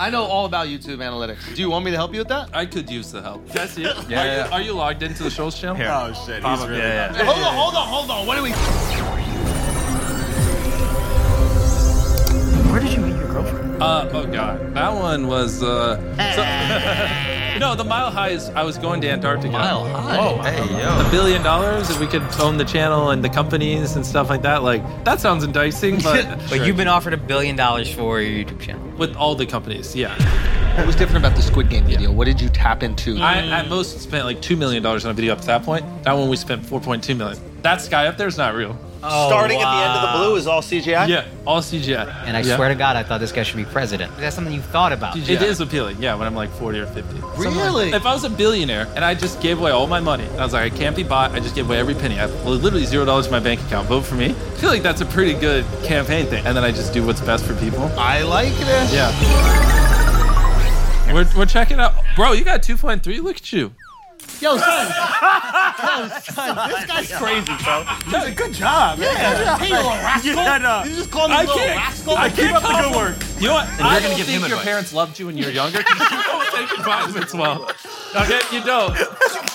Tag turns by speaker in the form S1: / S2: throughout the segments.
S1: I know all about YouTube analytics. Do you want me to help you with that?
S2: I could use the help. That's it. are,
S3: Yeah, yeah.
S2: You, are you logged into the show's channel?
S3: Here.
S4: Oh shit, he's
S3: Pop up-
S4: really.
S3: yeah, yeah.
S1: Hold on, hold on, hold on. What do we?
S5: Where did you meet your girlfriend?
S2: Uh, oh god, that one was. Uh, so- no, the mile high is. I was going to Antarctica.
S6: Mile high.
S3: Oh, hey,
S2: A
S3: yo.
S2: billion dollars if we could own the channel and the companies and stuff like that. Like that sounds enticing, but
S6: But you've been offered a billion dollars for your YouTube channel.
S2: with all the companies, yeah.
S1: What was different about the Squid Game video? What did you tap into?
S2: I at most spent like two million dollars on a video up to that point. That one we spent four point two million. That sky up there is not real.
S4: Starting at the end of the blue is all CGI.
S2: Yeah, all CGI.
S6: And I
S2: yeah.
S6: swear to God, I thought this guy should be president. That's something you thought about.
S2: It is appealing, yeah, when I'm like 40 or 50.
S1: Really?
S2: If I was a billionaire and I just gave away all my money, and I was like, I can't be bought, I just gave away every penny. I have literally zero dollars in my bank account. Vote for me. I feel like that's a pretty good campaign thing. And then I just do what's best for people.
S1: I like this.
S2: Yeah. We're, we're checking out. Bro, you got 2.3? Look at you.
S1: Yo, son. Yo, son. This guy's
S4: Crazy, bro.
S3: Good job.
S1: Yeah. Hey, you little rascal.
S4: Yeah, no.
S1: You just called me
S2: I
S1: little
S2: can't-
S1: rascal.
S2: I can't-
S4: Keep up the good work.
S2: You know what? I
S3: we're
S2: don't
S3: gonna give
S2: think
S3: him
S2: your
S3: advice.
S2: parents loved you when you were younger because you don't take advisements well. Okay, you don't.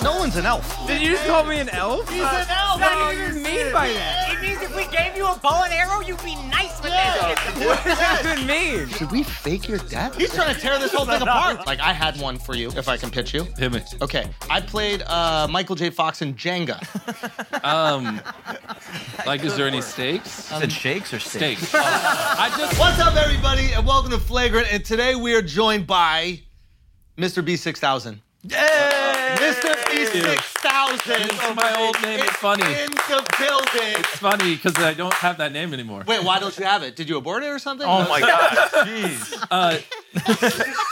S1: No one's an elf.
S7: Did you just call me an elf? He's an elf. What do you even mean by that?
S5: It means if we gave you a bow and arrow, you'd be nice with it.
S7: What does that even mean?
S1: Should we fake your death? He's trying to tear this whole thing apart. Like I had one for you, if I can pitch you.
S2: Hit me.
S1: Okay, I played uh, Michael J. Fox in Jenga.
S2: Um, like, is there any stakes?
S1: Uh,
S3: Said shakes or steaks?
S2: Stakes. I just
S1: What's up, everybody, and welcome to Flagrant. And today we are joined by Mr. B6000. Mr. B6000.
S2: This is my old name, it's funny.
S1: In the building.
S2: It's funny because I don't have that name anymore.
S1: Wait, why don't you have it? Did you abort it or something?
S3: Oh my god. Jeez.
S2: Uh,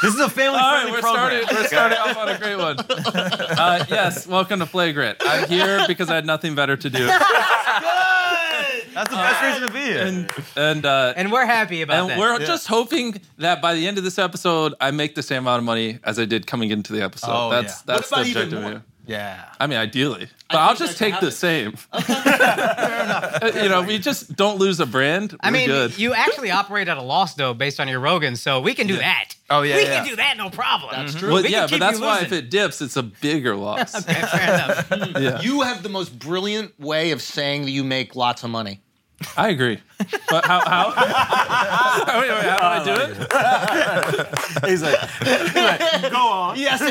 S3: This is a family
S2: all right,
S3: friendly
S2: we're
S3: program.
S2: starting. We're starting off on a great one. Uh, yes, welcome to Flagrant. I'm here because I had nothing better to do,
S3: That's the best reason to be here.
S2: and and uh, and,
S6: And we're happy about that.
S2: we're just hoping that by the end of this episode, I make the same amount of money as I did coming into the episode.
S3: Oh,
S2: that's
S3: yeah.
S2: that's
S1: What
S2: the
S1: about even
S2: objective.
S1: more?
S2: here.
S3: yeah.
S2: I mean, ideally, but
S1: think
S2: I'll
S1: that
S2: just
S1: can
S2: take the
S1: happen.
S2: same. Uh, you know, we just don't lose a brand. We're
S6: I mean,
S2: good.
S6: you actually operate at a loss though, based on your Rogan, so we can do that.
S3: Oh, yeah,
S6: we
S3: yeah.
S6: can do that, no problem. That's
S1: true.
S2: Well,
S6: we can
S2: yeah,
S6: keep
S2: but that's
S6: you
S2: why if
S6: losing.
S2: it dips, it's a bigger loss.
S6: Okay, fair enough.
S2: Yeah.
S1: You have the most brilliant way of saying that you make lots of money.
S2: I agree. But how? How? wait, wait, how do I do it?
S3: He's like,
S4: Go on.
S1: Yes,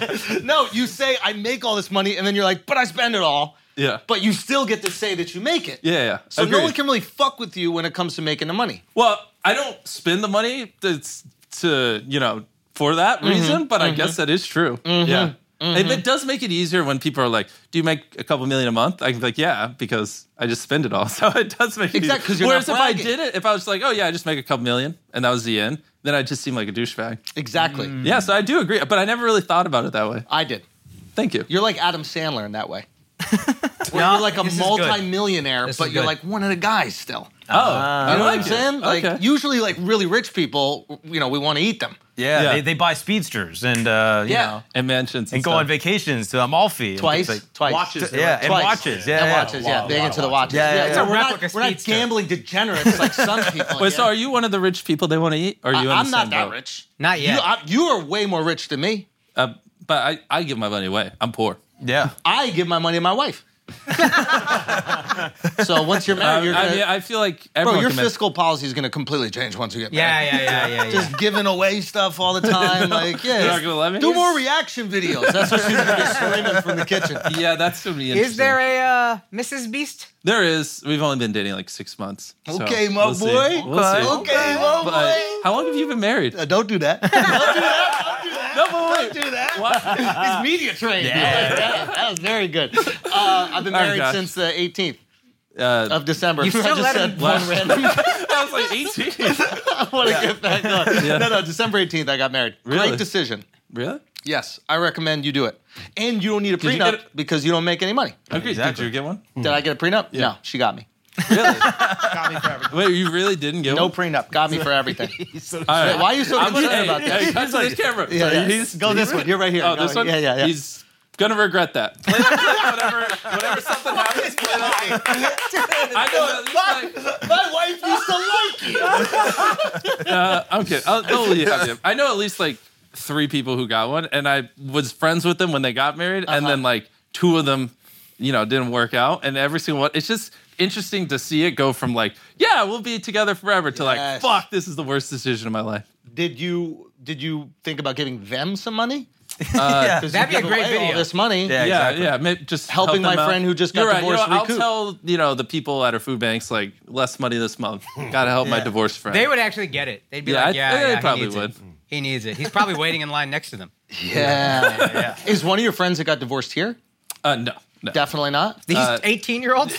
S1: it is. No, you say, I make all this money, and then you're like, but I spend it all.
S2: Yeah.
S1: But you still get to say that you make it.
S2: yeah, yeah.
S1: So
S2: Agreed.
S1: no one can really fuck with you when it comes to making the money.
S2: Well, I don't spend the money that's to you know for that
S1: Mm-hmm.
S2: reason, but I guess that is true. Yeah. If it does make it easier when people are like, "Do you make a couple million a month?" I can be like, "Yeah," because I just spend it all, so it does make it
S1: Exact-
S2: easier.
S1: 'cause you're not
S2: Whereas if I
S1: bragging.
S2: did it, if I was like, "Oh yeah, I just make a couple million, and that was the end, then I just seem like a douchebag.
S1: Mm-hmm. Exactly.
S2: Yeah, so I do agree, but I never really thought about it that way.
S1: I did.
S2: Thank you.
S1: You're like Adam Sandler in that way. Where you're like a
S6: this is good.
S1: multimillionaire,
S6: This
S1: but
S6: is
S1: you're
S6: good.
S1: like one of the guys still.
S2: oh, I
S3: Uh,
S1: You know
S2: like
S1: what I'm
S2: it.
S1: saying? Like
S2: Okay.
S1: usually like really rich people, you know, we want to eat them.
S3: yeah,
S2: Yeah.
S3: They, they buy speedsters and uh, you
S1: Yeah.
S3: know,
S2: and mansions and,
S3: and go
S2: stuff.
S3: on vacations to Amalfi and
S1: Twice.
S3: things like-
S1: twice.
S4: Watches.
S3: yeah, and
S1: Twice.
S3: watches. Yeah,
S1: and
S3: yeah.
S1: watches, yeah. Big into the watches.
S3: Yeah, yeah,
S1: so
S3: yeah.
S1: we're not-
S6: Replica
S1: we're not,
S6: speedster.
S1: gambling degenerates like some people.
S2: Wait,
S1: yeah.
S2: so are you one of the rich people they want to eat? Or are you
S1: I,
S2: in
S1: am
S2: the
S1: not
S2: same
S1: that
S2: boat?
S1: rich.
S6: Not yet.
S1: You, I, you are way more rich than me.
S2: Uh, but I, I give my money away. I'm poor.
S3: Yeah.
S1: I give my money to my wife. so once you're
S2: I,
S1: married, you're
S2: Uh, I
S1: gonna,
S2: mean, I feel like
S1: bro,
S2: everyone
S1: your
S2: can make-
S1: fiscal policy is going to completely change once you get married.
S6: yeah, yeah, yeah, yeah, yeah.
S1: just giving away stuff all the time. Like, yeah,
S2: You're not gonna let me?
S1: do more reaction videos. That's what she's gonna be screaming from the kitchen.
S2: Yeah, that's gonna be interesting.
S6: Is there a uh, Mrs. Beast?
S2: There is. We've only been dating like six months. so
S1: Okay, my
S2: we'll see.
S1: boy.
S2: We'll see.
S1: Okay, well,
S2: But
S1: boy.
S2: how long have you been married?
S1: Uh, don't do that. Don't do that.
S2: No, but wait.
S1: Don't do that. Don't do that.
S2: What?
S1: He's media trained. Yeah. That, that was very good. Uh, I've been
S2: Oh,
S1: married
S2: gosh.
S1: since the 18th
S2: Uh,
S1: of December.
S6: You
S1: I
S6: still
S1: just
S6: let
S1: said
S6: him-
S1: one random.
S2: I was like 18.
S1: I want to get back on.
S2: Yeah.
S1: No, no, December 18th, I got married.
S2: Really?
S1: Great decision.
S2: really?
S1: Yes, I recommend you do it. And you don't need a
S2: you get
S1: prenup
S2: it?
S1: because you don't make any money.
S2: Okay,
S3: Exactly.
S2: did you get one?
S1: Did I get a prenup?
S2: Yeah.
S1: No, she got me.
S2: Really? Wait, you really didn't get
S1: No
S2: one?
S1: prenup. Got me for everything.
S2: All right.
S1: Why are you so
S2: I'm gonna-
S1: concerned
S2: hey,
S1: about that?
S2: Hey, that's this camera.
S1: Yeah, yeah.
S2: He's,
S1: go this one. You're right here.
S2: Oh,
S1: Go
S2: this
S1: right-
S2: one?
S1: Yeah, yeah, yeah.
S2: He's Gonna regret that. Play that clip whenever, whenever something happens. Play that clip. I know. At least like,
S1: My wife used to like you.
S2: uh, I'm kidding. I'll, they'll have you. I know at least like three people who got one, and I was friends with them when they got married,
S1: Uh-huh.
S2: and then like two of them, you know, didn't work out, and every single one. It's just interesting to see it go from like, yeah, we'll be together forever, to
S1: Yes.
S2: like, fuck, this is the worst decision of my life.
S1: Did you did you think about giving them some money?
S3: yeah.
S1: Because
S6: That'd be a great
S1: All
S6: video.
S1: this money.
S3: Yeah.
S2: yeah,
S3: exactly.
S2: yeah. Maybe just
S1: Helping
S2: help them
S1: my
S2: out.
S1: friend who just got
S2: You're right.
S1: divorced
S2: You know,
S1: recoup.
S2: I'll tell you know the people at our food banks like less money this month. Gotta help my divorced friend.
S6: They would actually get it. They'd be
S2: Yeah,
S6: like,
S2: I-
S6: yeah,
S2: they
S6: yeah, he
S2: probably
S6: needs it.
S2: would.
S6: He needs it. He's probably waiting in line next to them.
S1: Yeah. Is one of your friends that got divorced here?
S2: Uh, no, no.
S1: Definitely not.
S6: These
S2: Uh,
S6: 18 year olds?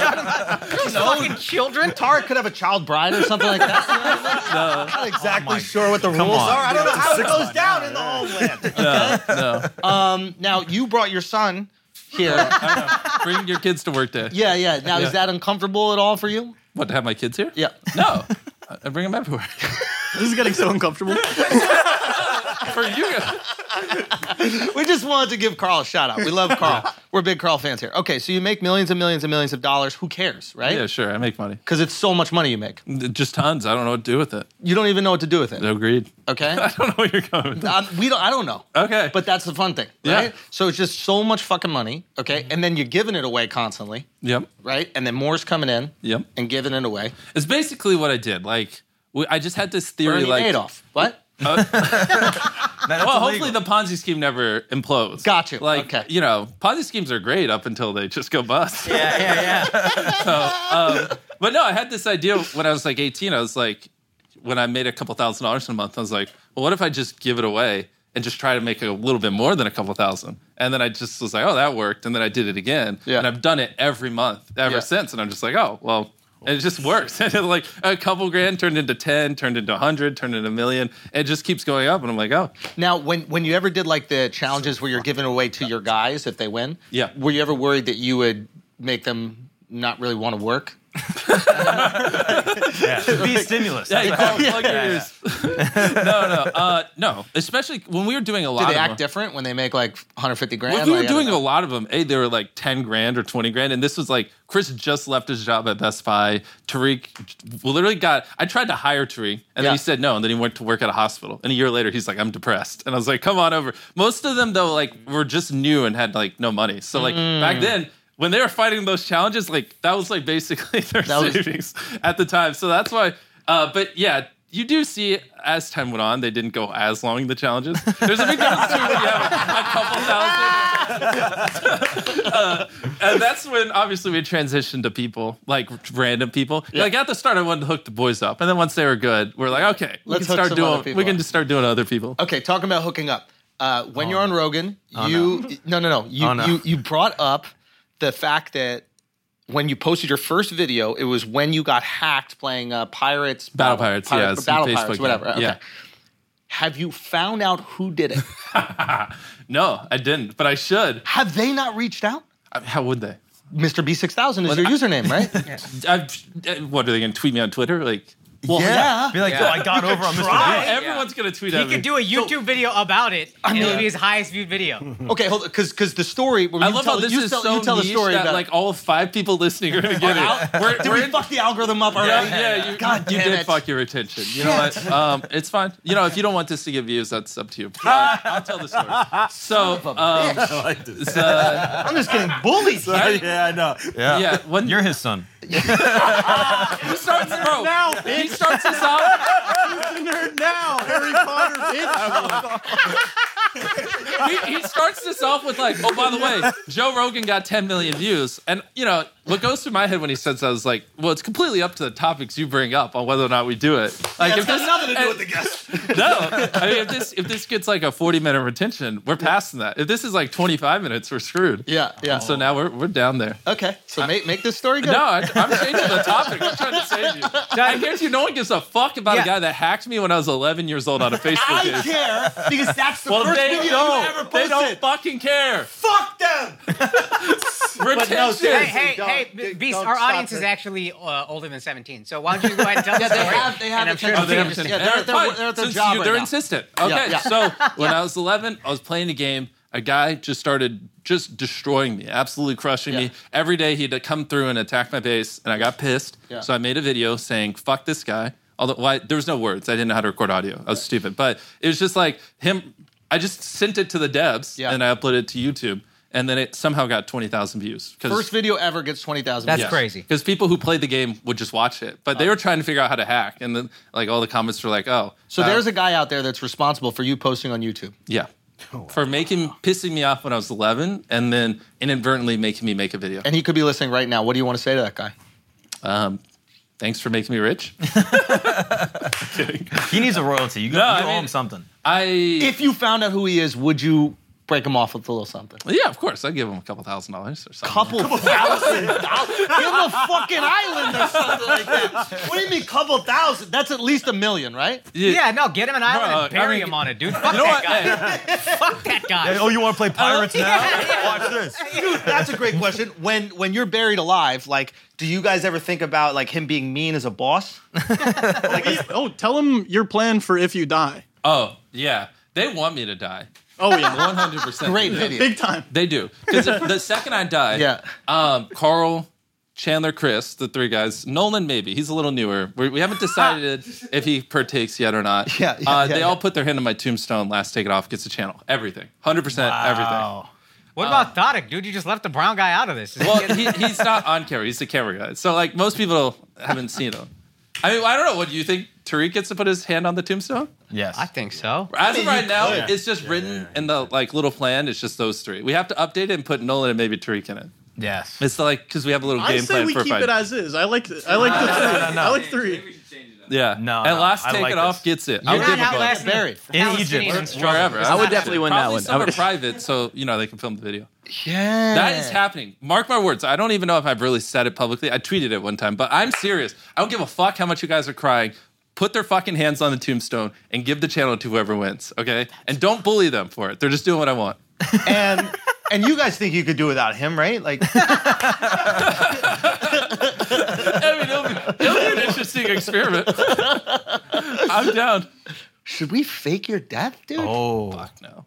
S6: fucking children?
S1: Tara could have a child bride or something like that. I'm not exactly sure what the rules
S3: on.
S1: are. I don't know how it goes down.
S8: in the homeland.
S1: Um, now you brought your son here.
S2: Bring your kids to work day.
S1: yeah, yeah. Now
S2: Yeah.
S1: is that uncomfortable at all for you?
S2: What to have my kids here?
S1: Yeah.
S2: No, I- I bring them everywhere
S8: this is getting so uncomfortable.
S2: for you. guys.
S1: We just wanted to give Carl a shout out. We love Carl. We're big Carl fans here. Okay, so you make millions and millions and millions of dollars. Who cares, right?
S2: Yeah, sure. I make money.
S1: Because it's so much money you make.
S2: Just tons. I don't know what to do with it.
S1: You don't even know what to do with it.
S2: Agreed.
S1: Okay.
S2: I don't know where you're going. With that.
S1: Um, we don't. I don't know.
S2: Okay.
S1: But that's the fun thing,
S2: Yeah. Mm-hmm.
S1: right? So it's just so much fucking money, okay? And then you're giving it away constantly,
S2: yep.
S1: right? And then more's coming in
S2: Yep.
S1: and giving it away.
S2: It's basically what I did. Like we, I just had this theory.
S1: Bernie
S2: like,
S1: Madoff. What?
S3: That's
S2: well, hopefully
S3: illegal.
S2: the Ponzi scheme never implodes.
S1: Got you.
S2: Like
S1: Okay.
S2: you know, Ponzi schemes are great up until they just go bust. um,
S3: Yeah, yeah, yeah.
S2: But no, I had this idea when I was like 18. I was like, when I made a couple thousand dollars in a month, I was like, well, what if I just give it away and just try to make a little bit more than a couple thousand? And then I just was like, oh, that worked. And then I did it again.
S1: Yeah.
S2: And I've done it every month ever
S1: Yeah.
S2: since. And I'm just like, oh, well, and it just works. And it, like a couple grand turned into 10, turned into 100, turned into a million. And it just keeps going up. And I'm like, oh,
S1: Now, when when you ever did like the challenges where you're giving away to your guys if they win,
S2: Yeah.
S1: were you ever worried that you would make them not really want to work?
S3: yeah. Be stimulus.
S2: Yeah, you call it plug your ears. no, no, uh, no. Especially when we were doing a lot
S1: Did they
S2: of
S1: act
S2: them.
S1: different when they make like 150 grand?
S2: Well, we were
S1: Like, I don't
S2: doing a
S1: know.
S2: lot of them. A, they were like 10 grand or 20 grand. And this was like, Chris just left his job at Best Buy. Tariq literally got, I tried to hire Tariq and
S1: Yeah.
S2: then he said no. And then he went to work at a hospital. And a year later, he's like, I'm depressed. And I was like, come on over. Most of them, though, like were just new and had like no money. So, like
S1: Mm.
S2: back then, when they were fighting those challenges, like that was like basically their
S1: That was-
S2: savings at the time. So that's why, uh, but yeah. You do see as time went on, they didn't go as long the challenges. There's a big difference too when you have a couple thousand and that's when obviously we transitioned to people like random people. Like at the start, I wanted to hook the boys up, and then once they were good, we're like, okay, we
S1: Let's
S2: can
S1: hook
S2: start
S1: some other
S2: doing.
S1: people
S2: We can
S1: up.
S2: just start doing other people.
S1: Okay, talking about hooking up. Uh, when you're
S2: Oh.
S1: on Rogan, you no. no no you
S3: Oh, no.
S1: you you brought up the fact that when you posted your first video, it was when you got hacked playing uh, Pirates
S2: Battle Pirates,
S1: Pirate-
S2: yeah, it's
S1: Battle
S2: on
S1: Pirates,
S2: Facebook,
S1: whatever.
S2: yeah.
S1: Okay.
S2: Yeah.
S1: Have you found out who did it?
S2: No, I didn't, but I should.
S1: Have they not reached out?
S2: I- How would they?
S1: Mr. B6000 is your username, right?
S2: I've, uh, what are they going to tweet me on Twitter? Like,
S1: Well, yeah.
S3: "Oh, Be like, yo, I got over on Mr.
S2: oh, everyone's going to tweet
S6: He
S2: at me.
S6: could do a YouTube video about it, and it would be his highest viewed video.
S1: Okay, hold on, because because the story. When
S2: I
S1: you
S2: love
S1: tell,
S2: how this
S1: you
S2: is
S1: tell,
S2: so
S1: you tell the
S2: niche
S1: story
S2: that
S1: about
S2: like all five people listening are going to get it. We're,
S1: Did
S2: we're
S1: we
S2: in-
S1: fuck the algorithm up
S2: Yeah,
S1: already?
S2: yeah, you,
S1: God
S2: you
S1: damn
S2: did
S1: it.
S2: fuck your retention. You know what? Um, it's fine. You know, if you don't want this to get views, that's up to you. Uh, I'll tell the story. So, um,
S8: I like this.
S2: it's, uh,
S1: I'm just getting bullied.
S8: yeah, I know.
S3: Yeah.
S2: yeah, when
S3: You're his son.
S2: he starts, bro, he starts this out.
S8: Nerd now, Harry Potter.
S2: He, he starts this off with like, oh, by the way, Joe Rogan got 10 million views, and you know what goes through my head when he says that is like, well, it's completely up to the topics you bring up on whether or not we do it. Like, if this,
S1: nothing
S2: and- No, I mean, if this if this gets like a forty minute retention, we're passing that. If this is like twenty five minutes, we're screwed.
S1: Yeah, yeah.
S2: So now we're we're down there.
S1: okay, so make make this story good.
S2: Oh. No, I, I'm changing the topic. I'm trying to save you. I guarantee you, no one gives a fuck about
S6: Yeah.
S2: a guy that hacked me when I was 11 years old on a Facebook
S1: I
S2: page.
S1: care because that's the
S2: Well,
S1: first
S2: they
S1: video you ever
S2: don't.
S1: posted.
S2: They don't fucking care.
S1: Fuck them.
S2: Retention.
S6: Hey,
S8: seriously,
S6: hey,
S8: don't-
S6: hey,
S8: don't
S6: Beast,
S8: stop
S6: our audience
S8: it.
S6: is actually uh, older than 17, so why don't you go ahead and tell
S1: Yeah,
S6: the
S1: they
S6: story?
S1: have they have
S6: And I'm sure
S1: attention.
S2: Oh, they
S1: Yeah,
S2: understand.
S1: they're, at their-
S2: Fine.
S1: they're at their
S2: Since
S1: job
S2: you-
S1: right
S2: they're
S1: now.
S2: insistent.
S1: Yeah,
S2: Okay,
S1: yeah.
S2: so when I was 11, I was playing a game. a guy just started just destroying me, absolutely crushing
S9: Yeah.
S2: me. Every day he'd come through and attack my base, and I got pissed.
S9: Yeah.
S2: So I made a video saying, fuck this guy. Although why, there was no words. I didn't know how to record audio. I was stupid. But it was just like him. I just sent it to the devs
S9: Yeah.
S2: and I uploaded it to YouTube. And then it somehow got 20,000 views. 'Cause-
S9: First video ever gets 20,000
S6: That's
S9: views.
S6: crazy.
S2: because people who played the game would just watch it, but they
S9: Oh.
S2: were trying to figure out how to hack, and then like all the comments were like, "Oh, uh,
S9: So there's a guy out there that's responsible for you posting on YouTube.
S2: yeah." For making pissing me off when I was 11, and then inadvertently making me make a video.
S9: And he could be listening right now. What do you want to say to that guy?
S2: Thanks for making me rich.
S10: He needs a royalty. You,
S2: No,
S10: got you
S2: I
S10: owe
S2: mean-
S10: him something.
S2: I
S9: If you found out who he is, would you break him off with a little something?
S2: yeah, of course, I'd give him a couple thousand dollars or something.
S9: Couple thousand dollars? Give him a fucking island or something like that. What do you mean, couple thousand? That's at least a million, right?
S6: Yeah, no, get him an island
S2: Bro,
S6: and bury
S2: Uh, I mean-
S6: him on it, dude. Fuck
S2: You know
S6: that
S2: what?
S6: guy.
S2: Hey,
S6: Fuck that guy.
S10: Oh, you want to play pirates now?
S11: Watch this.
S9: Dude, that's a great question. When when you're buried alive, like, do you guys ever think about like him being mean as a boss?
S11: Oh, tell him your plan for if you die.
S2: oh yeah, they want me to die.
S11: Oh yeah,
S2: 100. percent
S9: Great video.
S11: big time.
S2: They do because the second I die,
S9: Yeah.
S2: um, Carl, Chandler, Chris, the three guys. Nolan, maybe he's a little newer. We, we haven't decided if he partakes yet or not.
S9: Yeah, yeah,
S2: uh,
S9: yeah,
S2: they
S9: yeah.
S2: all put their hand on my tombstone. Last take it off gets a channel. Everything, hundred percent, everything.
S6: what about Thodic, dude? You just left the brown guy out of this.
S2: Well, he, he's not on camera. He's the camera guy. So like most people haven't seen him. I mean, I don't know. What do you think? Tariq gets to put his hand on the tombstone.
S10: Yes.
S6: I think so.
S2: As of right now, it's just written in the like little plan. It's just those three. We have to update it and put Nolan and maybe Tariq in it.
S10: yes.
S2: It's like because we have a little
S11: I
S2: game
S11: say
S2: plan
S11: we
S2: for
S11: keep
S2: five.
S11: it as is. I like I like the three. I like three.
S2: Yeah.
S10: No,
S2: And
S10: no,
S2: last
S10: I
S2: take
S10: like
S2: it off
S10: this.
S2: gets it.
S6: You're
S2: I'll give
S6: not
S2: it back.
S6: outlasting
S9: Buried.
S6: the
S10: In
S6: Palestinians
S10: Egypt.
S6: and struggle.
S2: Wherever.
S6: It's
S2: I
S6: not
S2: would
S6: happening.
S12: definitely win that
S2: Probably
S12: one. I
S2: some are
S12: would-
S2: private, so you know they can film the video.
S9: Yeah.
S2: That is happening. Mark my words. I don't even know if I've really said it publicly. I tweeted it one time, but I'm serious. I don't give a fuck how much you guys are crying. Put their fucking hands on the tombstone and give the channel to whoever wins. Okay, and don't bully them for it. They're just doing what I want.
S9: and and you guys think you could do without him, right? Like
S2: I mean, it'll be, it'll be an interesting experiment. I'm down.
S9: Should we fake your death, dude?
S10: Oh.
S2: No.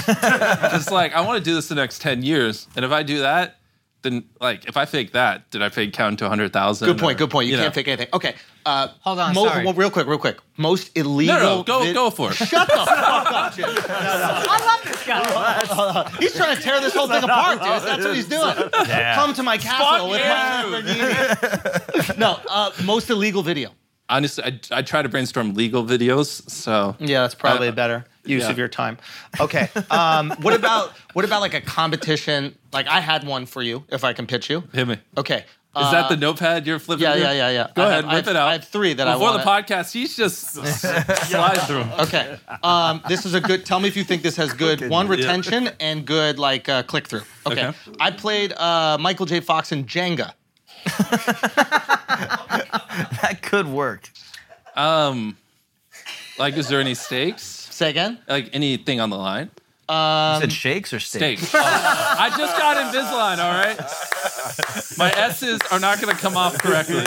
S2: Just like I want to do this the next ten years, and if I do that, then like if I fake that, did I fake count to hundred thousand?
S9: good point. Good point. You, can't fake anything. Okay. Uh,
S6: Hold on,
S9: mo-
S6: sorry.
S9: well, real quick, real quick. Most illegal.
S2: No, no, go
S9: vid-
S2: go for it.
S9: Shut the fuck up.
S6: I love this guy.
S9: He's trying to tear this whole thing apart, dude. That's what he's doing.
S10: Yeah.
S9: Come to my castle
S2: Fuck
S9: with my Lamborghini. No, uh, most illegal video.
S2: Honestly, I, I try to brainstorm legal videos, so
S9: Yeah, that's probably
S2: Uh,
S9: a better use
S2: yeah.
S9: of your time. Okay. Um, what about what about like a competition? Like I had one for you, if I can pitch you.
S2: hit me.
S9: Okay. uh,
S2: Is that the notepad you're flipping?
S9: Yeah,
S2: through?
S9: yeah, yeah, yeah.
S2: Go
S9: I
S2: ahead,
S9: have- I
S2: whip
S9: have-
S2: it out.
S9: I have three that I
S2: Before the
S9: wanna-
S2: podcast, he's just slide through. 'em.
S9: Okay. Um, this is a good. Tell me if you think this has good one retention and good like uh, click through. Okay.
S2: Okay.
S9: I played uh, Michael J. Fox in Jenga.
S10: That could work.
S2: Like, is there any stakes?
S9: Say again.
S2: Like anything on the line?
S10: You
S4: Um,
S10: said shakes or steaks?
S2: Stakes. Oh, I just got Invisalign. All right. My S's are not going to come off correctly.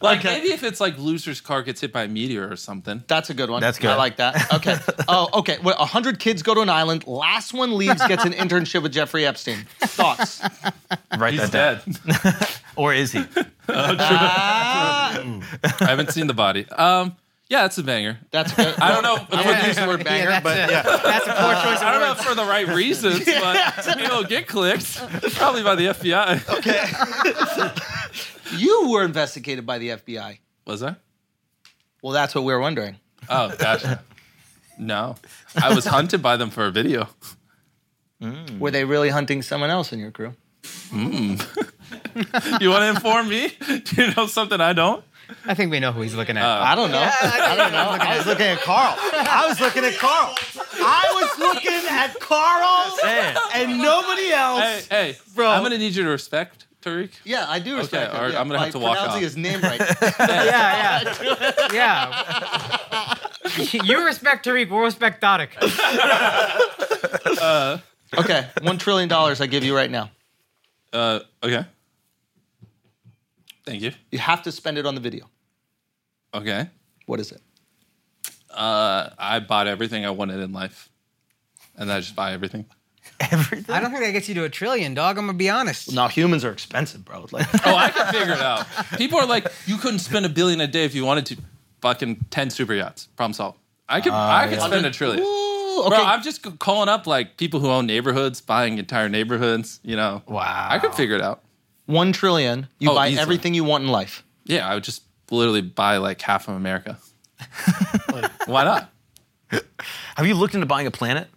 S2: Like maybe if it's like loser's car gets hit by a meteor or something.
S9: That's a good one.
S10: That's good.
S9: I like that. Okay. Oh, okay. Well, a hundred kids go to an island. Last one leaves gets an internship with Jeffrey Epstein. Thoughts?
S10: Write
S2: He's
S10: that down.
S2: dead.
S10: Or is he?
S2: I haven't seen the body. Um, yeah, that's a banger.
S9: That's good.
S2: I don't know. If
S9: I wouldn't use the word banger,
S6: Yeah,
S9: but
S6: that's, a, that's a poor choice
S2: I
S6: of
S2: don't know
S6: words.
S2: if for the right reasons, but it'll get clicked. Probably by the FBI.
S9: you were investigated by the FBI.
S2: Was I?
S9: Well, that's what we were wondering.
S2: Oh gosh. No, I was hunted by them for a video. Hmm.
S9: Were they really hunting someone else in your crew?
S2: You want to inform me? Do you know something I don't?
S6: I think we know who he's looking at.
S2: Uh,
S9: I don't know. I don't know. I was looking at Carl. I was looking at Carl. I was looking at Carl
S10: Damn.
S9: and nobody else.
S2: Hey, hey,
S9: Bro.
S2: I'm gonna need you to respect Tariq.
S9: Yeah, I do respect
S2: all right,
S9: him. Yeah,
S2: I'm gonna have
S9: by
S2: to walk off.
S9: pronouncing his name right.
S6: yeah, yeah, yeah. you respect Tariq, we'll respect Thodic.
S9: okay, one trillion dollars I give you right now.
S2: Uh, okay. Thank you.
S9: You have to spend it on the video.
S2: Okay.
S9: What is it?
S2: I bought everything I wanted in life. and then I just buy everything.
S3: Everything.
S6: I don't think that gets you to a trillion, dog. I'm gonna be honest.
S9: Now humans are expensive, bro. Like
S2: Oh, I can figure it out. People are like, you couldn't spend a billion a day if you wanted to. Fucking ten super yachts. Problem solved. I could I could spend a trillion.
S9: Ooh,
S2: Bro,
S9: okay.
S2: I'm just c- calling up like people who own neighborhoods, buying entire neighborhoods. You know.
S3: Wow.
S2: I could figure it out.
S9: One trillion. You
S2: Oh,
S9: buy
S2: easily.
S9: everything you want in life.
S2: Yeah, I would just literally buy like half of America. Why not?
S3: Have you looked into buying a planet?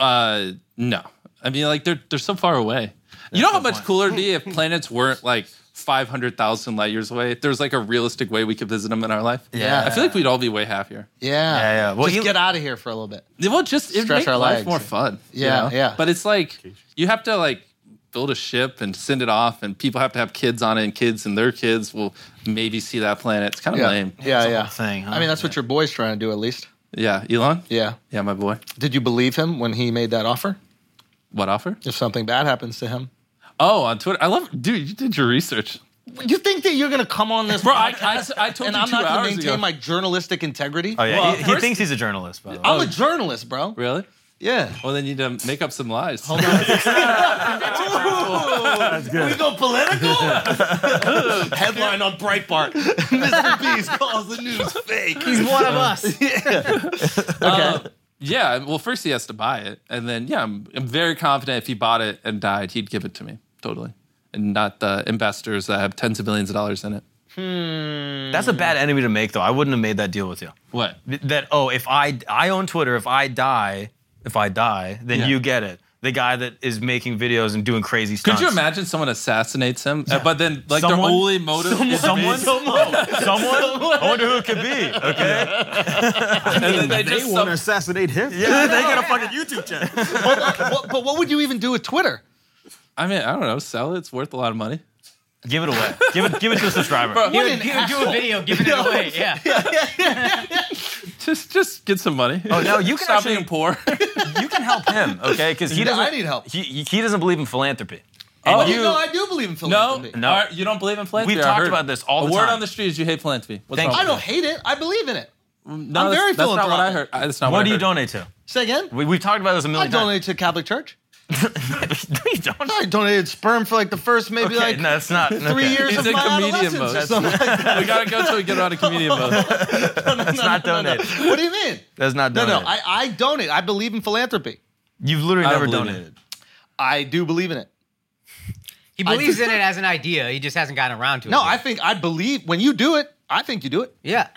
S2: Uh, no. I mean, like they're they're so far away. you know how much cooler it'd be if planets weren't like five hundred thousand light years away. If there's like a realistic way we could visit them in our life.
S9: Yeah.
S2: I feel like we'd all be way happier.
S9: Yeah.
S3: Yeah, yeah. Well,
S9: just
S3: you-
S9: get out of here for a little bit.
S2: Yeah, Well, just it
S9: Stretch
S2: makes
S9: our
S2: life
S9: legs.
S2: more fun. you
S9: Yeah,
S2: know?
S9: yeah.
S2: But it's like you have to like build a ship and send it off, and people have to have kids on it, and kids and their kids will maybe see that planet. It's kind of
S9: Yeah.
S2: lame.
S9: Yeah,
S3: It's a
S9: yeah.
S3: whole thing, huh?
S9: I mean, that's what your boy's trying to do, at least.
S2: Yeah, Elon.
S9: Yeah.
S2: Yeah, my boy.
S9: Did you believe him when he made that offer?
S2: What offer?
S9: If something bad happens to him,
S2: Oh, on Twitter. I love, dude. You did your research,
S9: you think that you're gonna come on this
S2: bro. I,
S9: podcast
S2: I, I told
S9: and
S2: you
S9: I'm
S2: two
S9: not gonna
S2: hours
S9: maintain
S2: ago.
S9: my journalistic integrity?
S3: Oh yeah,
S2: Well,
S3: he, he
S2: first-
S3: thinks he's a journalist. By the way.
S9: I'm a journalist, bro.
S2: really?
S9: Yeah.
S2: Well, then you need to make up some lies.
S9: We go political? Headline on Breitbart. Mr. Beast calls the news fake.
S6: He's one of us.
S2: Uh, yeah. Well, first he has to buy it, and then yeah, I'm, I'm very confident if he bought it and died, he'd give it to me totally, and not the investors that have tens of millions of dollars in it.
S3: That's a bad enemy to make, though. I wouldn't have made that deal with you.
S2: What?
S3: That oh, if I I own Twitter, if I die, if I die, then
S2: Yeah.
S3: you get it. The guy that is making videos and doing crazy stuff.
S2: Could you imagine someone assassinates him, uh, but then like
S3: Someone?
S2: their only motive is
S3: Someone,
S2: someone,
S3: someone, someone. I wonder who it could be. Okay,
S2: and then they,
S13: They
S2: just
S13: want to
S2: sub-
S13: assassinate him.
S3: yeah, they got a fucking YouTube channel.
S9: What- but what would you even do with Twitter?
S2: I mean, I don't know, sell it. It's worth a lot of money.
S3: Give it away. Give it, give it to a subscriber.
S6: You
S9: an
S6: would, you would do a video giving it away. Yeah.
S2: Just, just get some money.
S3: Oh, no, you can
S2: stop
S3: actually-
S2: being poor.
S3: You can help him, okay? Because he
S9: Yeah,
S3: doesn't.
S9: I need help.
S3: He, he doesn't believe in philanthropy.
S2: oh,
S9: You know, I do believe in
S2: no,
S9: philanthropy.
S2: All right, you don't believe in philanthropy.
S3: We've
S2: I
S3: talked
S2: heard.
S3: about this all
S2: A
S3: the
S2: word
S3: time.
S2: on the street is you hate philanthropy. What's
S3: Thank
S2: wrong
S9: I
S2: with
S9: don't hate it. I believe in it.
S2: that? No,
S9: I'm
S2: that's,
S9: very
S2: that's not what I
S9: philanthropic.
S2: heard. I- That's not
S3: What do
S2: I
S3: you
S2: heard.
S3: donate to?
S9: Say again?
S3: We, we've talked about this a
S9: I
S3: million times.
S9: donated to Catholic Church.
S3: no, you don't.
S9: I donated sperm for like the first maybe
S3: Okay,
S9: like
S3: no, that's not.
S9: three
S3: okay.
S9: years
S2: He's
S9: of
S2: in
S9: my
S2: comedian
S9: adolescence
S2: mode.
S9: or something like that.
S2: We gotta go till we get out of comedian mode.
S3: That's not donated.
S9: What do you mean?
S3: That's not
S9: No,
S3: donated.
S9: no, I, I donate. I believe in philanthropy.
S3: You've literally
S2: I don't
S3: never
S2: believe you.
S3: donated.
S9: I do believe in it.
S6: He believes in it as an idea. He just hasn't gotten around to it.
S9: No, I
S6: yet.
S9: think I believe when you do it, I think you do it.
S6: Yeah.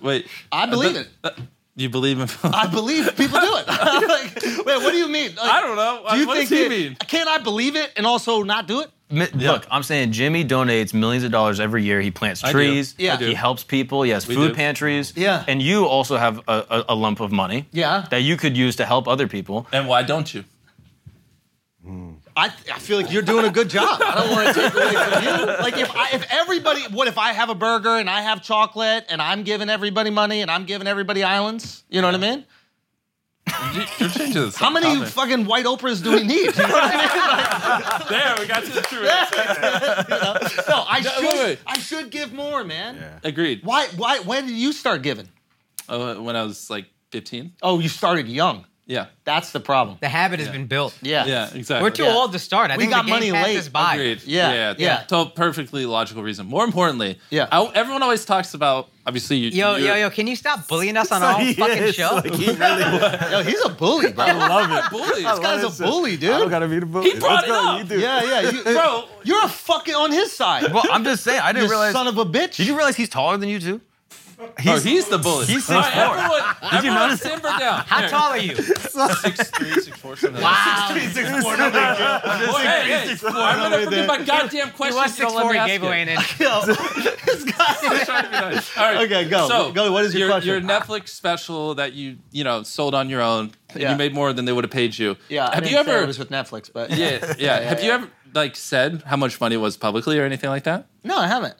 S2: Wait,
S9: I believe
S2: th-
S9: it.
S2: th- You believe in?
S9: I believe people do it. I'm like, wait, what do you mean? Like,
S2: I don't know.
S9: Do you
S2: what
S9: think
S2: does he
S9: that-
S2: mean?
S9: Can't I believe it and also not do it?
S3: Mi- Look, I'm saying Jimmy donates millions of dollars every year. He plants
S2: do.
S3: trees.
S9: Yeah. I do.
S3: He helps people. He has
S2: We
S3: food
S2: do.
S3: pantries.
S9: Yeah.
S3: And you also have a, a, a lump of money.
S9: Yeah.
S3: That you could use to help other people.
S2: And why don't you?
S9: I, I feel like you're doing a good job. I don't want to take away from you. Like if I, if everybody, what if I have a burger and I have chocolate and I'm giving everybody money and I'm giving everybody islands? You know what I mean?
S2: You- You're changing this.
S9: How many fucking white Oprahs do we need? You know what I mean?
S2: There, we got to the true
S9: No, I should
S2: wait, wait.
S9: I should give more, man.
S2: Agreed.
S9: Why why when did you start giving?
S2: Uh, when I was like 15.
S9: Oh, you started young.
S2: Yeah.
S9: That's the problem.
S6: The habit has been built.
S9: Yeah.
S2: Yeah, exactly.
S6: We're too
S9: Yeah.
S6: old to start. I
S9: We
S6: think
S9: got
S6: the
S9: money
S6: game passed
S9: late.
S6: us by.
S2: Agreed.
S9: Yeah,
S2: Yeah.
S9: yeah.
S2: To a perfectly logical reason. More importantly,
S9: Yeah.
S2: I, everyone always talks about, obviously, you.
S6: Yo,
S2: you-
S6: yo, yo! Can you stop bullying us on our own fucking show?
S9: Yo, he's a bully, bro.
S13: I love it.
S2: Bullies.
S13: I love
S9: guy's a
S13: it.
S9: bully, dude.
S13: I don't gotta be the bully.
S2: He
S13: Let's
S2: brought it
S13: go,
S2: up.
S13: You do.
S9: yeah, yeah. You,
S2: Bro. oh,
S9: you're a fucking on his side.
S3: Well, I'm just saying, I
S9: you
S3: didn't realize.
S9: son of a bitch.
S3: did you realize he's taller than you, too?
S2: He's, oh, he's the bully.
S3: he's
S2: All right,
S3: 6'4".
S2: everyone,
S3: you
S2: everyone
S3: notice?
S2: simmer down.
S6: How tall are you?
S2: Six three, six four, something. like that.
S6: Wow.
S2: Boy, hey, hey, I'm gonna forget my goddamn
S6: He
S2: question.
S6: was six four. He gave away an inch.
S2: All right.
S9: Okay, go.
S2: So,
S9: Go, what is your question?
S2: Your Netflix special that you you know sold on your own. and
S9: Yeah.
S2: You made more than they would have paid you.
S9: yeah, I
S2: Have
S9: didn't
S2: you
S9: say
S2: ever?
S9: it was with Netflix, but
S2: yeah, yeah. Have you ever like said how much money it was publicly or anything like that?
S9: No, I haven't.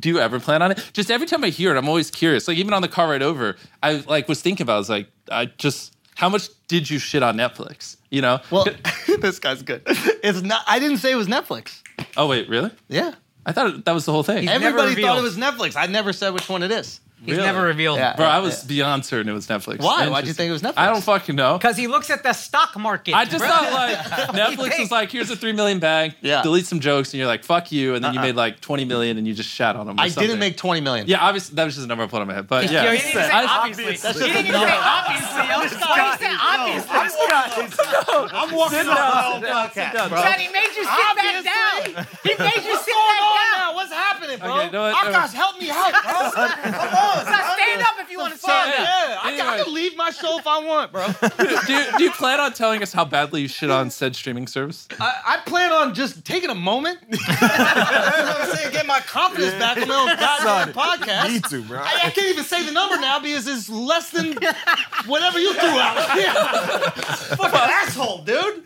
S2: Do you ever plan on it? Just every time I hear it, I'm always curious. Like even on the car ride over, I like was thinking about. it. I was like, I just how much did you shit on Netflix? You know?
S9: Well, this guy's good. It's not I didn't say it was Netflix.
S2: oh wait, really?
S9: Yeah.
S2: I thought that was the whole thing.
S6: Never
S9: Everybody
S6: revealed.
S9: thought it was Netflix. I never said which one it is.
S6: He's
S2: Really?
S6: never revealed.
S12: Yeah.
S2: Bro, I was beyond certain it was Netflix.
S9: Why? Why'd you
S2: Interesting.
S9: think it was Netflix?
S2: I don't fucking know.
S6: Because he looks at the stock market.
S2: I just
S6: bro.
S2: thought like Netflix is like, here's a three million bag.
S9: Yeah. Uh-uh.
S2: Delete some jokes, and you're like, fuck you. And then you made like twenty million, and you just shat on them. or
S9: I didn't
S2: something.
S9: make 20 million.
S2: Yeah, obviously that was just a number I put on my head, but
S6: You
S2: yeah.
S6: didn't even say
S2: I-
S6: obviously.
S12: That's
S6: You didn't even say obviously. I was like, he said obviously.
S12: I'm
S2: Sit
S12: walking
S2: down,
S12: off
S2: sit
S12: the
S2: down, sit
S12: podcast.
S2: down, bro.
S6: Chad, he made you sit back down. He made you sit back down.
S9: What's happening, bro?
S2: Okay, you know what?
S9: Akash, help me out, bro.
S6: So stand up if you want to stand
S2: fuck?
S6: up.
S9: yeah, I, can- I
S2: Anyway.
S9: can leave my show if I want, bro.
S2: do, you- do you plan on telling us how badly you shit on said streaming service?
S9: I, I plan on just taking a moment. That's what I'm saying. Get my confidence back on my own goddamn podcast.
S12: Me too, bro.
S9: I, I can't even say the number now because it's less than whatever you threw out. Yeah. Fucking asshole, dude.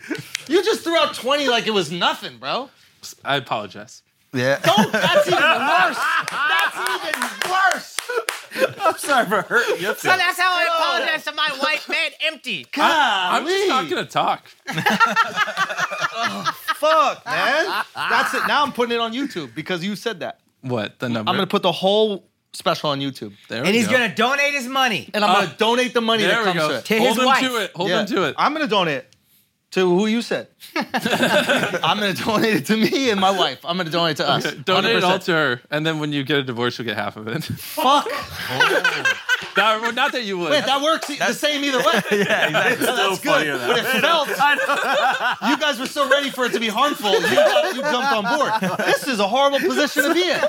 S9: You just threw out 20 like it was nothing, bro.
S2: I apologize.
S12: Yeah.
S9: Don't, that's even worse. That's even worse.
S12: I'm sorry for hurting your
S6: So that's how I apologize to my white man empty.
S2: I'm just not gonna talk.
S9: Fuck, man. That's it. Now I'm putting it on YouTube because you said that.
S2: What the number?
S9: I'm gonna put the whole special on YouTube,
S2: There
S6: And
S2: we
S6: he's
S2: go.
S6: gonna donate his money.
S9: and I'm gonna donate the money
S2: uh, There
S9: that
S2: we
S9: comes
S2: go.
S9: to it.
S6: To his
S2: Hold him
S6: wife.
S2: to it. Hold
S9: Yeah,
S2: him to it.
S9: I'm gonna donate to who you said. I'm gonna donate it to me and my wife. I'm gonna donate it to us.
S2: Donate it all
S9: 100%.
S2: to her, and then when you get a divorce, you'll get half of it.
S9: fuck.
S2: not, not that you would.
S9: Wait, that works e- the same either way.
S12: Yeah, exactly.
S9: That's good. But it felt you guys were so ready for it to be harmful, you, got, you jumped on board. This is a horrible position to be in.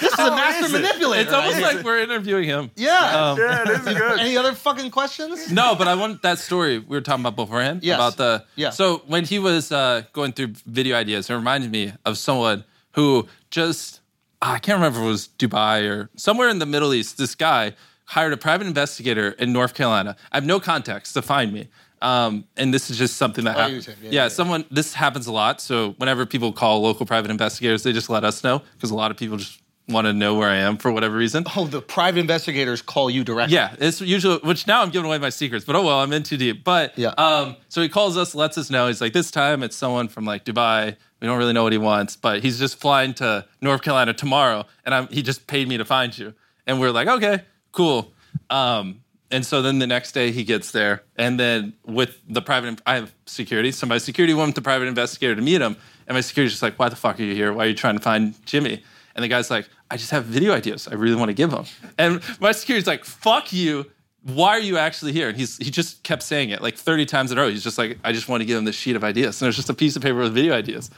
S9: This is a master manipulator.
S2: it's almost
S9: right here.
S2: like we're interviewing him.
S9: yeah.
S2: Um,
S12: Yeah, this is good.
S9: Any other fucking questions?
S2: No, but I want that story we were talking about beforehand
S9: Yes.
S2: about the
S9: Yeah.
S2: So when he was uh, going through video ideas, it reminded me of someone who just I can't remember if it was Dubai or somewhere in the Middle East. This guy hired a private investigator in North Carolina. I have no context to find me. Um, and this is just something that
S9: Oh, you
S2: happens.
S9: said, yeah,
S2: yeah,
S9: yeah.
S2: someone this happens a lot. So whenever people call local private investigators, they just let us know because a lot of people just want to know where I am for whatever reason.
S9: Oh, the private investigators call you directly.
S2: Yeah, it's usually which now I'm giving away my secrets, but oh well, I'm in too deep. But
S9: Yeah.
S2: um, so he calls us, lets us know. He's like, this time it's someone from like Dubai. We don't really know what he wants, but he's just flying to North Carolina tomorrow, and I'm, he just paid me to find you. And we're like, okay, cool. Um, and so then the next day he gets there, and then with the private, I have security, so my security went with the private investigator to meet him, and my security's just like, why the fuck are you here? Why are you trying to find Jimmy? And the guy's like, I just have video ideas. I really want to give them. And my security's like, fuck you. Why are you actually here? And he's he just kept saying it like 30 times in a row. He's just like, I just want to give him this sheet of ideas. And it's just a piece of paper with video ideas.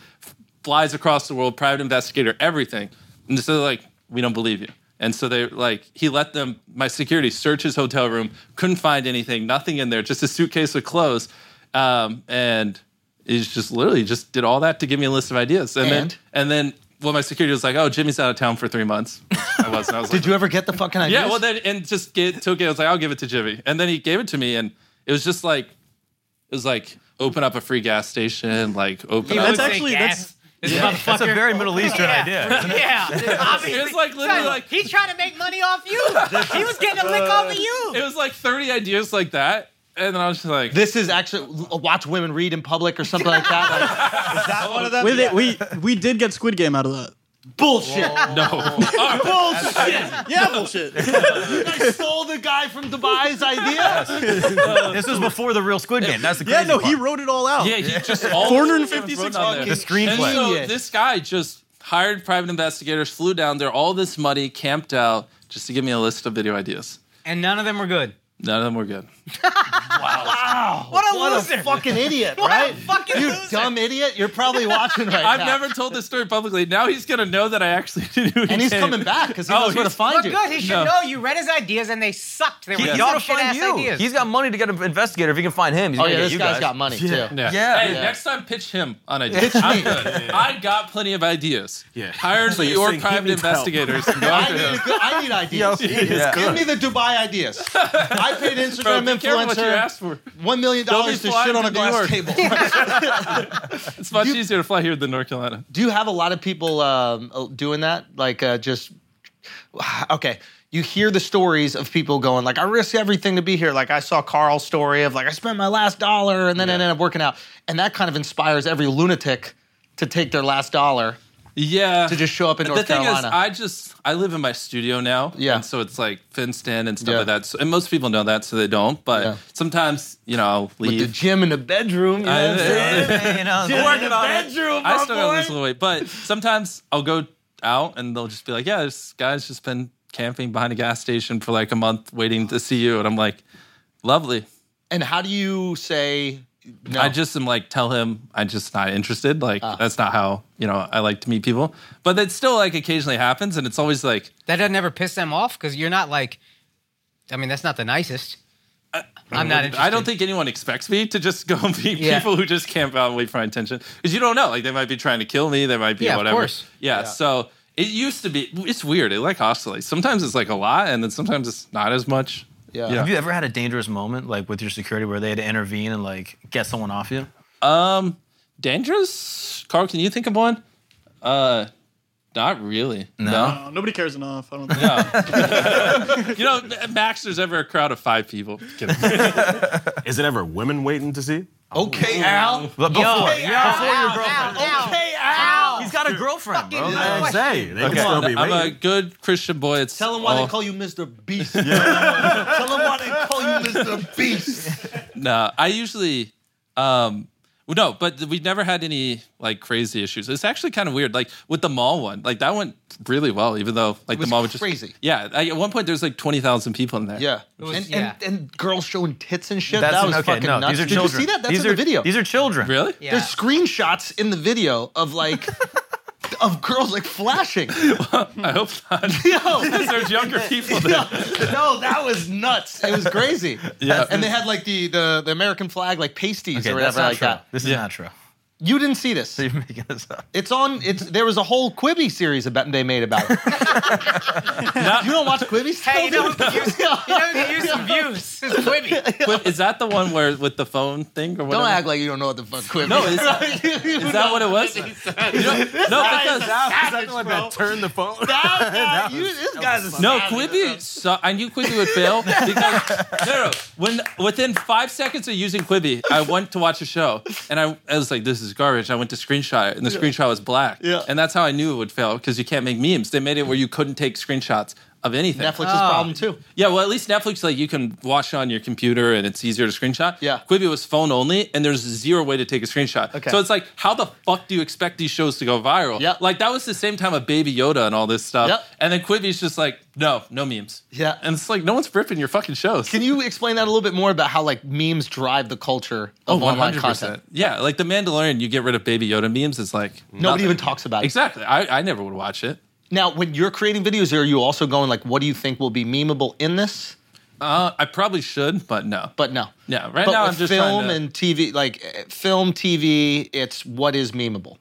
S2: Flies across the world, private investigator, everything. And so they're like, we don't believe you. And so they like he let them my security search his hotel room, couldn't find anything, nothing in there, just a suitcase with clothes. Um, and he's just literally just did all that to give me a list of ideas. And,
S9: And?
S2: then and then well, my security was like, "Oh, Jimmy's out of town for three months." Which I was. And I was like,
S9: Did you ever get the fucking idea?
S2: yeah, well, then and just get, took it. I was like, I'll give it to Jimmy, and then he gave it to me, and it was just like, it was like open up a free gas station, like open
S11: That's
S2: up.
S6: Would say
S11: actually-
S6: gas. This
S10: That's a
S6: motherfucker.
S10: very Middle Eastern
S6: Yeah.
S10: idea.
S6: yeah. Obviously.
S2: It was like literally like
S6: He trying to make money off you. he was getting a lick off of you.
S2: it was like thirty ideas like that, and then I was just like,
S9: This is actually uh, watch women read in public or something like that.
S11: With it, we we did get Squid Game out of that.
S9: Like, bullshit.
S2: no,
S11: Yeah, bullshit.
S9: You guys stole the guy from Dubai's idea.
S10: This was before the real Squid Game. That's the
S11: Yeah,
S10: crazy
S11: no, he
S10: part.
S11: wrote it all out.
S2: yeah, he just all
S11: 456
S2: on there.
S10: the
S2: And
S10: screenplay.
S2: so
S9: Genius.
S2: this guy just hired private investigators, flew down there, all this money, camped out just to give me a list of video ideas.
S6: And none of them were good.
S2: None of them were good.
S6: What a
S9: What
S6: loser.
S9: a fucking idiot, right?
S6: fucking
S9: you
S6: loser.
S9: dumb idiot. You're probably watching right
S2: I've
S9: now.
S2: never told this story publicly. Now he's gonna know that I actually knew. He
S9: And he's
S2: came.
S9: coming back because he
S2: Oh,
S9: knows where to
S2: he's-
S9: find
S6: But
S9: you.
S6: good, he should
S2: No.
S6: know you read his ideas and they sucked. They were
S10: He,
S6: yeah.
S10: he ought to
S6: shit
S10: find
S6: ass
S10: you.
S6: ideas.
S10: He's got money to get an investigator. If he can find him, he's
S9: Oh
S10: gonna
S9: yeah,
S10: get
S9: this
S10: you
S9: guy's
S10: guys.
S9: got money too.
S2: Yeah.
S10: Yeah.
S2: Hey,
S9: Yeah.
S2: next time pitch him on ideas. I'm good. I got plenty of ideas. Hire your
S12: saying he
S2: private
S12: needs help.
S2: investigators and go
S9: I
S2: after
S9: need, a
S2: him.
S9: good, I need ideas.
S10: Yeah.
S9: Give me the Dubai ideas. I paid
S2: Bro,
S9: Instagram
S2: be careful what you
S9: influencer
S2: ask for.
S9: one million
S2: Don't be
S9: dollars to
S2: flying
S9: shit on
S2: to
S9: a
S2: New
S9: glass
S2: York.
S9: table.
S2: It's much easier to fly here than North Carolina.
S9: Do you have a lot of people um, doing that? Like, uh, just okay. You hear the stories of people going like, "I risk everything to be here." Like I saw Carl's story of like, "I spent my last dollar and then it ended up working out," and that kind of inspires every lunatic to take their last dollar
S2: yeah.
S9: to just show up in North
S2: the thing
S9: Carolina.
S2: is, I just I live in my studio now.
S9: Yeah.
S2: And so it's like Finston and stuff
S9: Yeah.
S2: like that. So, and most people know that, so they don't. But
S9: Yeah.
S2: sometimes, you know, I'll
S9: with the
S2: leave.
S9: gym in the bedroom. You know
S2: I-
S9: what I'm saying?
S10: you know,
S2: working on it. I still gotta lose a little weight, but sometimes I'll go out and they'll just be like, "Yeah, this guy's just been camping behind a gas station for like a month waiting to see you," and I'm like, "Lovely."
S9: and how do you say no?
S2: I just am like, tell him I'm just not interested. Like that's not how you know I like to meet people. But that still like occasionally happens, and it's always like,
S6: That doesn't ever piss them off because you're not like, I mean, that's not the nicest. I'm not interested.
S2: Uh, I don't think anyone expects me to just go and meet
S6: Yeah.
S2: people who just camp out and wait for my attention. Because you don't know. Like, they might be trying to kill me. They might be
S6: Yeah, of
S2: whatever.
S6: course.
S2: Yeah, So it used to be, it's weird. It like oscillates. Sometimes it's like a lot, and then sometimes it's not as much.
S9: Yeah.
S2: You know?
S10: have you ever had a dangerous moment like with your security where they had to intervene and like get someone off you?
S2: Dangerous? Carl, can you think of one? Uh, not really. no?
S11: Oh, nobody cares enough. I don't think.
S2: You know, max, there's ever a crowd of five people. Kidding.
S14: Is it ever women waiting to see?
S9: okay, Al.
S10: But Oh, before,
S9: Okay, Al.
S10: he's got a girlfriend, bro.
S14: I say they can still be
S2: I'm a
S14: waiting.
S2: good Christian boy. It's
S9: Tell him why
S2: all-
S9: they call you Mr. Beast. Tell him why they call you Mr. Beast.
S2: No, Uh, I usually, um, well, no, but we've never had any like crazy issues. It's actually kind of weird. Like with the mall one, like that went really well, even though like
S9: was
S2: the mall was just
S9: crazy.
S2: Yeah, I, at one point there's like twenty thousand people in there.
S9: Yeah.
S6: was-
S9: and,
S6: yeah.
S9: and and girls showing tits and shit.
S10: That's
S9: that was
S10: an- okay.
S9: fucking
S10: No,
S9: nuts.
S10: these are
S9: Did
S10: children.
S9: you see that? That's
S10: these
S9: in
S10: are
S9: the video.
S10: These are children.
S2: really?
S6: Yeah.
S9: There's screenshots in the video of like of girls like flashing. Yo,
S2: I hope not.
S9: no,
S2: there's younger people there.
S9: that was nuts. It was crazy.
S2: Yeah.
S9: And they had like the the, the American flag like pasties
S10: Okay,
S9: or
S10: that's
S9: whatever
S10: not
S9: like
S10: true.
S9: that.
S10: This is
S2: Yeah.
S10: not true.
S9: You didn't see this.
S10: You're making this up.
S9: It's on. It's there was a whole Quibi series about they made about it. you don't watch Quibi? Still,
S6: Hey, you know
S9: dude?
S6: who could use, you know who could use some views? It's Quibi.
S2: But is that the one where with the phone thing or whatever?
S9: Don't act like you don't know what the fuck Quibi.
S2: No,
S9: is.
S2: is, is that what it was? You know- no, because
S14: Turn the phone.
S9: That guy- you- this guy's a
S2: No,
S9: savage.
S2: Quibi. So I knew Quibi would fail because no, no. When within five seconds of using Quibi, I went to watch a show, and I, I was like, "This is garbage." I went to screenshot, it, and the screenshot was black.
S9: Yeah.
S2: And that's how I knew it would fail because you can't make memes. They made it where you couldn't take screenshots of anything.
S9: Netflix's problem too.
S2: Yeah. Well, at least Netflix, like, you can watch it on your computer, and it's easier to screenshot.
S9: Yeah.
S2: Quibi was phone only, and there's zero way to take a screenshot.
S9: Okay.
S2: So it's like, how the fuck do you expect these shows to go viral?
S9: Yep.
S2: Like that was the same time of Baby Yoda and all this stuff.
S9: Yep.
S2: And then Quibi's just like, no, no memes.
S9: Yeah.
S2: And it's like, no one's ripping your fucking shows.
S9: Can you explain that a little bit more about how like memes drive the culture
S2: Oh,
S9: of online
S2: 100%.
S9: content?
S2: Yeah, like the Mandalorian, you get rid of Baby Yoda memes. It's like
S9: Nobody
S2: nothing.
S9: even talks about it.
S2: Exactly. I, I never would watch it.
S9: Now, when you're creating videos, are you also going like, what do you think will be memeable in this?
S2: Uh, I probably should, but no.
S9: But no.
S2: yeah, right
S9: but
S2: now
S9: with
S2: I'm just
S9: film
S2: trying to,
S9: and TV, like eh, film, TV, it's what is memeable.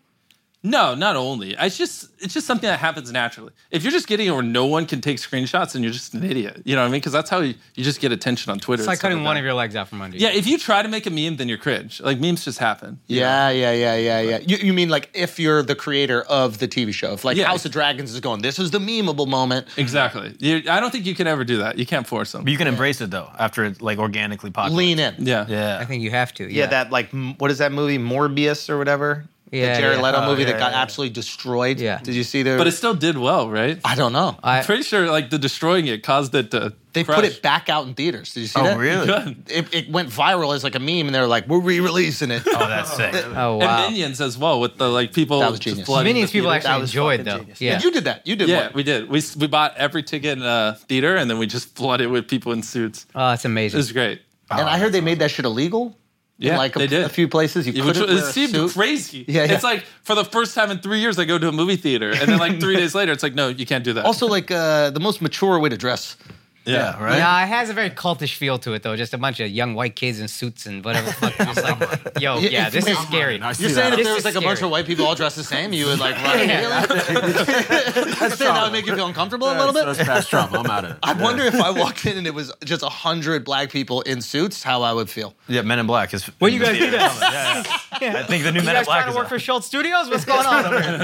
S2: No, not only. It's just it's just something that happens naturally. If you're just getting it where no one can take screenshots and you're just an idiot, you know what I mean? Because that's how you, you just get attention on Twitter.
S6: It's
S2: and
S6: like
S2: stuff
S6: cutting
S2: like
S6: one
S2: that.
S6: of your legs out from under you.
S2: Yeah, if you try to make a meme, then you're cringe. Like memes just happen.
S9: Yeah, yeah, yeah, yeah, yeah. You, you mean like if you're the creator of the TV show, if like
S2: Yeah.
S9: House of Dragons is going, this is the memeable moment.
S2: Exactly. You, I don't think you can ever do that. You can't force them.
S10: But you can embrace it though after it like organically populates.
S9: Lean in.
S2: Yeah.
S10: Yeah.
S6: I think you have to.
S9: Yeah, that like m- what is that movie Morbius or whatever?
S6: Yeah,
S9: the Jared
S6: yeah.
S9: Leto
S10: Oh,
S9: movie
S10: yeah,
S9: that got
S10: yeah, yeah.
S9: absolutely destroyed.
S6: Yeah.
S9: did you see the?
S2: But it still did well, right?
S9: I don't know.
S2: I'm pretty sure like the destroying it caused it to.
S9: they
S2: crush.
S9: put it back out in theaters. Did you see
S10: Oh
S9: that?
S10: really? oh,
S2: Good.
S9: It, it went viral as like a meme, and they're like, "We're re-releasing it."
S10: that's sick.
S6: Oh
S2: And
S6: wow.
S2: minions as well with the like people.
S9: That was
S2: just
S9: genius.
S2: flooding
S6: Minions
S2: the
S6: people
S2: theater.
S6: actually
S9: was
S6: enjoyed
S9: fucking
S6: though.
S9: genius.
S6: Yeah.
S9: you did that. You did.
S2: Yeah,
S9: one.
S2: we did. We s- we bought every ticket in a theater and then we just flooded with people in suits.
S6: Oh, that's
S2: It
S6: amazing.
S2: was great.
S9: and I heard they made that shit illegal.
S2: Yeah,
S9: in like a,
S2: they did.
S9: a few places you
S2: Yeah, Which
S9: couldn't
S2: it
S9: wear a
S2: seemed
S9: suit.
S2: crazy.
S9: Yeah, yeah.
S2: It's like for the first time in three years, I go to a movie theater, and then like three days later, it's like, no, you can't do that.
S9: Also, like uh, the most mature way to dress.
S2: yeah,
S10: right.
S6: Nah, it has a very cultish feel to it though. Just a bunch of young white kids in suits and whatever. the fuck. Just like, yo, yeah, this is scary.
S14: I see
S9: You're saying
S14: that.
S9: if
S6: This
S9: there
S6: is
S9: was like a bunch
S6: scary.
S9: of white people all dressed the same, you would like run.
S6: Yeah.
S9: That's saying that would make you feel uncomfortable a little bit.
S14: That's past trauma. I'm out of it.
S9: I wonder if I walked in and it was just a hundred black people in suits, how I would feel.
S10: Yeah, Men in Black is.
S6: What you guys do that?
S10: I think the new
S6: You
S10: Men in Black
S6: guys trying
S10: is.
S6: to work
S10: out.
S6: for Schultz Studios? What's going on over here?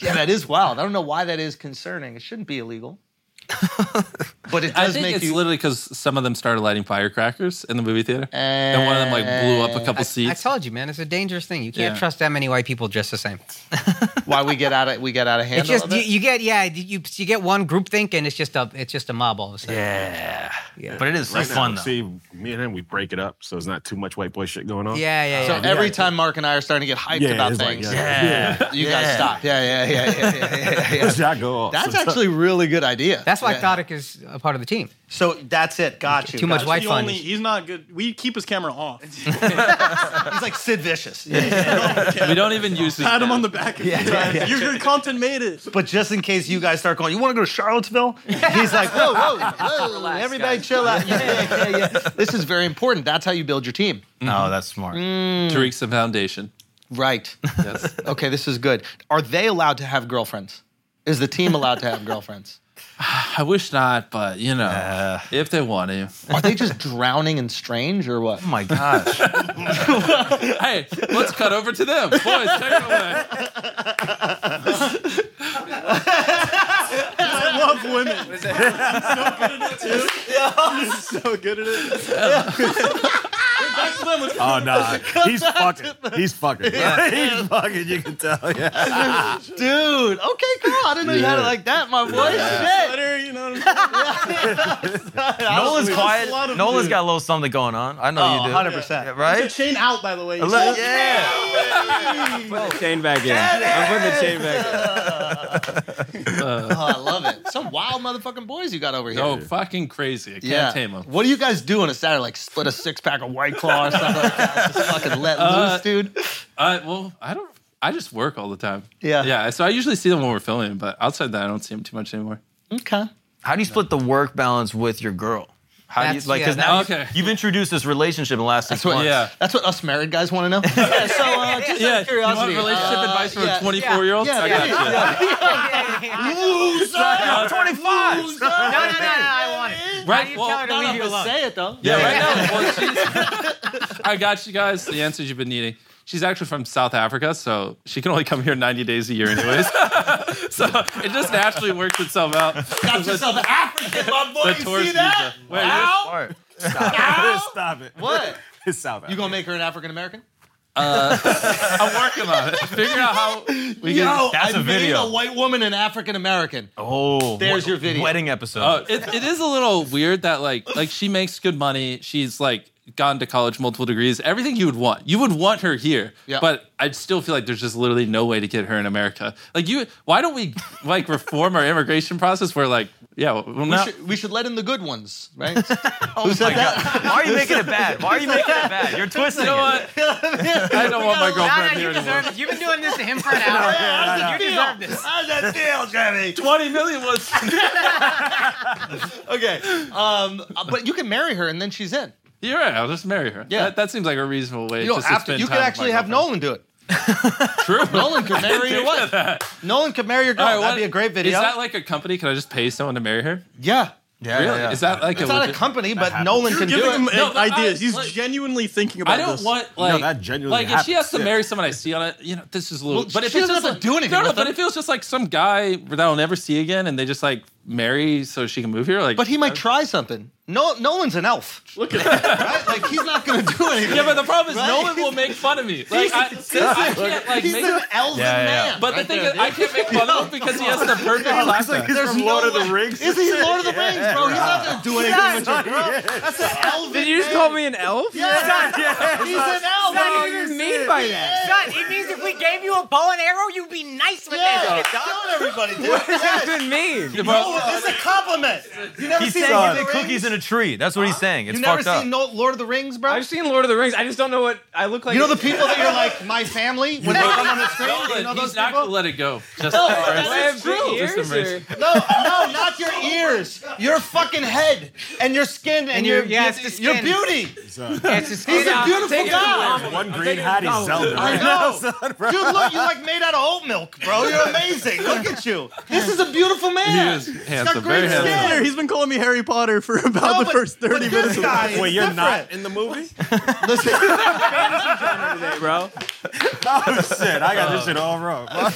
S9: Yeah, that is wild. I don't know why that is concerning. It shouldn't be illegal. but it
S2: I
S9: does
S2: think
S9: make
S2: it's
S9: you.
S2: literally because some of them started lighting firecrackers in the movie theater, and one of them like blew up a
S9: Uh,
S2: couple
S6: I
S2: seats.
S6: told you, man, it's a dangerous thing. You can't
S2: Yeah.
S6: trust that many white people dressed the same.
S9: why we get out of we get out of hand.
S6: It's just
S9: a little
S6: you, you get
S9: bit.
S6: yeah you you get one group think and it's just a it's just a mob all of a sudden.
S10: Yeah.
S6: Yeah.
S10: But it is so
S14: Right now,
S10: fun, though.
S14: see, me and him, we break it up, so it's not too much white boy shit going on.
S6: Yeah, yeah, yeah.
S9: So every time Mark and I are starting to get hyped
S14: Yeah,
S9: about
S14: it's like,
S9: things,
S14: yeah.
S10: yeah.
S9: you guys stop. Yeah, yeah, yeah, yeah, yeah, yeah, yeah, yeah.
S14: I go off.
S9: That's actually a really good idea.
S6: That's why
S9: yeah.
S6: Goddard is a part of the team.
S9: So that's it. Got you.
S6: Too much
S9: Got
S6: white
S11: He
S6: fun.
S11: only, he's not good. We keep his camera off.
S9: you. He's like Sid Vicious. Yeah, yeah.
S2: We don't even use this.
S11: Pat him on the back. Yeah, Your, your content made it.
S9: But just in case you guys start going, you want to go to Charlottesville? He's like, whoa, whoa, whoa, everybody chill out. Yeah, yeah, yeah. This is very important. That's how you build your team.
S10: No, Oh, that's smart.
S2: Tariq's the foundation.
S9: Right.
S2: Yes.
S9: Okay, this is good. Are they allowed to have girlfriends? Is the team allowed to have girlfriends?
S2: I wish not, but you know,
S9: Uh.
S2: if they want to.
S9: Are they just drowning in strange or what?
S10: Oh my gosh.
S2: Hey, let's cut over to them, boys. Take it away.
S11: I love women. so good at it too. so good at it.
S14: Oh no, he's fucking. He's fucking. he's fucking. You can tell. Yeah.
S9: Dude, okay, cool. I didn't know you had it like that, my boy. Shit.
S11: Better, you know what I'm
S10: Nola's quiet.
S11: a lot of
S10: Nola's
S11: dudes.
S10: got a little something going on. I know
S9: Oh,
S10: you do.
S9: 100%.
S10: Yeah,
S11: saying?
S10: Right?
S11: Shane out, by the way.
S10: A little- yeah.
S12: Put the chain back in. I'm putting the chain back in.
S9: Oh, I love it. Some wild motherfucking boys you got over here.
S2: Oh, fucking crazy. I can't tame them.
S9: What do you guys do on a Saturday? Like split a six pack of White Claw or something like that? Just fucking let
S2: Uh,
S9: loose, dude.
S2: Uh, well, I don't. I just work all the time.
S9: Yeah.
S2: Yeah. So I usually see them when we're filming, but outside that, I don't see them too much anymore.
S9: Okay.
S10: How do you split the work balance with your girl? How do you
S6: That's-
S10: like?
S6: yeah,
S10: Because
S6: that-
S10: now
S2: Okay.
S10: you've, you've introduced this relationship in the last six
S9: That's what,
S10: months.
S2: Yeah.
S9: that's what us married guys want to know. yeah, so uh, just out
S2: Yeah.
S9: of
S2: you
S9: curiosity.
S2: want relationship
S9: uh,
S2: advice from
S9: yeah,
S2: a 24 year old?
S9: Yeah,
S2: I got you.
S9: yeah,
S10: I'm 25.
S6: no, no, no, no, I want it.
S2: Right.
S6: you
S2: well,
S6: tell her to
S2: no, no,
S6: leave you
S2: but-
S6: alone?
S9: Say it though.
S2: Yeah, right now. Well, she's, I got you guys the answers you've been needing. She's actually from South Africa, so she can only come here 90 days a year, anyways. so it just naturally works itself out.
S9: Got yourself African, my boy.
S2: The tourist visa. Wait,
S9: Ow!
S10: All right.
S14: Stop it.
S9: What?
S14: It's South Africa.
S9: You gonna make her an African American?
S2: I'm working on it. Figure out how we can.
S10: that's
S9: I
S10: a
S9: made
S10: video.
S9: a white woman an African American.
S10: Oh,
S9: There's
S10: wed-
S9: your video.
S10: wedding episode.
S2: Oh, it, it is a little weird that like like she makes good money. She's like gone to college, multiple degrees, everything you would want. You would want her here,
S9: Yeah.
S2: but I still feel like there's just literally no way to get her in America. Like you, why don't we like reform our immigration process? Where like yeah, well,
S9: We
S2: now,
S9: should, we should let in the good ones, right? Who said that?
S10: Why are you making it bad? Why are you making it bad? You're twisting.
S2: you know
S10: it.
S2: what? I don't want my
S6: No,
S2: girlfriend
S6: no,
S2: here
S6: you
S2: anymore.
S6: deserve this. You've been doing this to him for an hour. you deserve this.
S9: How's that feel, Jeremy?
S2: Twenty million was
S9: Okay, um, uh, but you can marry her and then she's in.
S2: you're right. I'll just marry her.
S9: Yeah.
S2: that, that seems like a reasonable way.
S9: You don't
S2: just
S9: have to.
S2: spend
S9: You
S2: time
S9: could
S2: with
S9: actually
S2: my
S9: have
S2: girlfriend.
S9: Nolan do it.
S2: True.
S9: Nolan could marry your wife. Nolan could marry your girl.
S2: All right,
S9: That'd
S2: what-
S9: be a great video.
S2: Is that like a company? Can I just pay someone to marry her?
S9: yeah.
S10: Yeah,
S2: really?
S10: yeah, yeah.
S2: Is that like
S9: It's
S2: a
S9: not a
S2: legit-
S9: company, but
S14: happens.
S9: Nolan
S11: You're
S9: can do
S11: giving him
S9: it.
S2: No, but I-
S11: ideas. He's
S2: like-
S11: genuinely thinking about
S2: I don't
S11: this.
S2: want like
S14: that genuinely
S2: like if she has
S14: happens,
S2: to
S14: yeah.
S2: marry someone I see on it, you know, this is a little.
S9: Well,
S2: but if
S9: she
S2: it's
S9: doesn't
S2: just
S9: have
S2: like-
S9: to do anything
S2: no, no.
S9: with
S2: But
S9: them.
S2: if it was just like some guy that I'll never see again, and they just like marry so she can move here, like.
S9: But he might try something. No, Nolan's an elf. Look at that. Right? Like he's not going to do anything.
S2: yeah, but the problem is
S9: Right?
S2: no one will make fun of me. Like I, this, I can't like
S9: he's
S2: make.
S9: an elven
S10: Yeah, yeah, yeah.
S9: man.
S2: but the
S9: right
S2: thing
S9: there,
S2: is, I can't make fun of him because he has the perfect laugh.
S14: like he's
S9: There's
S14: from
S9: no
S14: Lord of
S9: way.
S14: the Rings.
S9: Isn't he Lord of the Rings, bro? He's not gonna do anything with your girl. That's an elven.
S12: Did you just
S9: man.
S12: call me an elf?
S9: He's an
S6: "Oh,
S9: elf.
S12: I don't even mean by that.
S5: Son, it means if we gave you a bow and arrow, you'd be nice with
S9: Yeah,
S5: it.
S9: Don't everybody, dude.
S12: What does that even mean?
S2: Bro,
S9: This is a compliment. You never
S10: He's
S9: seen
S10: saying
S9: Lord
S10: he
S9: of the
S10: did
S9: Rings?
S10: cookies in a tree. That's what he's saying. It's
S9: You never
S10: fucked up.
S9: seen no Lord of the Rings, bro?
S12: I've seen Lord of the Rings. I just don't know what I look like.
S9: you know the people that you're like, my family, when they come on the screen? You know
S2: Nolan,
S9: those
S2: he's not gonna
S9: people?
S2: let it go. Just
S9: No,
S12: Do I
S9: that's
S12: have
S9: true.
S12: big ears,
S2: Just embrace
S12: or-
S9: No, no, not your ears. Your fucking head and your skin and,
S6: And
S9: your,
S6: your- yeah, it's the
S9: your
S6: skin.
S9: beauty.
S6: Yeah, it's just-
S9: He's a
S12: I'll
S9: beautiful
S12: take it away.
S9: guy.
S12: I'm
S14: one green hat, he's Zelda.
S9: I
S14: Right now,
S9: know.
S14: son, bro.
S9: Dude, look, you're like made out of oat milk, bro. You're amazing. Look at you. This is a beautiful man.
S2: He is
S9: He's got
S2: handsome,
S9: great
S2: very handsome.
S9: skin.
S11: Peter, he's been calling me Harry Potter for about
S9: No,
S11: the
S9: but-
S11: first
S9: but
S11: 30
S9: this
S11: minutes. of the-
S9: guy is
S14: Wait, you're
S9: different.
S14: not in the movie?
S9: Listen,
S2: bro.
S14: Oh shit, I got this shit all wrong.
S9: all it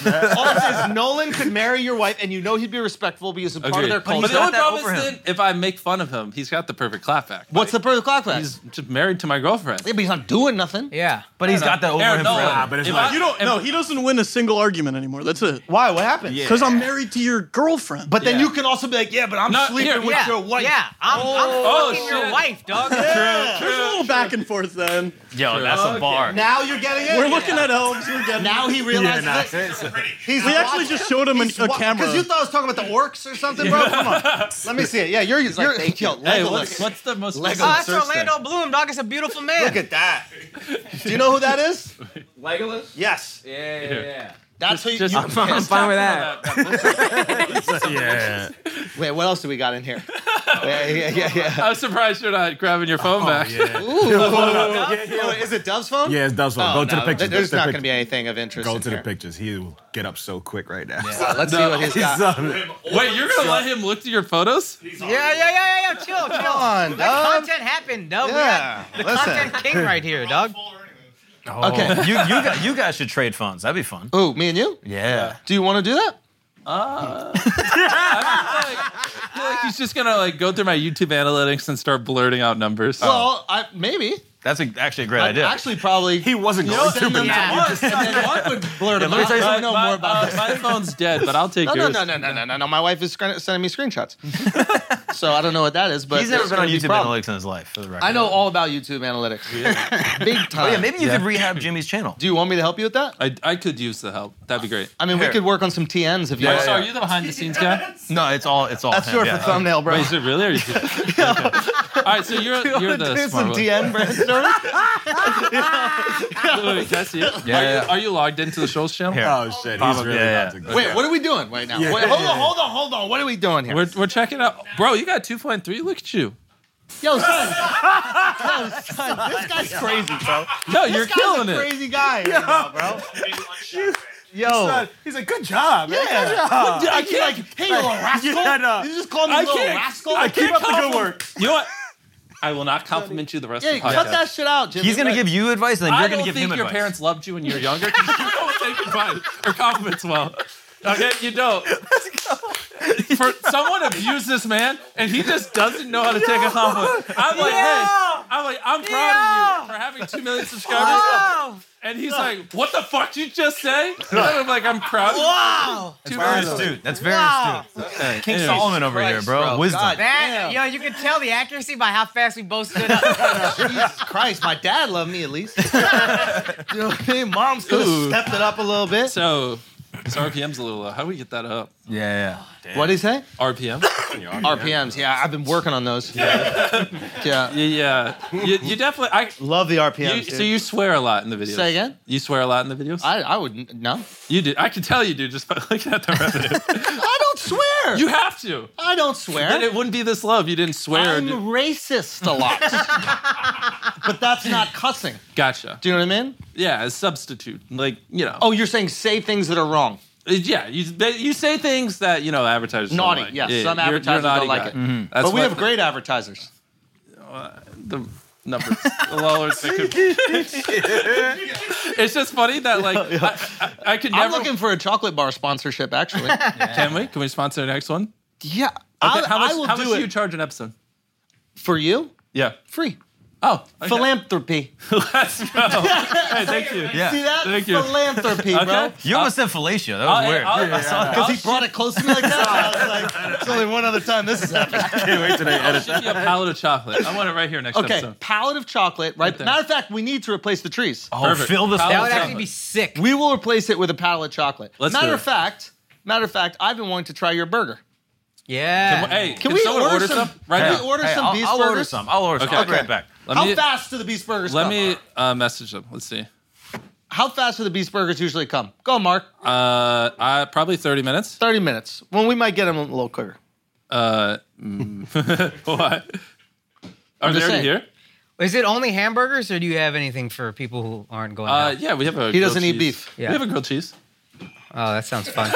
S9: says Nolan could marry your wife, and you know he'd be respectful because it's a part of
S2: Agreed.
S9: their
S2: But
S9: culture.
S2: the only
S10: got that
S2: problem
S10: over
S2: is
S10: him.
S2: that if I make fun of him, he's got the perfect clapback.
S9: What's the perfect clock
S2: He's just married to my girlfririend.
S9: Yeah, but he's not doing nothing.
S6: Yeah.
S10: But he's got that over
S2: Aaron
S10: him
S2: Nolan.
S10: forever.
S14: but it's
S2: If
S14: not-
S2: I-
S11: You don't
S2: if-
S9: Uh,
S11: no, he doesn't win a single argument anymore. That's it.
S9: Why? What happened?
S11: Because I'm married to your girlfriend.
S9: But then
S2: Yeah.
S9: you can also be like, yeah, but I'm
S2: No,
S9: sleeping
S2: here,
S9: with
S6: yeah.
S9: your wife.
S6: Yeah. I'm,
S2: Oh,
S6: I'm fucking
S2: shit.
S6: your wife, dog.
S11: there's a little back and forth then.
S10: Yo, that's a bar.
S9: Now you're getting it.
S11: We're looking at elves. We're getting
S9: Now he
S14: Yeah,
S9: realizes
S14: nah,
S9: it.
S14: it's-
S9: He's
S11: We actually just showed him an, a camera.
S9: because you thought I was talking about the orcs or something, bro. Come on, let me see it. Yeah, you're you're yo, Legolas.
S2: Hey, what's, what's the most
S9: Legolas.
S6: Oh,
S2: recent
S6: that's
S2: search thing?
S6: Orlando Bloom, dog. It's a beautiful man.
S9: Look at that. Do you know who that is?
S12: Legolas?
S9: Yes,
S12: Yeah, yeah, yeah.
S9: that's who.
S2: just-
S9: you,
S12: I'm fine, I'm fine with that.
S14: yeah.
S9: wait, what else do we got in here? yeah, yeah, yeah. yeah.
S2: I'm surprised you're not grabbing your phone back.
S9: Oh, is it Dove's phone?
S14: Yeah, it's Dove's phone. Go to the
S9: Oh, no,
S14: pictures.
S9: There's
S14: The
S9: not
S14: pic-
S9: going to be anything of interest.
S14: Go
S9: in
S14: to the
S9: here.
S14: pictures. He'll get up so quick right now.
S9: Uh, let's see what he's
S14: He's,
S9: got.
S14: um,
S2: Wait, you're gonna let him look through your photos?
S6: Yeah, yeah, yeah, yeah, yeah. Chill, chill.
S9: Come on,
S6: That
S9: dog.
S6: content happened, dog.
S9: Yeah,
S6: We got the
S9: listen.
S6: content king right here, dog.
S9: Okay.
S10: you, you, got, you guys should trade phones. That'd be fun.
S9: Ooh, me and you.
S10: Yeah.
S9: Do you want to do that?
S2: I feel like he's just gonna like go through my YouTube analytics and start blurting out numbers.
S9: Well, I, maybe.
S10: That's a, actually a great
S9: Oh. I
S10: idea.
S9: actually probably.
S14: he wasn't going to.
S9: send them
S14: but-
S9: to Mark, and then Mark would blurt them
S10: let me
S9: out.
S10: tell you
S9: I
S10: something.
S9: know
S2: my,
S9: more about
S2: uh,
S9: this.
S2: my phone's dead, but I'll take
S9: No, no,
S2: yours.
S9: no, no, no, no, no, no. My wife is screen- sending me screenshots, so I don't know what that is. But
S10: He's never
S9: it's
S10: been on
S9: gonna be
S10: YouTube
S9: problem.
S10: Analytics in his life, for the record.
S9: I know all about YouTube analytics, big time.
S10: Yeah, maybe you could rehab Jimmy's channel.
S9: Do you want me to help you with that?
S2: I, I could use the help. That'd be great.
S9: I mean, we
S10: Here.
S9: could work on some TNs if you.
S2: Oh,
S9: want.
S2: so are you the behind the scenes guy?
S10: No, it's all it's all
S9: That's
S10: him.
S9: your
S10: yeah.
S9: thumbnail, bro.
S2: Wait, Oh, is it really? Or you okay. All right, so you're you're the
S9: do
S2: smart
S9: some
S2: one.
S9: TN brainstorming?
S2: Wait, wait, can I see it?
S10: Yeah,
S2: are,
S10: yeah.
S2: You, are you logged into the Schultz channel?
S10: Here.
S14: Oh shit, he's
S10: Probably,
S14: really
S10: yeah,
S14: about
S10: yeah.
S14: to
S9: Wait, what are we doing right now?
S14: Yeah,
S9: Wait,
S14: yeah,
S9: hold
S14: yeah,
S9: on,
S14: yeah.
S9: hold on, hold on. What are we doing here?
S2: We're, we're checking out, bro. You got 2.3. Look at you.
S9: Yo, son. Yo, son. This guy's crazy, bro.
S2: No, you're
S9: This guy's
S2: killing
S9: a
S2: it.
S9: crazy guy. right now, bro. Yo.
S14: He's like, good job, man. Good job.
S9: I can't, like, hey, you little rascal.
S14: Yeah, no.
S9: You just call me
S2: I
S9: little
S2: can't-
S9: rascal.
S14: I keep up the
S2: compliment-
S14: good work.
S2: You know what? I will not compliment you the rest
S9: yeah,
S2: of the podcast.
S9: cut that shit out, Jimmy.
S10: He's gonna give you advice, and then
S2: I
S10: you're
S2: don't
S10: gonna give
S2: think
S10: him
S2: your
S10: advice.
S2: parents loved you when you were younger because you don't take advice or compliments well. Okay, you don't. For someone abused this man, and he just doesn't know how to take a compliment. I'm like, hey, I'm like, I'm proud of you for having two million subscribers. And he's like, what the fuck you just say? And I'm like, I'm proud. Wow, two
S10: Very
S2: million.
S10: astute. That's very
S6: Wow.
S10: astute. King Solomon over here,
S9: Christ,
S10: bro.
S9: bro.
S10: Wisdom.
S9: God.
S6: That,
S9: Yeah.
S6: yo, you can tell the accuracy by how fast we both stood up.
S9: Jesus Christ, my dad loved me at least. you know what I mean? Mom's could have
S2: Ooh.
S9: stepped it up a little bit.
S2: So, his RPM's a little low. How do we get that up?
S10: Yeah,
S9: What did he say?
S2: RPM?
S9: RPMs. Yeah, I've been working on those. Yeah.
S2: Yeah, yeah. You, you definitely. I,
S9: Love the RPMs.
S2: you,
S9: dude.
S2: so you swear a lot in the videos.
S9: Say again?
S2: You swear a lot in the videos.
S9: I, I would no.
S2: You do. I can tell you do just by looking at the revenue.
S9: I don't swear.
S2: you have to.
S9: I don't swear.
S2: Then it wouldn't be this low if you didn't swear. or
S9: I'm
S2: do-
S9: racist a lot. but that's not cussing.
S2: Gotcha.
S9: Do you know what I mean?
S2: Yeah, a substitute. Like you know. Uh,
S9: Oh, you're saying say things that are wrong.
S2: yeah. You they- you say things that you know advertisers
S9: Naughty,
S2: Don't like.
S9: yes,
S2: Yeah,
S9: some
S2: you're- you're a
S9: advertisers
S2: naughty
S9: don't like
S2: guy.
S9: it.
S2: That's
S9: but we
S2: what
S9: have great advertisers.
S2: the numbers. the lowers that could- it's just funny that like I, I, I could never.
S9: I'm looking for a chocolate bar sponsorship, actually.
S2: Can we? Can we sponsor the next one? Okay,
S9: yeah, I'll,
S2: how much?
S9: I will
S2: how
S9: do
S2: much
S9: it
S2: do you charge an episode?
S9: for you.
S2: Yeah.
S9: Free
S2: Oh, okay.
S9: philanthropy.
S2: Let's go. Hey, thank you.
S10: yeah.
S9: See
S10: yeah.
S9: that
S2: Thank you.
S9: philanthropy, bro.
S2: Okay.
S10: You almost said fellatio. That was
S2: I'll-
S10: weird.
S2: I'll-
S9: Because he brought it close to me like that. I was like, it's only one other time this has happened.
S14: Can't wait till they edit that.
S2: Give me a pallet of chocolate. I want it right here next
S9: Okay,
S2: episode.
S9: pallet of chocolate. Right.
S2: there.
S9: Matter of fact, we need to replace the trees.
S10: oh,
S2: perfect.
S10: fill the
S2: That
S6: That
S2: Oh,
S6: would
S10: space.
S6: actually be sick.
S9: We will replace it with a pallet of chocolate.
S2: Let's do
S9: matter
S2: it.
S9: of fact, matter of fact, I've been wanting to try your burger.
S6: Yeah.
S2: Hey, can,
S9: Can, we
S2: someone
S9: order,
S2: order,
S9: some?
S2: some right
S9: can
S2: now?
S9: we order
S10: Hey,
S9: some
S10: I'll,
S9: beast
S10: I'll
S9: burgers?
S10: order some. I'll order some.
S2: Okay.
S10: I'll be right back.
S2: Let
S9: How
S2: me
S9: fast do the beast burgers
S2: let
S9: come?
S2: me uh, message them. Let's see.
S9: How fast do the beast burgers usually come? Go, Mark.
S2: Uh, I probably thirty minutes.
S9: Thirty minutes. When we might get them a little quicker.
S2: Uh, mm. what? Are they
S9: just
S2: already
S9: saying.
S2: here?
S6: Is it only hamburgers, or do you have anything for people who aren't going
S2: Uh,
S6: out?
S2: yeah, we have a.
S9: He doesn't
S2: grilled
S9: eat
S2: cheese.
S9: beef.
S6: Yeah.
S2: We have a grilled cheese.
S6: Oh, that sounds fun.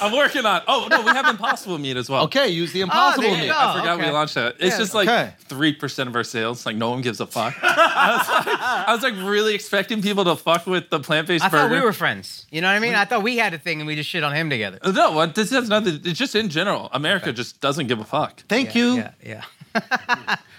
S2: I'm working on. Oh no, we have impossible meat as well.
S9: Okay, use the impossible
S6: there you
S9: meat.
S6: go.
S2: I forgot
S6: okay.
S2: we launched that. It's
S6: Yeah.
S2: just like
S9: Okay.
S2: three percent of our sales. Like no one gives a fuck. I was like, I was like really expecting people to fuck with the plant-based
S6: I thought
S2: burger.
S6: we were friends. You know what I mean? I thought we had a thing, and we just shit on him together.
S2: no, what- this has nothing. It's just in general, America just doesn't give a fuck.
S9: Thank you.
S6: Yeah, yeah,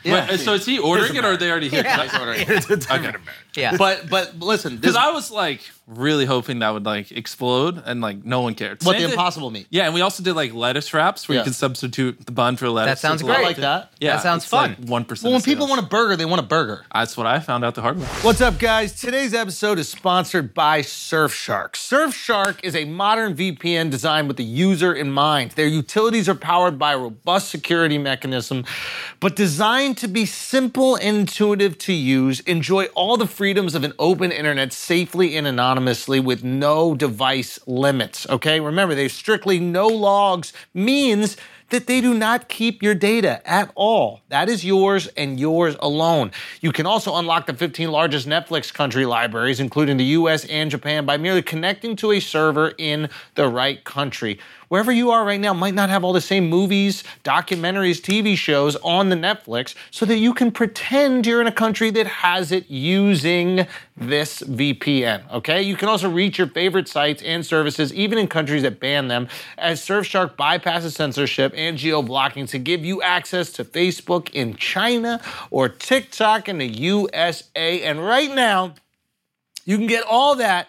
S2: Wait, so is he ordering it or are they already here?
S6: Yeah.
S2: He's ordering it.
S14: okay.
S6: yeah.
S9: But but listen, this
S2: Because I was like really hoping that would like explode and like no one cared. Same
S9: what the
S2: thing-
S9: impossible meat.
S2: Yeah, and we also did like lettuce wraps where
S9: Yeah.
S2: you could substitute the bun for lettuce.
S6: That sounds
S2: It's
S9: I
S6: great.
S9: like that.
S2: Yeah,
S6: That sounds
S2: it's, like,
S6: fun.
S2: One percent.
S9: Well, when people want a burger, they want a burger.
S2: that's what I found out the hard way.
S9: What's up, guys? Today's episode is sponsored by Surfshark. Surfshark is a modern VPN designed with the user in mind. Their utilities are powered by a robust security mechanism, but designed to be simple and intuitive to use. Enjoy all the freedoms of an open internet safely and anonymously with no device limits. Okay, remember, they have strictly no logs, means that they do not keep your data at all. That is yours and yours alone. You can also unlock the 15 largest Netflix country libraries, including the US and Japan, by merely connecting to a server in the right country. Wherever you are right now might not have all the same movies, documentaries, TV shows on the Netflix, so that you can pretend you're in a country that has it using this VPN. Okay? You can also reach your favorite sites and services, even in countries that ban them, as Surfshark bypasses censorship and geo blocking to give you access to Facebook in China or TikTok in the USA. And right now, you can get all that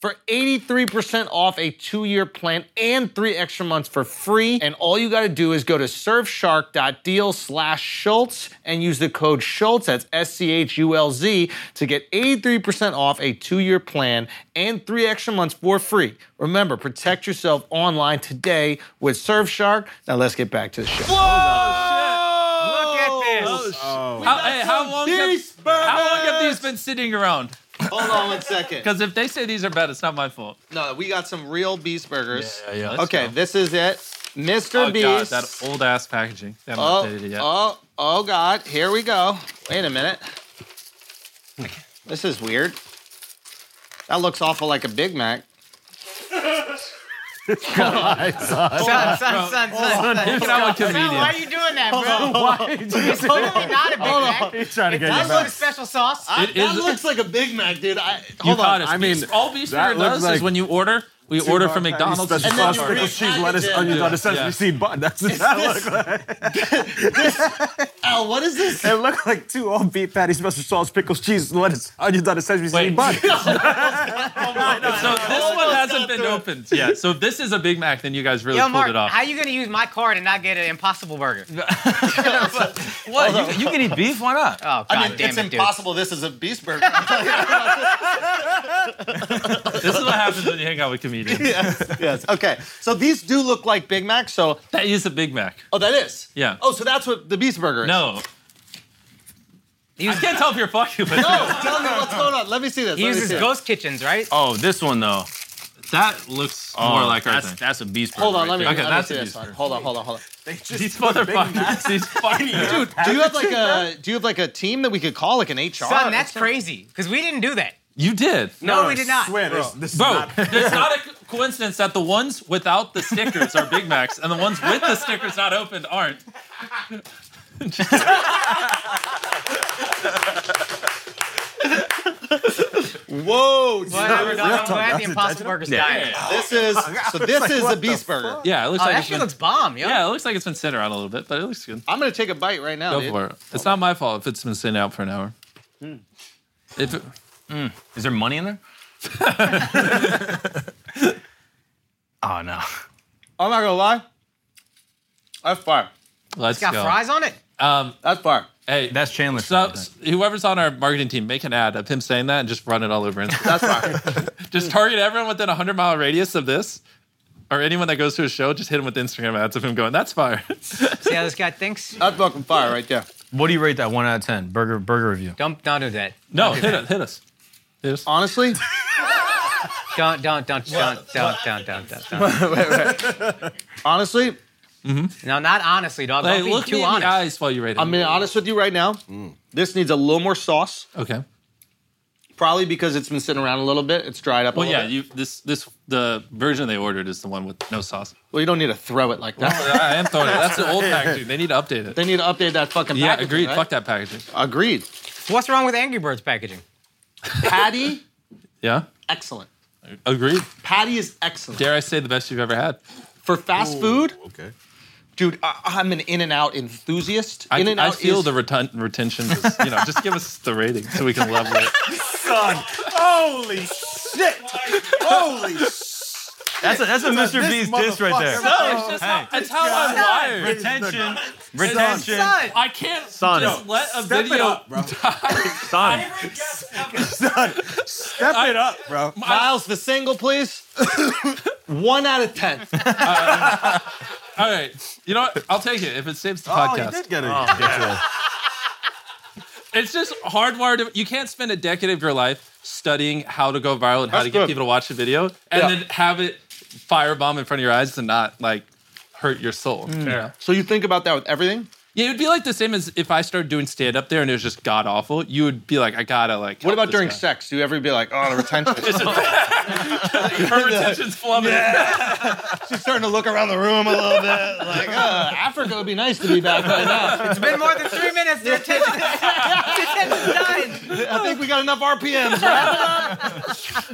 S9: for 83% off a two-year plan and three extra months for free. And all you gotta do is go to surfshark.deal slash Schultz and use the code Schultz, that's S-C-H-U-L-Z, to get 83% off a two-year plan and three extra months for free. Remember, protect yourself online today with Surfshark. Now let's get back to the show.
S6: Look at this.
S2: How, hey, how long? Have, how long have these been sitting around?
S9: Hold on one second.
S2: Because if they say these are bad, it's not my fault.
S9: No, we got some real Beast Burgers.
S2: yeah.
S9: Okay, this is it. Mr.
S2: Oh
S9: Beast.
S2: god, that old ass packaging. They haven't
S9: Oh,
S2: updated it yet.
S9: oh, oh, God. Here we go. Wait a minute. This is weird. That looks awful like a Big Mac.
S6: Son, son, son, son, son.
S2: Look at how a
S6: Son, why are
S2: comedian.
S6: you doing that, bro? It's totally not a Big Mac.
S14: He's trying to get
S6: That's
S14: you
S6: not
S14: back.
S6: a special sauce.
S9: I-
S2: It
S9: that
S2: is-
S9: looks like a Big Mac, dude. I,
S2: You
S9: hold
S2: caught
S9: on.
S2: us.
S14: I mean,
S2: Beast- all Beast
S14: that
S2: Burger
S14: looks
S2: does
S14: like
S2: is when you order, we order from
S14: Patty,
S2: McDonald's.
S14: special
S2: and
S14: sauce,
S9: you
S14: pickles,
S9: repackage
S14: cheese, lettuce,
S9: it.
S14: onions on
S2: Yeah.
S14: a sesame
S2: Yeah.
S14: seed bun. That's what that looked like.
S9: Al, what is this?
S14: It looked like two all beef patties, special sauce, pickles, cheese, lettuce, onions on a sesame seed bun.
S2: so this one hasn't been opened yet. So if this is a Big Mac, then you guys really
S6: Yo,
S2: pulled
S6: Mark,
S2: it off.
S6: how you gonna use my card and not get an Impossible Burger?
S10: What? You, you can eat beef? Why not?
S6: Oh, God
S9: I mean,
S6: damn
S9: it's
S6: it, dude.
S9: impossible. This is a Beast Burger.
S2: this is what happens when you hang out with comedians.
S9: yes. Okay. So these do look like Big Macs. So,
S2: That is a Big Mac.
S9: oh, that is.
S2: Yeah.
S9: Oh, so that's what the Beast Burger is.
S2: No. You can't tell if you're fucking with
S9: No, Oh, tell me what's going on. Let me see this.
S6: He
S9: Let me
S6: uses
S9: see it.
S6: ghost kitchens, right?
S3: Oh, this one though.
S2: That looks
S3: Oh,
S2: more like our
S3: that's,
S2: thing.
S3: That's a beast.
S9: Hold on.
S3: burger
S9: Let me,
S3: right
S2: Okay,
S9: let me
S2: that's
S9: see
S2: a
S9: this
S2: Beast
S9: one.
S2: Burger.
S9: Hold on, hold on, hold on.
S2: These motherfuckers. These fucking dude.
S9: Do you have like a do you have like a team that we could call like an HR?
S6: Son, that's crazy. Because we didn't do that.
S2: You did.
S6: No, we did not.
S14: Swear, this, this is
S2: Bro,
S14: not.
S2: it's not a coincidence that the ones without the stickers are Big Macs and the ones with the stickers not opened aren't.
S9: Whoa,
S6: Whatever, dog. I'm
S14: talk,
S6: glad
S14: that's
S6: the
S14: a
S6: Impossible Burger's dying.
S9: this is so this is a beast burger.
S2: Yeah, it looks
S6: Oh,
S2: like
S6: that
S2: it's
S6: shit
S2: been,
S6: looks bomb, yo.
S2: Yeah, it looks like it's been sitting around a little bit, but it looks good.
S9: I'm gonna take a bite right now,
S2: Go
S9: dude.
S2: for it. It's not my fault if it's been sitting out for an hour.
S6: Hmm.
S2: If it,
S3: Is there money in there? oh no.
S9: I'm not gonna lie. That's fire.
S2: let's
S6: It's got
S2: go.
S6: fries on it.
S2: Um,
S9: That's fire.
S2: hey,
S10: That's Chandler.
S2: so, whoever's on our marketing team, make an ad of him saying that and just run it all over Instagram.
S9: That's fire.
S2: just target everyone within a hundred mile radius of this, or anyone that goes to a show. Just hit him with Instagram ads of him going, "That's fire."
S6: See how this guy thinks?
S9: That's fucking fire right there.
S10: what do you rate that one out of ten? Burger burger review.
S6: Don't don't do that.
S2: no, hit us. Hit us. Hit us.
S9: Honestly,
S6: Don't don't don't don't don't don't don't don't. don't.
S9: honestly,
S6: No, not honestly, dog.
S2: Hey,
S6: Don't be
S2: look me
S6: too
S2: in
S6: honest.
S2: the eyes while you rate it.
S9: I'm being honest with you right now. This needs a little more sauce,
S2: okay.
S9: probably because it's been sitting around a little bit. It's dried up. a
S2: Well,
S9: little
S2: yeah.
S9: bit.
S2: You this this the version they ordered is the one with no sauce.
S9: well, you don't need to throw it like that.
S2: I am throwing it. That's the old packaging. They need to update it.
S9: they need to update that fucking.
S2: Yeah,
S9: packaging,
S2: agreed.
S9: right?
S2: Fuck that packaging.
S9: Agreed.
S6: What's wrong with Angry Birds packaging?
S9: Patty,
S2: Yeah,
S9: excellent.
S2: agreed.
S9: Patty is excellent
S2: Dare I say the best you've ever had?
S9: for fast food.
S14: Okay.
S9: Dude, I, I'm an In and Out enthusiast.
S2: I,
S9: In and
S2: I
S9: Out
S2: feel
S9: is
S2: the retent- retention. Is, you know, just give us the rating so we can level it.
S14: Holy shit! Holy shit!
S10: That's a, that's a Mr. Beast diss right there.
S2: it's just how, it's how I'm wired.
S10: Retention, retention.
S2: I can't
S3: Son.
S2: just let a
S14: Step it
S2: video.
S14: up, bro.
S3: Son.
S14: Step it up, bro.
S9: Miles the single, please. One out of ten.
S2: All right, you know what? I'll take it if it saves the
S14: Oh, you
S2: podcast.
S14: did get a dick
S2: It's just hardwired. You can't spend a decade of your life studying how to go viral and how to get
S9: good.
S2: people to watch a video, and
S9: Yeah.
S2: then have it firebomb in front of your eyes to not like hurt your soul. Yeah.
S9: So you think about that with everything?
S2: yeah, it would be like the same as if I started doing stand up there and it was just god awful. You would be like, I gotta like.
S9: What
S2: help
S9: about
S2: this
S9: during
S2: guy.
S9: sex? Do you ever be like, oh, the retention?
S2: Her retention's plummeting.
S9: She's starting to look around the room a little bit, like,
S2: oh.
S9: uh, Africa would be nice to be back right now.
S6: It's been more than three minutes. The attention, dying.
S9: I think we got enough RPMs.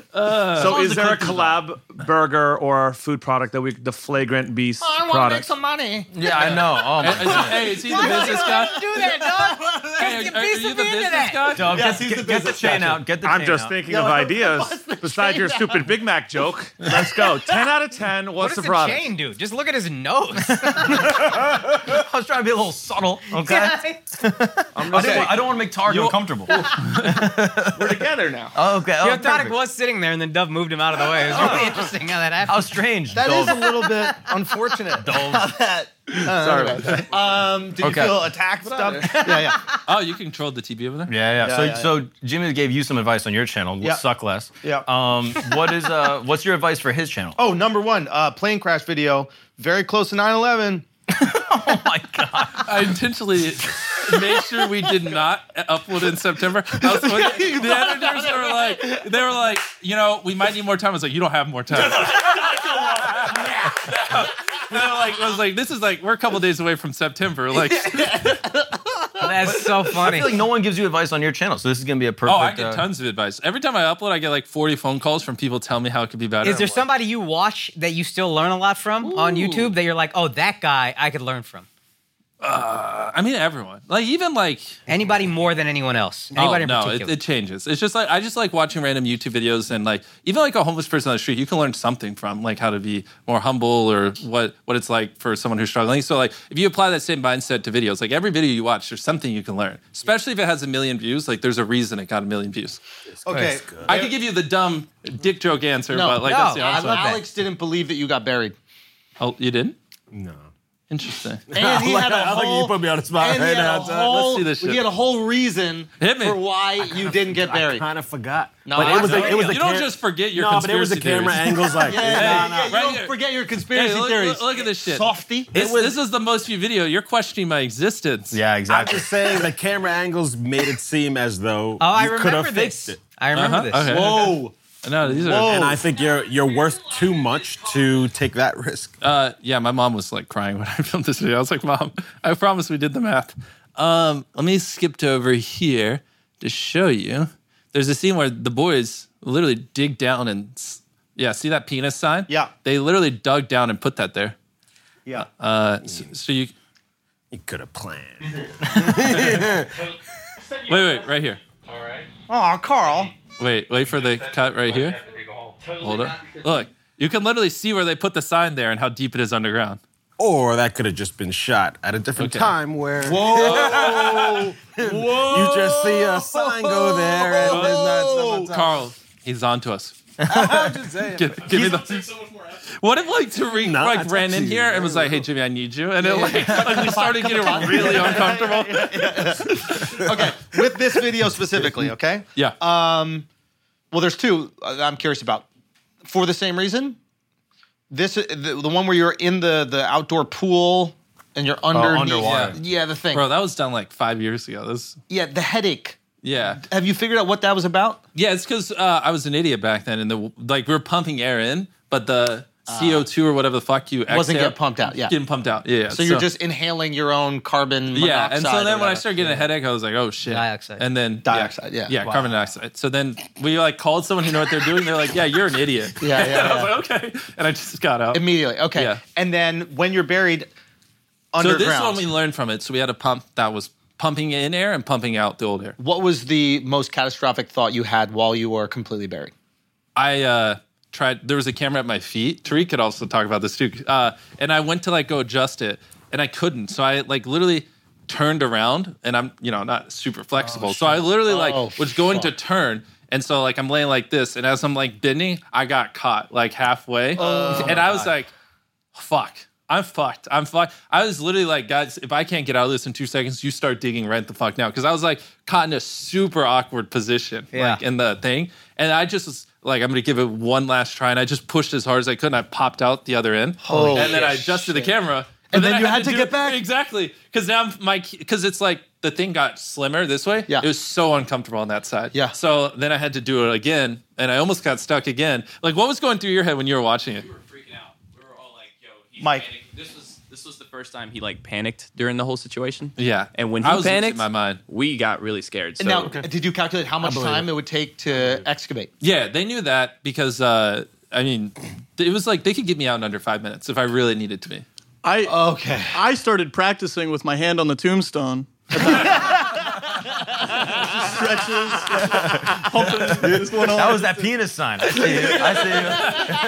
S9: Right?
S12: So, is there a collab burger or food product that we the flagrant
S9: Oh,
S12: beast product?
S9: money.
S10: Yeah, I know. Oh my.
S2: Is he- hey, is he the business guy?
S6: Do that, dog.
S2: Hey, are,
S6: Get piece
S2: you the
S6: of me into
S2: business
S6: that.
S2: guy?
S10: Dog, get, get- get the chain out. Get the
S12: I'm
S10: chain
S12: just
S10: out.
S12: thinking of ideas. Besides your stupid Big Mac joke, let's go. Ten out of ten. What's
S6: What does
S12: the
S6: the,
S12: product?
S6: chain do? Just look at his nose.
S10: I was trying to be a little subtle. Okay. I
S6: Oh,
S10: didn't want- I don't want to make Target uncomfortable.
S9: We're together now.
S10: Oh, okay. Oh,
S6: Your product
S10: perfect.
S6: was sitting there, and then Dove moved him out of the way. It was really interesting how that happened.
S10: How strange.
S9: That is
S10: Dove.
S9: a little bit unfortunate. How that. Sorry about that. Um, did
S10: Okay.
S9: you feel attacked? Stuff? Yeah, yeah.
S2: Oh, you controlled the TV over there?
S10: Yeah, yeah.
S9: Yeah,
S10: so,
S9: yeah,
S10: so Jimmy gave you some advice on your channel.
S9: Yeah.
S10: Suck less.
S9: Yeah.
S10: Um, what is uh, what's your advice for his channel?
S9: Oh, number one, uh, plane crash video, very close to 9/11.
S2: I intentionally made sure we did not upload in September. I was like- the editors were like, they were like, you know, we might need more time. I was like, you don't have more time. They were like, I was like, this is like, we're a couple days away from September. Like, oh,
S6: That's so funny.
S10: I feel like no one gives you advice on your channel, so this is gonna be a perfect.
S2: oh, I get
S10: uh,
S2: tons of advice. Every time I upload, I get like 40 phone calls from people telling me how it could be better.
S6: Is there somebody you watch that you still learn a lot from on YouTube that you're like, oh, that guy I could learn from?
S2: I mean, everyone. Like, even like,
S6: Anybody more than anyone else?
S2: oh,
S6: Anybody in
S2: no, it,
S6: particular?
S2: it changes. It's just like I just like watching random YouTube videos and like even like a homeless person on the street, you can learn something from like how to be more humble or what what it's like for someone who's struggling. So like if you apply that same mindset to videos, like every video you watch, there's something you can learn. Especially if it has a million views, like there's a reason it got a million views.
S9: Okay.
S2: I could give you the dumb dick joke answer,
S9: No,
S2: but like
S6: no,
S2: that's the
S6: I
S2: honest
S6: love
S2: one.
S6: that.
S9: Alex didn't believe that you got buried.
S2: Oh, you didn't?
S14: No.
S2: Interesting.
S9: And he had a
S14: I like you
S9: whole,
S14: put me on the spot
S9: and he
S14: right
S9: had a
S14: now. Todd.
S9: whole,
S2: see this shit.
S9: he had a whole reason
S2: Hit me.
S9: for why you didn't get buried.
S14: Kind of forgot.
S9: No,
S14: but
S9: I
S14: it was
S9: know.
S14: a, it was a
S2: you don't
S14: cam-
S2: just forget your
S14: no,
S2: conspiracy
S14: but it was the camera
S2: theories.
S14: angles like
S9: Yeah, yeah, yeah, you
S2: Right
S9: don't
S2: here.
S9: forget your conspiracy
S2: Hey, look,
S9: theories.
S2: look, look at this shit.
S9: Softy.
S2: This, this is the most viewed video. You're questioning my existence.
S10: Yeah,
S14: I'm
S10: exactly.
S14: just saying the camera angles made it seem as though
S6: Oh, I
S14: you could have
S6: remember
S14: fixed
S6: this.
S14: it.
S6: I remember
S2: Uh-huh.
S6: this.
S2: Okay.
S9: Whoa.
S2: No, these are.
S14: And I think you're you're worth too much to take that risk.
S2: Uh, yeah, my mom was like crying when I filmed this video. I was like, "Mom, I promise we did the math." Um, let me skip to over here to show you. There's a scene where the boys literally dig down and s- yeah, see that penis sign?
S9: Yeah.
S2: they literally dug down and put that there.
S9: Yeah.
S2: Uh, so, so you
S14: You could have planned.
S2: wait, wait, right here.
S9: Oh, Carl.
S2: Wait, wait for the cut right here. Hold up. Look, you can literally see where they put the sign there and how deep it is underground.
S14: Or that could have just been shot at a different
S2: Okay.
S14: time where you just see a sign go there and there's not someone talking.
S2: Carl, he's on to us. Give, give me the. What if like Tariq
S14: No, I
S2: like
S14: talked
S2: ran
S14: to
S2: in
S14: you.
S2: here and was like, "Hey Jimmy, I need you," and it like, like we started getting really uncomfortable.
S9: Okay, with this video specifically, okay?
S2: Yeah.
S9: Well, there's two uh, I'm curious about. For the same reason, This the, the one where you're in the the outdoor pool and you're underneath.
S2: Oh, underwater.
S9: Yeah, the thing.
S2: Bro, that was done like five years ago. This,
S9: yeah, the headache.
S2: yeah,
S9: Have you figured out what that was about?
S2: yeah. It's because uh, I was an idiot back then, and the like we were pumping air in, but the CO two or whatever the fuck you exhale,
S9: Uh, Wasn't getting pumped out, yeah.
S2: getting pumped out. Yeah. yeah.
S9: So you're just inhaling your own carbon monoxide.
S2: yeah, and so
S9: or
S2: then when I
S9: whatever.
S2: started getting a headache, I was like, "Oh shit!"
S6: Dioxide.
S2: and then yeah.
S9: Dioxide, yeah.
S2: yeah, carbon dioxide. So then we like called someone who knew what they're doing. They're like, "Yeah, you're an idiot."
S9: Yeah, yeah,
S2: And I
S9: yeah.
S2: was like, "Okay," and I just got out.
S9: immediately. Okay,
S2: Yeah.
S9: and then when you're buried
S2: So
S9: underground,
S2: this one we learned from it. So we had a pump that was pumping in air and pumping out the old air.
S9: what was the most catastrophic thought you had while you were completely buried?
S2: I uh, tried. There was a camera at my feet. Tariq could also talk about this too. Uh, and I went to like go adjust it, and I couldn't. So I like literally turned around, and I'm you know not super flexible. so I literally like
S9: Oh,
S2: was going to turn. And so, like, I'm laying like this, and as I'm like bending, I got caught like halfway,
S9: Oh
S2: and I was like, "Fuck, I'm fucked, I'm fucked." I was literally like, "Guys, if I can't get out of this in two seconds, you start digging right the fuck now," because I was like caught in a super awkward position,
S6: Yeah.
S2: like in the thing, and I just was like, "I'm gonna give it one last try," and I just pushed as hard as I could, and I popped out the other end,
S9: Holy
S2: and then I adjusted the camera, but
S9: And then
S2: I
S9: you had to
S2: do
S9: get
S2: it-
S9: back?
S2: exactly because now I'm- my because it's like the thing got slimmer this way.
S9: Yeah.
S2: it was so uncomfortable on that side.
S9: Yeah.
S2: So then I had to do it again, and I almost got stuck again. Like, what was going through your head when you were watching it?
S15: We were freaking out. We were all like, "Yo, he
S9: Mike.
S15: Panicked. This was this was the first time he like panicked during the whole situation.
S2: Yeah.
S15: And when
S2: I
S15: he
S2: was losing
S15: panicked,
S2: my mind.
S15: we got really scared. So
S9: And now, did you calculate how much time it would take to excavate?
S2: Yeah, they knew that because uh, I mean, it was like they could get me out in under five minutes if I really needed to be.
S11: I
S9: Okay.
S11: I started practicing with my hand on the tombstone. Stretches, hoping this one
S10: That
S11: on.
S10: was that penis sign. I see it. I see it.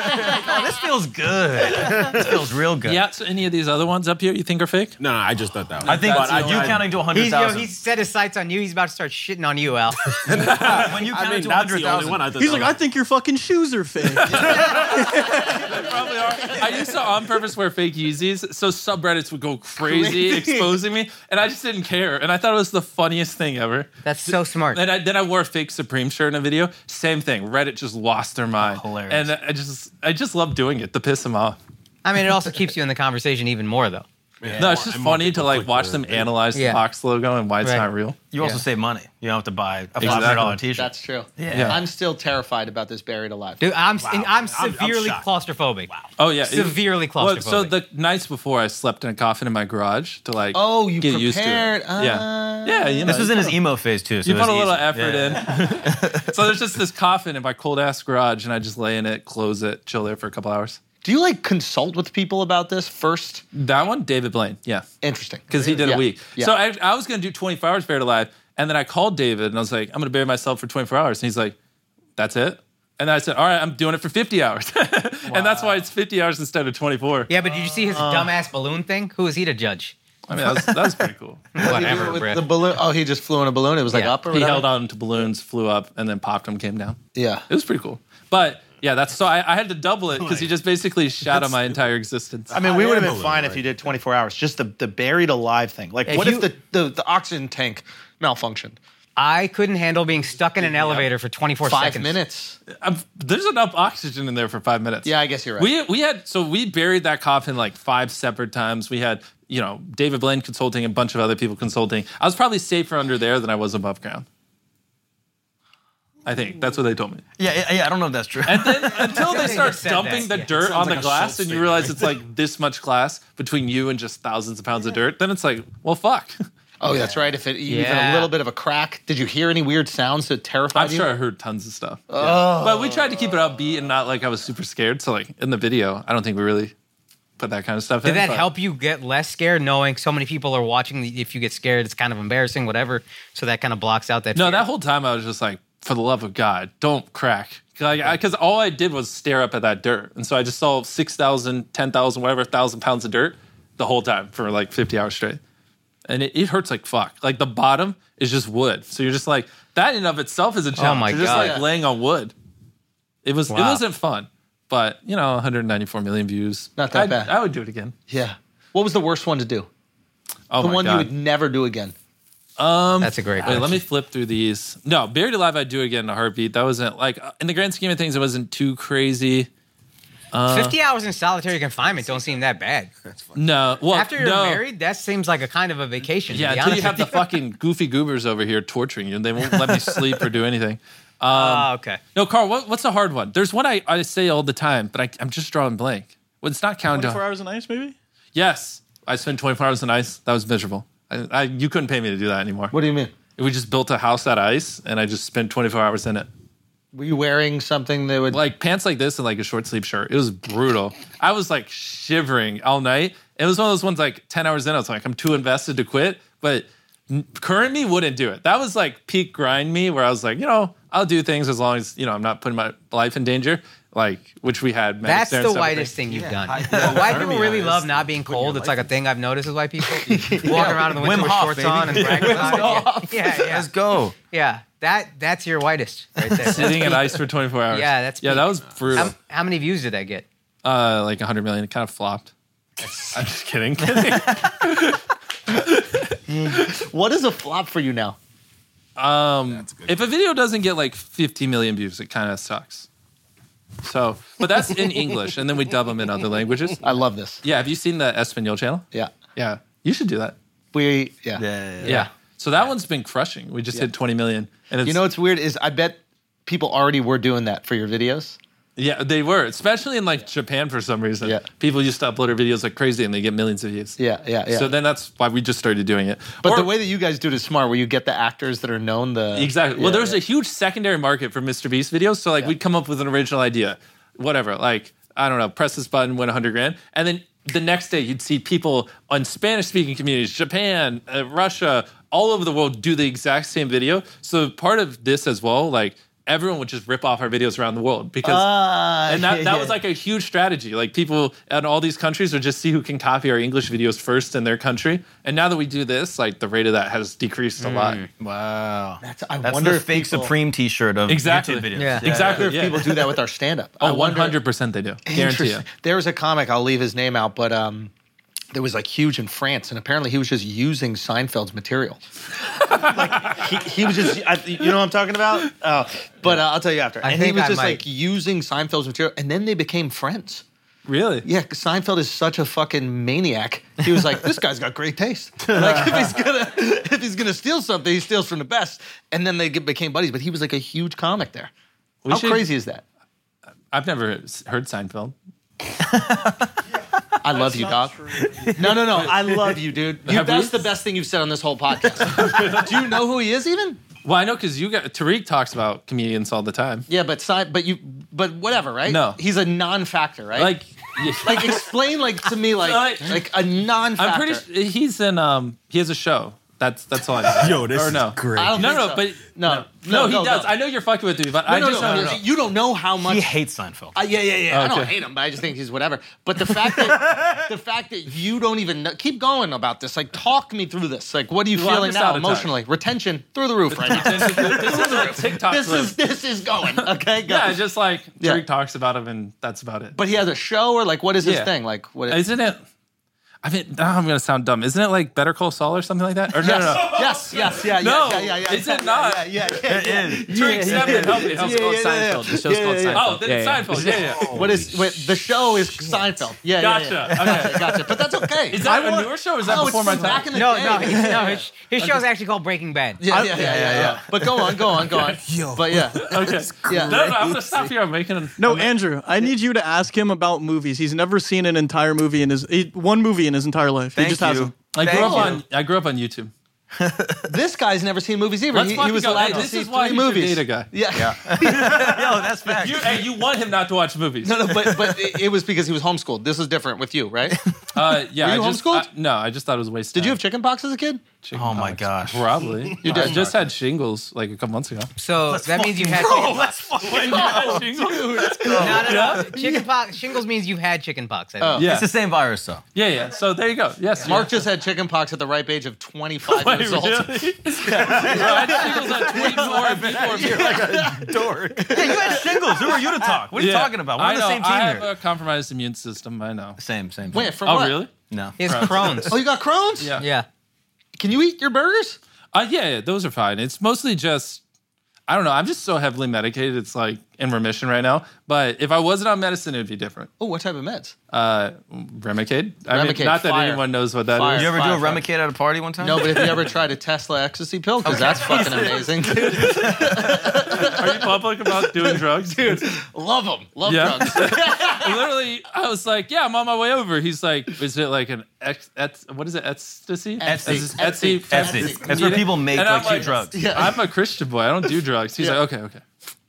S10: Oh, this feels good. This feels real good.
S2: Yeah. So any of these other ones up here you think are fake?
S14: No, no, I just thought that.
S10: I think
S14: But
S10: you counting to
S6: He's, yo,
S10: 100,000.
S6: he's set his sights on you. He's about to start shitting on you, Al.
S10: When you
S14: I
S10: count
S14: mean,
S10: to
S14: that's the only
S10: 100,000.
S14: one. I thought
S11: He's
S14: that
S11: like,
S14: was-
S11: I think your fucking shoes are fake.
S2: Probably are. I used to on purpose wear fake Yeezys, so subreddits would go crazy,
S9: Crazy.
S2: exposing me, and I just didn't care. And I thought it was the funniest thing ever.
S6: That's so smart.
S2: And I, then I wore a fake Supreme shirt in a video. Same thing. Reddit just lost their mind.
S10: hilarious.
S2: And I just, I just love doing it to piss them off.
S6: I mean, it also keeps you in the conversation even more, though.
S2: no, it's just
S14: I'm more
S2: funny to
S14: people
S2: like
S14: click
S2: watch
S14: the-
S2: them analyze the
S6: Yeah.
S2: box logo and why it's
S6: Right.
S2: not real.
S10: You also
S6: Yeah.
S10: save money. You don't have to buy a $500 t-shirt.
S9: That's true.
S10: Yeah.
S9: I'm still terrified about this buried alive.
S6: Dude, I'm and I'm
S14: I'm
S6: severely
S14: shocked.
S6: claustrophobic.
S2: Oh yeah,
S6: Severely
S2: Well, so
S6: claustrophobic.
S2: the nights before, I slept in a coffin in my garage to like
S9: Oh, you
S2: get
S9: prepared. Ah.
S2: used to it. yeah, yeah. You know,
S10: this was in his emo phase too. So
S2: You put a little effort in. so there's just this coffin in my cold ass garage, and I just lay in it, close it, chill there for a couple hours.
S9: Do you like consult with people about this first?
S2: That one, David Blaine, yeah,
S9: Interesting.
S2: because he did
S9: Yeah,
S2: a week.
S9: yeah.
S2: So I, I was gonna do 24 hours buried alive, and then I called David and I was like, I'm gonna bury myself for 24 hours, and he's like, That's it. And then I said, All right, I'm doing it for 50 hours, and that's why it's 50 hours instead of 24.
S6: Yeah, but did you see his
S2: Uh.
S6: dumbass balloon thing? Who is he to judge?
S2: I mean, that was, that was pretty cool.
S9: What did he do
S6: Whatever,
S9: with
S6: Brett.
S9: the balloon. Oh, he just flew in a balloon. It was like
S6: Yeah.
S9: up or
S2: He
S9: whatever?
S2: held on to balloons, flew up, and then popped them, came down.
S9: Yeah.
S2: It was pretty cool. But yeah, that's so I, I had to double it because he just basically shot on my entire existence.
S9: I mean, we would have been
S14: Animal,
S9: fine if you did 24 hours. Just the, the buried alive thing. Like,
S6: If
S9: what
S6: you-
S9: if the, the, the oxygen tank malfunctioned?
S6: I couldn't handle being stuck in an elevator for 24
S9: Five
S6: seconds.
S9: minutes.
S2: I'm, there's enough oxygen in there for five minutes.
S9: Yeah, I guess you're right.
S2: We we had so we buried that coffin like five separate times. We had you know David Blaine consulting, and a bunch of other people consulting. I was probably safer under there than I was above ground. I think that's what they told me.
S10: Yeah, yeah, yeah, I don't know if that's true.
S2: And then until they
S6: They
S2: start
S6: just said
S2: dumping
S6: that,
S2: the
S6: yeah.
S2: dirt on the
S10: like a
S2: glass,
S10: Schultz
S2: and you
S10: thing,
S2: realize it's like this much glass between you and just thousands of pounds of dirt, then it's like, well, fuck.
S9: oh, that's right. If it even a
S6: Yeah.
S9: little bit of a crack. Did you hear any weird sounds that terrified
S2: I'm
S9: you?
S2: sure I heard tons of stuff.
S6: Oh.
S2: But we tried to keep it upbeat and not like I was super scared. So like in the video, I don't think we really put that kind of stuff in.
S6: Did that
S2: but-
S6: help you get less scared knowing so many people are watching? If you get scared, it's kind of embarrassing, whatever. So that kind of blocks out that.
S2: No,
S6: fear.
S2: that whole time I was just like, for the love of God, don't crack. Because all I did was stare up at that dirt. And so I just saw 6,000, 10,000, whatever, 1,000 pounds of dirt the whole time for like 50 hours straight. And it, it hurts like fuck. Like the bottom is just wood. So you're just like, that in of itself is a challenge.
S6: Oh my
S2: you're just
S6: God.
S2: like laying on wood. It was it
S6: Wow.
S2: wasn't fun, but you know, 194 million views.
S9: Not that
S2: I'd-
S9: bad.
S2: I would do it again.
S9: Yeah. What was the worst one to do?
S2: Oh
S9: The
S2: my
S9: one
S2: God.
S9: you would never do again.
S6: That's a great.
S2: Wait,
S6: Question.
S2: let me flip through these. No, Buried Alive, I do again in a heartbeat. That wasn't like, in the grand scheme of things, it wasn't too crazy.
S6: Fifty hours in solitary confinement don't seem that bad.
S2: No, well,
S6: After you're
S2: no.
S6: married, that seems like a kind of a vacation.
S2: Yeah,
S6: to be
S2: until you
S6: honest
S2: have the
S6: with
S2: fucking goofy goobers over here torturing you, and they won't let me sleep or do anything. um,
S6: Ah, okay.
S2: No, Carl, what, what's a hard one? There's one I, I say all the time, but I, I'm just drawing blank. Well, it's not countdown.
S11: Four hours a night, maybe.
S2: Yes, I spent 24 hours on ice. That was miserable. I, I, you couldn't pay me to do that anymore.
S9: What do you mean?
S2: We just built a house out of ice, and I just spent 24 hours in it.
S9: Were you wearing something that would
S2: Like pants like this and like a short sleeve shirt. It was brutal. I was like shivering all night. It was one of those ones like 10 hours in. I was like, I'm too invested to quit. But n- current me wouldn't do it. That was like peak grind me where I was like, you know, I'll do things as long as, you know, I'm not putting my life in danger. Like, which we had. medics
S6: That's
S2: there and
S6: the
S2: stuff, I think.
S6: whitest thing you've done. But White people really love not being cold. It's like a thing I've noticed is white people walking around in the winter
S10: Wim
S6: with
S10: Hof,
S6: shorts
S10: baby.
S6: on and brackets on. Yeah, yeah, yeah,
S3: Let's go.
S6: yeah. That that's your whitest right there.
S2: Sitting at ice for 24 hours.
S6: Yeah, that's
S2: yeah.
S6: peak.
S2: That was brutal.
S6: How, how many views did that get?
S2: uh, like 100 million. It kind of flopped. I'm just kidding.
S9: what is a flop for you now?
S2: um, if a video doesn't get like 50 million views, it kind of sucks. So, but that's in English, and then we dub them in other languages.
S9: I love this.
S2: Yeah, have you seen the Espanol channel?
S9: Yeah.
S2: Yeah, you should do that.
S9: We yeah.
S2: Yeah. So that one's been crushing. We just hit 20 million, and it's,
S9: You know what's weird is I bet people already were doing that for your videos.
S2: yeah, they were, especially in like Japan for some reason.
S9: Yeah.
S2: People used to upload their videos like crazy, and they get millions of views.
S9: Yeah, yeah, yeah.
S2: So then that's why we just started doing it.
S9: but
S2: Or-
S9: the way that you guys do it is smart where you get the actors that are known the
S2: Exactly. Well,
S9: Yeah,
S2: there was a huge secondary market for Mr. Beast videos. So like we'd come up with an original idea, whatever. Like I don't know, press this button, win 100 grand, and then the next day you'd see people on Spanish-speaking communities, Japan, uh, Russia, all over the world do the exact same video. So part of this as well, like everyone would just rip off our videos around the world because
S9: Ah,
S2: and that,
S9: yeah,
S2: that
S9: yeah.
S2: was like a huge strategy. Like people in all these countries would just see who can copy our English videos first in their country. And now that we do this, like the rate of that has decreased a lot.
S9: Hmm.
S3: Wow.
S9: That's, I
S10: That's
S9: wonder
S10: the
S9: if
S10: fake
S9: people,
S10: Supreme T-shirt of
S2: Exactly.
S10: YouTube videos.
S6: Yeah.
S2: Exactly.
S9: if people do that with our stand up.
S2: Oh, 100% they do. Guarantee you.
S9: Interesting. There was a comic, I'll leave his name out, but um, there was like huge in France, and apparently he was just using Seinfeld's material. like he, he was just, I, you know what I'm talking about? Uh, but uh, I'll tell you after.
S6: I
S9: and he
S6: think
S9: was
S6: I
S9: just
S6: might-
S9: like using Seinfeld's material, and then they became friends.
S2: Really?
S9: Yeah, 'cause Seinfeld is such a fucking maniac. He was like, "This guy's got great taste. Like if he's gonna if he's gonna steal something, he steals from the best." And then they get, became buddies. But he was like a huge comic there. How
S2: should-
S9: crazy is that?
S2: I've never s- heard Seinfeld.
S9: I love you, dog. No, no, no. I love you, dude. You,
S2: Have we-
S9: that's the best thing you've said on this whole podcast. Do you know who he is, even?
S2: Well, I know because you got Tariq talks about comedians all the time.
S9: Yeah, but Sein, but you, but whatever, right?
S2: No.
S9: he's a non-factor, right?
S2: Like,
S9: like explain like to me, like
S2: Like-
S9: like a non-factor.
S2: I'm pretty sure he's in, um, he has a show. That's that's all I know.
S14: Yo, this
S2: or no.
S14: is great.
S9: I don't
S2: No,
S9: think
S2: no,
S9: so.
S2: but
S9: no,
S2: no, he does. I know you're fucking with me, but
S9: No,
S2: I
S9: no,
S2: just
S9: no,
S2: don't
S9: no,
S2: know.
S9: You don't know how much.
S10: He hates Seinfeld.
S9: Uh, yeah, yeah, yeah. I don't
S2: Okay.
S9: hate him, but I just think he's whatever. But the fact that the fact that you don't even know, keep going about this, like talk me through this. Like, what are you
S2: Well, I'm
S9: feeling
S2: just
S9: now
S2: out of time.
S9: emotionally? Retention through the roof right now.
S2: this is a TikTok
S9: this
S2: clip.
S9: is this is going. Okay, go.
S2: yeah, just like Tariq
S9: Yeah.
S2: talks about him, and that's about it.
S9: but he has a show or like what is his
S2: Yeah.
S9: thing? Like what is
S2: isn't it? I mean, now I'm gonna sound dumb. Isn't it like Better Call Saul or something like that? Or no, no, no.
S9: Yes, yes, yeah,
S2: No,
S9: yeah, yeah, yeah, yeah.
S2: is it not?
S9: Yeah, yeah, yeah. yeah,
S2: Tariq Seven, help me, help me.
S9: Yeah, yeah, yeah, yeah.
S15: Seinfeld. The show's
S9: Yeah,
S15: called
S9: yeah, yeah.
S15: Seinfeld.
S2: Oh, then
S15: Yeah,
S2: it's
S15: yeah.
S2: Seinfeld. Yeah, yeah.
S9: What is wait, the show is Seinfeld. Yeah, yeah, yeah.
S2: Gotcha. Okay.
S9: Gotcha, gotcha. But that's okay.
S2: Is that
S9: I
S2: a
S9: want-
S2: newer show or is that
S9: No,
S2: before
S9: it's
S2: my
S9: from
S2: time?
S9: Back in the
S6: No,
S9: day.
S6: no, he's, no. His, his show's actually called Breaking Bad.
S9: Yeah, yeah, yeah, yeah, yeah, yeah. But go on, go on, go on. But yeah,
S2: Okay.
S9: yeah.
S2: No, no, I'm gonna stop here. I'm making a
S11: No, Andrew, I need you to ask him about movies. He's never seen an entire movie in his he, one movie in his entire life. he
S10: Thank
S11: just
S10: you.
S11: hasn't.
S2: I grew
S10: Thank
S2: up
S10: you.
S2: on I grew up on YouTube.
S9: This guy's never seen movies either.
S2: Let's
S9: He, he
S2: fucking
S9: was
S2: go.
S9: allowed
S2: Hey,
S9: to
S2: this
S9: see
S2: is why
S9: three
S2: you should
S9: movies.
S2: date a guy.
S9: Yeah.
S10: Yo, that's fact.
S2: You hey, you want him not to watch movies.
S9: no, no, but but it, it was because he was homeschooled. This is different with you, right?
S2: Uh yeah,
S9: Were you
S2: I just
S9: homeschooled?
S2: I- no, I just thought it was wasted.
S9: Did you have chickenpox as a kid?
S10: oh my gosh.
S2: Probably. you
S9: did.
S2: I just had shingles like a couple months ago.
S6: So that means you had
S10: Bro, let's fucking go.
S6: no, no, no. chicken pox. Shingles means you've had chicken pox. I think.
S9: Oh.
S2: Yeah.
S10: It's the same virus though.
S2: Yeah, yeah. So there you go. Yes,
S9: Mark just had chickenpox at the ripe age of 25
S2: Wait,
S9: years old.
S2: really? I had shingles at 24 before you.
S10: Yeah, you had shingles. Who are you to talk? What are you
S2: Yeah.
S10: talking about? We're
S2: I
S10: on the
S2: know,
S10: same
S2: I
S10: team
S2: have
S10: here.
S2: a compromised immune system. I know.
S10: Same, same. thing.
S9: Wait, from
S2: oh,
S9: what?
S2: really?
S10: No.
S6: He has Crohn's.
S9: Oh, you got Crohn's?
S2: Yeah.
S6: yeah.
S9: Can you eat your burgers?
S2: Uh, yeah, yeah, those are fine. It's mostly just. I- I don't know. I'm just so heavily medicated. It's like in remission right now. But if I wasn't on medicine, it'd be different.
S9: Oh, what type of meds?
S2: Uh, Remicade. I mean,
S9: Remicade,
S2: not that
S9: fire.
S2: anyone knows what that is.
S9: Fire.
S10: You ever do a
S9: Fire,
S10: Remicade at a party one time?
S9: No, but if you ever tried a Tesla ecstasy pill, because that's fucking amazing.
S2: Are you public about doing drugs, dude?
S9: Love them. Love
S2: Yeah.
S9: drugs.
S2: Literally, I was like, "Yeah, I'm on my way over." He's like, "Is it like an ex? ex- what is it? Ecstasy?
S9: Etsy.
S2: Is this Etsy?
S9: Etsy.
S10: Etsy. That's where people make
S2: And I'm
S10: like, cute drugs.
S9: Yeah.
S2: I'm a Christian boy. I don't do drugs. He's
S9: Yeah.
S2: like, "Okay, okay."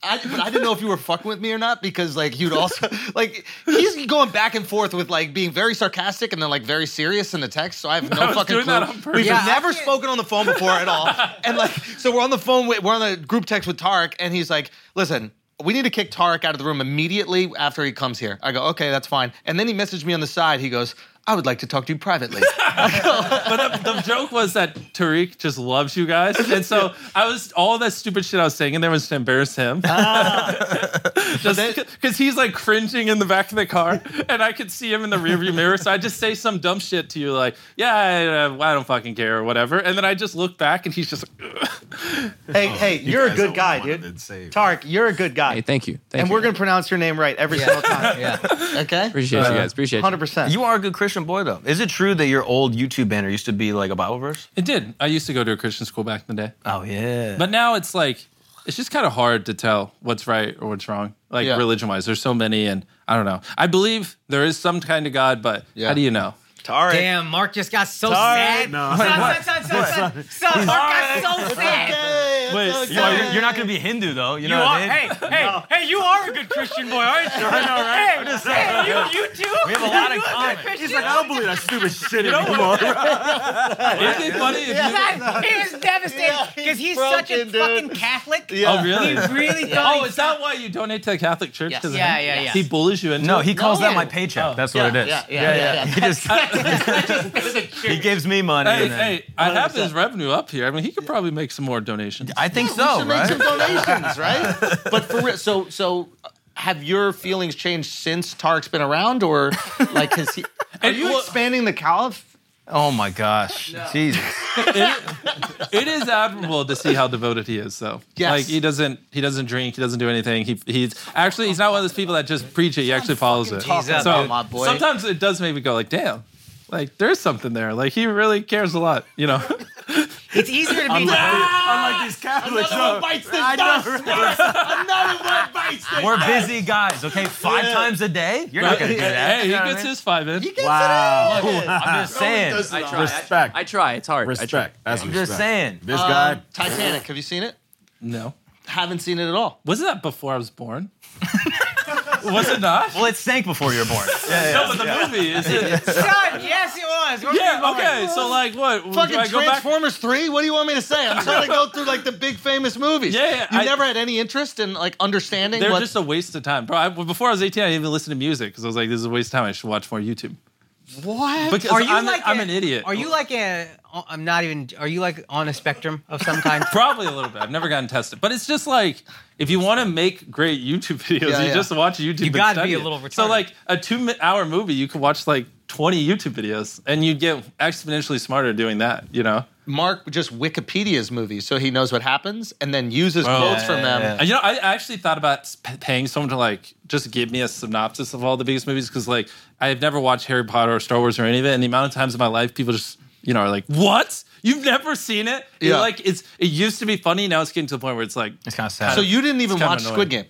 S9: I, but I didn't know if you were fucking with me or not because like you'd also like he's going back and forth with like being very sarcastic and then like very serious in the text. So I have no
S2: was
S9: fucking
S2: doing
S9: clue.
S2: that on purpose.
S9: We've
S6: Yeah, I
S9: never
S6: can't-
S9: spoken on the phone before at all, and like so we're on the phone. With, we're on the group text with Tarek, and he's like, "Listen." We need to kick Tarek out of the room immediately after he comes here. I go, okay, that's fine. And then he messaged me on the side. He goes, I would like to talk to you privately.
S2: But the, the joke was that Tariq just loves you guys, and so I was all that stupid shit I was saying in there was to embarrass him. Ah. just because he's like cringing in the back of the car, and I could see him in the rearview mirror. So I just say some dumb shit to you, like, "Yeah, I, uh, I don't fucking care" or whatever, and then I just look back, and he's just like, "Ugh."
S1: Hey, hey, you're a
S14: guys
S1: good
S14: are
S1: guy,
S14: one
S1: dude.
S14: and same.
S1: Tark, you're a good guy.
S15: Hey, thank you. Thank
S1: and
S15: you.
S1: we're going to pronounce your name right every single time.
S6: Yeah.
S9: Okay?
S15: appreciate you guys. Appreciate you.
S1: 100%.
S10: You are a good Christian boy, though. Is it true that your old YouTube banner used to be like a Bible verse?
S2: "It did." I used to go to a Christian school back in the day,
S10: Oh yeah.
S2: but now it's like it's just kind of hard to tell what's right or what's wrong, like
S9: Yeah.
S2: religion wise. There's so many, and I don't know. I believe there is some kind of God, but
S9: Yeah.
S2: how do you know?
S14: Tarek.
S6: Damn, Mark just got so sad.
S14: No.
S6: Son, son, son, son, son, son, Mark got so sad.
S9: Wait,
S10: You are- you're, not going to be Hindu though. You know
S6: You
S10: what
S6: are,
S10: I mean?
S6: hey, hey, hey, you are a good Christian boy, aren't you? I know, right? Hey, hey, you, you too. We
S10: have a lot in common.
S6: He's
S14: He's like, I don't believe that stupid shit anymore.
S2: Isn't it funny? If you-
S6: He is devastated
S9: he's
S6: because he's
S9: broken,
S6: such a
S9: dude.
S6: fucking Catholic.
S2: Oh, really?
S6: He really thought.
S2: Oh, is that why you donate to the Catholic Church?
S9: Yes.
S2: 'Cause of
S6: Yeah,
S2: him?
S6: yeah, yeah.
S2: He bullies you into
S10: No,
S2: it?
S10: he calls
S6: No.
S10: that my paycheck. That's what it is.
S9: Yeah, yeah, yeah.
S10: He just he gives me money.
S2: Hey,
S10: and then-
S2: hey, I have his revenue up here. I mean, he could probably make some more donations.
S10: I think
S9: we
S10: so,
S9: should make
S10: right?
S9: some donations, right? But for real, so so, uh, have your feelings changed since Tarek's been around, or like has he? Are
S2: And
S9: you
S2: well-
S9: expanding the caliph?
S10: Oh my gosh, Jesus!
S2: It is admirable to see how devoted he is, though.
S9: Yes.
S2: Like he doesn't, he doesn't drink, he doesn't do anything. He, he's actually, he's not one of those people that just preach it. He actually follows it.
S9: Talking
S6: up,
S9: about
S2: So
S9: my boy.
S2: sometimes it does make me go like, damn, like there's something there. Like he really cares a lot, you know.
S6: It's easier to be.
S14: Unlike these Catholics. no. I know, right?
S10: We're busy guys, okay? Five times a day, you're not gonna do that.
S2: Hey, he
S10: You know what I
S2: gets
S10: mean?
S2: his five in.
S14: Wow.
S10: I'm just saying.
S15: I try.
S14: Respect.
S15: I try. It's hard. I try.
S14: Respect. That's
S10: I'm
S14: respect.
S10: just saying.
S14: This guy.
S9: Titanic. Have you seen it?
S2: No,
S9: Haven't seen it at all.
S2: wasn't that before I was born? was it not?
S10: Well, it sank before you were born.
S2: No, but the movie is it?
S6: Son, yes, it was. Where were you
S2: yeah.
S6: born?
S2: Okay. So like, what? do
S9: Fucking
S2: I go back?
S9: Transformers Three. What do you want me to say? I'm trying to go through like the big famous movies.
S2: Yeah, yeah,
S9: you
S2: I-
S9: never had any interest in like understanding.
S2: They're
S9: what,
S2: just a waste of time, bro. I, before I was 18, I didn't even listen to music because I was like, "This is a waste of time. I should watch more YouTube."
S9: what?
S2: Because
S6: Are you
S2: I'm,
S6: like
S2: I'm
S6: a-
S2: an idiot.
S6: Are you like a? I'm not even. Are you like on a spectrum of some kind?
S2: Probably a little bit. I've never gotten tested, but it's just like if you want to make great YouTube videos,
S9: Yeah,
S2: you
S9: yeah.
S2: just watch YouTube.
S6: You
S2: and
S6: gotta be
S2: study
S6: a
S2: it.
S6: little
S2: So
S6: retarded.
S2: like a two-hour movie, you could watch like 20 YouTube videos, and you'd get exponentially smarter doing that. You know.
S9: Mark just Wikipedia's movies, so he knows what happens, and then uses
S2: Oh.
S9: quotes from them.
S2: And, You know, I actually thought about s- p- paying someone to like just give me a synopsis of all the biggest movies because like I have never watched Harry Potter or Star Wars or any of it, and the amount of times in my life people just you know are like, "What? You've never seen it?" You're
S9: Yeah.
S2: Like it's it used to be funny, now it's getting to the point where it's like,
S10: It's kind of sad.
S9: So you didn't even
S2: kinda
S9: watch Squid
S2: annoying.
S9: Game,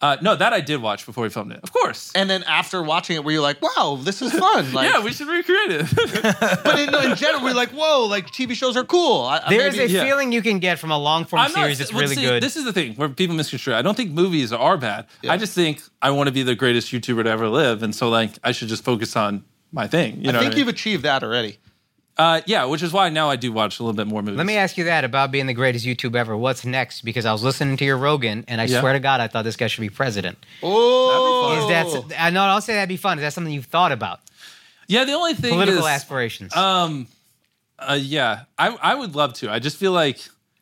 S2: uh, "No, that I did watch before we filmed it, of course."
S9: and then after watching it, were you like, "Wow, this is fun"? Like,
S2: yeah, we should recreate it.
S9: but in, in general, we're like, "Whoa, like TV shows are cool." I, I-
S6: There is a
S9: maybe-
S2: yeah.
S6: feeling you can get from a long form
S2: not-
S6: series that's
S2: well,
S6: really
S2: see,
S6: good.
S2: This is the thing where people misconstrue. I don't think movies are bad.
S9: Yeah.
S2: I just think I want to be the greatest YouTuber to ever live, and so like I should just focus on my thing. You know,
S9: I
S2: what
S9: think
S2: mean?
S9: you've achieved that already.
S2: Uh, yeah, which is why now I do watch a little bit more movies.
S6: Let me ask you that about being the greatest YouTube ever. What's next? Because I was listening to your Rogan, and I
S2: Yeah.
S6: swear to God, I thought this guy should be president.
S9: Oh,
S6: Is that? I know. I'll say that'd be fun. Is that something you've thought about?
S2: Yeah, the only thing
S6: Political
S2: is,
S6: aspirations.
S2: um, uh, yeah, I I would love to. I just feel like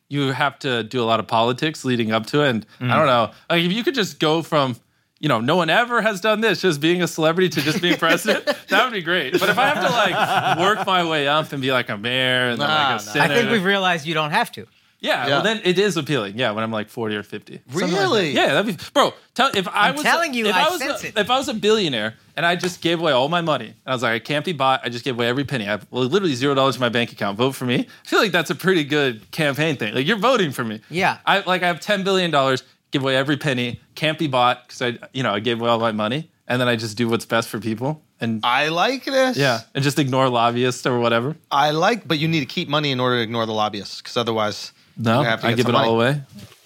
S2: you have to do a lot of politics leading up to it, and I don't know. Like if you could just go from. You know, no one ever has done this, just being a celebrity to just being president. that would be great. But if I have to like work my way up and be like a mayor and then
S9: Nah,
S2: like a
S9: nah.
S2: senator,
S6: I think we've realized you don't have to.
S2: Yeah, well, then it is appealing. Yeah, when I'm like 40 or 50. Something like that.
S9: Really?
S2: yeah, that'd be bro. Tell if I
S6: I'm
S2: was
S6: telling you,
S2: if
S6: I
S2: was
S6: sense
S2: a,
S6: it.
S2: if I was a billionaire and I just gave away all my money and I was like, I can't be bought. I just gave away every penny. I have well, literally zero dollars in my bank account. Vote for me. I feel like that's a pretty good campaign thing. Like you're voting for me.
S6: Yeah.
S2: I like I have 10 billion dollars. Give away every penny. Can't be bought because I you know I gave away all my money and then I just do what's best for people and
S9: I like this.
S2: yeah and just ignore lobbyists or whatever.
S9: I like, but you need to keep money in order to ignore the lobbyists because otherwise,
S2: No,
S9: you're gonna have to
S2: I
S9: get
S2: give it
S9: some
S2: all
S9: money.
S2: away.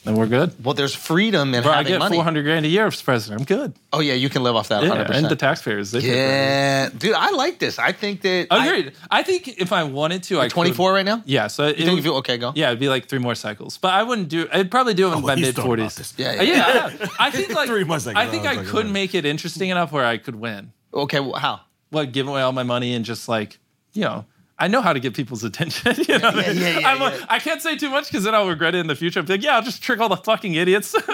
S2: Then we're good.
S9: Well, there's freedom in
S2: Bro, I
S9: having
S2: get
S9: money.
S2: 400 grand a year as president. I'm good.
S9: Oh yeah, you can live off that.
S2: Yeah,
S9: 100%.
S2: and the taxpayers. They pay for it.
S9: yeah, dude, I like this. I think that
S2: Agreed. I, think if I wanted to, I
S9: I, Mm-hmm. 24
S2: could-
S9: right now.
S2: Yeah, so it
S9: You think
S2: would-
S9: you feel okay? Go.
S2: yeah, it'd be like three more cycles, but I wouldn't do. I'd probably do it in my
S14: he's
S2: mid
S14: talking about
S2: forties.
S14: this.
S9: Oh, Yeah, yeah.
S2: yeah, yeah. I think like
S14: Three more cycles.
S2: I think
S14: I
S2: I
S14: was like,
S2: could
S14: what?
S2: make it interesting enough where I could win.
S9: Okay. Well, how?
S2: Like give away all my money and just like you know. I know how to get people's attention. You know?
S9: yeah, yeah, yeah,
S2: I'm like, I can't say too much because then I'll regret it in the future. I'm like, yeah, I'll just trick all the fucking idiots.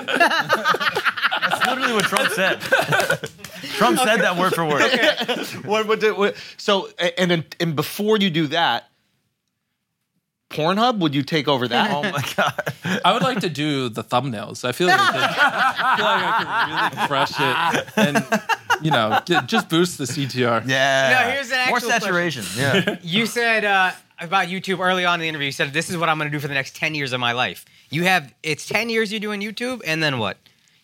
S10: That's literally what Trump said. Trump said that word for word.
S9: what, what, do- what- so a- and then- and before you do that, Pornhub would you take over that?
S10: Oh my god.
S2: I would like to do the thumbnails. I feel like I, could, I feel like I could really crush it and you know get, just boost the CTR.
S10: Yeah.
S6: No, here's an
S10: More
S6: actual question.
S10: saturation. Yeah.
S6: You said uh, about YouTube early on in the interview. You said this is what I'm going to do for the next 10 years of my life. You have it's 10 years you're doing YouTube, and then what?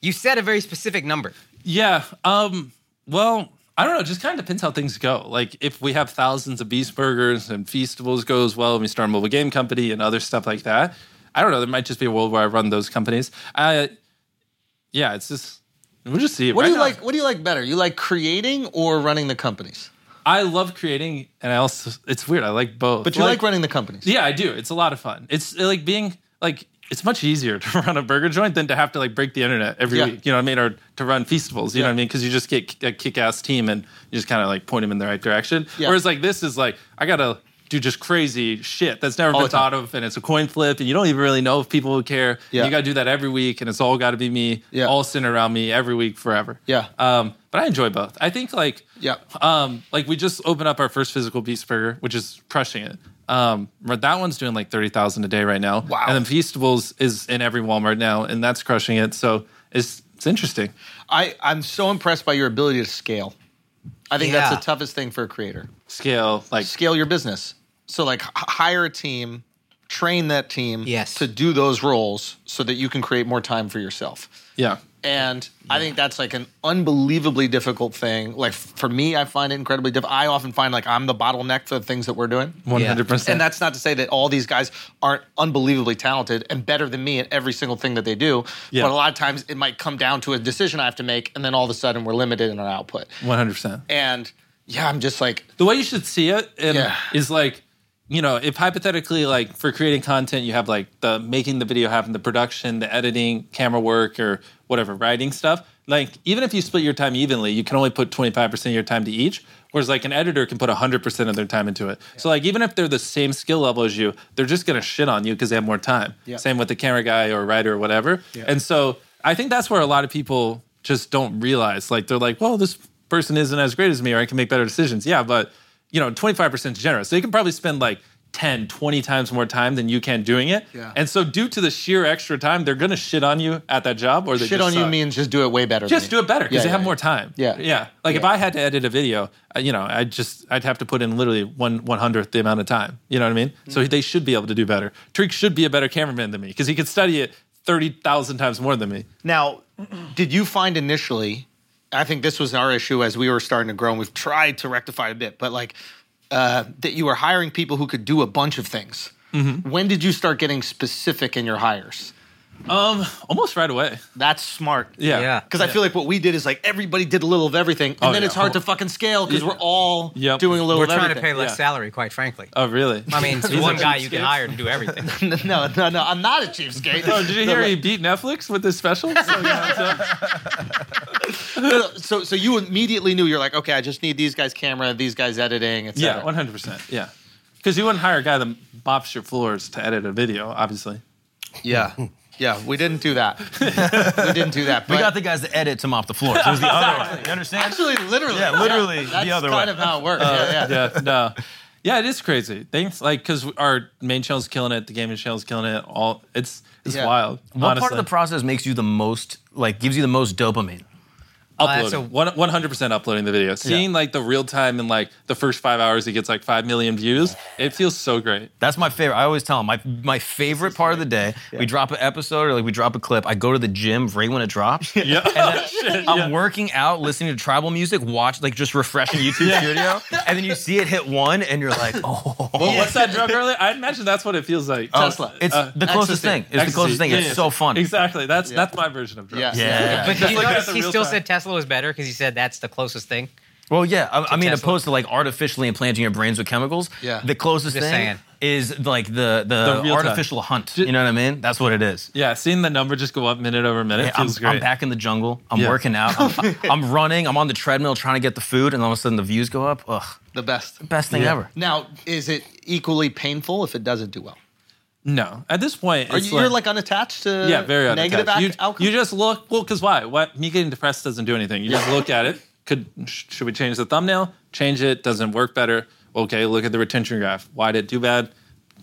S6: You said a very specific number.
S2: Yeah. Um, well, I don't know. It just kind of depends how things go. Like if we have thousands of Beast Burgers and Feastables goes well, and we start a mobile game company and other stuff like that. I don't know. There might just be a world where I run those companies. I, yeah, it's just we'll just see.
S9: What
S2: Right
S9: do you
S2: now,
S9: like? What do you like better? You like creating or running the companies?
S2: I love creating, and I also it's weird. I like both.
S9: But you like, running the companies.
S2: Yeah, I do. It's a lot of fun. It's uh, like being like it's much easier to run a burger joint than to have to like break the internet every
S9: Yeah.
S2: week. You know what I mean? Or to run feastables. You know what I mean? Because you just get k- a kick-ass team and you just kind of like point them in the right direction.
S9: Yeah.
S2: Whereas like this is like I gotta do just crazy shit that's never
S9: All
S2: been
S9: the time.
S2: thought of, and it's a coin flip, and you don't even really know if people would care.
S9: Yeah.
S2: You gotta do that every week, and it's all got to be me,
S9: Yeah.
S2: all centered around me every week forever.
S9: Yeah.
S2: Um, but I enjoy both. I think like
S9: Yeah.
S2: um, like we just opened up our first physical Beast Burger, which is crushing it. Um, but that one's doing like thirty thousand a day right now.
S9: Wow.
S2: And then Feastables is in every Walmart now, and that's crushing it. So it's it's interesting.
S9: I I'm so impressed by your ability to scale. I think
S6: Yeah.
S9: that's the toughest thing for a creator.
S2: Scale like
S9: Scale your business. So like h- hire a team, train that team
S6: Yes.
S9: to do those roles so that you can create more time for yourself.
S2: yeah.
S9: And I think that's like an unbelievably difficult thing. Like f- for me, I find it incredibly difficult. I often find like I'm the bottleneck for the things that we're doing.
S2: One hundred
S9: And
S2: percent.
S9: that's not to say that all these guys aren't unbelievably talented and better than me at every single thing that they do.
S2: Yeah.
S9: But a lot of times it might come down to a decision I have to make, and then all of a sudden we're limited in our output.
S2: One hundred percent.
S9: And yeah, I'm just like,
S2: the way you should see it and
S9: Yeah.
S2: is like you know if hypothetically like for creating content you have like the making the video happen the production the editing camera work or whatever writing stuff like even if you split your time evenly you can only put 25% of your time to each whereas like an editor can put 100% of their time into it so like even if they're the same skill level as you they're just going to shit on you because they have more time
S9: Yeah.
S2: same with the camera guy or writer or whatever and so i think that's where a lot of people just don't realize like they're like well this person isn't as great as me or i can make better decisions yeah but you know 25% is generous so you can probably spend like 10 20 times more time than you can doing it
S9: Yeah.
S2: and so due to the sheer extra time they're going to shit on you at that job or they
S9: shit
S2: just
S9: on you
S2: suck.
S9: means just do it way better.
S2: just
S9: than
S2: do it better because
S9: Yeah,
S2: they have
S9: yeah,
S2: more
S9: yeah.
S2: time.
S9: Yeah.
S2: yeah. Like if
S9: Yeah.
S2: I had to edit a video, uh, you know, I just I'd have to put in literally one one hundredth the amount of time. You know what I mean? So
S9: Mm-hmm.
S2: they should be able to do better. Tariq should be a better cameraman than me because he could study it thirty thousand times more than me.
S9: Now, did you find initially? I think this was our issue as we were starting to grow, and we've tried to rectify it a bit, but like uh, that you were hiring people who could do a bunch of things. When did you start getting specific in your hires?
S2: Um, almost right away.
S9: That's smart.
S2: Yeah.
S6: Yeah.
S9: Because I feel like what we did is like everybody did a little of everything, and
S2: Oh,
S9: then
S2: yeah.
S9: it's hard to fucking scale because we're all
S2: Yep.
S9: doing a little
S6: We're
S9: of
S6: trying to
S9: everything.
S6: pay less
S2: Yeah.
S6: salary, quite frankly.
S2: Oh really?
S6: I mean, it's one guy you can hire to do everything.
S9: no, no, no. I'm not a cheapskate.
S2: Oh, did you hear he beat Netflix with his special? So, yeah,
S9: No, no, so, so you immediately knew you're like, okay, I just need these guys' camera, these guys editing, etc.
S2: one hundred percent. Yeah, because you wouldn't hire a guy that mops your floors to edit a video, obviously.
S9: Yeah. Yeah, we didn't do that. we didn't do that. But
S10: We got the guys to edit to mop the floor. So it was the other. You understand?
S9: actually literally.
S10: Yeah, literally the
S9: that's
S10: other
S9: kind
S10: way.
S9: of how it works. Uh, yeah, yeah.
S2: yeah, no. Yeah, it is crazy. Things like because our main channel's killing it, the gaming channel's killing it. All it's it's
S3: Yeah.
S2: wild.
S3: What
S2: honestly.
S3: part of the process makes you the most like gives you the most dopamine?
S2: uploading. one hundred percent uploading the video, seeing like the real time and like the first five hours, it gets like five million views. It feels so great.
S3: That's my favorite. I always tell them my my favorite part of the day. We drop an episode or like we drop a clip. I go to the gym right when it drops.
S2: Yeah.
S3: I'm working out, listening to tribal music, watch like just refreshing YouTube studio, and then you see it hit one, and you're like, oh.
S2: Well, what's that drug earlier? I imagine that's what it feels like.
S3: Oh, it's the closest thing. It's the closest thing. It's so
S2: funny. Exactly. That's that's my version of drugs.
S6: But did
S2: Just
S6: you
S2: like at
S6: notice
S2: the
S6: he
S2: real
S6: still
S2: time.
S6: said Tesla was better because he said that's the closest thing.
S3: Well, yeah. I, I mean,
S6: Tesla.
S3: opposed to like artificially implanting your brains with chemicals.
S6: Yeah.
S3: The closest
S6: Just
S3: thing
S6: saying.
S3: is like the the,
S2: The real time.
S3: artificial hunt. You know what I mean? That's what it is.
S2: Yeah, seeing the number just go up minute over minute
S3: Yeah,
S2: feels
S3: I'm,
S2: great.
S3: I'm back in the jungle. I'm
S2: Yeah.
S3: working out. I'm, I'm running. I'm on the treadmill trying to get the food, and all of a sudden the views go up. Ugh.
S9: The best.
S3: Best thing ever.
S9: Now, is it equally painful if it doesn't do well?
S2: No, at this point,
S9: Are
S2: it's
S9: you, you're like unattached to
S2: yeah, very
S9: negative
S2: unattached.
S9: ac-
S2: you,
S9: outcome?
S2: You just look. Well, because why? What me getting depressed doesn't do anything. You just look at it. Could sh- should we change the thumbnail? Change it. Doesn't work better. Okay, look at the retention graph. Why did it do bad?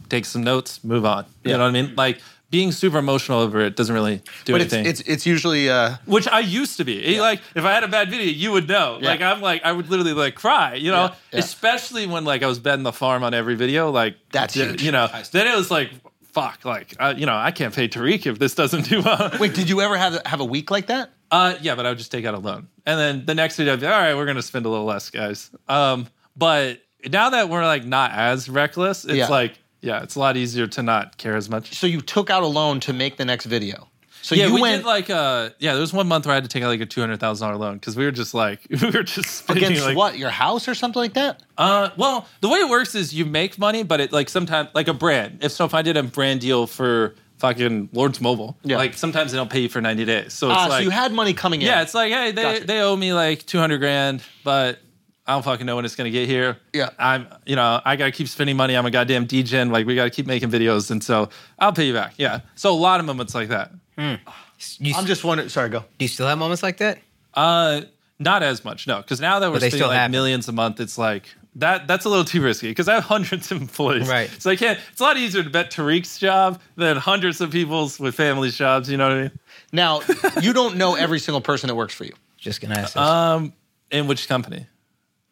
S2: Take some notes. Move on. You know what I mean? Like being super emotional over it doesn't really do
S9: but
S2: anything.
S9: It's, it's it's usually uh,
S2: which I used to be. It- Like if I had a bad video, you would know.
S9: Yeah.
S2: Like I'm like I would literally like cry, you know.
S9: Yeah, yeah.
S2: Especially when like I was betting the farm on every video, like
S9: That's
S2: you,
S9: huge.
S2: you know. Then it was like fuck, like uh, you know I can't pay Tariq if this doesn't do well.
S9: Wait, did you ever have have a week like that?
S2: Uh, yeah, but I would just take out a loan, and then the next video, I'd be all right, we're gonna spend a little less, guys. Um, but now that we're like not as reckless, it's
S9: Yeah.
S2: like yeah, it's a lot easier to not care as much.
S9: So you took out a loan to make the next video. So
S2: yeah,
S9: you
S2: we
S9: went
S2: did like uh yeah, there was one month where I had to take out like a two hundred thousand dollar loan because we were just like we were just spending,
S9: against
S2: like,
S9: what? Your house or something like that?
S2: Uh, well, the way it works is you make money, but it like sometimes like a brand. If so, if I did a brand deal for fucking Lords Mobile,
S9: Yeah.
S2: like sometimes they don't pay you for ninety days. So it's
S9: Ah,
S2: like
S9: so you had money coming in.
S2: yeah, it's like hey, they
S9: Gotcha.
S2: they owe me like two hundred grand, but I don't fucking know when it's gonna get here.
S9: Yeah.
S2: I'm you know I gotta keep spending money. I'm a goddamn DGen. Like we gotta keep making videos, and so I'll pay you back. Yeah, so a lot of moments like that.
S9: I'm just wondering. Sorry, go.
S6: Do you still have moments like that?
S2: Uh, not as much, no. Because now that we're
S6: they
S2: spending
S6: still
S2: like
S6: happen.
S2: millions a month, it's like that. That's a little too risky because I have hundreds of employees, right? So I can't. It's a lot easier to bet Tariq's job than hundreds of people's with family jobs. You know what I mean?
S9: Now you don't know every single person that works for you
S6: Just gonna ask.
S2: Um, in which company?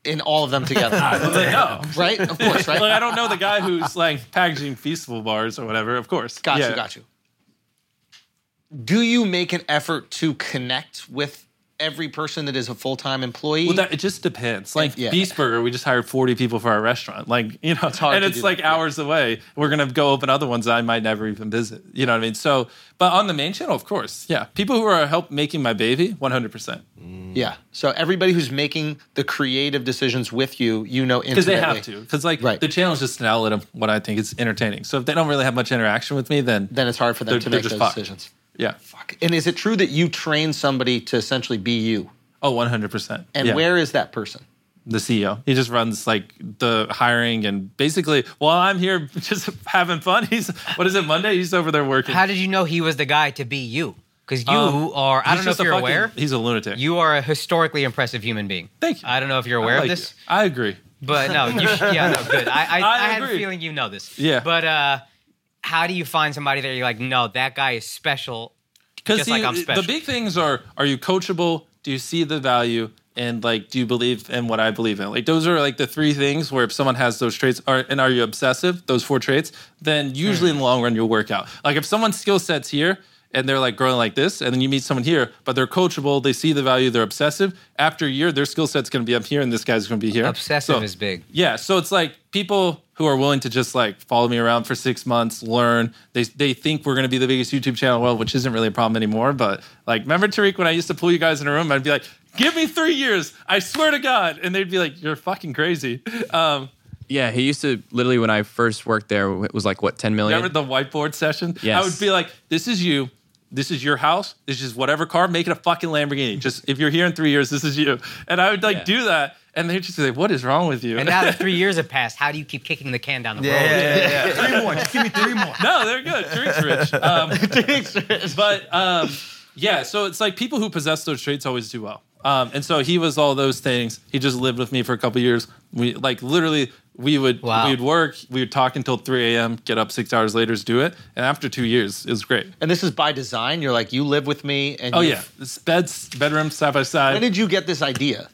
S9: in all of them together.
S2: No,
S9: Right? Of course, right?
S2: like I don't know the guy who's like packaging feastable bars or whatever. Of course,
S9: Got
S2: Yeah.
S9: you, got you. Do you make an effort to connect with every person that is a full time employee?
S2: Well, that, it just depends. Like
S9: yeah.
S2: Beast Burger, we just hired 40 people for our restaurant. Like, you know,
S9: hard
S2: and
S9: to
S2: it's
S9: do
S2: like hours away. We're going to go open other ones I might never even visit. You know what I mean? So, but on the main channel, of course. Yeah. People who are help making my baby, 100%.
S9: yeah. So everybody who's making the creative decisions with you, you know intimately.
S2: Because they have to. Because like
S9: Right.
S2: the channel is just an outlet of what I think is entertaining. So if they don't really have much interaction with me, then
S9: Then it's hard for them
S2: They're-
S9: to
S2: they're
S9: make
S2: just
S9: those
S2: fucked.
S9: decisions.
S2: yeah.
S9: And is it true that you train somebody to essentially be you?
S2: Oh, 100%.
S9: And
S2: Yeah.
S9: where is that person?
S2: the CEO. He just runs like the hiring and basically while I'm here just having fun, he's what is it Monday? He's over there working.
S6: How did you know he was the guy to be you? Because you
S2: Um,
S6: are. I
S2: he's
S6: don't know if
S2: just a
S6: you're
S2: fucking-
S6: aware.
S2: He's a lunatic.
S6: You are a historically impressive human being.
S2: Thank you.
S6: I don't know if you're aware
S2: like
S6: of this,
S2: it. I agree.
S6: but no, you, yeah, no, good. I,
S2: I
S6: I, I, had a
S2: agree.
S6: feeling you know this.
S2: Yeah.
S6: But uh, how do you find somebody that you're like, no, that guy is special, just
S2: Because
S6: like I'm special?
S2: the big things are: are you coachable? Do you see the value? And like, do you believe in what I believe in? Like, those are like the three things where if someone has those traits, are, and are you obsessive? Those four traits, then usually in the long run you'll work out. Like, if someone's skill sets here and they're like growing like this, and then you meet someone here, but they're coachable, they see the value, they're obsessive. After a year, their skill set's going to be up here, and this guy's going to be here.
S6: Obsessive
S2: So-
S6: is big.
S2: Yeah, so it's like people who are willing to just like follow me around for six months, learn. They they think we're gonna be the biggest YouTube channel in the world, which isn't really a problem anymore. But like, remember Tariq when I used to pull you guys in a room? I'd be like, "Give me three years, I swear to God," and they'd be like, "You're fucking crazy." Um,
S15: Yeah, he used to literally when I first worked there it was like what ten million.
S2: remember the whiteboard session? I
S15: Yes.
S2: would be like, "This is you." This is your house. This is whatever car. Make it a fucking Lamborghini. Just if you're here in three years, this is you. And I would like
S15: Yeah.
S2: do that, and they'd just be like, "What is wrong with you?"
S6: and now that three years have passed, how do you keep kicking the can down the road?
S10: three more. Just give me three more.
S2: no, they're good. Drinks rich. Um, But um, yeah, so it's like people who possess those traits always do well. Um, and so he was all those things. He just lived with me for a couple years. We like literally we would we would work, we would talk until 3 a.m., get up six hours later, do it, and after two years, it was great.
S9: And this is by design. You're like, you live with me, and
S2: oh
S9: you-
S2: yeah, this beds bedrooms side by side.
S9: When did you get this idea?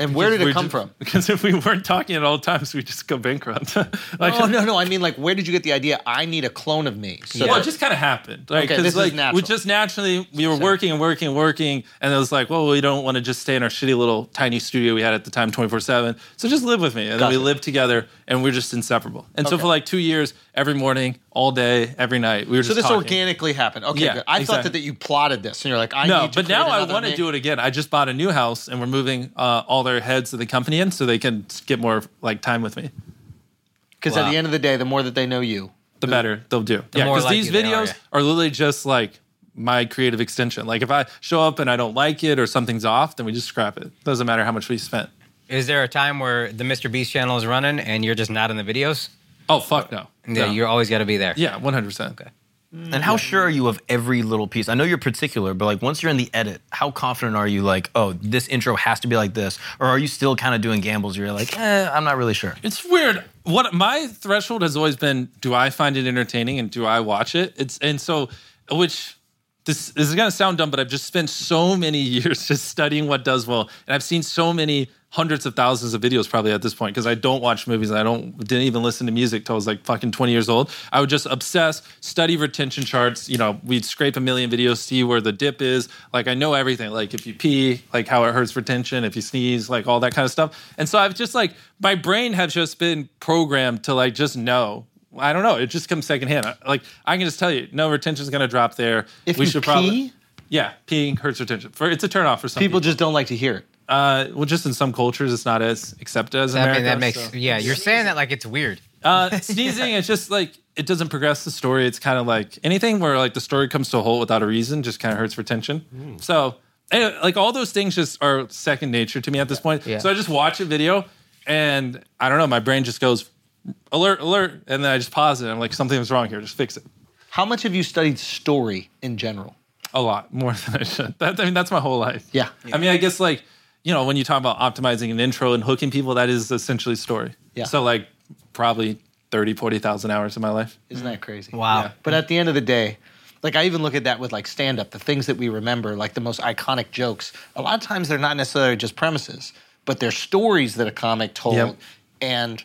S9: And where did it come from?
S2: Because if we weren't talking at all times, we'd just go bankrupt. like,
S9: oh no, no. I mean, like, where did you get the idea? I need a clone of me. So
S2: well,
S9: that-
S2: it just kind of happened. Like,
S9: Okay,
S2: 'cause,
S9: this is
S2: like,
S9: natural.
S2: We just naturally we were working and working and working, and it was like, well, we don't want to just stay in our shitty little tiny studio we had at the time, twenty four seven. So just live with me, and
S9: Gotcha.
S2: then we lived together, and we're just inseparable. And so
S9: Okay.
S2: for like two years, every morning, all day, every night, we were
S9: so
S2: just
S9: this
S2: talking.
S9: organically happened. Okay,
S2: Yeah,
S9: good. I thought
S2: exactly.
S9: that, that you plotted this, and you're like, I
S2: no,
S9: need to
S2: but now
S9: create
S2: I
S9: another
S2: want to
S9: me.
S2: do it again. I just bought a new house, and we're moving uh, all their heads of the company in, so they can get more like time with me.
S9: Because at the end of the day, the more that they know you,
S2: the better they'll do.
S9: the
S2: yeah,
S9: more
S2: because
S9: likely
S2: these
S9: they are,
S2: videos
S9: yeah.
S2: are literally just like my creative extension. Like if I show up and I don't like it or something's off, then we just scrap it. Doesn't matter how much we spent.
S6: Is there a time where the Mr. Beast channel is running and you're just not in the videos?
S2: Oh fuck no!
S6: Yeah,
S3: No.
S6: you're always got to be there.
S2: Yeah, one hundred percent. Okay.
S3: And how sure are you of every little piece? I know you're particular, but like once you're in the edit, how confident are you? Like, oh, this intro has to be like this, or are you still kind of doing gambles? You're like, eh, I'm not really sure.
S2: It's weird. What my threshold has always been: do I find it entertaining and do I watch it? It's and so which this, this is gonna sound dumb, but I've just spent so many years just studying what does well, and I've seen so many hundreds of thousands of videos probably at this point because I don't watch movies and I don't didn't even listen to music till I was like fucking twenty years old. I would just obsess, study retention charts. You know, we'd scrape a million videos, see where the dip is. Like I know everything. Like if you pee, like how it hurts retention. If you sneeze, like all that kind of stuff. And so I've just like my brain has just been programmed to like just know. I don't know. It just comes secondhand. I- Like I can just tell you, no retention's gonna drop there.
S9: If
S2: we
S9: you
S2: should
S9: pee?
S2: probably yeah, peeing hurts retention. For it's a turnoff for some people.
S9: people just don't like to hear it.
S2: Uh, well, just in some cultures, it's not as accepted as
S6: I
S2: America.
S6: mean, that makes
S2: so-
S6: yeah. You're saying that like it's weird.
S2: uh, sneezing. It's just like it doesn't progress the story. It's kind of like anything where like the story comes to a halt without a reason just kind of hurts retention.
S9: Hmm.
S2: So anyway, like all those things just are second nature to me at this point.
S15: Yeah.
S2: So I just watch a video and I don't know. My brain just goes alert, alert, and then I just pause it. I'm like something's wrong here. Just fix it.
S9: How much have you studied story in general?
S2: A lot more than I should. That, I mean, that's my whole life.
S9: Yeah.
S2: I mean, I guess like, you know, when you talk about optimizing an intro and hooking people, that is essentially story.
S9: Yeah.
S2: So like probably 30, 40,000 hours of my life.
S9: Isn't that crazy?
S2: Wow. Yeah.
S9: But at the end of the day, like I even look at that with like stand up, the things that we remember, like the most iconic jokes. A lot of times they're not necessarily just premises, but they're stories that a comic told.
S2: Yep.
S9: And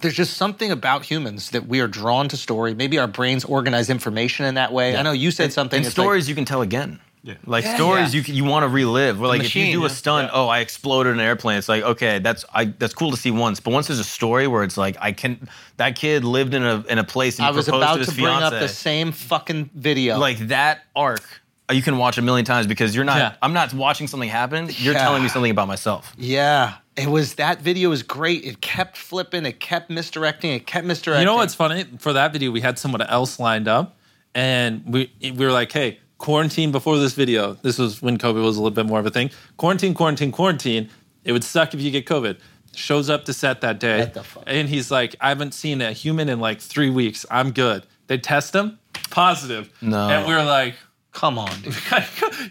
S9: there's just something about humans that we are drawn to story. Maybe our brains organize information in that way. I know you said something.
S3: And
S9: it's like-
S3: stories you can tell again. Yeah. Like
S9: Yeah,
S3: stories
S9: yeah.
S3: you can- you want to relive. Where
S9: The
S3: like if
S9: machine,
S3: you do
S9: yeah.
S3: a stunt, oh, I exploded in an airplane. It's like okay, that's I that's cool to see once, but once there's a story where it's like I can that kid lived in a in a place and he
S9: I was
S3: proposed
S9: about
S3: to,
S9: to,
S3: his
S9: bring up
S3: fiancée.
S9: the same fucking video.
S3: Like that arc, uh, you can watch a million times because you're not.
S9: Yeah.
S3: I'm not watching something happen. You're
S9: Yeah.
S3: telling me something about myself.
S9: Yeah, it was that video was great. It kept flipping, it kept misdirecting, it kept misdirecting.
S2: You know what's funny? For that video, we had someone else lined up, and we we were like, "Hey, quarantine before this video. This was when COVID was a little bit more of a thing. Quarantine, quarantine, quarantine. It would suck if you get COVID." Shows up to set that day, and he's like, "I haven't seen a human in like three weeks. I'm good." They test him, positive.
S3: No.
S2: and we were like.
S9: Come on, dude.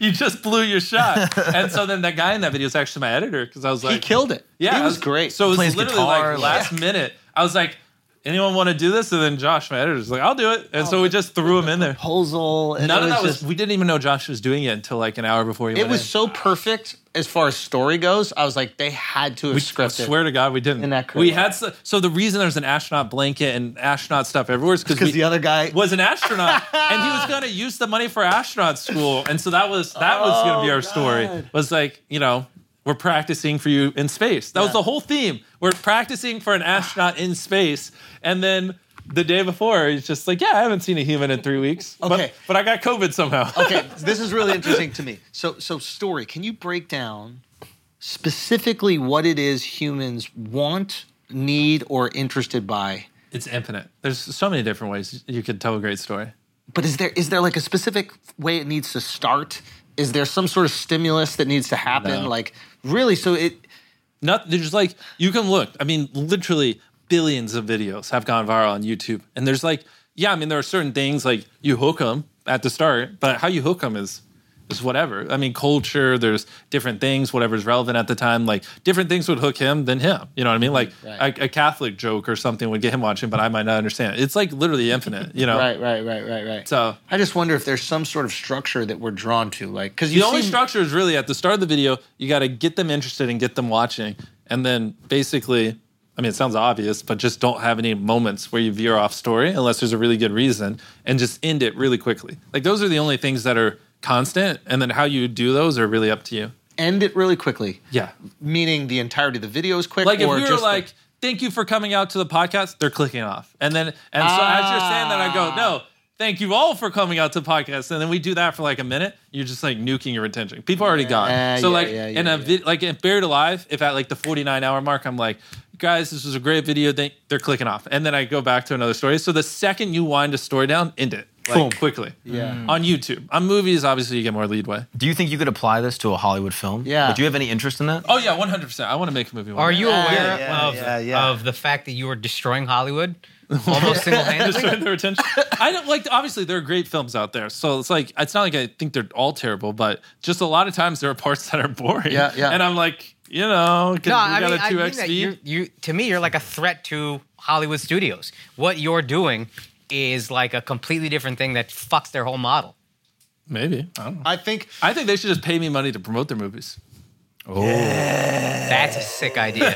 S2: you just blew your shot. and so then that guy in that video is actually my editor because I was like,
S9: he killed it.
S2: yeah,
S9: he
S2: I
S9: was, great.
S2: So it was
S9: Plays
S2: literally
S9: guitar,
S2: like
S9: like-
S2: last minute. I was like, anyone want to do this? And then Josh, my editor, was like, I'll do it. And so we just threw him in there.
S9: Proposal. and
S2: Oh, None
S9: it
S2: of that
S9: was
S2: was. we didn't even know Josh was doing it until like an hour before he
S9: It
S2: went
S9: was
S2: in.
S9: so perfect as far as story goes. I was like, they had to have
S2: We
S9: scripted.
S2: swear to God, we didn't.
S9: In that
S2: We
S9: career.
S2: had so, so the reason there's an astronaut blanket and astronaut stuff everywhere is because
S9: the other guy
S2: was an astronaut and he was going to use the money for astronaut school, and so that was that was going
S9: Oh,
S2: to be our story. Was like you know we're practicing for you in space. That was the whole theme. We're practicing for an astronaut in space, and then. The day before, he's just like, "Yeah, I haven't seen a human in three weeks,
S9: Okay.
S2: but, but I got COVID somehow."
S9: okay, this is really interesting to me. So, so story. Can you break down specifically what it is humans want, need, or interested by?
S2: It's infinite. There's so many different ways you could tell a great story.
S9: But is there is there like a specific way it needs to start? Is there some sort of stimulus that needs to happen?
S2: No.
S9: Like really? So it
S2: Not there's like you can look. I mean, literally billions of videos have gone viral on YouTube, and there's like, yeah, I mean, there are certain things like you hook them at the start, but how you hook them is just whatever. I mean, culture, there's different things, whatever's relevant at the time. Like, different things would hook him than him. You know what I mean? Like,
S9: Right.
S2: a, a Catholic joke or something would get him watching, but I might not understand. It's like literally infinite, you know?
S9: Right, right, right, right, right.
S2: So,
S9: I just wonder if there's some sort of structure that we're drawn to, like because
S2: the only structure is really at the start of the video, you got to get them interested and get them watching. And then basically, I mean, it sounds obvious, but just don't have any moments where you veer off story unless there's a really good reason and just end it really quickly. Like, those are the only things that are constant. And then how you do those are really up to you.
S9: end it really quickly.
S2: Yeah.
S9: meaning the entirety of the video is quick.
S2: Like, if
S9: or
S2: we were
S9: just the-
S2: like, thank you for coming out to the podcast, they're clicking off. And then, and so as you're saying that, I go, no.
S9: Ah.
S2: Thank you all for coming out to the podcast, and then we do that for like a minute. You're just like nuking your retention. People are already gone.
S9: Yeah,
S2: so
S9: yeah,
S2: like,
S9: yeah,
S2: in
S9: yeah,
S2: a vid- like in Buried Alive, if at like the 49 hour mark, I'm like, guys, this was a great video. They- they're clicking off, and then I go back to another story. So the second you wind a story down, end it like
S3: Boom.
S2: quickly.
S3: Yeah.
S2: on YouTube, on movies, obviously you get more leadway.
S3: Do you think you could apply this to a Hollywood film?
S2: Yeah.
S3: Like, do you have any interest in that?
S2: Oh yeah, 100. percent I want to make a movie. one
S6: Are
S2: day.
S6: you aware of, of the fact that you are destroying Hollywood
S2: Destroying
S6: almost single-handedly?
S2: their attention. I don't like. Obviously, there are great films out there, so it's like it's not like I think they're all terrible, but just a lot of times there are parts that are boring.
S6: Yeah, yeah.
S2: And I'm like, you know,
S6: No,
S2: can we
S6: I
S2: got
S6: mean, I
S2: a two
S6: mean
S2: X
S6: that
S2: speed.
S6: you, you, to me, you're like a threat to Hollywood studios. What you're doing is like a completely different thing that fucks their whole model.
S2: Maybe I don't know.
S9: I think
S2: I think they should just pay me money to promote their movies. Oh,
S6: that's a sick idea.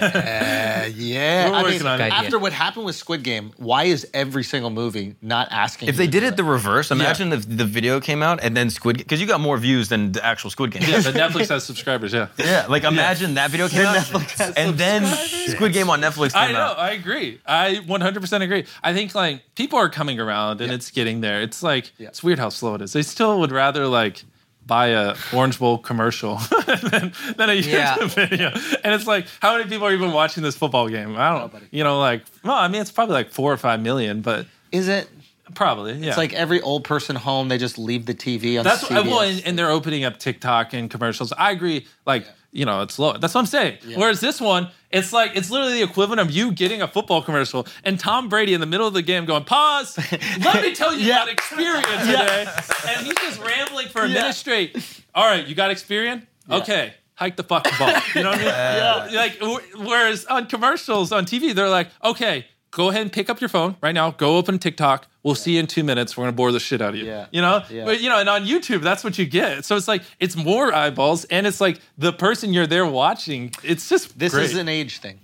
S9: yeah,
S2: We're
S9: I
S2: working
S9: mean,
S2: on it.
S9: after what happened with Squid Game, why is every single movie not asking?
S3: If
S9: you
S3: they
S9: to
S3: did
S9: do
S3: it the reverse, imagine if the video came out and then Squid because you got more views than the actual Squid Game.
S2: Yeah, but Netflix has subscribers. Yeah.
S3: Yeah, like imagine that video came
S2: Then
S3: out and then Squid Game on Netflix
S2: I
S3: came
S2: know.
S3: out.
S2: I agree. I 100% agree. I think like people are coming around and it's getting there. It's like it's weird how slow it is. They still would rather like buy a Orange Bowl commercial than, than a YouTube
S6: Yeah.
S2: video. And it's like how many people are even watching this football game? I don't know. You know, like well, I mean, it's probably like four or five million, but
S9: is it?
S2: Probably. Yeah.
S9: It's like every old person home, they just leave the TV on.
S2: That's
S9: CBS.
S2: well, and, and they're opening up TikTok and commercials. I agree. Like you know, it's low. That's what I'm saying. Whereas this one, it's like it's literally the equivalent of you getting a football commercial and Tom Brady in the middle of the game going pause. Let me tell you about Experian today, and he's just rambling for a
S9: Yeah.
S2: minute straight. All right, you got Experian? Okay. Hike the fucking ball. You know what I mean?
S9: Yeah.
S2: Like, wh- whereas on commercials on TV, they're like, okay, go ahead and pick up your phone right now. Go open TikTok. We'll see you in two minutes. We're gonna bore the shit out of you.
S9: Yeah.
S2: You know,
S9: Yeah.
S2: but you know, and on YouTube, that's what you get. So it's like it's more eyeballs, and it's like the person you're there watching. It's just
S9: this
S2: great.
S9: is an age thing.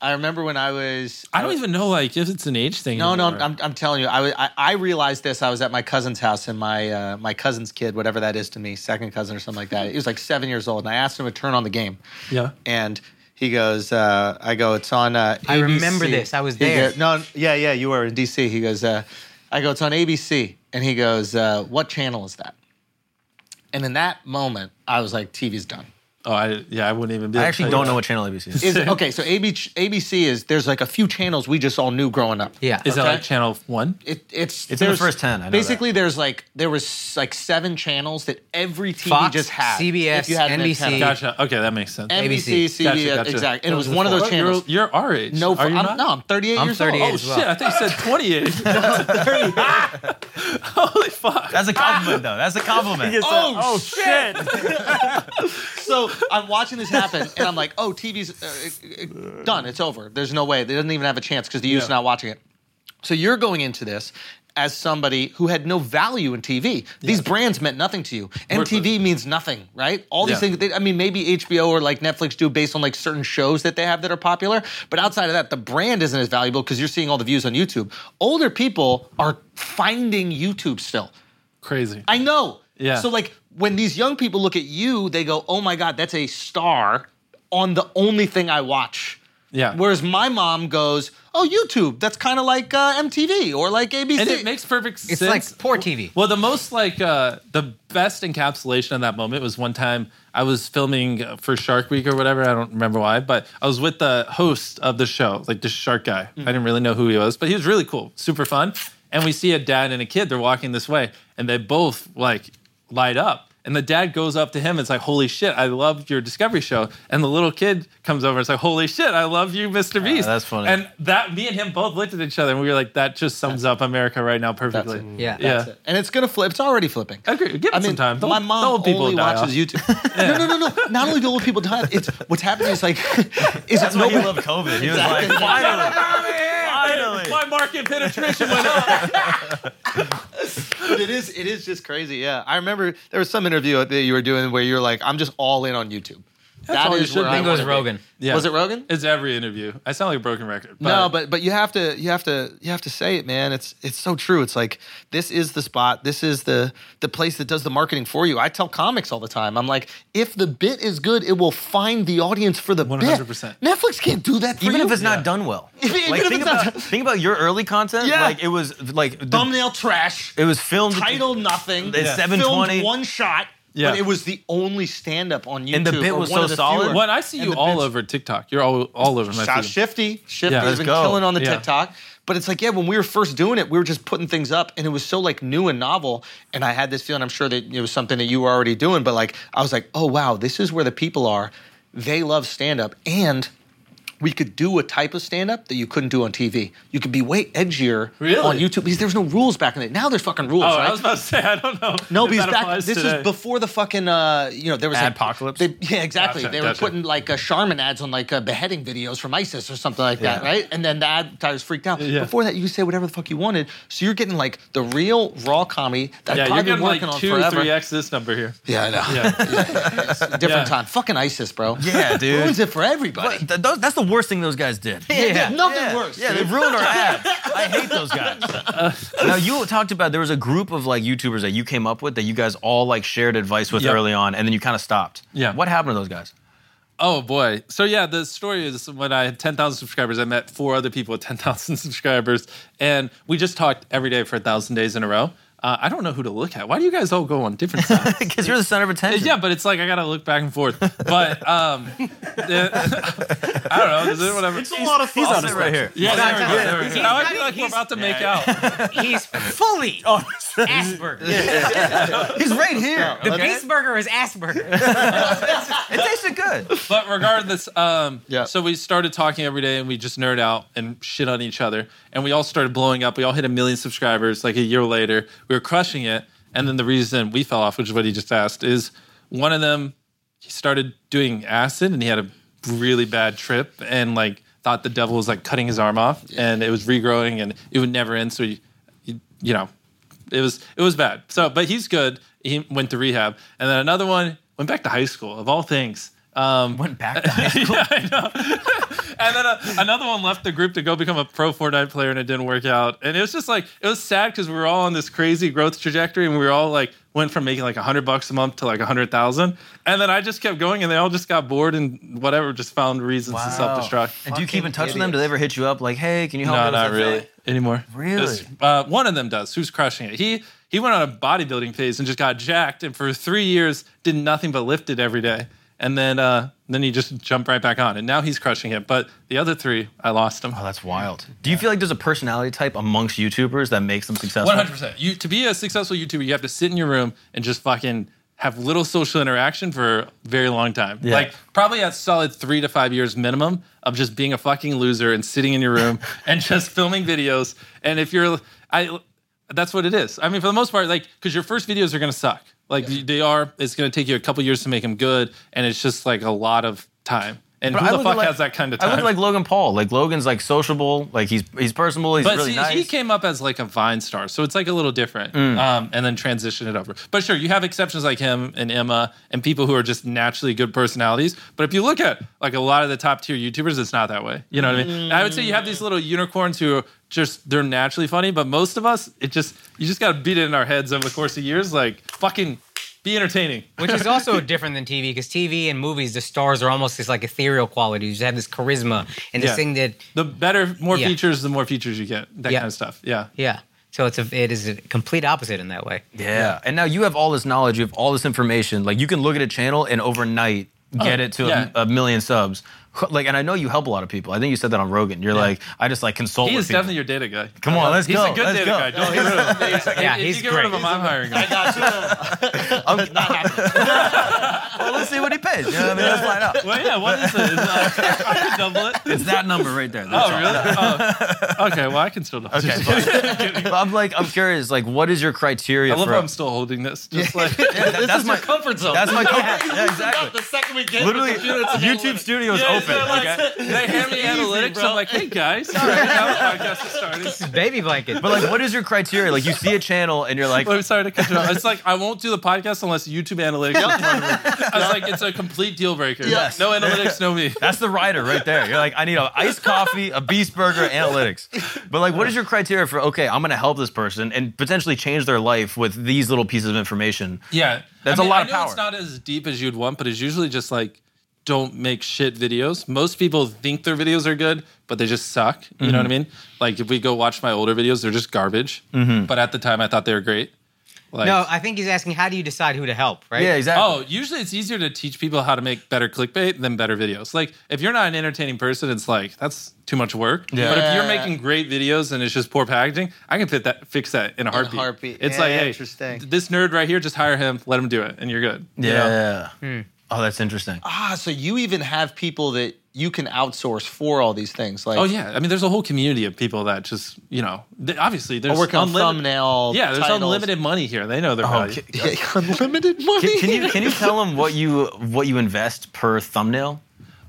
S9: I remember when I was.
S2: I don't even know like if it's an age thing.
S9: No, no,
S2: anymore.
S9: I'm, I'm telling you, I, was- I I realized this. I was at my cousin's house, and my uh, my cousin's kid, whatever that is to me, second cousin or something like that. He was like seven years old, and I asked him to turn on the game,
S2: yeah.
S9: and he goes, uh, I go, it's on. Uh,
S6: I remember
S9: ABC."
S6: this. I was
S9: He
S6: there.
S9: go- no, yeah, yeah, you were in DC. He goes, uh, I go, it's on ABC, and he goes, uh, what channel is that? And in that moment, I was like, TV's done.
S2: Oh, I yeah, I wouldn't even. Be
S3: I
S2: able to
S3: actually
S2: tell
S3: don't
S2: you
S3: know
S2: that.
S3: what channel ABC is.
S9: Is it, okay, so ABC, ABC is there's like a few channels we just all knew growing up.
S6: Yeah,
S2: Is that
S9: Okay?
S2: like channel one?
S9: It, it's
S3: It's in the
S9: there's-
S3: first 10, I know that.
S9: basically, there's like there was like seven channels that every TV
S6: Fox,
S9: just had.
S6: CBS,
S9: if you had an
S6: NBC.
S9: antenna.
S2: Gotcha. Okay, that makes sense.
S9: NBC, CBS, exactly. And uh, it was one of those
S2: You're-
S9: channels.
S2: You're, our age.
S9: No,
S2: Are you
S9: I'm-
S2: not?
S9: no, I'm 38
S2: I'm
S9: years
S2: 38
S9: old. Oh,
S2: as well. Shit, I thought you said 28. Holy fuck.
S10: That's a compliment, though. That's a compliment.
S9: oh,
S1: Oh,
S9: shit! so I'm watching this happen, and I'm like, "Oh, TV's uh, uh, done. It's over. There's no way. They doesn't even have a chance because the youth's
S1: Yeah.
S9: not watching it." So you're going into this as somebody who had no value in TV. These brands meant nothing to you. MTV means nothing, right? All these
S1: Yeah.
S9: things. They, I mean, maybe HBO or like Netflix do based on like certain shows that they have that are popular. But outside of that, the brand isn't as valuable because you're seeing all the views on YouTube. Older people are finding YouTube still.
S2: Crazy.
S9: I know.
S2: Yeah.
S9: So like when these young people look at you, they go, "Oh my god, that's a star on the only thing I watch."
S2: Yeah.
S9: Whereas my mom goes, "Oh, YouTube. That's kind of like uh, MTV or like ABC."
S2: And it makes perfect sense.
S9: It's like
S2: poor
S6: TV.
S2: Well, the most like uh, the best encapsulation of that moment was one time I was filming uh, for Shark Week or whatever. I don't remember why, but I was with the host of the show, like this shark guy. I
S3: Mm-hmm.
S2: didn't really know who he was, but he was really cool, super fun. And we see a dad and a kid. They're walking this way, and they both like light up. And the dad goes up to him and it's like, holy shit, I love your Discovery show. And the little kid comes over and it's like, holy shit, I love you, Mr. Beast.
S3: Ah, that's funny.
S2: And that me and him both looked at each other and we were like, that just sums up America right now perfectly.
S9: Yeah,
S2: yeah.
S9: that's it. And it's gonna flip. It's already flipping.
S2: Agree. Give it
S9: I mean,
S2: some time.
S9: my
S2: The-
S9: mom
S2: the old people
S9: only
S2: die
S9: watches
S2: off.
S9: YouTube. No, no, no, no. Not only do old people die, it's what's happening is like, is
S10: That's
S9: it
S10: why he
S9: nobody?
S10: loved COVID. He was
S9: Exactly.
S10: like, finally.
S2: Finally. My market penetration went up.
S9: but it is it is just crazy. Yeah, I remember there was some interview that you were doing where you're like, I'm just all in on YouTube.
S2: That's all you should be.
S9: I
S2: I think it was
S9: wanna be.
S2: Rogan. Yeah.
S9: Was it Rogan?
S2: It's every interview. I sound like a broken record. But
S9: no, but but you have to you have to you have to say it, man. It's it's so true. It's like this is the spot. This is the the place that does the marketing for you. I tell comics all the time. I'm like, if the bit is good, it will find the audience for the bit.
S3: 100%.
S9: Netflix can't do that for
S3: Even
S9: you.
S3: if it's not done well.
S9: Even- even
S3: like,
S9: if
S3: think,
S9: it's not
S3: about, think about your early content.
S9: Yeah.
S3: Like it was like the-
S9: thumbnail trash,
S3: it was filmed
S9: title nothing,
S3: It's 720.
S9: filmed one shot.
S2: Yeah.
S9: But it was the only stand up on YouTube.
S3: And the bit
S9: or
S3: was
S9: one
S3: so
S9: of the
S3: solid.
S9: fewer.
S2: When I see
S9: And
S2: you
S9: the
S2: all
S9: bit's
S2: over TikTok, you're all all over my
S9: Shout-
S2: feed.
S9: Shifty. Shifty
S2: Yeah,
S9: has
S2: let's
S9: been
S2: go.
S9: killing on the
S2: Yeah.
S9: TikTok. But it's like, yeah, when we were first doing it, we were just putting things up and it was so like new and novel. And I had this feeling, I'm sure that it was something that you were already doing, but like, I was like, oh, wow, this is where the people are. They love stand up. And we could do a type of stand up that you couldn't do on TV. You could be way edgier
S2: Really?
S9: on YouTube because there was no rules back in the day. Now there's fucking rules,
S2: Oh,
S9: right?
S2: I was about to say, I don't know.
S9: No,
S2: if
S9: because
S2: that
S9: back
S2: applies
S9: this
S2: today.
S9: is before the fucking uh, you know there was like-
S3: Adpocalypse?
S9: they- yeah, exactly.
S2: Gotcha,
S9: they were
S2: gotcha.
S9: putting like uh, Charmin ads on like uh, beheading videos from ISIS or something like that,
S3: Yeah.
S9: right? And then the advertisers freaked out.
S2: Yeah.
S9: Before that, you could say whatever the fuck you wanted. So you're getting like the real raw comedy that
S2: Yeah,
S9: I've
S2: you're
S9: probably been
S2: getting like
S9: working
S2: two
S9: on
S2: or
S9: forever.
S2: three x this number here.
S9: Yeah, I know.
S2: Yeah.
S9: Different
S2: Yeah.
S9: time. Fucking ISIS, bro.
S3: Yeah, dude.
S9: Ruins it for everybody.
S3: But th- those- that's the worst thing those guys did.
S9: Yeah, nothing
S3: yeah.
S9: worse.
S3: Yeah,
S9: dude.
S3: they ruined our ads. I hate those guys. now you talked about there was a group of like YouTubers that you came up with that you guys all like shared advice with
S2: Yep.
S3: early on, and then you kind of stopped.
S2: Yeah.
S3: What happened to those guys?
S2: Oh boy. So yeah, the story is when I had 10,000 subscribers, I met four other people with 10,000 subscribers, and we just talked every day for a thousand days in a row. Uh, I don't know who to look at. Why do you guys all go on different sides?
S3: Because you're the center of attention.
S2: yeah, but it's like I gotta look back and forth. But um, I don't know. Is it whatever?
S3: a lot of fun. He's on it right here.
S2: Yeah, there we go, there we
S6: He's
S2: go. Now I
S6: not-
S2: feel like we're
S6: he's-
S2: about to make out.
S6: He's fully Asperger.
S3: He's right here.
S6: The beast burger is Asperger.
S3: It tasted good.
S2: but regardless, um,
S9: Yeah.
S2: so we started talking every day and we just nerd out and shit on each other. And we all started blowing up. We all hit a million subscribers like a year later. We were crushing it. And then the reason we fell off, which is what he just asked, is one of them, he started doing acid and he had a really bad trip and like thought the devil was like cutting his arm off and it was regrowing and it would never end. So, he, he, you know, it was it was bad. So, but he's good. He went to rehab, and then another one went back to high school. Of all things, um,
S3: Went back to high
S2: yeah, I know. and then uh, another one left the group to go become a pro Fortnite player, and it didn't work out. And it was just like it was sad because we were all on this crazy growth trajectory, and we were all like went from making like hundred bucks a month to like a hundred thousand, and then I just kept going, and they all just got bored and whatever, just found reasons to self destruct.
S3: And do you keep in touch with them? Do they ever hit you up like, hey, can you help me
S2: No,
S3: with that
S2: not really
S3: thing?
S2: anymore.
S3: Really?
S2: It's- Uh, one of them does. Who's crushing it? He he went on a bodybuilding phase and just got jacked, and for three years did nothing but lifted every day, and then uh, then he just jumped right back on, and now he's crushing it. But the other three, I lost them.
S3: Oh, that's wild. Do you feel like there's a personality type amongst YouTubers that makes them successful?
S2: One hundred percent. You to be a successful YouTuber, you have to sit in your room and just fucking have little social interaction for a very long time.
S3: Yeah.
S2: Like probably a solid three to five years minimum of just being a fucking loser and sitting in your room and just filming videos. And if you're, I, that's what it is. I mean, for the most part, like because your first videos are gonna suck. Like they are. It's gonna take you a couple years to make them good, and it's just like a lot of time. And
S3: But I
S2: who the
S3: look
S2: fuck
S3: like-
S2: has that kind of
S3: I
S2: time?
S3: look like Logan Paul. Like Logan's like sociable. Like he's he's personable. He's
S2: but
S3: really
S2: see,
S3: nice.
S2: he came up as like a Vine star, so it's like a little different. Um, and then transition it over. But sure, you have exceptions like him and Emma and people who are just naturally good personalities. But if you look at like a lot of the top tier YouTubers, it's not that way. You know what I mean? I would say you have these little unicorns who are just they're naturally funny, but most of us, it just you just got to beat it in our heads over the course of years. Like fucking be entertaining.
S6: Which is also different than TV because TV and movies, the stars are almost this like ethereal quality. You just have this charisma and this
S2: Yeah.
S6: thing that,
S2: The better, more
S6: Yeah.
S2: features, the more features you get. That
S6: Yeah.
S2: kind of stuff. Yeah.
S6: yeah. So it's a, it is a complete opposite in that way.
S3: yeah. And now you have all this knowledge. You have all this information. Like you can look at a channel and overnight get
S6: Oh,
S3: it to a-
S6: yeah.
S3: a, million subs. Like, and I know you help a lot of people. I think you said that on Rogan. You're like, I just like consult
S2: He
S3: with
S2: is
S3: people.
S2: definitely your data guy. Uh,
S3: Come on, let's
S2: he's
S3: go.
S2: He's a good
S3: let's
S2: data
S3: go.
S2: guy. Don't get rid of him.
S3: Yeah,
S2: If
S3: he's
S2: you get rid of
S3: great.
S2: him, I'm hiring him.
S3: well, let's see what he pays. You know what I mean? Let's line up.
S2: Well, yeah, what is it? Is it- I can double it.
S3: It's that number right there.
S2: Oh, really? Oh. Okay, well, I can still double
S3: Okay, fine. But I'm like, I'm curious. Like, what is your criteria?
S2: I love
S3: for
S2: how I'm still holding this. Just like
S3: that- that's my-
S2: comfort
S3: that's my comfort-
S2: Yeah,
S3: yeah, exactly.
S9: The second we get
S3: Literally,
S9: the computer, it's a
S3: YouTube Studio is open, okay?
S2: They hand me
S3: Easy,
S2: analytics.
S3: bro.
S2: I'm like, hey guys, all right, now the podcast is starting.
S6: baby blanket.
S3: But like, what is your criteria? Like, you see a channel and you're like,
S2: Well, I'm sorry to cut you off. It's like I won't do the podcast unless YouTube analytics. Is part of it. I was like, it's a complete deal breaker.
S3: Yes.
S2: No analytics, no me.
S3: That's the rider right there. You're like, I need a iced coffee, a beast burger, analytics. But like, what is your criteria for? Okay, I'm going to help this person and potentially change their life with these little pieces of information.
S2: Yeah,
S3: That's
S2: I
S3: a
S2: mean,
S3: lot
S2: I
S3: of
S2: know It's
S3: power.
S2: not as deep as you'd want, but it's usually just like don't make shit videos. Most people think their videos are good, but they just suck. You know what I
S3: Mhm.
S2: mean? Like if we go watch my older videos, they're just garbage.
S3: Mhm.
S2: But at the time, I thought they were great. Like,
S6: no, I think he's asking how do you decide who to help, right?
S2: Oh, usually it's easier to teach people how to make better clickbait than better videos. Like if you're not an entertaining person, it's like that's too much work.
S3: Yeah.
S2: But if you're
S3: Yeah.
S2: making great videos and it's just poor packaging, I can fit that fix that in a heartbeat.
S1: heartbeat.
S2: It's
S1: Yeah,
S2: like, hey,
S1: interesting.
S2: th- this nerd right here, just hire him, let him do it, and you're good. you know?
S3: Yeah. Oh, that's interesting.
S9: Ah, so you even have people that you can outsource for all these things. Like,
S2: oh yeah, I mean, there's a whole community of people that just you know, they, obviously there's
S9: oh, working on
S2: unlimited-
S9: thumbnail
S2: Yeah, there's
S9: titles.
S2: unlimited money here. They know their
S3: Oh,
S2: value.
S3: ca-
S9: unlimited money.
S3: Can, can you can you tell them what you what you invest per thumbnail?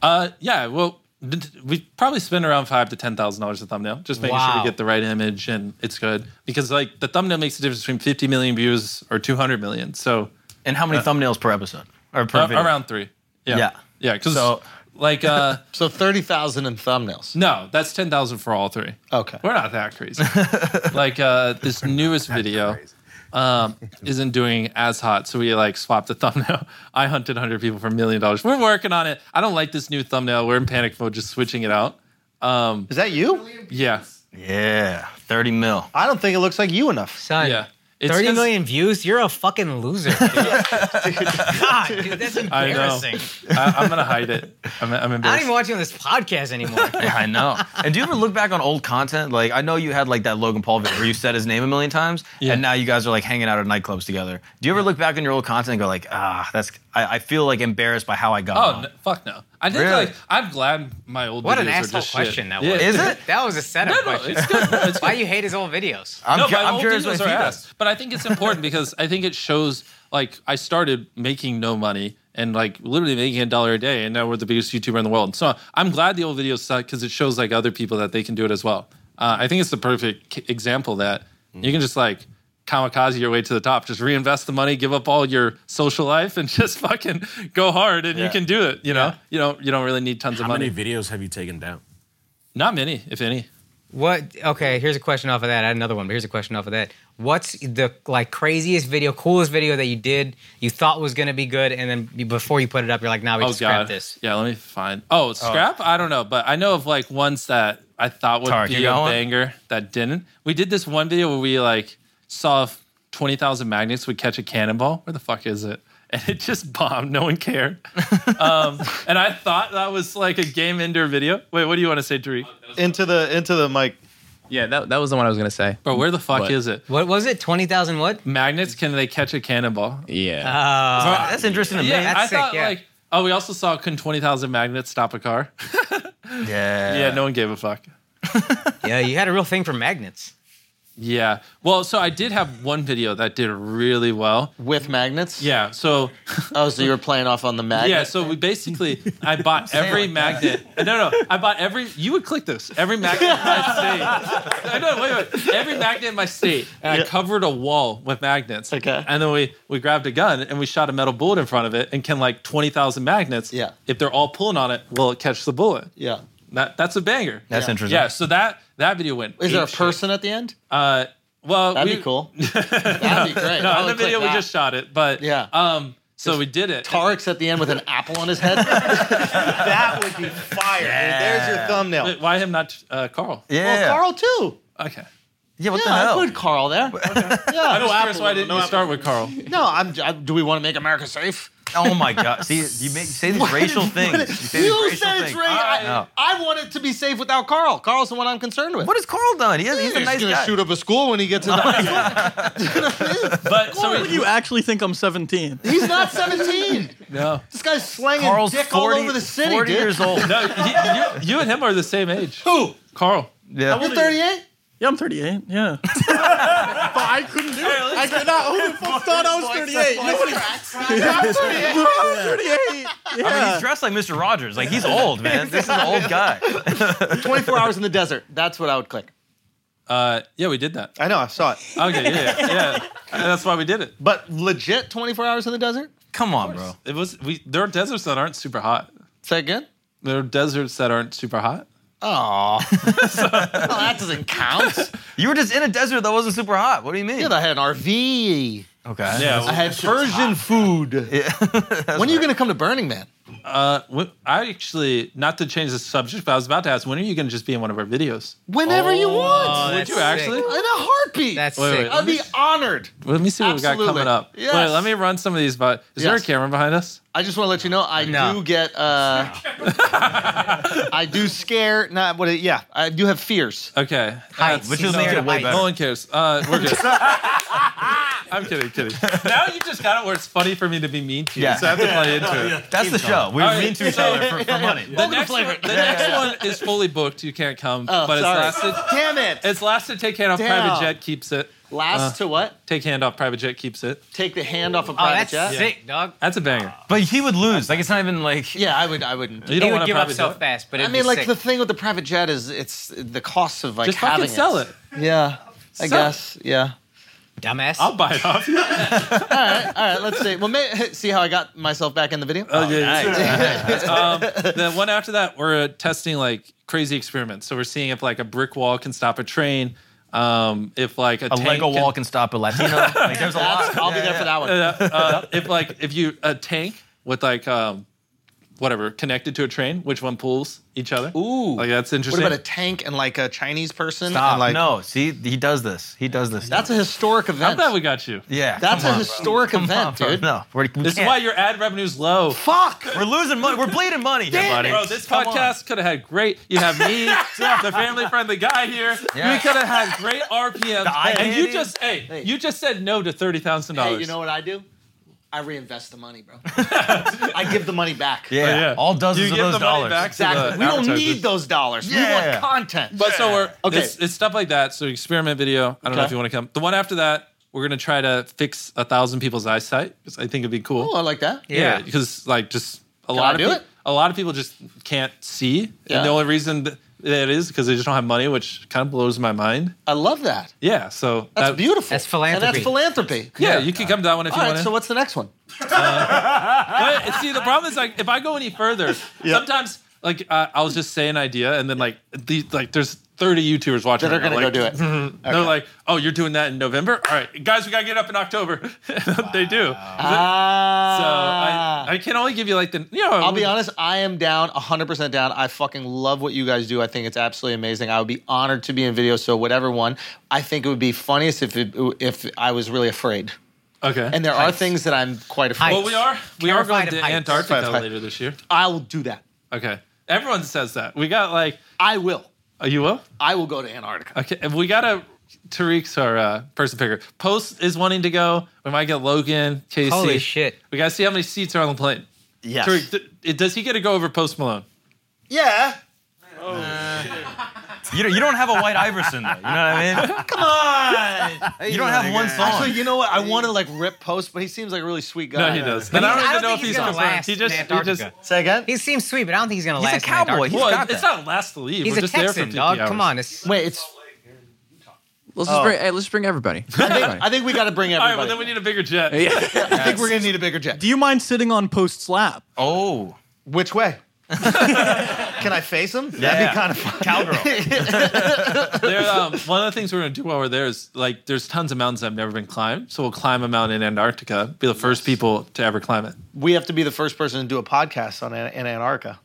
S2: Uh, yeah. Well, d- d- we probably spend around five to ten thousand dollars a thumbnail, just making sure
S3: Wow.
S2: we get the right image and it's good. Because like the thumbnail makes a difference between fifty million views or two hundred million. So,
S3: and how many thumbnails per episode or per video?
S2: Around three. Yeah.
S3: Yeah.
S2: Yeah. Because
S3: So-
S2: like uh,
S9: so thirty thousand in thumbnails.
S2: No, that's ten thousand for all three.
S9: Okay.
S2: We're not that crazy. like uh, this newest video um, isn't doing as hot, so we like swapped the thumbnail. I hunted hundred people for a million dollars. We're working on it. I don't like this new thumbnail. We're in panic mode, just switching it out. Um,
S1: Is that you?
S2: Yeah.
S3: Yeah, thirty mil.
S1: I don't think it looks like you enough.
S6: Son,
S2: yeah. It's
S6: Thirty
S2: 'cause-
S6: million views? You're a fucking loser. God, dude, that's
S2: I know.
S6: embarrassing.
S2: I, I'm gonna hide it. I'm, I'm
S6: I don't
S2: embarrassed.
S6: even watch you on this podcast anymore.
S3: Yeah, I know. And do you ever look back on old content? Like, I know you had like that Logan Paul video where you said his name a million times, and now you guys are like hanging out at nightclubs together. Do you ever look back on your old content and go like, ah, that's I, I feel like embarrassed by how I got.
S2: Oh
S3: on.
S2: no, fuck no! I think
S3: Really?
S2: like I'm glad my old
S3: What
S2: videos
S3: an
S2: are
S3: asshole
S2: just
S3: question
S2: shit.
S3: that was. Is it?
S6: That was a setup
S2: No, no,
S6: question.
S2: it's good.
S6: Why you hate his old videos?
S2: no, my old videos are ass. But I think it's important because I think it shows like I started making no money and like literally making a dollar a day, and now we're the biggest YouTuber in the world. So I'm glad the old videos suck because it shows like other people that they can do it as well. Uh, I think it's the perfect c- example that
S14: Mm-hmm.
S2: you can just like kamikaze your way to the top. Just reinvest the money, give up all your social life, and just fucking go hard, and you
S14: Yeah.
S2: can do it. You know, you don't you don't really need tons
S14: How
S2: of money.
S14: many videos have you taken down?
S2: Not many, if any.
S6: What? Okay, here's a question off of that. I had another one, but here's a question off of that. What's the like craziest video, coolest video that you did, you thought was gonna be good, and then you- before you put it up, you're like, nah, we
S2: Oh,
S6: just scrap this.
S2: Yeah, let me find. Oh, scrap? I don't know, but I know of like ones that I thought would
S3: Tarek, you
S2: be a
S3: got one?
S2: banger that didn't. We did this one video where we like saw if 20,000 magnets would catch a cannonball. Where the fuck is it? And it just bombed. No one cared. um, and I thought that was like a game ender video. Wait, what do you want to say, Tariq?
S1: Into the into the mic.
S15: Yeah, that, that was the one I was gonna say.
S2: Bro, where the fuck
S15: But-
S2: is it?
S6: What was it? 20,000 what?
S2: Magnets, can they catch a cannonball?
S15: Yeah.
S6: Uh,
S3: that's interesting to me.
S2: Yeah,
S3: That's
S2: I
S3: sick,
S2: thought
S3: yeah.
S2: like, oh, we also saw can 20,000 magnets stop a car?
S3: Yeah.
S2: yeah, no one gave a fuck.
S6: yeah, you had a real thing for magnets.
S2: Yeah. Well, so I did have one video that did really well
S9: with magnets.
S2: Yeah. So.
S9: oh, so you were playing off on the magnet.
S2: Yeah. So we basically, I bought
S9: Say it
S2: every
S9: like
S2: magnet. No, no, I bought every. You would click this. Every magnet in my state. I know. Wait, wait. Every magnet in my state, and I covered a wall with magnets. Okay. And then we we grabbed a gun and we shot a metal bullet in front of it, and can like twenty thousand magnets. Yeah. If they're all pulling on it, will it catch the bullet?
S9: Yeah.
S2: That that's a banger.
S9: That's
S2: Yeah.
S9: interesting.
S2: Yeah. So that that video went.
S9: Is there a
S2: apeshit.
S9: person at the end?
S2: Uh, well,
S9: That'd
S2: we-
S9: be cool.
S2: That'd
S9: be great.
S2: No,
S9: I
S2: in the
S9: would click
S2: video we
S9: that.
S2: just shot it, but yeah. Um, so we did it.
S9: Tarek's at the end with an apple on his head.
S1: that would be fire. dude. There's your thumbnail.
S2: Wait, why him not uh, Carl?
S1: Well, Carl too.
S2: Okay.
S9: Yeah, what I put Carl there. Yeah,
S2: I'm just curious
S9: absolutely.
S2: why didn't
S9: No,
S2: you start with Carl?
S9: No, I'm. I, do we want to make America safe?
S3: Oh my God! See, you make, say these
S9: What-
S3: racial
S9: what-
S3: things. You say
S9: you
S3: these racial
S9: said it's
S3: things.
S9: racial. I,
S3: No.
S9: I want it to be safe without Carl. Carl's the one I'm concerned with.
S3: What has Carl done? He has,
S9: he's
S3: a nice
S9: gonna
S3: guy.
S9: shoot up a school when he gets in the high school.
S2: But
S11: so would you actually think I'm 17?
S9: He's not 17.
S2: No.
S9: This guy's slanging
S2: Carl's
S9: dick all
S2: 40
S9: over the city.
S2: 40
S9: dude.
S2: years old. No, you, you, you and him are the same age.
S9: Who?
S2: Carl.
S3: Yeah.
S9: You're 38.
S11: Yeah, I'm 38. Yeah. but I couldn't do it. I
S9: let's-
S11: could not. Who the fuck thought I was 38? Nobody.
S9: I'm 38.
S11: I'm 38. Yeah.
S3: I mean, he's dressed like Mr. Rogers. Like he's old, man. This is an old guy.
S9: 24 hours in the desert. That's what I would click.
S2: Uh, yeah, we did that.
S1: I know, I saw it.
S2: Okay, yeah, yeah, yeah. Uh, That's why we did it.
S9: But legit 24 hours in the desert?
S3: Come on, bro.
S2: It was we. There are deserts that aren't super hot.
S9: Say again?
S2: There are deserts that aren't super hot.
S9: Oh. that doesn't count.
S3: You were just in a desert that wasn't super hot. What do you mean?
S9: Yeah, I had an RV.
S3: Okay.
S2: Yeah,
S9: I had Persian food. when are you going to come to Burning Man?
S2: Uh, wh- I actually, not to change the subject, but I was about to ask, when are you going to just be in one of our videos?
S9: Whenever you want.
S2: Would
S6: that's
S2: you
S6: sick.
S2: actually?
S9: In a heartbeat.
S6: That's
S2: Wait,
S6: sick.
S2: wait.
S9: I'd be honored.
S2: Let me see what we got
S9: Absolutely.
S2: coming up.
S9: Yes.
S2: Wait, let me run some of these. But is there a
S9: Yes.
S2: camera behind us?
S9: I just want to let you know I
S6: No.
S9: do get uh I do scare not what it- yeah, I do have fears.
S2: Okay.
S6: Heights.
S2: That's-
S6: Which
S3: is
S6: is married
S3: way
S6: to heights.
S2: No one cares. Uh, we're good. I'm kidding, kidding. Now you just got it where it's funny for me to be mean to you,
S3: Yeah.
S2: so I have to play into it.
S3: That's the show. We
S2: All right.
S3: mean to each other for, for money.
S2: The next, one, the next one is fully booked. You can't come,
S9: Oh,
S2: but
S9: sorry.
S2: it's lasted.
S9: Damn it.
S2: It's lasted. Take hand off private
S9: Damn.
S2: jet keeps it. Uh.
S9: Last to what?
S2: Take hand off private jet keeps it.
S9: Take the hand off a
S6: Oh,
S9: private
S6: that's
S9: jet.
S6: sick, dog.
S2: That's a banger.
S3: But he would lose. Like it's not even like
S9: Yeah, I would I wouldn't.
S2: You don't
S6: He
S2: want
S6: would
S2: to
S6: give up
S2: private
S6: so
S2: jet.
S6: fast, but
S9: I
S6: it'd
S9: mean,
S6: be
S9: like
S6: sick.
S9: the thing with the private jet is it's the cost of like
S2: Just
S9: having
S2: fucking sell it.
S9: Yeah,
S2: Sell
S9: I
S2: it.
S9: guess. Yeah.
S6: dumbass.
S2: I'll buy it off you.
S9: All right, all right. Let's see. Well, may, see how I got myself back in the video.
S2: Oh, yeah, um, the one after that, we're uh, testing like crazy experiments. So we're seeing if like a brick wall can stop a train. Um, if like a,
S3: a
S2: tank
S3: Lego
S2: can,
S3: wall can stop a Latino. Like there's a
S9: That's-
S3: lot.
S9: I'll be there for that one.
S2: uh, uh, if like if you a tank with like um, whatever connected to a train, which one pulls each other?
S9: Ooh.
S2: like that's
S9: what
S2: interesting.
S9: about a tank and like a Chinese person?
S3: Stop.
S9: And, like,
S3: no, see, he does this. He does this.
S9: That's a historic
S2: I'm
S9: event.
S2: glad we got you.
S3: yeah.
S9: That's
S3: come
S9: a
S3: on,
S9: historic
S3: bro.
S9: event,
S3: Come on,
S9: dude.
S3: bro. No, we're, we
S2: This is
S3: can't.
S2: why your ad revenue's low.
S9: Fuck.
S3: we're losing money. We're bleeding money here, buddy.
S2: Bro, this podcast could have had great. You have me, the family-friendly guy here.
S3: Yeah.
S2: We could have had great RPMs,
S3: The eye
S2: and you
S3: candy.
S2: just hey, you just said no to thirty thousand
S9: Hey,
S2: dollars.
S9: you know what I do? I reinvest the money, bro. I give the money back.
S3: Yeah.
S2: Oh, Yeah.
S3: all dozens
S2: You
S3: of
S2: give
S3: those
S2: the money
S3: dollars.
S2: back to
S9: Exactly.
S2: the
S9: we don't
S2: advertisers.
S9: need those dollars. We
S3: Yeah.
S9: want content.
S2: But so we're
S9: Okay.
S2: It's, it's stuff like that. So experiment video. I don't know
S9: Okay.
S2: if you want to come. The one after that, we're gonna try to fix a thousand people's eyesight because I think it'd be cool.
S9: oh, I like that.
S6: Yeah.
S2: because like just a
S9: I
S2: lot of
S9: do
S2: peop-
S9: it?
S2: a lot of people just can't see,
S9: Yeah.
S2: and the only reason th- that is because they just don't have money, which kind of blows my mind.
S9: I love that.
S2: Yeah, so
S9: That's
S2: that,
S9: beautiful.
S6: That's
S9: And
S6: philanthropy.
S9: that's philanthropy.
S2: Yeah, you can come to that one if
S9: All
S2: you
S9: right.
S2: want to.
S9: So what's the next one?
S2: But see, the problem is like if I go any further, sometimes like uh, I'll just say an idea, and then like the, like there's 30 YouTubers watching.
S9: That are
S2: right now,
S9: gonna
S2: like,
S9: go do it.
S2: They're like, oh, you're doing that in November? All right, guys, we gotta get up in October. they do. So
S9: Ah.
S2: I, I can only give you like the you know.
S9: I'll be honest, I am down 100% down. I fucking love what you guys do. I think it's absolutely amazing. I would be honored to be in video, so whatever one. I think it would be funniest if it, if I was really afraid.
S2: Okay.
S9: And there are things that I'm quite afraid.
S2: well,
S9: of.
S2: we are we are going
S6: Terrified
S2: to
S6: of heights.
S2: Antarctica
S9: Terrified of
S2: later this year.
S9: I'll do that.
S2: Okay. Everyone says that. We got like,
S9: I will.
S2: oh, you will?
S9: I will go to Antarctica.
S2: Okay, and we got a Tariq's our uh, person picker. Post is wanting to go. We might get Logan, Casey.
S6: Holy shit.
S2: We gotta see how many seats are on the plane.
S9: Yes.
S2: Tariq, th- it- does he get to go over Post Malone?
S9: Yeah.
S3: You don't, you don't have a White Iverson, though. You know what I mean? Come on. You don't have one song.
S9: Actually, you know what? I want to like rip post, but he seems like a really sweet guy.
S2: No, he does.
S6: Uh, But
S2: And I don't
S6: he's- I
S2: even
S6: don't
S2: know if
S6: think
S2: he's
S6: he's gonna
S2: confirmed.
S6: last
S2: He just,
S6: in
S2: he just.
S6: Antarctica.
S9: Say again?
S6: He seems sweet, but I don't think he's gonna
S3: He's a
S6: last. in
S3: cowboy.
S6: Antarctica.
S3: He's
S2: Well,
S3: got
S2: it's
S3: that.
S2: not last to leave.
S6: He's
S2: We're
S6: a
S2: just there for
S6: Texan,
S2: 50
S6: dog.
S2: Hours.
S6: Come on, it's
S9: Wait, it's.
S16: Let's
S9: Oh.
S16: just bring, hey, let's bring everybody.
S9: I think we got to bring
S2: All right,
S9: everybody.
S2: well then we need a bigger jet.
S16: yeah.
S9: I think we're gonna need a bigger jet.
S11: Do you mind sitting on Post's lap?
S3: Oh.
S9: Which way? Can I face him? That'd
S3: Yeah.
S9: be kind of fun.
S3: Cowgirl.
S2: There, um, one of the things we're gonna do while we're there is like, there's tons of mountains that have never been climbed, so we'll climb a mountain in Antarctica. Be the first people to ever climb it.
S9: We have to be the first person to do a podcast on An- in Antarctica.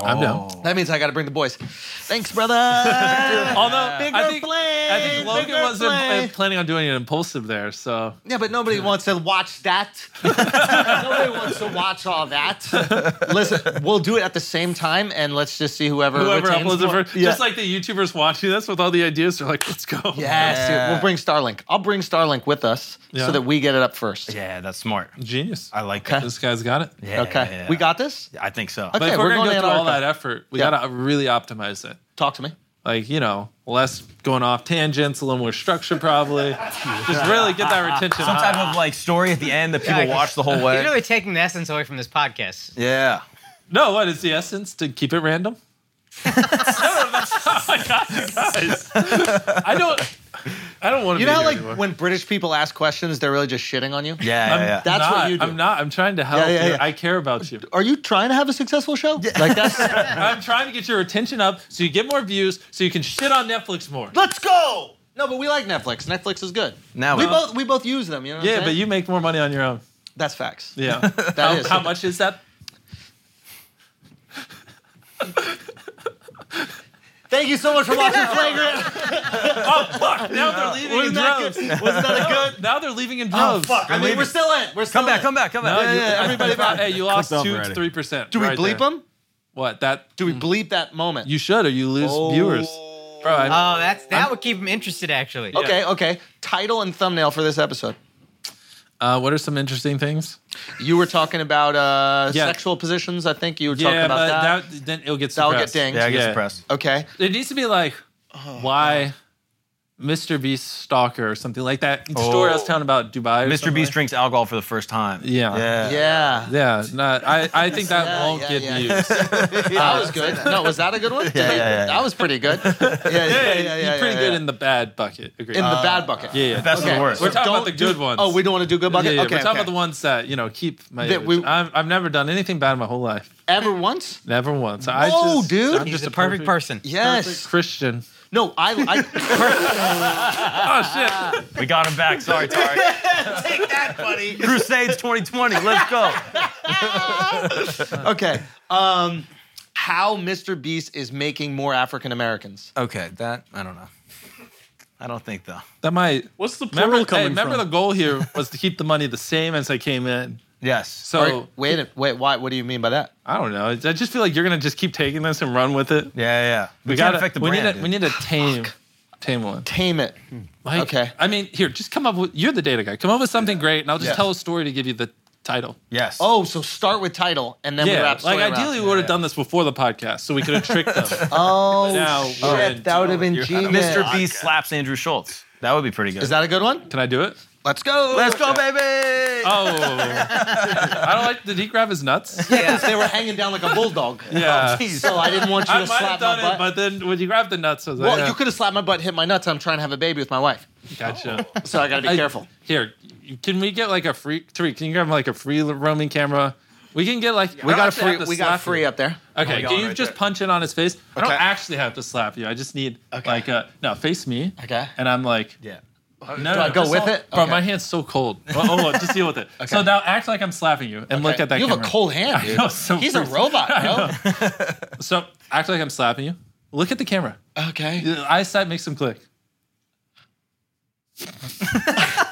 S2: I'm down.
S9: That means I got to bring the boys. Thanks, brother.
S2: Although
S9: bigger
S2: I think,
S9: play,
S2: I think Logan
S9: bigger
S2: wasn't
S9: play.
S2: pl- planning on doing it impulsive there, so
S9: Yeah, but nobody wants to watch that. nobody wants to watch all that. Listen, we'll do it at the same time, and let's just see whoever
S2: whoever
S9: retains
S2: uploads it
S9: more.
S2: first,
S9: Yeah.
S2: just like the YouTubers watching this with all the ideas, they're like, let's go.
S9: yes, dude, we'll bring Starlink. I'll bring Starlink with us
S2: Yeah.
S9: so that we get it up first.
S3: Yeah, that's smart.
S2: Genius.
S3: I like
S9: Okay.
S3: that.
S2: This guy's got it.
S3: Yeah,
S9: okay,
S3: yeah.
S9: we got this.
S3: I think so.
S2: but
S9: Okay,
S2: if we're,
S9: we're
S2: gonna
S9: going
S2: go
S9: to
S2: through all that
S9: Antarctica.
S2: effort, we
S9: Yeah.
S2: gotta really optimize it.
S9: Talk to me.
S2: Like you know, less going off tangents, a little more structure, probably. Just really get that retention.
S3: Some
S2: high.
S3: type of like story at the end that people
S6: Yeah, I-
S3: watch the whole
S6: You're
S3: way.
S6: really taking the essence away from this podcast.
S3: Yeah.
S2: No, what is the essence to keep it random? no, no, that's how I got you guys. I don't. I don't want to.
S9: You
S2: be
S9: know,
S2: here
S9: how, like
S2: anymore.
S9: when British people ask questions, they're really just shitting on you.
S3: Yeah,
S2: I'm
S3: yeah, yeah.
S9: That's
S2: not,
S9: what you do.
S2: I'm not. I'm trying to help.
S9: yeah,
S2: you.
S9: yeah.
S2: I care about you.
S9: Are you trying to have a successful show? Like that's.
S2: I'm trying to get your attention up so you get more views, so you can shit on Netflix more.
S9: Let's go. No, but we like Netflix. Netflix is good.
S3: Now
S9: we
S3: we-
S9: both we both use them. You know. What
S2: Yeah,
S9: I'm
S2: but
S9: saying?
S2: you make more money on your own.
S9: That's facts.
S2: Yeah.
S9: That
S2: how,
S9: is-
S2: how much is that?
S9: Thank you so much for watching Flagrant.
S2: Oh fuck! Now they're leaving in
S9: Wasn't that
S2: droves.
S9: good? Wasn't that a good? Oh,
S2: Now they're leaving in droves.
S9: Fuck. I mean, we're still in. We're still
S3: Come back,
S9: in.
S3: come back, come
S2: No,
S3: back.
S9: Yeah,
S2: Oh, you-
S9: yeah, everybody back.
S2: Hey, you lost
S14: Clicked up
S2: two to
S14: already.
S2: three percent.
S9: Do we bleep them?
S2: What that?
S9: Do we bleep that moment?
S2: You should, or you lose
S9: Oh.
S2: viewers. Bro, I-
S6: Oh, that's that would keep him interested actually.
S9: okay, okay. Title and thumbnail for this episode.
S2: uh, what are some interesting things?
S9: You were talking about uh,
S2: Yeah.
S9: sexual positions. I think you were talking about
S2: but
S9: that.
S2: that then it'll get
S9: That'll get
S2: suppressed.
S9: dinged. Oh,
S3: Yeah, I get
S2: Yeah.
S3: suppressed.
S9: Okay.
S2: It needs to be like why Mr. Beast stalker or something like that story I
S9: Oh.
S2: was telling about Dubai. or
S3: Mr.
S2: something
S3: Beast
S2: like-
S3: drinks alcohol for the first time.
S2: Yeah.
S3: Yeah.
S9: Yeah.
S2: Yeah, not, I, I think that
S9: Yeah,
S2: won't
S9: yeah,
S2: get
S9: yeah.
S2: views.
S9: That was good. No, was that a good one?
S3: yeah, yeah.
S9: That was pretty good. Yeah, yeah, yeah. yeah, yeah,
S2: You're pretty
S9: yeah,
S2: good
S9: yeah.
S2: in the bad bucket. Agree.
S9: in the bad bucket.
S2: yeah, yeah.
S3: Best of the worst.
S2: We're talking
S9: Don't
S2: about the good
S9: do-
S2: ones.
S9: Oh, we don't want to do good
S2: Yeah,
S9: bucket.
S2: yeah,
S9: okay,
S2: we're talking
S9: okay.
S2: about the ones that you know keep my.
S9: That we-
S2: I've, I've never done anything bad in my whole life.
S9: ever once.
S2: Never once. I
S9: Whoa,
S2: just,
S9: Oh, dude.
S2: I'm
S6: He's
S2: just
S6: the
S2: a
S6: perfect, person.
S9: Yes.
S2: Christian.
S9: No, I. I
S2: Oh shit!
S3: We got him back. Sorry, Tari. Take that, buddy. Crusades 2020. Let's go.
S9: okay. Um, how Mr. Beast is making more African Americans.
S3: Okay, that I don't know. I don't think though.
S2: That might.
S14: What's the plural
S2: Remember, hey,
S14: coming
S2: remember
S14: from?
S2: the goal here was to keep the money the same as I came in.
S3: Yes.
S2: So
S9: Wait, a- wait, why? What do you mean by that?
S2: I don't know. I just feel like you're gonna just keep taking this and run with it.
S3: Yeah, yeah.
S2: We,
S3: can't
S2: gotta.
S3: affect the
S2: we
S3: brand.
S2: need a, we need a tame, tame one.
S9: Tame it.
S2: Like,
S9: Okay.
S2: I mean, here, just come up with. You're the data guy. Come up with something great, and I'll just
S9: Yeah.
S2: tell a story to give you the title.
S3: yes.
S9: Oh, so start with title and then we
S2: yeah,
S9: wrap. story
S2: like
S9: around.
S2: ideally, we would have done this before the podcast, so we could have tricked them.
S9: Oh
S2: Now we're in.
S9: shit, that would have been
S2: You're out of
S9: genius.
S3: Mr. Beast slaps Andrew Schultz. That would be pretty good.
S9: Is that a good one?
S2: Can I do it?
S9: Let's go.
S3: Let's go, baby.
S2: Oh, I don't like. Did he grab his nuts?
S9: Yes, they were hanging down like a bulldog.
S2: Yeah.
S9: Oh, geez. so I didn't want you
S2: I
S9: to
S2: might have done
S9: slap my butt.
S2: it, but then when you grab the nuts, I was like,
S9: well,
S2: yeah,
S9: you could have slapped my butt, hit my nuts. I'm trying to have a baby with my wife,
S2: gotcha.
S9: so I got to be
S2: Oh. I-
S9: careful.
S2: Here, can we get like a free? Tariq, can you grab like a free roaming camera? We can get like I
S9: We
S2: don't
S9: got a
S2: actually
S9: free.
S2: have to
S9: We got
S2: slap
S9: free
S2: you.
S9: up there.
S2: Okay,
S3: God,
S2: can you
S3: right
S2: just
S3: there.
S2: punch it on his face? I don't
S9: Okay.
S2: actually have to slap you. I just need like a no face me.
S9: Okay.
S2: And I'm like
S3: Yeah.
S2: no, no,
S9: I
S2: no,
S9: go
S2: just
S9: with
S2: don't-
S9: it?
S2: Bro,
S9: Okay.
S2: my hand's so cold. Oh, oh, just deal with it. So now act like I'm slapping you and look
S9: Okay.
S2: at that.
S9: You have
S2: camera.
S9: a cold hand, dude.
S2: know, so
S9: He's a
S2: freaky.
S9: robot, bro.
S2: So act like I'm slapping you. Look at the camera.
S9: Okay.
S2: The eyesight makes him click.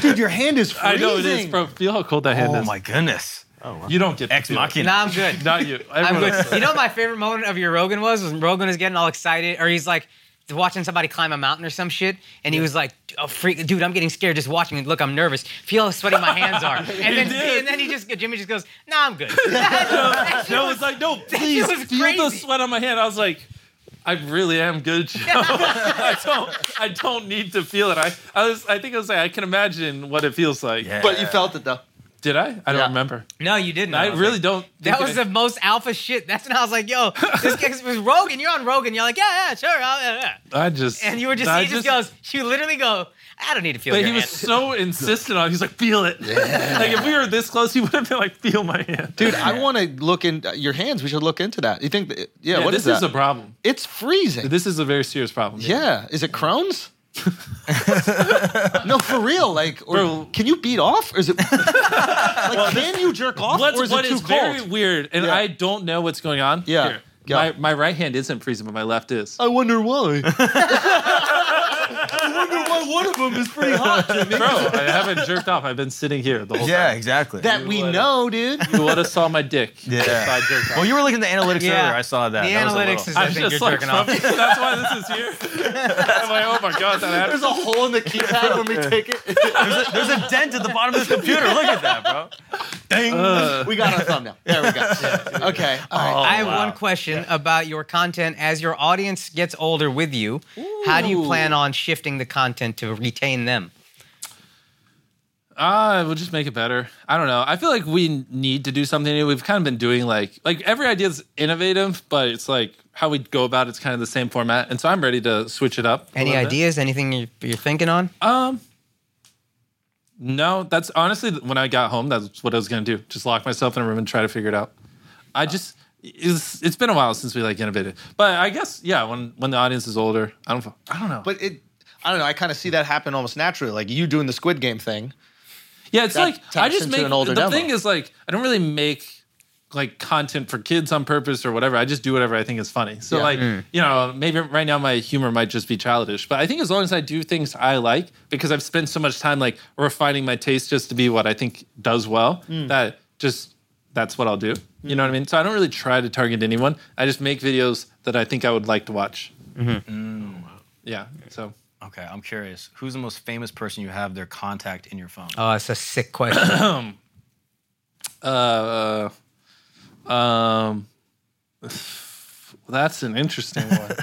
S9: Dude, your hand is
S2: I
S9: freezing.
S2: know it is, bro. Feel how cold that hand
S3: Oh
S2: is.
S3: my goodness.
S2: You don't get to
S3: Ex
S2: feel it.
S3: machina.
S6: Nah, I'm good.
S2: Not you.
S6: I'm
S2: Everyone else.
S6: good. You know what my favorite moment of your Rogan was? Was Rogan is getting all excited, or he's like watching somebody climb a mountain or some shit, and he was like, "Oh freak, dude, I'm getting scared just watching it. Look, I'm nervous. Feel how sweaty my hands are." And then,
S2: did.
S6: and then he just Jimmy just goes, "Nah, I'm good." That shit
S2: No, it's like, no, please
S6: was
S2: feel the
S6: crazy.
S2: sweat on my hand. I was like, I really am good, Joe. I don't I don't need to feel it. I, I was I think I was like, I can imagine what it feels like.
S3: Yeah.
S9: But you felt it though.
S2: Did I? I don't
S9: Yeah.
S2: remember.
S6: no, you didn't.
S2: I
S6: was
S2: really
S6: like,
S2: don't think
S6: That was the
S2: it-
S6: most alpha shit. That's when I was like, "Yo, this guy was Rogan. You're on Rogan. You're like, yeah, yeah, sure." I'll, yeah, yeah."
S2: I just
S6: And you were just,
S2: I
S6: he just, goes, "She literally go, I don't need to feel."
S2: But
S6: your
S2: he was
S6: hand."
S2: so insistent on. it. He's like, feel it. Like if we were this close, he would have been like, feel my hand.
S9: Dude, I want to look in uh, your hands. We should look into that. You think? That, yeah,
S2: Yeah,
S9: What
S2: this
S9: is
S2: is,
S9: that?
S2: a problem.
S9: it's freezing.
S2: This is a very serious problem.
S9: yeah. Is it Crohn's? no, for real. Like, or can you beat off? Or is it like can you jerk off?
S2: What's,
S9: or is
S2: what
S9: it too
S2: is
S9: cold?
S2: very weird, and I don't know what's going on.
S9: Yeah.
S2: Here. My, my right hand isn't freezing, but my left is.
S9: I wonder why. I wonder why one of them is pretty hot. Jimmy.
S2: Bro, I haven't jerked off. I've been sitting here the whole
S3: Yeah,
S2: time.
S3: exactly.
S9: That we know, dude.
S2: You would have saw my dick.
S3: Yeah.
S2: if I jerked off.
S3: Well, you were looking at the analytics
S2: Yeah.
S3: earlier. I saw that.
S2: The
S3: That was a
S2: analytics
S3: little-
S2: is, I I was think, just you're like, jerking off. That's why this is here. I'm like, oh my god, that
S9: There's a hole in the keypad when we take it.
S3: there's, a, there's a dent at the bottom of this computer. Look at that, bro.
S9: Dang.
S3: Uh.
S9: we got our thumbnail. There we go. Okay. All right.
S2: Oh,
S6: I have one question about your content. As your audience gets older with you, how do you plan on shifting the content to retain them?
S2: Ah, we'll just make it better. I don't know. I feel like we need to do something new. We've kind of been doing like like every idea is innovative, but it's like how we go about it's kind of the same format. And so I'm ready to switch it up. a
S6: Any
S2: little bit.
S6: ideas? Anything you're, you're thinking on?
S2: Um, No, that's honestly when I got home, that's what I was gonna do. Just lock myself in a room and try to figure it out. I just it's, it's been a while since we like innovated, but I guess yeah. When when the audience is older, I don't I don't know.
S9: But it, I don't know. I kind of see that happen almost naturally, like you doing the Squid Game thing.
S2: Yeah, it's
S9: That
S2: like I
S9: taps
S2: just
S9: into
S2: make
S9: an older
S2: the
S9: demo.
S2: thing is like I don't really make like content for kids on purpose or whatever. I just do whatever I think is funny. So
S9: Yeah.
S2: like
S9: Mm.
S2: you know maybe right now my humor might just be childish, but I think as long as I do things I like because I've spent so much time like refining my taste just to be what I think does well
S9: Hmm.
S17: Mm.
S2: that just that's what I'll do. You know what I mean? So I don't really try to target anyone. I just make videos that I think I would like to watch.
S9: Oh,
S2: Yeah. So
S3: okay, I'm curious. Who's the most famous person you have their contact in your phone?
S6: Oh, it's a sick question.
S2: Uh, um, that's an interesting one.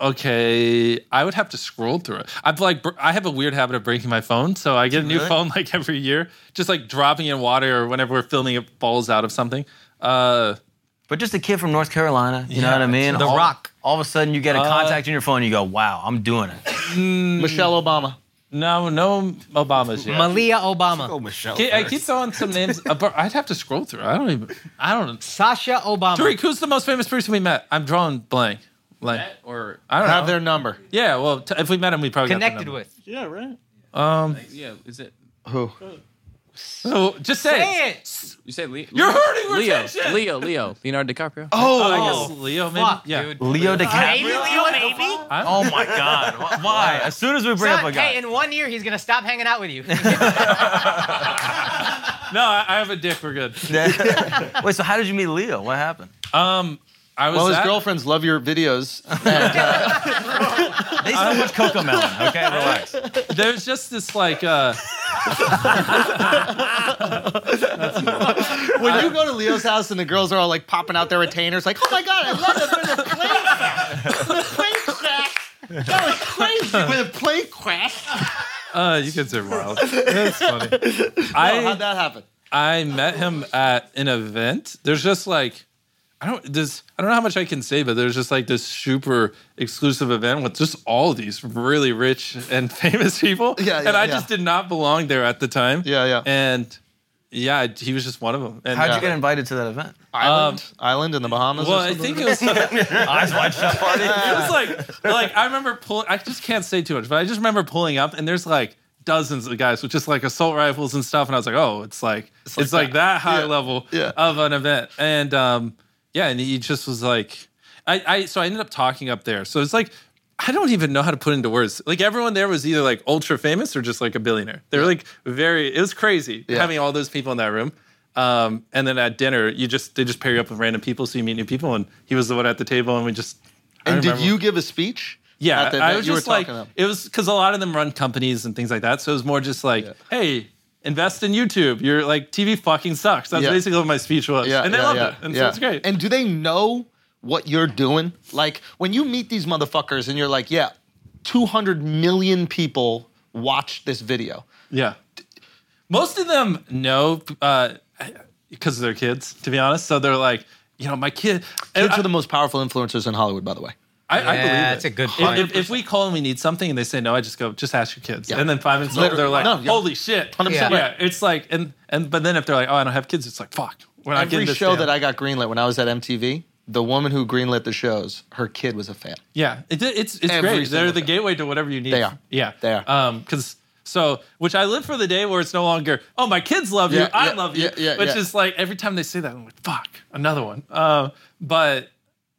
S2: okay, I would have to scroll through it. I've like br- I have a weird habit of breaking my phone, so I get a new
S17: Really?
S2: phone like every year, just like dropping it in water or whenever we're filming it falls out of something. Uh,
S3: but just a kid from North Carolina, you know
S2: Yeah,
S3: what I mean?
S2: it's The
S3: all,
S2: Rock.
S3: All of a sudden, you get a
S2: Uh,
S3: contact in your phone. and You go, "Wow, I'm doing it."
S9: Michelle Obama.
S2: No, no Obamas yet.
S6: Malia Obama.
S3: Oh, Michelle.
S2: Ki- I keep throwing some names. uh, but I'd have to scroll through. I don't even. I don't.
S6: Sasha Obama.
S2: Tariq, who's the most famous person we met? I'm drawing blank. Like, or I don't
S9: Have
S2: know.
S9: their number.
S2: Yeah, well, t- if we met him, we probably
S15: Connected
S2: got
S6: with.
S11: Yeah, right.
S2: Um,
S15: yeah, is it?
S9: Who?
S2: Oh, just say,
S15: Say
S2: it.
S15: You said Leo.
S2: You're hurting
S15: Leo.
S2: retention!
S15: Leo. Leo. Leonardo DiCaprio.
S2: Oh, I guess Leo, maybe.
S15: fuck,
S2: yeah,
S15: dude.
S3: Leo
S6: Maybe,
S3: DiCaprio.
S6: Leo, maybe.
S3: Oh my God! Wh- Why? As soon as we bring up a
S6: Son,
S3: guy,
S6: hey, in one year, he's going to stop hanging out with you.
S2: No, I, I have a dick. We're good.
S3: Wait, so how did you meet Leo? What happened?
S2: Um, I was
S9: well, his
S2: at-
S9: girlfriends love your videos.
S3: They so much cocoa melon. Okay, relax.
S2: There's just this like. uh
S9: when you go to Leo's house and the girls are all like popping out their retainers, like, oh my god, I love it when the plane crash. The plane crash. That was crazy when the plane crashed.
S2: Uh, you kids are wild. That's funny. I,
S9: how'd that happen?
S2: I met him at an event. There's just like, I don't this. I don't know how much I can say, but there's just like this super exclusive event with just all these really rich and famous people.
S9: Yeah,
S2: and
S9: yeah,
S2: I
S9: yeah.
S2: just did not belong there at the time. Yeah,
S9: yeah.
S2: And yeah, he was just one of them. And,
S3: How'd
S2: uh,
S3: you get invited to that event?
S9: Island, island in the Bahamas.
S2: Um, well,
S9: or
S2: I
S9: something?
S2: think it was
S3: eyes wide shut party.
S2: it was like like I remember pulling. I just can't say too much, but I just remember pulling up, and there's like dozens of guys with just like assault rifles and stuff, and I was like, oh, it's like it's like, that. high level of an event, and um, yeah, and he just was like, I, I so I ended up talking up there, so it's like. I don't even know how to put into words. Like everyone there was either like ultra famous or just like a billionaire. They were like very. It was crazy
S17: Yeah.
S2: having all those people in that room. Um, and then at dinner, you just they just pair you up with random people, so you meet new people. And he was the one at the table, and we just. I
S9: and did
S2: remember-
S9: you give a speech?
S2: yeah,
S9: at the
S2: I
S9: event
S2: was
S9: you were
S2: just like,
S9: talking about?
S2: it was because a lot of them run companies and things like that. So it was more just like, hey, invest in YouTube. You're like, TV fucking sucks. That's
S9: Yeah.
S2: basically what my speech was.
S9: Yeah,
S2: and they
S9: yeah,
S2: loved
S9: yeah,
S2: it. And
S9: yeah.
S2: so it's great.
S9: And do they know what you're doing? Like when you meet these motherfuckers and you're like, yeah, 200 million people watched this video.
S2: Yeah. Most of them know because of their kids, to be honest. So they're like, you know, my kid. and
S9: Kids
S2: I-
S9: are the most powerful influencers in Hollywood, by the way.
S2: I, I believe
S9: Yeah,
S2: it.
S9: that's a good
S2: If-
S9: point.
S2: If, if we call and we need something and they say no, I just go, just ask your kids.
S9: Yeah.
S2: And then five minutes later,
S9: Literally.
S2: they're like,
S9: No, yeah.
S2: holy shit.
S9: 100%
S2: yeah.
S9: right.
S2: it's like, and and but then if they're like, oh, I don't have kids, it's like, fuck. We're not
S9: Every
S2: getting this
S9: show
S2: down.
S9: that I got greenlit when I was at MTV, the woman who greenlit the shows, her kid was a fan.
S2: Yeah, it, it's it's
S9: Every
S2: great. They're
S9: single
S2: the gateway to whatever you need.
S9: They are.
S2: Yeah,
S9: They are.
S2: Because so, which I live for the day where it's no longer, oh, my kids love you,
S9: Yeah,
S2: I
S9: yeah,
S2: love you,
S9: yeah, yeah,
S2: which
S9: yeah.
S2: is like every time they say that, I'm like, fuck, another one. Um, but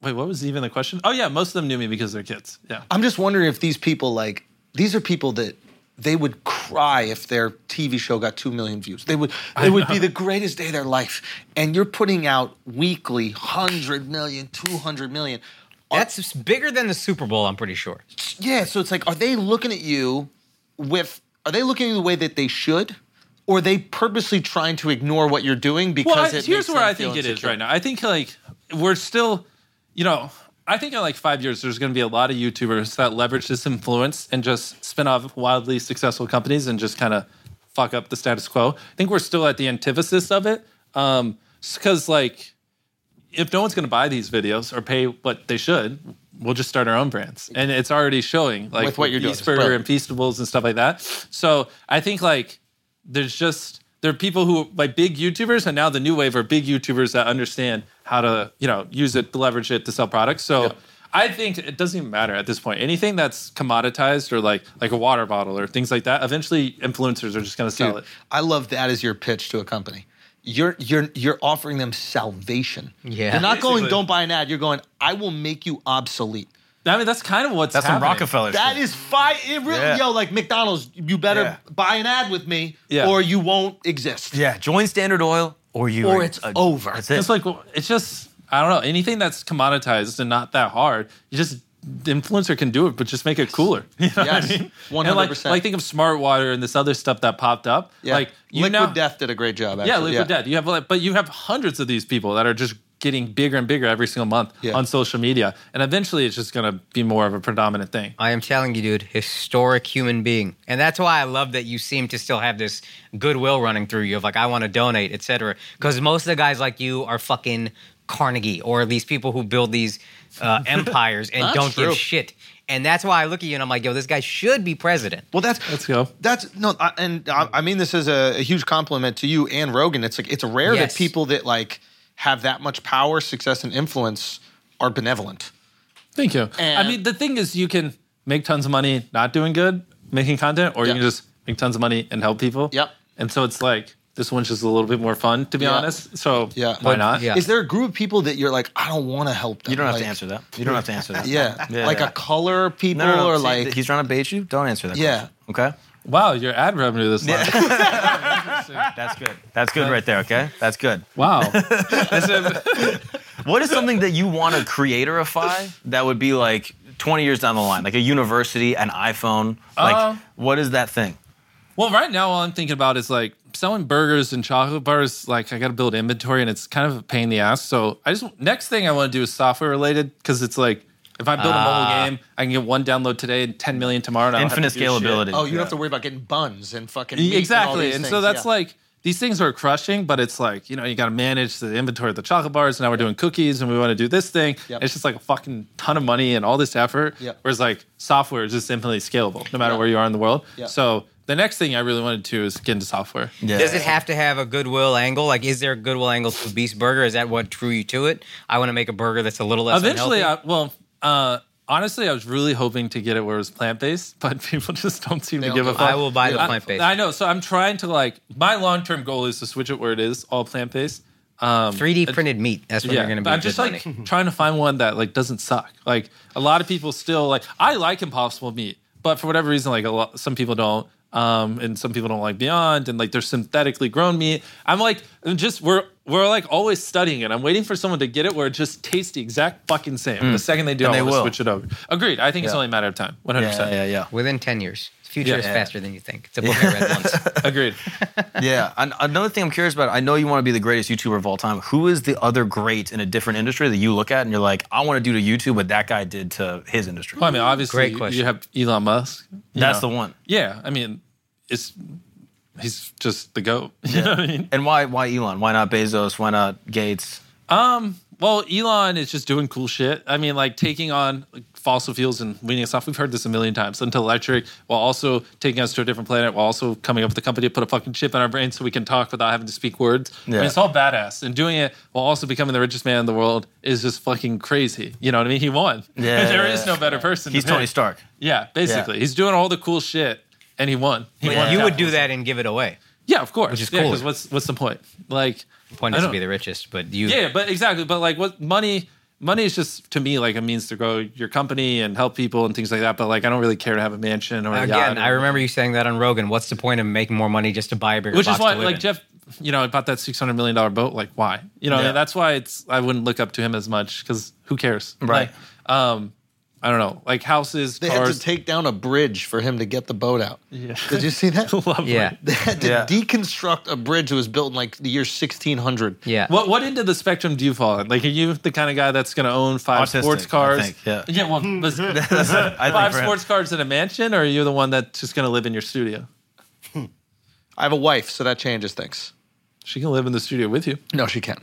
S2: wait, what was even the question? Oh yeah, most of them knew me because they're kids. Yeah.
S9: I'm just wondering if these people like these are people that they would cry if their TV show got two million views. They would
S2: I
S9: it would
S2: know.
S9: be the greatest day of their life. And you're putting out weekly 100 million, 200 million.
S6: That's bigger than the Super Bowl, I'm pretty sure.
S9: Yeah, so it's like are they looking at you with are they looking at you the way that they should? Or are they purposely trying to ignore what you're doing because
S2: well, I-
S9: it
S2: here's
S9: makes
S2: where
S9: them
S2: I think
S9: feel
S2: it is
S9: insecure?
S2: right now. I think like we're still, you know, I think in like five years there's going to be a lot of YouTubers that leverage this influence and just spin off wildly successful companies and just kind of fuck up the status quo. I think we're still at the antithesis of it, because like if no one's going to buy these videos or pay what they should, we'll just start our own brands, and it's already showing like
S9: With what you're doing, it's
S2: East Burger and
S9: brilliant.
S2: Feastables and stuff like that. So I think like there's just there are people who like big YouTubers, and now the new wave are big YouTubers that understand how to you know use it, leverage it to sell products. So. I think it doesn't even matter at this point. Anything that's commoditized or like like a water bottle or things like that, eventually influencers are just going to sell
S9: Dude,
S2: it.
S9: I love that as your pitch to a company. You're you're you're offering them salvation.
S2: Yeah.
S9: You're not going,
S2: Basically.
S9: don't buy an ad. You're going, I will make you obsolete.
S2: I mean, that's kind of what's
S9: That's some
S2: happening.
S9: Rockefeller That shit. is fire. It really,
S2: Yeah.
S9: yo, like McDonald's, you better
S2: Yeah.
S9: buy an ad with me
S2: Yeah.
S9: or you won't exist.
S3: Yeah, join Standard Oil or you.
S9: Or it's over.
S2: It's like well, it's just I don't know anything that's commoditized and not that hard. You just the influencer can do it, but just make it cooler. You know
S9: Yes.
S2: what I mean? And, like,
S9: 100%.
S2: like think of Smart Water and this other stuff that popped up.
S9: Yeah.
S2: Like you
S9: Liquid
S2: now,
S9: Death did a great job. Actually.
S2: yeah, Liquid Death. You have like, but you have hundreds of these people that are just getting bigger and bigger every single month on social media, and eventually it's just going to be more of a predominant thing.
S6: I am telling you, dude, historic human being. And that's why I love that you seem to still have this goodwill running through you of like, I want to donate, et cetera. Because most of the guys like you are fucking Carnegie or these people who build these uh, empires and
S9: That's
S6: don't
S9: true.
S6: give shit. And that's why I look at you and I'm like, yo, this guy should be president.
S9: Well, that's
S2: let's go.
S9: That's no, I, and I, I mean this is a, a huge compliment to you and Rogan. It's like it's rare
S6: Yes.
S9: that people that like have that much power, success, and influence are benevolent.
S2: Thank you. I
S9: And-
S2: mean, the thing is, you can make tons of money not doing good, making content, or you can just make tons of money and help people. Yep. And so it's like this one's just a little bit more fun, to be
S9: Yeah.
S2: honest. So
S9: Yeah.
S2: why not?
S9: Is there a group of people that you're like, I don't want to help them?
S3: You don't have
S9: Like-
S3: to answer that. You don't have to answer that.
S9: Yeah. Like a color people
S3: No, no, no.
S9: or
S3: See,
S9: like
S3: he's trying to bait you. Don't answer that.
S9: Yeah.
S3: Question. Okay.
S2: Wow, your ad revenue this month.
S3: That's good. That's good right there. Okay. That's good.
S2: Wow.
S3: what is something that you want to creatorify that would be like 20 years down the line, like a university, an iPhone? Like,
S2: Uh,
S3: what is that thing?
S2: Well, right now, all I'm thinking about is like selling burgers and chocolate bars. Like, I got to build inventory, and it's kind of a pain in the ass. So, I just next thing I want to do is software related because it's like if I build
S9: Ah.
S2: a mobile game, I can get one download today and 10 million tomorrow. And I don't have to do shit.
S9: Oh, you don't have to worry about getting buns and fucking
S2: E-
S9: meat And, all
S2: exactly
S9: these
S2: and so
S9: things,
S2: that's
S9: yeah.
S2: like these things are crushing but it's like you know you got to manage the inventory of the chocolate bars now we're doing cookies and we want to do this thing
S9: Yep.
S2: it's just like a fucking ton of money and all this effort
S9: Yep.
S2: whereas like software is just infinitely scalable no matter where you are in the world
S6: Yep.
S2: so the next thing i really wanted to is get into software
S6: Does it have to have a goodwill angle? Like, is there a goodwill angle to Beast Burger? Is that what drew you to it? I want to make a burger that's a little less
S2: eventually
S6: unhealthy.
S2: I, well uh, honestly i was really hoping to get it where it was plant-based but people just don't seem
S6: They
S2: to
S6: don't
S2: give a
S6: do
S2: fuck
S6: it. I will buy the
S2: I-
S6: plant-based.
S2: I, know so i'm trying to like my long-term goal is to switch it where it is all plant-based um,
S6: 3D printed meat. That's what you're going to
S2: but
S6: be.
S2: I'm just like trying to find one that like doesn't suck. Like a lot of people still like I like Impossible Meat, but for whatever reason, like a lot some people don't, um, and some people don't like Beyond, and like there's synthetically grown meat. I'm like I'm just we're we're like always studying it. I'm waiting for someone to get it where it just tastes the exact fucking same.
S6: Mm.
S2: The second they do,
S6: And
S2: I
S6: they
S2: will
S6: will.
S2: switch it over. Agreed. I think it's
S6: Yeah.
S2: only a matter of time. 100. percent
S3: Yeah, yeah, yeah.
S6: Within 10 years. The future
S3: Yeah.
S6: is
S3: Yeah.
S6: faster than you think. It's a book I read once.
S2: Agreed.
S3: yeah. An- another thing I'm curious about. I know you want to be the greatest YouTuber of all time. Who is the other great in a different industry that you look at and you're like, I want to do to YouTube what that guy did to his industry?
S2: Well, I mean, obviously,
S3: Great
S2: you-
S3: question.
S2: you have Elon Musk. you
S3: That's
S2: know.
S3: the one.
S2: Yeah, I mean, it's he's just the goat. You know what I mean?
S3: And why? Why Elon? Why not Bezos? Why not Gates?
S2: Um, Well, Elon is just doing cool shit. I mean, like taking on like, fossil fuels and weaning us off. We've heard this a million times. Until electric, while also taking us to a different planet, while also coming up with a company to put a fucking chip in our brain so we can talk without having to speak words. I mean,
S18: Yeah.
S2: it's all badass. And doing it while also becoming the richest man in the world is just fucking crazy. You know what I mean? He won.
S3: Yeah.
S2: there is no better person.
S3: He's
S2: than him.
S3: Tony Stark.
S2: Yeah, basically.
S3: Yeah.
S2: He's doing all the cool shit and he won. He
S6: But
S2: won
S6: you would
S2: capitalism.
S6: do that and give it away.
S2: Yeah, of course.
S6: Which is
S2: Yeah,
S6: cool.
S2: 'cause what's what's the point? Like
S6: the point
S2: I
S6: is to
S2: don't-
S6: be the richest, but you
S2: yeah, but exactly. But like, what money? Money is just to me like a means to grow your company and help people and things like that. But like, I don't really care to have a mansion or a yacht
S6: Again,
S2: or-
S6: I remember you saying that on Rogan. What's the point of making more money just to buy a bigger
S2: which
S6: box
S2: is why
S6: to live
S2: like
S6: in?
S2: Jeff, you know, I bought that six hundred million dollar boat. Like, why? You know,
S6: Yeah.
S2: that's why it's I wouldn't look up to him as much because who cares?
S9: Right.
S2: Like, um, I don't know. Like houses,
S9: They had
S2: cars.
S9: to take down a bridge for him to get the boat out.
S2: Yeah.
S9: Did you see that?
S2: Lovely. Yeah.
S9: They had to
S2: Yeah.
S9: deconstruct a bridge that was built in like the year 1600.
S6: Yeah.
S2: What what end of the spectrum do you fall in? Like, are you the kind of guy that's going to own five
S3: Autistic,
S2: sports
S3: I
S2: cars?
S3: think, yeah.
S2: yeah. Well, that's,
S3: I think
S2: five
S3: for him.
S2: sports cars in a mansion, or are you the one that's just going to live in your studio?
S9: I have a wife, so that changes things.
S2: She can live in the studio with you.
S9: No, she can't.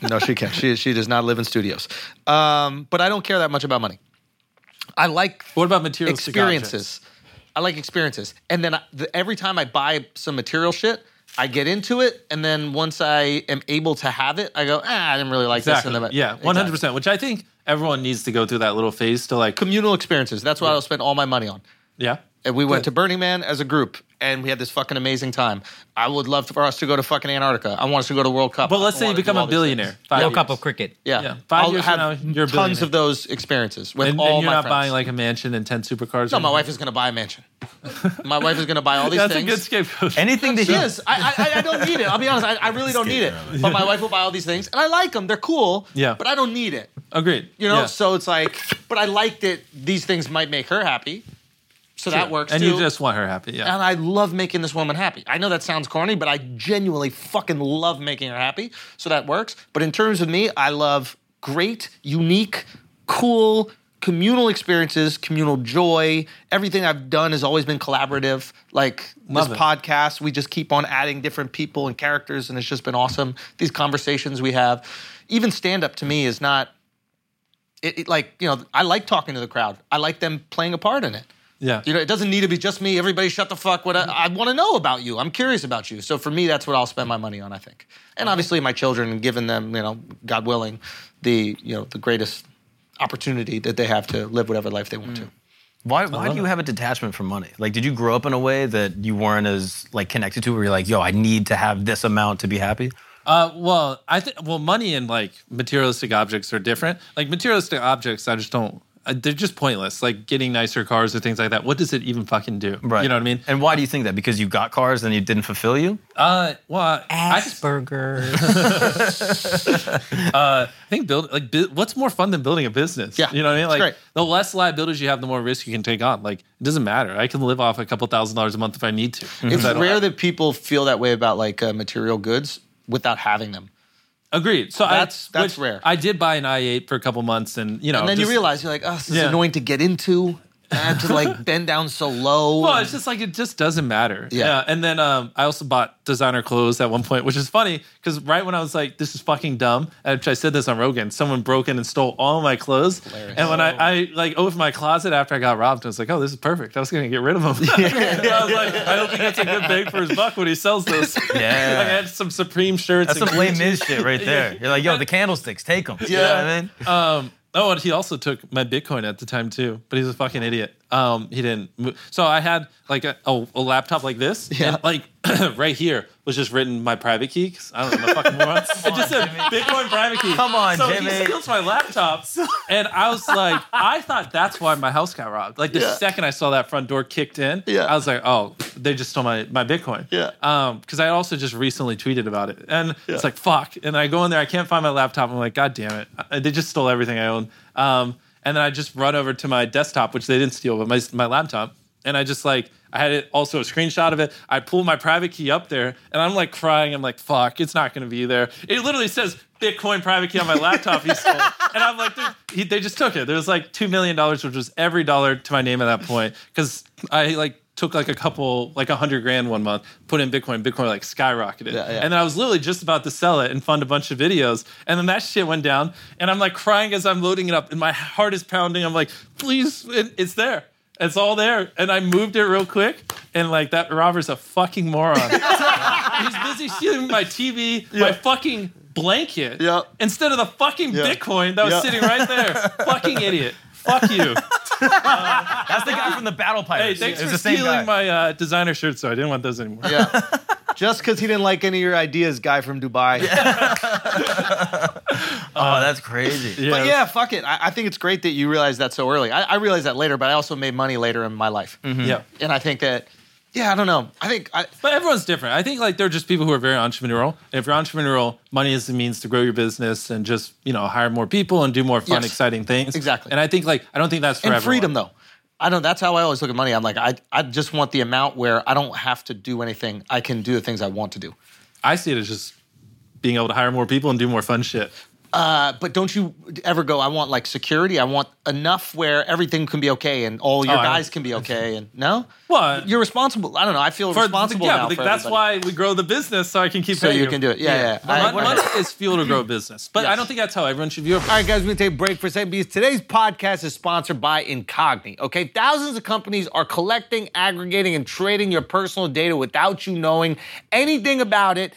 S9: no, she can't. She she does not live in studios. Um, but I don't care that much about money. I like
S2: what about materials
S9: experiences. I like experiences, and then I, the, every time I buy some material shit, I get into it, and then once I am able to have it, I go, ah, I didn't really like
S2: exactly.
S9: this. And then I-
S2: yeah, one hundred percent. Which I think everyone needs to go through that little phase to like
S9: communal experiences. That's what I'll spend all my money on.
S2: Yeah.
S9: And we went to Burning Man as a group, and we had this fucking amazing time. I would love for us to go to fucking Antarctica. I want us to go to World Cup.
S2: But let's
S9: I
S2: say you
S9: wanna do
S2: become
S9: all
S2: a
S9: these things.
S2: billionaire. Five
S6: World
S2: years.
S6: Cup of cricket.
S9: Yeah.
S2: Five
S9: I'll
S2: years
S9: have
S2: from now, you're a
S9: tons
S2: billionaire.
S9: of those experiences with
S2: and,
S9: all
S2: and you're
S9: my
S2: not
S9: friends.
S2: buying like a mansion and ten supercars.
S9: no, my wife is going to buy a mansion. my wife is going to buy all these
S2: That's
S9: things.
S2: a good scapegoat.
S3: Anything
S9: she is. I, I, I don't need it. I'll be honest. I, I really don't need it. But my wife will buy all these things, and I like them. They're cool.
S2: Yeah.
S9: But I don't need it.
S2: Agreed.
S9: You know.
S2: Yeah.
S9: So it's like, but I like that these things might make her happy. So that
S2: Sure.
S9: works
S2: And
S9: too.
S2: you just want her happy. Yeah.
S9: And I love making this woman happy. I know that sounds corny, but I genuinely fucking love making her happy. So that works. But in terms of me, I love great, unique, cool, communal experiences, communal joy. Everything I've done has always been collaborative. Like
S2: Love
S9: this
S2: it.
S9: podcast, we just keep on adding different people and characters, and it's just been awesome. These conversations we have. Even stand up to me is not. It, it like you know, I like talking to the crowd. I like them playing a part in it.
S2: Yeah.
S9: You know, it doesn't need to be just me. Everybody shut the fuck. What I, I want to know about you. I'm curious about you. So for me, that's what I'll spend my money on. I think, and obviously my children, and giving them, you know, God willing, the you know the greatest opportunity that they have to live whatever life they want
S2: Mm.
S9: to.
S3: Why, why do you have a detachment from money? Like, did you grow up in a way that you weren't as like connected to, where you're like, "Yo, I need to have this amount to be happy"?
S2: Uh, well, I think well, money and like materialistic objects are different. Like materialistic objects, I just don't. uh, They're just pointless. Like getting nicer cars or things like that. What does it even fucking do? You know what I mean?
S3: And why do you think that? Because you got cars and it didn't fulfill you?
S2: Uh, well, I just uh, I think build like bu- what's more fun than building a business? Yeah, you know what I mean. Like
S9: great.
S2: the less liabilities you have, the more risk you can take on. Like it doesn't matter. I can live off a couple thousand dollars a month if I need to.
S9: It's
S2: If I don't-
S9: rare that people feel that way about like uh, material goods without having them.
S2: Agreed. So
S9: That's-
S2: I,
S9: that's
S2: which
S9: rare.
S2: I did buy an i8 for a couple months, and you know,
S9: and then you
S2: just-
S9: realize you're like, oh, this is
S2: Yeah.
S9: annoying to get into. I have to like bend down so low.
S2: Well,
S9: and-
S2: it's just like it just doesn't matter.
S9: Yeah.
S2: And then um, I also bought designer clothes at one point, which is funny because right when I was like, "This is fucking dumb," and I said this on Rogan, someone broke in and stole all my clothes. And when I, I like opened my closet after I got robbed, I was like, "Oh, this is perfect. I was gonna get rid of them." I was like, "I hope he gets a good bang for his buck when he sells those."
S3: Yeah.
S2: like I had some Supreme shirts.
S3: That's
S2: and
S3: some lame
S2: Gucci.
S3: Miz shit right there. You're like, "Yo, the candlesticks, take them." You know what I mean?
S2: Um, oh, and he also took my Bitcoin at the time too, but he's a fucking idiot. Um, he didn't. Mo- so I had like a, a, a laptop like this, and like right here was just written my private key. 'cause I don't know, my fucking moron. it just said Bitcoin private key.
S3: Come on,
S2: so he
S3: Jimmy.
S2: steals my laptop, and I was like, I thought that's why my house got robbed. Like the
S3: Yeah.
S2: second I saw that front door kicked in,
S3: Yeah.
S2: I was like, oh, they just stole my my Bitcoin.
S3: Yeah.
S2: Um, because I also just recently tweeted about it, and it's like fuck. And I go in there, I can't find my laptop. I'm like, god damn it, I- they just stole everything I own. Um, and then I just run over to my desktop, which they didn't steal, but my my laptop, and I just like. I had it also a screenshot of it. I pull my private key up there and I'm like crying. I'm like, fuck, it's not going to be there. It literally says Bitcoin private key on my laptop. He stole. And I'm like, "Dude, he, they just took it. There was like $2 million, which was every dollar to my name at that point. Cause I like took like a couple, like a hundred grand one month, put in Bitcoin, Bitcoin like skyrocketed. And then I was literally just about to sell it and fund a bunch of videos. And then that shit went down. And I'm like crying as I'm loading it up. And my heart is pounding. I'm like, please, it, it's there. It's all there. And I moved it real quick. And like that robber's a fucking moron. He's busy stealing my TV, my fucking blanket, instead of the fucking Bitcoin that was
S3: Yeah.
S2: sitting right there. fucking idiot. Fuck you.
S3: That's the guy from the Battle
S2: Hey,
S3: Pirates.
S2: thanks
S3: It's
S2: for
S3: the same
S2: stealing
S3: guy.
S2: my uh, designer shirts, though. I didn't want those anymore.
S9: Yeah. Just because he didn't like any of your ideas, guy from Dubai.
S3: Oh, that's crazy.
S9: But yeah, fuck it. I, I think it's great that you realized that so early. I, I realized that later, but I also made money later in my life.
S3: Hmm.
S2: Yeah.
S9: And I think that, yeah, I don't know. I think I,
S2: But everyone's different. I think like there are just people who are very entrepreneurial. And if you're entrepreneurial, money is the means to grow your business and just, you know, hire more people and do more fun,
S9: Yes.
S2: exciting things.
S9: Exactly.
S2: And I think like I don't think that's for
S9: and
S2: everyone.
S9: freedom though. I don't. That's how I always look at money. I'm like, I, I just want the amount where I don't have to do anything. I can do the things I want to do.
S2: I see it as just being able to hire more people and do more fun shit.
S9: Uh, but don't you ever go? I want like security. I want enough where everything can be okay and all your
S2: Oh, I
S9: guys can be okay. And no,
S2: What?
S9: you're responsible. I don't know. I feel responsible
S2: yeah,
S9: now.
S2: but
S9: for
S2: that's
S9: everybody.
S2: why we grow the business so I can keep
S9: So
S2: doing
S9: you can do it. Yeah, yeah. I-
S2: Mon- Money is fuel to grow a business. But I don't think that's how everyone should view it.
S9: All right, guys, we're gonna take a break for a second because today's podcast is sponsored by Incogni. Okay, thousands of companies are collecting, aggregating, and trading your personal data without you knowing anything about it.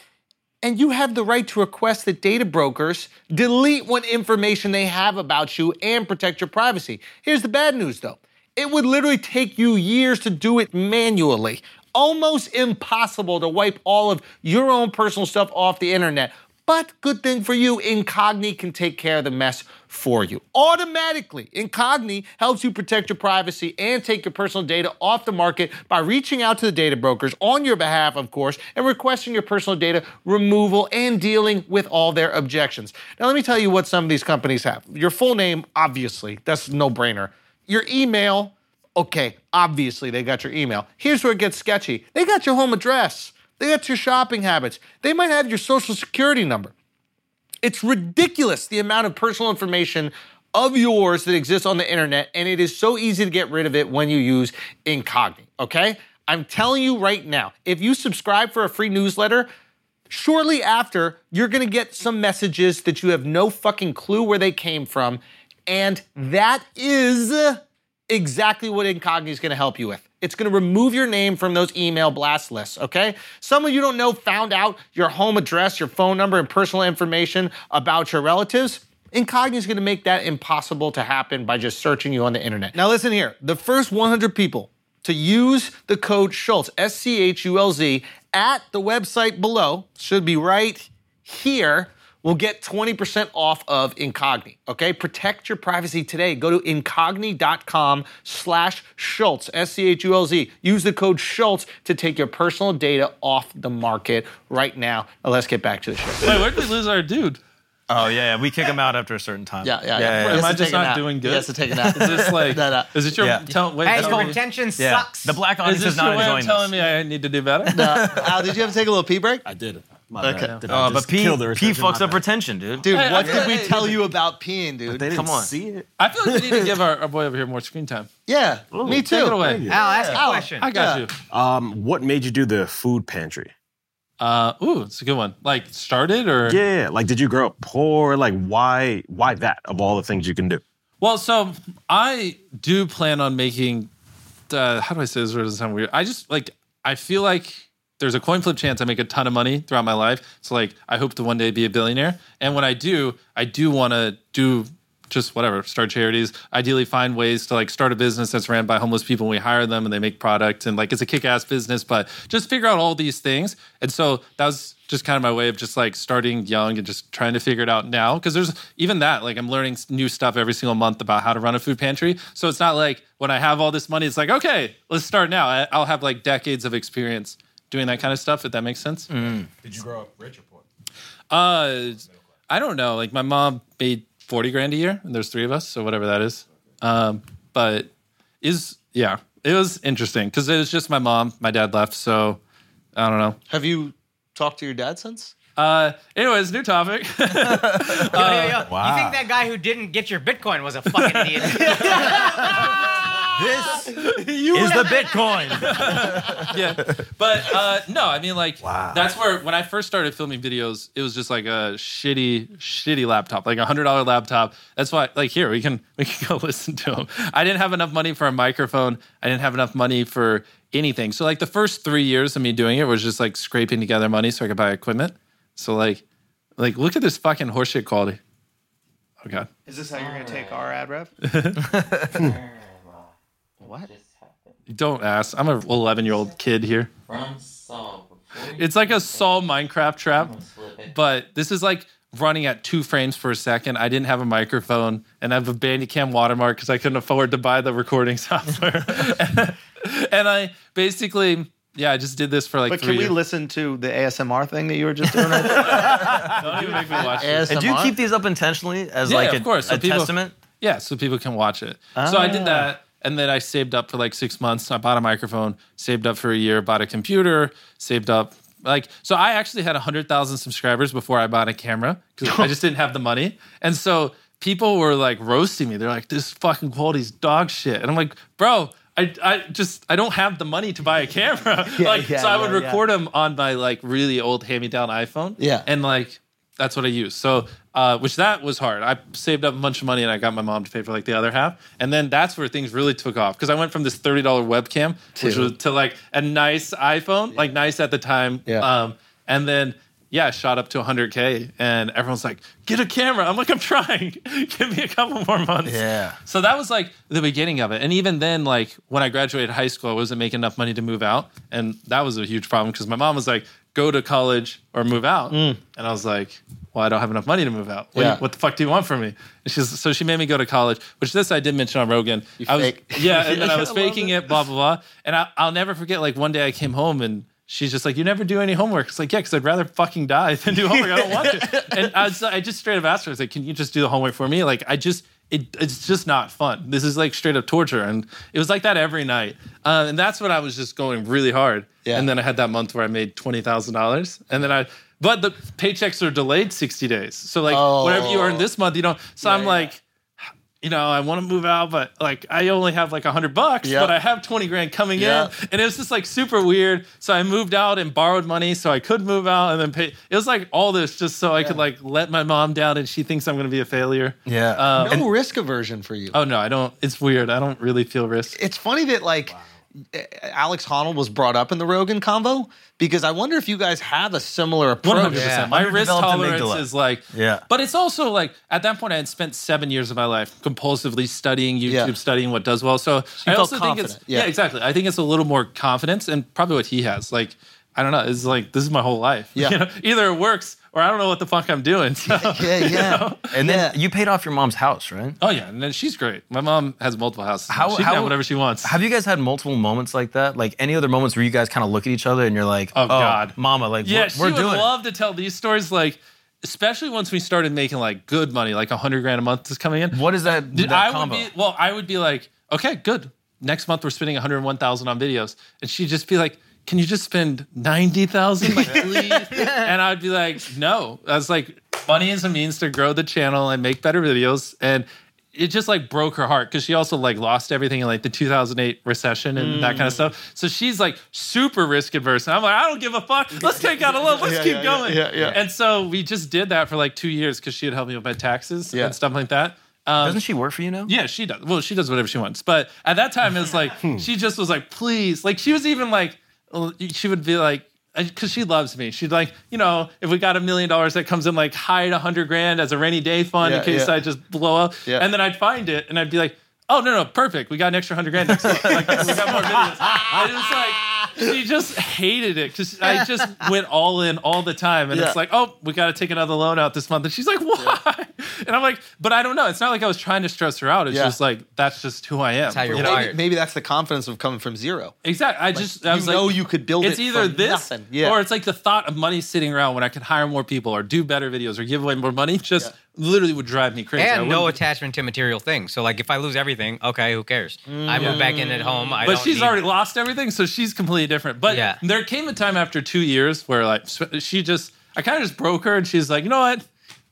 S9: And you have the right to request that data brokers delete what information they have about you and protect your privacy. Here's the bad news though it would literally take you years to do it manually. Almost impossible to wipe all of your own personal stuff off the internet. But good thing for you, Incogni can take care of the mess for you. Automatically, Incogni helps you protect your privacy and take your personal data off the market by reaching out to the data brokers on your behalf, of course, and requesting your personal data removal and dealing with all their objections. Now, let me tell you what some of these companies have. Your full name, obviously, that's no brainer. Your email, okay, obviously they got your email. Here's where it gets sketchy they got your home address, they got your shopping habits, they might have your social security number. It's ridiculous the amount of personal information of yours that exists on the internet, and it is so easy to get rid of it when you use Incogni, okay? I'm telling you right now, if you subscribe for a free newsletter, shortly after, you're gonna get some messages that you have no fucking clue where they came from, and that is exactly what Incogni is going to help you with. It's going to remove your name from those email blast lists, okay? Someone you don't know found out your home address, your phone number, and personal information about your relatives. Incogni is going to make that impossible to happen by just searching you on the internet. Now, listen here the first 100 people to use the code Schultz, S C H U L Z, at the website below, should be right here will get 20% off of Incogni. Okay, protect your privacy today. Go to incogni.com slash Schultz, S-C-H-U-L-Z. Use the code Schultz to take your personal data off the market right now. Now let's get back to the show.
S2: Wait, where did we lose our dude?
S3: Oh yeah, yeah, we kick him out after a certain time.
S9: Yeah, yeah, yeah.
S3: yeah.
S9: He has
S2: Am I
S9: to
S2: just
S9: take a
S2: not
S9: nap.
S2: doing good?
S9: He has to take a nap. uh,
S2: Is this like?
S9: No, no.
S2: Is it your
S3: Yeah.
S2: tell? Wait,
S6: Hey,
S2: that's
S6: your
S2: already-
S6: attention
S3: Yeah.
S6: sucks.
S3: The black
S2: is
S3: audience
S2: this
S3: is
S2: your
S3: not
S2: way of
S3: enjoying
S2: telling me
S3: this.
S2: I need to do better?
S9: Uh, Al, did you have to take a little pee break?
S14: I did. My
S9: Okay.
S14: bad. Did I
S3: Uh,
S14: just
S3: but P,
S14: kill the
S3: P
S14: retention?
S3: fucks
S14: My
S3: up
S14: bad.
S3: retention, dude.
S9: Dude,
S2: Hey,
S9: what
S2: I-
S9: did we
S2: hey,
S9: tell you about peeing, dude?
S14: They didn't
S3: Come on.
S14: see it.
S2: I feel like we need to give our, our boy over here more screen time.
S9: yeah, me too.
S2: Take it away.
S6: Al, ask a
S9: Al.
S6: question.
S2: I got
S9: Yeah.
S2: you.
S14: Um, what made you do the food pantry?
S2: Uh, ooh, it's a good one. Like started or
S14: Yeah, like did you grow up poor? Like why? Why that of all the things you can do?
S2: Well, so I do plan on making. Uh, how do I say this? It doesn't sound weird. I just like. I feel like there's a coin flip chance I make a ton of money throughout my life. So like, I hope to one day be a billionaire. And when I do, I do want to do just whatever, start charities. Ideally, find ways to like start a business that's ran by homeless people. and We hire them and they make product and like it's a kick-ass business. But just figure out all these things. And so that was just kind of my way of just like starting young and just trying to figure it out now. Cause there's even that, like I'm learning s- new stuff every single month about how to run a food pantry. So it's not like when I have all this money, it's like, okay, let's start now. I- I'll have like decades of experience doing that kind of stuff, if that makes sense.
S14: Did you grow up rich or poor?
S2: Uh, I don't know. Like my mom made 40 grand a year and there's three of us. So whatever that is. Um, but is, yeah, it was interesting because it was just my mom, my dad left. So I don't know.
S9: Have you talked to your dad since?
S2: Uh, anyways, new topic.
S6: Yo, yo, yo. You
S14: Wow.
S6: think that guy who didn't get your Bitcoin was a fucking idiot?
S3: This
S2: You
S3: is
S2: were-
S3: the Bitcoin.
S2: yeah. But uh, no, I mean, like, that's where when I first started filming videos, it was just like a shitty, shitty laptop, like a hundred dollar laptop. That's why, like, here we can we can go listen to them. I didn't have enough money for a microphone. I didn't have enough money for anything. So like the first three years of me doing it was just like scraping together money so I could buy equipment. So like, like look at this fucking horseshit quality. Oh god.
S17: Is this how you're going to
S2: Uh,
S17: take our ad rep?
S5: What?
S2: Don't ask. I'm a 11 year old kid here. It's like a Saul Minecraft trap, but this is like running at two frames per second. I didn't have a microphone, and I have a Bandicam watermark because I couldn't afford to buy the recording software. and I basically, yeah, I just did this for like
S17: but
S2: three
S17: can we
S2: years.
S17: listen to the ASMR thing that you were just doing?
S2: this.
S3: And do you keep these up intentionally as
S2: Yeah,
S3: like a,
S2: of course. So
S3: a
S2: people-
S3: testament?
S2: Yeah, so people can watch it. So I
S3: Ah.
S2: did that. And then I saved up for like six months. I bought a microphone, saved up for a year, bought a computer, saved up. Like, so I actually had 100,000 subscribers before I bought a camera because I just didn't have the money. And so people were like roasting me. They're like, this fucking quality's dog shit. And I'm like, bro, I, I just, I don't have the money to buy a camera.
S17: Yeah,
S2: like,
S17: yeah,
S2: so I would
S17: yeah, yeah.
S2: record them on my like really old hand me down iPhone.
S17: Yeah.
S2: And like, that's what I used. So, uh, which that was hard. I saved up a bunch of money and I got my mom to pay for like the other half. And then that's where things really took off because I went from this $30 webcam which
S17: To-
S2: was, to like a nice iPhone, like nice at the time.
S17: Yeah.
S2: Um, and then, yeah, shot up to 100K and everyone's like, get a camera. I'm like, I'm trying. Give me a couple more months.
S3: Yeah.
S2: So that was like the beginning of it. And even then, like when I graduated high school, I wasn't making enough money to move out. And that was a huge problem because my mom was like, go to college or move out. And I was like, well, I don't have enough money to move out. What, do you-
S17: Mm. Yeah.
S2: what the fuck do you want from me? And she's, so she made me go to college, which this I did mention on Rogan.
S17: You
S2: I was,
S17: fake.
S2: Yeah, and then I was
S17: I love
S2: faking it. blah, blah, blah. And I, I'll never forget, like one day I came home and she's just like, you never do any homework. It's like, yeah, because I'd rather fucking die than do homework. I don't want to. And I, was, I just straight up asked her, I was like, can you just do the homework for me? Like, I just, it, it's just not fun. This is like straight up torture. And it was like that every night. Uh, and that's when I was just going really hard.
S17: Yeah.
S2: And then I had that month where I made $20,000. And then I, but the paychecks are delayed 60 days. So, like,
S17: Oh.
S2: whatever you earn this month, you know. So I'm like, you know, I want to move out, but like I only have like a hundred bucks,
S17: Yeah.
S2: but I have twenty grand coming
S17: Yeah.
S2: in, and it was just like super weird. So I moved out and borrowed money so I could move out and then pay. It was like all this just so I could like let my mom down, and she thinks I'm going to be a failure.
S17: Yeah.
S2: Um,
S17: no risk aversion for you.
S2: oh no, I don't. It's weird. I don't really feel risk.
S1: It's funny that like Alex Honnold was brought up in the Rogan convo because I wonder if you guys have a similar
S2: One
S1: approach.
S2: hundred percent. My risk tolerance is like
S3: Yeah.
S2: But it's also like at that point I had spent seven years of my life compulsively studying YouTube,
S17: Yeah.
S2: studying what does well. So, I
S17: felt
S2: also think it's
S17: confident,
S2: yeah.
S17: yeah.
S2: exactly. I think it's a little more confidence and probably what he has. Like I don't know. It's like this is my whole life.
S3: Yeah.
S2: You know, either it works or I don't know what the fuck I'm doing. So,
S3: Yeah,
S2: you
S3: yeah.
S2: know?
S3: And then you paid off your mom's house, right?
S2: Oh yeah, and then she's great. My mom has multiple houses.
S3: How-
S2: she can
S3: how-
S2: have whatever she wants.
S3: Have you guys had multiple moments like that? Like any other moments where you guys kind of look at each other and you're like, "Oh,
S2: God.
S3: mama, like
S2: yeah,
S3: we're,
S2: she
S3: we're
S2: would
S3: doing." it."
S2: love to tell these stories. Like, especially once we started making like good money, like a hundred grand a month is coming in.
S3: What is that?
S2: Dude,
S3: that
S2: I
S3: combo?
S2: would be well. I would be like, okay, good. Next month we're spending one hundred one thousand on videos, and she'd just be like, "Can you just spend ninety thousand, like, please?" And I'd be like, "No." I was like, "Money is a means to grow the channel and make better videos." And it just like broke her heart because she also like lost everything in like the 2008 recession and that
S17: Mm.
S2: kind of stuff. So she's like super risk adverse, and I'm like, "I don't give a fuck. Let's take out a loan. Let's
S17: Yeah,
S2: keep
S17: yeah, yeah,
S2: going."
S17: yeah, yeah.
S2: And so we just did that for like two years because she had helped me with my taxes
S17: Yeah.
S2: and stuff like that. Um,
S3: Doesn't she work for you now?
S2: yeah, she does. Well, she does whatever she wants. But at that time, it's like she just was like, please. Like she was even like, she would be like, because she loves me. She'd like, you know, if we got a million dollars that comes in, like hide a hundred grand as a rainy day fund in
S17: Yeah,
S2: case
S17: yeah.
S2: I just blow up.
S17: Yeah.
S2: And then I'd find it and I'd be like, oh no no, perfect. We got an extra hundred grand next week. Like, we got more videos. And it was like. She just hated it because I just went all in all the time, and
S17: Yeah.
S2: it's like, oh, we got to take another loan out this month, and she's like, why? And I'm like, but I don't know. It's not like I was trying to stress her out. It's
S1: Yeah.
S2: just like that's just who I am.
S1: That's how you're
S2: you know?
S1: wired. Maybe, that's the confidence of coming from zero.
S2: Exactly. I
S1: Like,
S2: just I
S1: you
S2: was
S1: know
S2: like,
S1: you could build
S2: It's
S1: it
S2: either
S1: from
S2: this
S1: nothing. Yeah.
S2: or it's like the thought of money sitting around when I could hire more people or do better videos or give away more money. Just literally would drive me crazy. I
S6: And no
S2: wouldn't-
S6: attachment to material things. So like, if I lose everything, okay, who cares? I move back in at home. I
S2: Mm. but
S6: don't
S2: she's
S6: need-
S2: already lost everything, so she's completely different. But
S6: Yeah.
S2: there came a time after two years where like sw- she just I kind of just broke her, and she's like, you know what?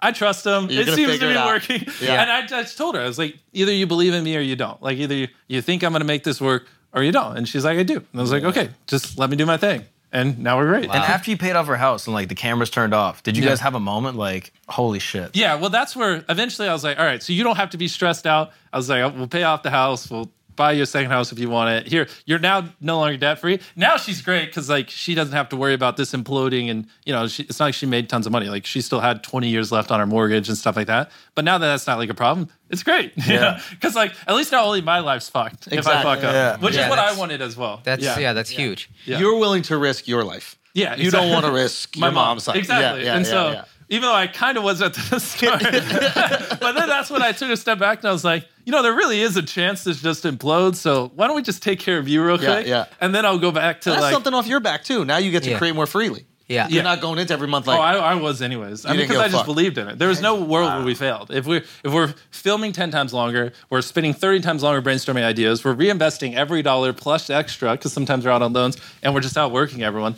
S2: I trust him.
S15: You're
S2: it
S15: gonna
S2: seems to
S15: figure
S2: be
S15: it out.
S2: working.
S15: Yeah.
S2: And I just told her, I was like, either you believe in me or you don't. Like, either you, you think I'm going to make this work or you don't. And she's like, I do. And I was like, okay, just let me do my thing. And now we're great.
S3: And after you paid off her house and like the cameras turned off, did you
S2: Yeah.
S3: guys have a moment like, holy shit?
S2: Yeah, well, that's where eventually I was like, all right, so you don't have to be stressed out. I was like, we'll pay off the house. We'll buy you a second house if you want it. Here, you're now no longer debt free. Now she's great because like she doesn't have to worry about this imploding, and you know, she, it's not like she made tons of money. Like she still had 20 years left on her mortgage and stuff like that. But now that that's not like a problem, it's great.
S6: Yeah.
S2: because like at least not only my life's fucked if I
S1: Exactly.
S2: fuck up,
S1: Yeah.
S2: which
S1: Yeah,
S2: is what I
S1: that's-
S2: wanted as well.
S6: That's yeah, that's huge.
S1: You're willing to risk your life.
S2: Yeah,
S1: You don't
S2: exactly.
S1: want to risk
S2: my
S1: your
S2: mom.
S1: mom's life.
S2: Exactly.
S1: Yeah, yeah,
S2: and
S1: yeah,
S2: so,
S1: yeah.
S2: even though I kind of was at the start, but then that's when I took a step back and I was like, you know, there really is a chance this just implodes. So why don't we just take care of you real
S1: Yeah,
S2: quick?
S1: yeah.
S2: And then I'll go back to
S1: That's
S2: like.
S1: something off your back too. Now you get to
S2: Yeah.
S1: create more freely.
S6: Yeah.
S1: You're
S2: Yeah.
S1: not going into every month
S2: oh,
S1: like
S2: I, I was anyways. I
S1: You didn't
S2: mean,
S1: give
S2: because
S1: a
S2: I just
S1: fuck.
S2: believed in it. There was no world where we failed. If we're if we're filming ten times longer, we're spending thirty times longer brainstorming ideas. We're reinvesting every dollar plus extra because sometimes we're out on loans and we're just out working everyone.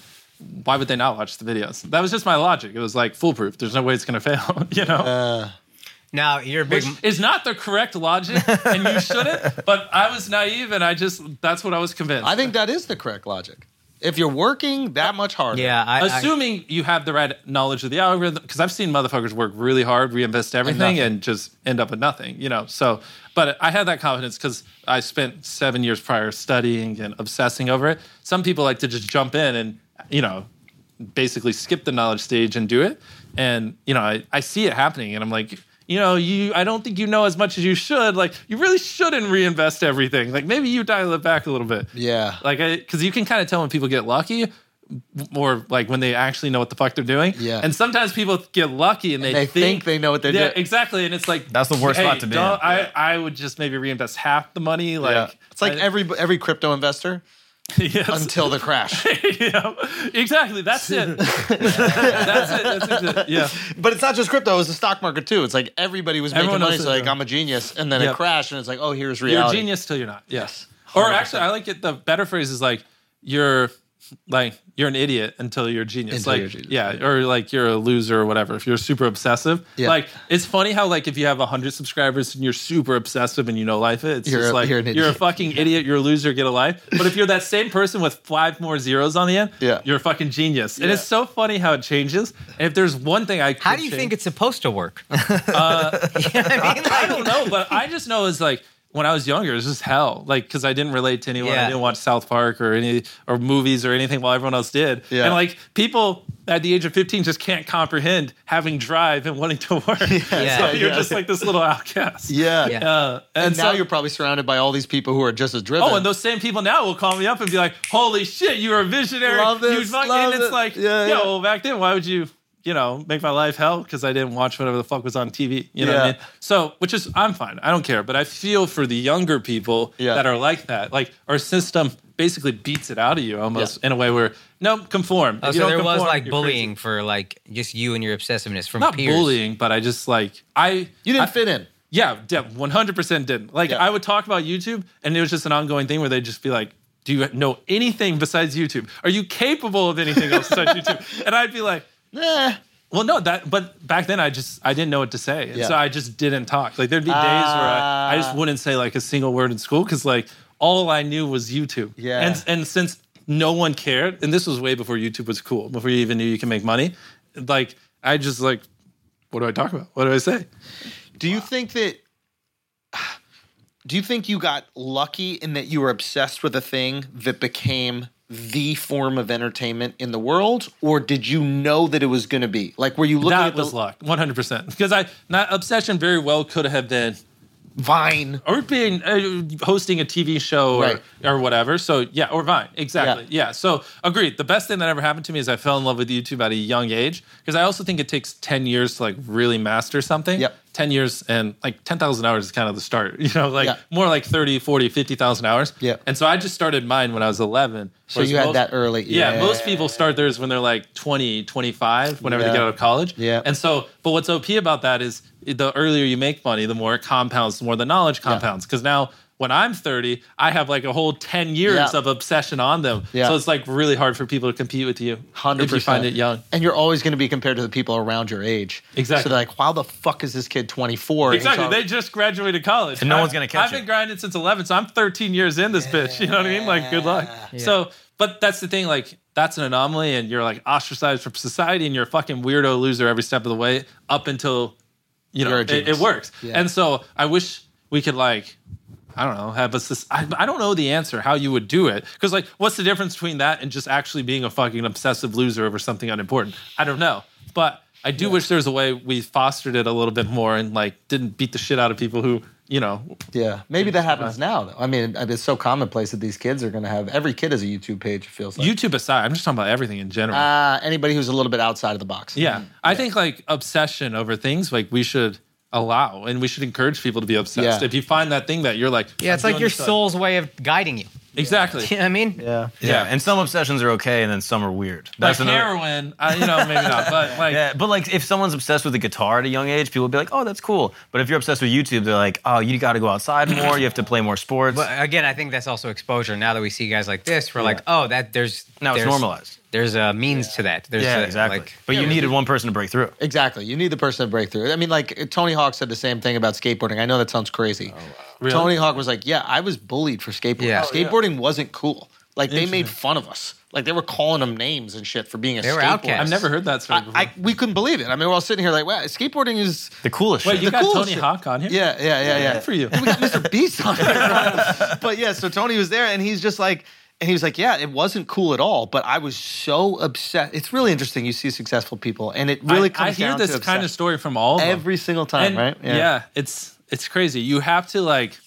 S2: Why would they not watch the videos? That was just my logic. It was like foolproof. There's no way it's going to fail. You know.
S1: Uh,
S6: now you're a big.
S2: Which is not the correct logic, and you shouldn't. But I was naive, and I just that's what I was convinced.
S1: I think that is the correct logic. If you're working that much harder.
S2: assuming you have the right knowledge of the algorithm, because I've seen motherfuckers work really hard, reinvest everything,
S1: nothing.
S2: and just end up with nothing. You know, so but I had that confidence because I spent seven years prior studying and obsessing over it. Some people like to just jump in and you know basically skip the knowledge stage and do it. And you know, I, I see it happening, and I'm like, you know, you I don't think you know as much as you should. Like, you really shouldn't reinvest everything. Like, maybe you dial it back a little bit.
S1: Yeah.
S2: Like, because you can kind of tell when people get lucky. Or like when they actually know what the fuck they're doing.
S1: Yeah.
S2: And sometimes people get lucky and they,
S1: they think they know what they're
S2: yeah,
S1: doing.
S2: Exactly. And it's like
S1: That's the worst
S2: hey,
S1: spot to be in.
S2: don't- I, I would just maybe reinvest half the money. Like
S1: Yeah. It's like every every crypto investor until the crash.
S2: exactly. That's it. that's it. That's it. Yeah.
S1: But it's not just crypto, it's the stock market too. It's like everybody was making
S2: Everyone
S1: money,
S2: else
S1: so
S2: is-
S1: like I'm a genius, and then
S2: Yeah.
S1: it crashed and it's like, oh, here's
S2: You're a
S1: reality.
S2: genius till you're not. Yes. Or actually, I like it. The better phrase is like you're like you're an idiot until you're a genius.
S1: Until
S2: like
S1: you're a genius.
S2: yeah, or like you're a loser or whatever. If you're super obsessive,
S1: Yeah.
S2: like it's funny how like if you have hundred subscribers and you're super obsessive and you know life, it's
S1: You're
S2: just
S1: a-
S2: like
S1: you're an
S2: you're a
S1: idiot.
S2: fucking idiot. You're a loser. Get a life. But if you're that same person with five more zeros on the end,
S1: Yeah.
S2: you're a fucking genius. And
S1: Yeah.
S2: it's so funny how it changes. And if there's one thing I could
S6: How do you
S2: change-
S6: think it's supposed to work?
S2: Uh, I don't know, but I just know it's like when I was younger, it was just hell. Like because I didn't relate to anyone. I
S6: Yeah.
S2: didn't watch South Park or any or movies or anything while everyone else did.
S1: Yeah.
S2: And like people at the age of 15 just can't comprehend having drive and wanting to work.
S1: Yeah,
S2: so you're
S1: yeah.
S2: just like this little outcast.
S1: Yeah.
S6: Oh,
S2: Uh,
S1: and
S2: and
S1: now
S2: so-
S1: you're probably surrounded by all these people who are just as driven.
S2: Oh, and those same people now will call me up and be like, "Holy shit, you were a visionary."
S1: Love this,
S2: you fucking,
S1: love
S2: and it's
S1: it.
S2: like,
S1: Yeah,
S2: yo,
S1: yeah.
S2: well, back then, why would you, you know, make my life hell because I didn't watch whatever the fuck was on TV? You know what I
S1: Yeah.
S2: mean? So, which is, I'm fine, I don't care, but I feel for the younger people
S1: Yeah.
S2: that are like that. Like our system basically beats it out of you almost in a way where no conform.
S6: Oh,
S2: If you
S6: so
S2: don't
S6: there was
S2: conform,
S6: like
S2: you're crazy.
S6: bullying for like just you and your obsessiveness from
S2: Not
S6: peers.
S2: bullying, but I just like I
S1: you didn't fit in.
S2: yeah, de- 100% didn't. Like, I would talk about YouTube, and it was just an ongoing thing where they'd just be like, Do you know anything besides YouTube? Are you capable of anything else besides YouTube? And I'd be like,
S1: Nah.
S2: Well, no, that, but back then I just, I didn't know what to say. And
S1: Yeah.
S2: so I just didn't talk. Like, there'd be days where I, I just
S1: Ah.
S2: wouldn't say like a single word in school because, like, all I knew was YouTube.
S1: Yeah.
S2: And, and since no one cared, and this was way before YouTube was cool, before you even knew you can make money, like, I just, like, what do I talk about? What do I say?
S1: Do you think that? Do you think you got lucky in that you were obsessed with a thing that became the form of entertainment in the world, or did you know that it was going to be? Like, were you looking
S2: that
S1: at the
S2: was luck, one hundred percent. Because I not obsession very well could have been
S1: Vine
S2: or being uh, hosting a TV show
S1: Right.
S2: or, or whatever. So yeah, or Vine exactly. Yeah. So agreed. The best thing that ever happened to me is I fell in love with YouTube at a young age because I also think it takes ten years to like really master something. Yep. Ten years and like ten thousand hours is kind of the start. You know, like
S1: Yeah.
S2: more like 30, 40, 50,000 hours.
S1: Yeah.
S2: And so I just started mine when I was eleven.
S1: So
S2: whereas
S1: you had
S2: most-
S1: that early.
S2: Yeah, most people start theirs when they're like 20, 25, whenever
S1: Yeah.
S2: they get out of college.
S1: Yeah.
S2: And so, but what's OP about that is the earlier you make money, the more it compounds, the more the knowledge compounds. Because now when I'm 30, I have like a whole 10 years
S9: Yeah.
S2: of obsession on them.
S9: Yeah.
S2: So it's like really hard for people to compete with you
S9: 100%.
S2: if you find it young.
S9: And you're always going to be compared to the people around your age.
S2: Exactly.
S9: So they're like, how the fuck is this kid 24?
S2: Exactly. They just graduated college.
S9: And no
S2: I-
S9: one's gonna catch
S2: I've been grinding since 11, so I'm 13 years in this bitch. You know what I mean? Like, good luck. So, but that's the thing. Like, that's an anomaly, and you're like ostracized from society, and you're a fucking weirdo loser every step of the way up until, you know,
S9: You're a
S2: it,
S9: genius.
S2: it works.
S9: Yeah.
S2: And so I wish we could like. I don't know. Have a soc- I, I don't know the answer how you would do it because like what's the difference between that and just actually being a fucking obsessive loser over something unimportant? I don't know, but I do wish there was a way we fostered it a little bit more and like didn't beat the shit out of people who you know.
S9: yeah. Maybe that happens now, though. I mean, it's so commonplace that these kids are going to have every kid has a YouTube page, it feels like.
S2: YouTube aside, I'm just talking about everything in general.
S9: Uh, anybody who's a little bit outside of the box.
S2: yeah, I think like obsession over things like we should allow and we should encourage people to be obsessed.
S6: Yeah.
S2: If you find that thing that you're like,
S6: Yeah, it's
S2: I'm
S6: like
S2: doing
S6: your
S2: this, uh,
S6: soul's way of guiding you.
S2: Exactly.
S6: You know what I mean?
S9: Yeah.
S3: Yeah. and some obsessions are okay, and then some are weird.
S2: Like
S3: another-
S2: heroin, I, you know, maybe not, but like
S3: yeah, but like if someone's obsessed with the guitar at a young age, people would be like, "Oh, that's cool." But if you're obsessed with YouTube, they're like, "Oh, you got to go outside more. You have to play more sports."
S6: But again, I think that's also exposure. Now that we see guys like this, we're like, oh, that there's
S3: Now it's
S6: there's-
S3: normalized.
S6: There's a means to that. There's
S3: yeah,
S6: a,
S3: exactly.
S6: Like,
S3: but you needed one person to break through.
S9: Exactly. You need the person to break through. I mean, like Tony Hawk said the same thing about skateboarding. I know that sounds crazy.
S2: Oh, Really?
S9: Tony Hawk was like, "Yeah, I was bullied for skateboarding.
S6: Yeah. Oh, yeah.
S9: Skateboarding wasn't cool. Like they made fun of us. Like they were calling them names and shit for being a
S6: They were
S9: skateboarder.
S6: outcasts.
S2: I've never heard that story before.
S9: I, we couldn't believe it. I mean, we're all sitting here like, wow, skateboarding is
S3: The coolest.
S2: Wait,
S9: shit.
S2: you
S9: The
S2: got
S9: coolest
S2: Tony
S9: shit.
S2: Hawk on here?
S9: Yeah, yeah, yeah, yeah.
S2: Good for you.
S9: we got Mr. Beast on here. but yeah, so Tony was there and he's just like, and he was like, yeah, it wasn't cool at all, but I was so upset. It's really interesting. You see successful people, and it really
S2: I-
S9: comes
S2: I hear
S9: down
S2: this
S9: to
S2: kind of
S9: obsession.
S2: story from all of them.
S9: every single
S2: And,
S9: time, right?
S2: Yeah. it's it's crazy. You have to like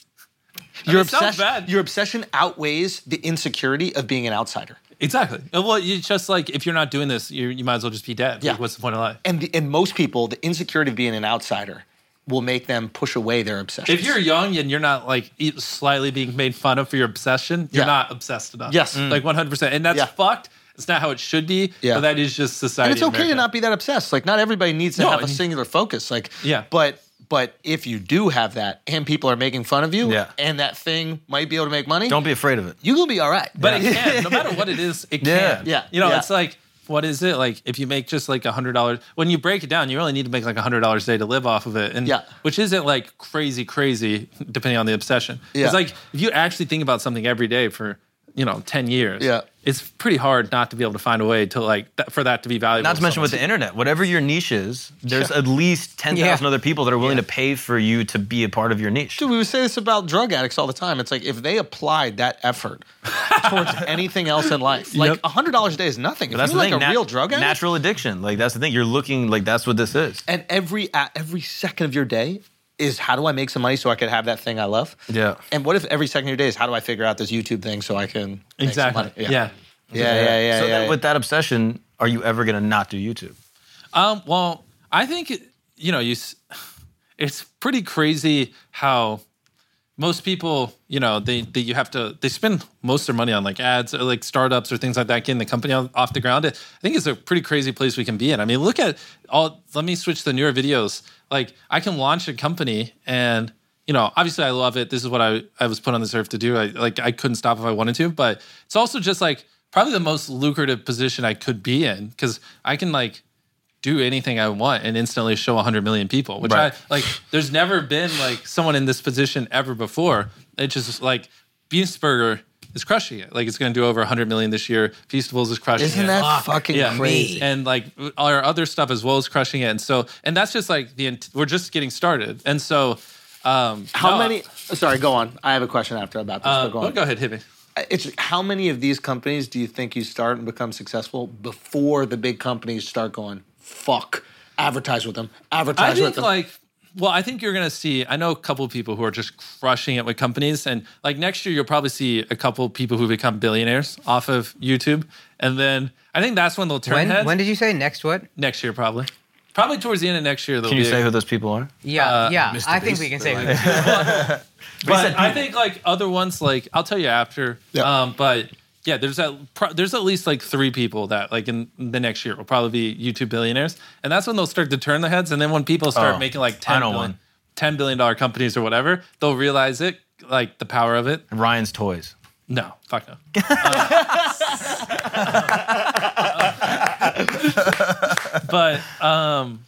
S9: Your
S2: It sounds
S9: obsession, your obsession outweighs the insecurity of being an outsider.
S2: exactly. And, Well, you just like if you're not doing this, you you might as well just be dead.
S9: Yeah.
S2: Like, what's the point of life?
S9: And the, and most people, the insecurity of being an outsider will make them push away their obsession.
S2: If you're young and you're not like e- slightly being made fun of for your obsession, you're
S9: Yeah.
S2: not obsessed enough.
S9: Yes. Mm.
S2: like 100. percent And that's fucked. It's not how it should be.
S9: Yeah.
S2: but that is just society.
S9: and it's
S2: in
S9: okay to
S2: America.
S9: not be that obsessed. Like not everybody needs to
S2: No,
S9: have a
S2: and-
S9: singular focus. Like
S2: Yeah.
S9: but but if you do have that and people are making fun of you
S3: Yeah.
S9: and that thing might be able to make money,
S3: Don't be afraid of it.
S9: you will be all right.
S2: But it can, no matter what it is, it
S9: Yeah.
S2: can.
S9: Yeah.
S2: You know,
S9: Yeah.
S2: it's like, what is it? Like, if you make just like a hundred dollars, when you break it down, you really need to make like a hundred dollars a day to live off of it. And
S9: Yeah.
S2: which isn't like crazy, crazy, depending on the obsession.
S9: Yeah.
S2: It's like if you actually think about something every day for, you know, 10 years,
S9: Yeah.
S2: it's pretty hard not to be able to find a way to like, that, for that to be valuable.
S3: Not to mention with the
S2: someone.
S3: internet, whatever your niche is, there's at least ten thousand
S9: Yeah.
S3: other people that are willing to pay for you to be a part of your niche.
S9: Dude, we would say this about drug addicts all the time. It's like if they applied that effort towards anything else in life, like a hundred dollars a day is nothing.
S3: But
S9: if
S3: that's
S9: you're
S3: the
S9: like
S3: thing.
S9: a
S3: nat-
S9: real drug addict,
S3: natural addiction. Like that's the thing. You're looking like that's what this is.
S9: and every a- every second of your day is how do I make some money so I could have that thing I love?
S3: Yeah.
S9: And what if every second of your day is how do I figure out this YouTube thing so I can make some
S2: Exactly.
S9: money?
S2: Yeah.
S9: yeah, yeah, yeah.
S3: so
S9: yeah,
S3: that,
S9: yeah.
S3: with that obsession, are you ever going to not do YouTube?
S2: Um, well, I think you know you. s- It's pretty crazy how most people, you know, they, they you have to they spend most of their money on like ads or like startups or things like that, getting the company on- off the ground. I think it's a pretty crazy place we can be in. I mean, look at all. Let me switch to newer videos. Like I can launch a company and. You know, obviously, I love it. This is what I, I was put on this earth to do. I like I couldn't stop if I wanted to, but it's also just like probably the most lucrative position I could be in because I can like do anything I want and instantly show 100 million people, which
S3: Right.
S2: I like. There's never been like someone in this position ever before. It's just like Beastburger is crushing it. Like it's going to do over 100 million this year. Feastables is crushing
S9: Isn't
S2: it.
S9: that Fuck fucking
S2: Yeah.
S9: crazy?
S2: And like our other stuff as well is crushing it. And so, and that's just like the, int- we're just getting started. And so, um,
S9: how
S2: no,
S9: many? Sorry, go on. I have a question after about this.
S2: uh,
S9: but go on.
S2: go ahead, hit me.
S9: It's how many of these companies do you think you start and become successful before the big companies start going fuck? Advertise with them. Advertise
S2: I think
S9: with them.
S2: like well, I think you're gonna see. I know a couple of people who are just crushing it with companies, and like next year you'll probably see a couple of people who become billionaires off of YouTube, and then I think that's when they'll turn
S6: When,
S2: heads.
S6: when did you say next? What?
S2: next year probably, probably towards the end of next year.
S3: Can you say who those people are?
S6: Yeah,
S2: Uh,
S6: yeah.
S2: Mr.
S6: I think
S2: Beast.
S6: we can say.
S2: They're
S6: who-
S2: But I think like other ones, like I'll tell you after. Um, but yeah, there's at pro- there's at least like three people that like in the next year will probably be YouTube billionaires, and that's when they'll start to turn their heads. And then when people start
S3: Oh,
S2: making like
S3: I
S2: ten
S3: know
S2: billion,
S3: one.
S2: ten billion dollar companies or whatever, they'll realize it. like the power of it.
S3: Ryan's toys.
S2: No, fuck no. but um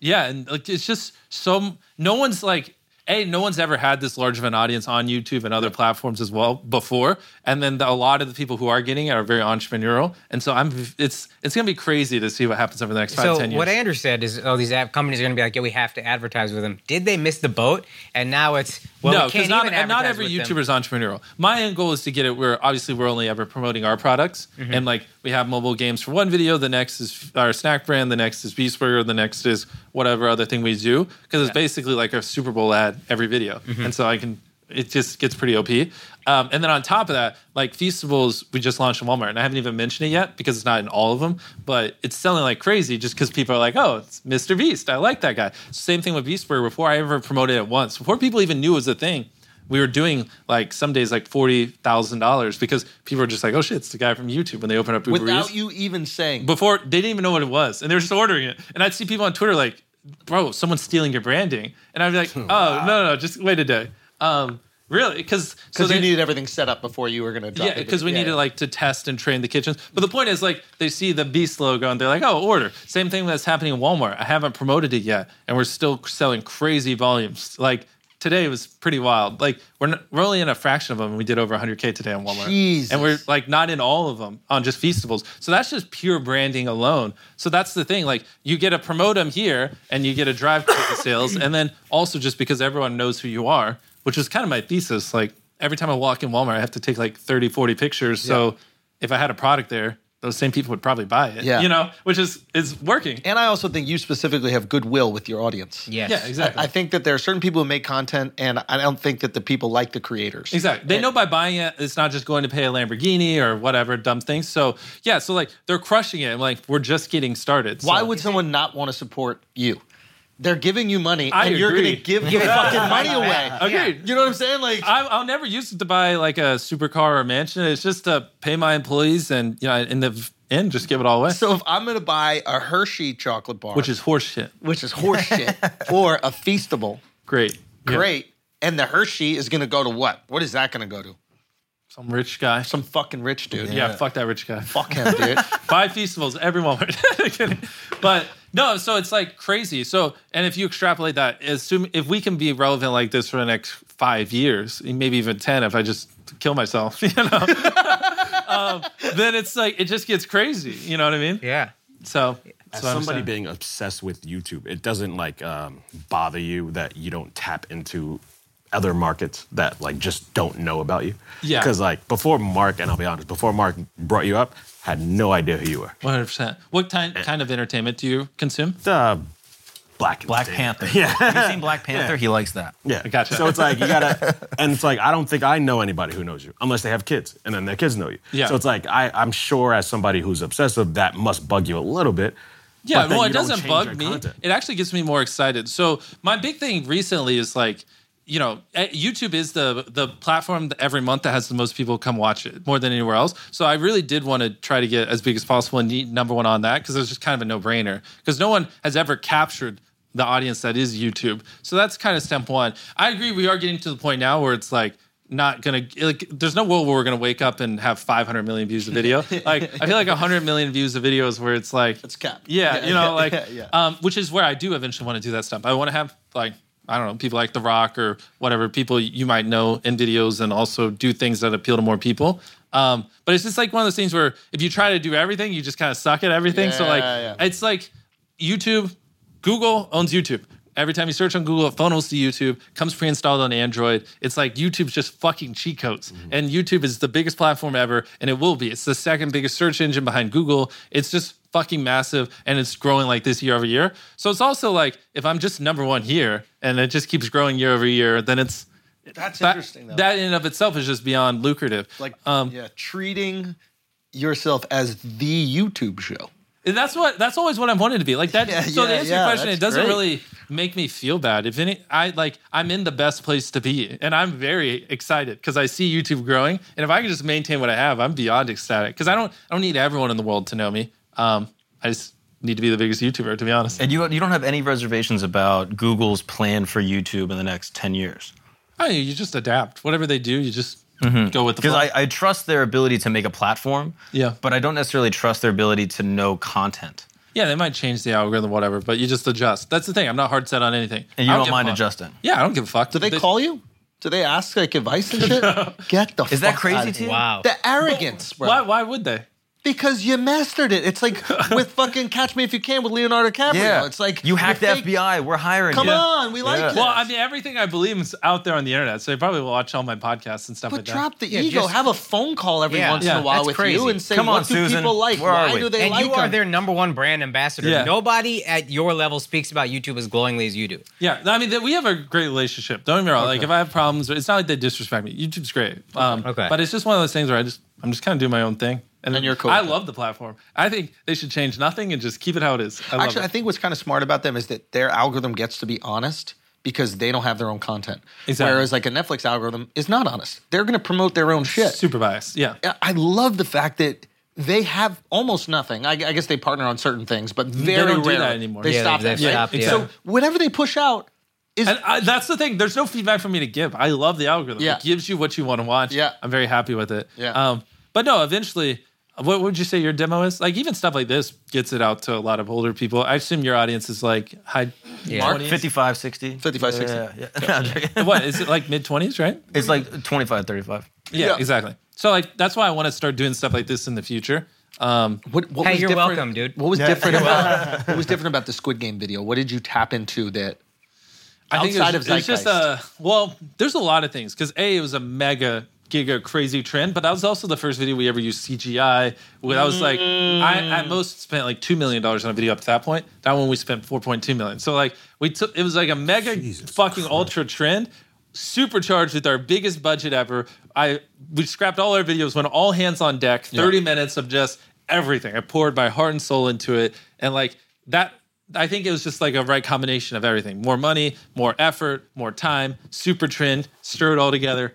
S2: yeah and like it's just so no one's like a no one's ever had this large of an audience on youtube and other platforms as well before and then the, a lot of the people who are getting it are very entrepreneurial and so i'm it's it's gonna be crazy to see what happens over the next five ten
S6: so
S2: years
S6: what Andrew said is, oh, these app companies are going to be like, yeah, we have to advertise with them. Did they miss the boat? And now it's well,
S2: no,
S6: we can't
S2: not,
S6: even
S2: and
S6: advertise
S2: not every
S6: with them.
S2: YouTuber is entrepreneurial. My end goal is to get it where obviously we're only ever promoting our products,
S6: Mhm.
S2: and like we have mobile games for one video, the next is our snack brand, the next is Beast Burger, the next is whatever other thing we do, because it's basically like a Super Bowl ad every video,
S19: Mhm.
S2: and so I can. It just gets pretty op, um, and then on top of that, like Feastables, we just launched in Walmart, and I haven't even mentioned it yet because it's not in all of them, but it's selling like crazy just because people are like, "Oh, it's Mr. Beast, I like that guy." Same thing with Beast Burger. Before I ever promoted it once, before people even knew it was a thing, we were doing like some days like forty thousand dollars because people were just like, "Oh shit, it's the guy from YouTube." When they open up Uber
S9: Without
S2: Eats.
S9: you even saying.
S2: before they didn't even know what it was, and they were just ordering it. And I'd see people on Twitter like, "Bro, someone's stealing your branding," and I'd be like, "Oh no, no, just wait a day." Um, really? Because so
S9: Because
S2: they
S9: you needed everything set up before you were going to drop
S2: yeah,
S9: it.
S2: because we needed like to test and train the kitchens. But the point is, like, they see the Beast logo and they're like, "Oh, order." Same thing that's happening in Walmart. I haven't promoted it yet, and we're still selling crazy volumes. Like today was pretty wild. Like we're not, we're only in a fraction of them. and We did over 100k today on Walmart,
S9: Jesus.
S2: and we're like not in all of them on just Feastables. So that's just pure branding alone. So that's the thing. Like you get to promote them here, and you get to drive ticket sales, and then also just because everyone knows who you are, which is kind of my thesis. Like every time I walk in Walmart, I have to take like 30, 40 pictures. So if I had a product there, those same people would probably buy it.
S9: Yeah.
S2: You know, which is is working.
S9: And I also think you specifically have goodwill with your audience.
S6: Yes.
S2: Yeah, exactly.
S9: I, I think that there are certain people who make content, and I don't think that the people like the creators.
S2: Exactly. They know by buying it, it's not just going to pay a Lamborghini or whatever dumb thing. So yeah, so like they're crushing it. and, Like we're just getting started.
S9: Why
S2: So-
S9: would someone not want to support you? They're giving you money,
S2: I
S9: and you're
S2: agree.
S9: going to give your
S2: Yeah.
S9: fucking money away.
S2: Agreed.
S9: You know what I'm saying? Like
S2: I, I'll never use it to buy like a supercar or a mansion. It's just to pay my employees and you know in the v- end just give it all away.
S9: So if I'm going to buy a Hershey chocolate bar,
S2: which is horseshit.
S9: which is horseshit, or a Feastable,
S2: Great. Yeah.
S9: great. And the Hershey is going to go to what? What is that going to go to?
S2: Some rich guy.
S9: Some fucking rich dude.
S2: Yeah, fuck that rich guy.
S9: Fuck him, dude.
S2: Buy Feastables every Walmart. Kidding. but no, so it's like crazy. So, and if you extrapolate that, assume if we can be relevant like this for the next five years, maybe even 10 if I just kill myself, you know, um, then it's like, it just gets crazy. You know what I mean?
S6: Yeah.
S2: So,
S14: As
S2: so I'm
S14: somebody
S2: saying.
S14: being obsessed with YouTube, it doesn't like um, bother you that you don't tap into other markets that like just don't know about you.
S2: Yeah.
S14: Because like before Mark, and I'll be honest, before Mark brought you up, had no idea who you were.
S2: 100%. What kind, kind of entertainment do you consume?
S14: The Black
S3: Black Panther.
S14: Yeah.
S3: Have you seen Black Panther? He likes that.
S14: Yeah.
S2: Gotcha.
S14: So it's like you gotta, and it's like I don't think I know anybody who knows you unless they have kids, and then their kids know you.
S2: Yeah.
S14: So it's like I, I'm sure as somebody who's obsessive, that must bug you a little bit.
S2: Yeah,
S14: but then
S2: well,
S14: you
S2: it
S14: don't
S2: doesn't
S14: change your
S2: bug me.
S14: content.
S2: It actually gets me more excited. So my big thing recently is like, you know, eh, YouTube is the the platform that every month that has the most people come watch it more than anywhere else. So I really did want to try to get as big as possible and need number one on that because it's just kind of a no brainer because no one has ever captured the audience that is YouTube. So that's kind of step one. I agree. We are getting to the point now where it's like not gonna like. There's no world where we're gonna wake up and have 500 million views a video. like I feel like 100 million views of videos where it's like it's
S9: cap.
S2: Yeah,
S9: Yeah,
S2: you know,
S9: yeah,
S2: like
S9: yeah, yeah.
S2: um, which is where I do eventually want to do that stuff. I want to have like I don't know people like The Rock or whatever people you might know in videos, and also do things that appeal to more people. Um, but it's just like one of those things where if you try to do everything, you just kind of suck at everything. so
S9: Yeah,
S2: like
S9: yeah.
S2: it's like YouTube, Google owns YouTube. Every time you search on Google, it funnels to YouTube, comes pre-installed on Android. It's like YouTube's just fucking cheat codes.
S9: Mm-hmm.
S2: And YouTube is the biggest platform ever, and it will be. It's the second biggest search engine behind Google. It's just fucking massive and it's growing like this year over year. So it's also like if I'm just number one here and it just keeps growing year over year, then it's
S9: That's
S2: that,
S9: interesting, though.
S2: that in and of itself is just beyond lucrative.
S9: like
S2: Um,
S9: yeah, treating yourself as the YouTube show.
S2: And That's what. That's always what I wanted to be like that.
S9: Yeah,
S2: so to
S9: yeah,
S2: answer
S9: yeah,
S2: your question, it
S9: that's
S2: doesn't
S9: great.
S2: really make me feel bad. If any, I like I'm in the best place to be, and I'm very excited because I see YouTube growing. And if I can just maintain what I have, I'm beyond ecstatic because I don't. I don't need everyone in the world to know me. Um, I just need to be the biggest YouTuber, to be honest.
S3: And you you don't have any reservations about Google's plan for YouTube in the next ten years.
S2: I mean, you just adapt. Whatever they do, you just
S3: Mhm.
S2: go with the
S3: because
S2: flow.
S3: I, I trust their ability to make a platform,
S2: yeah.
S3: but I don't necessarily trust their ability to know content.
S2: Yeah, they might change the algorithm, whatever, but you just adjust. That's the thing. I'm not hard set on anything.
S3: And you
S2: I
S3: don't
S2: give a
S3: mind
S2: fuck.
S3: adjusting.
S2: Yeah, I don't give a fuck.
S1: Do they, call you? Do they ask like advice and shit? Get the
S2: Is that
S1: fuck
S2: crazy
S1: outta
S2: to
S1: here.
S2: you? Wow.
S1: The arrogance, bro.
S2: Why, why would they?
S1: Because you mastered it. It's like with fucking Catch Me If You Can with Leonardo DiCaprio. It's like
S3: you hacked the
S1: you're fake-
S3: FBI. We're hiring.
S1: Come
S3: you.
S1: on, we like
S2: Well, I mean, everything I believe is out there on the internet, so they probably will watch all my podcasts and stuff
S1: But
S2: like that.
S1: drop the ego. Have a phone call every
S2: Yeah.
S1: once in
S2: Yeah,
S1: a while
S2: that's
S1: with
S2: crazy.
S1: you and say,
S2: Come
S1: what
S2: on,
S1: do
S2: Susan.
S1: people like?
S2: Where are
S1: Why
S2: we?
S1: do they
S6: and
S1: like
S6: you are
S1: 'em?
S6: their number one brand ambassador.
S2: Yeah.
S6: Nobody at your level speaks about YouTube as glowingly as you do.
S2: Yeah, I mean, that we have a great relationship. Don't get me wrong. Like, if I have problems, it's not like they disrespect me. YouTube's great. Um,
S6: Okay.
S2: But it's just one of those things where I just, I'm just kind of doing my own thing. And,
S1: And you're cool
S2: I
S1: with
S2: love the platform. I think they should change nothing and just keep it how it is. I love
S1: Actually,
S2: it.
S1: I think what's kind of smart about them is that their algorithm gets to be honest because they don't have their own content.
S2: Exactly.
S1: Whereas like a Netflix algorithm is not honest. They're going to promote their own shit.
S2: Super biased. Yeah.
S1: I love the fact that they have almost nothing. I, I guess they partner on certain things, but
S2: They
S1: very
S2: don't do
S1: rarely.
S2: that anymore.
S1: They
S2: Yeah,
S1: stop
S2: they've
S1: that. right?
S2: stopped, yeah.
S1: So whatever they push out,
S2: and I, that's the thing. There's no feedback for me to give. I love the algorithm.
S1: Yeah.
S2: It gives you what you want to watch. Yeah. I'm very happy with it.
S1: Yeah.
S2: Um, but no, eventually, what would you say your demo is? Like even stuff like this gets it out to a lot of older people. I assume your audience is like high
S3: Mark,
S2: 20s?
S3: 55, 60.
S1: 55, 60.
S3: Yeah, yeah.
S2: what is it like mid 20s, right?
S3: It's like 25, 35.
S2: Yeah,
S3: Yeah.
S2: exactly. So like that's why I want to start doing stuff like this in the future. Um,
S1: what, what
S6: Hey,
S1: was
S6: you're
S1: different-
S6: welcome, dude.
S1: What was
S2: Yeah.
S1: different about what was different about the Squid Game video? What did you tap into that
S2: I think
S1: outside
S2: it was,
S1: of
S2: it's just a well. There's a lot of things because a it was a mega giga crazy trend, but that was also the first video we ever used CGI. Where I was like, I at
S1: Mm.
S2: most spent like two million dollars on a video up to that point. That one we spent four point two million. So like we took it was like a mega fucking ultra trend. Supercharged with our biggest budget ever. I we scrapped all our videos, went all hands on deck. Thirty minutes of just everything. I poured my heart and soul into it, and like that I think it was just like a right combination of everything: more money, more effort, more time, super trend, stir it all together.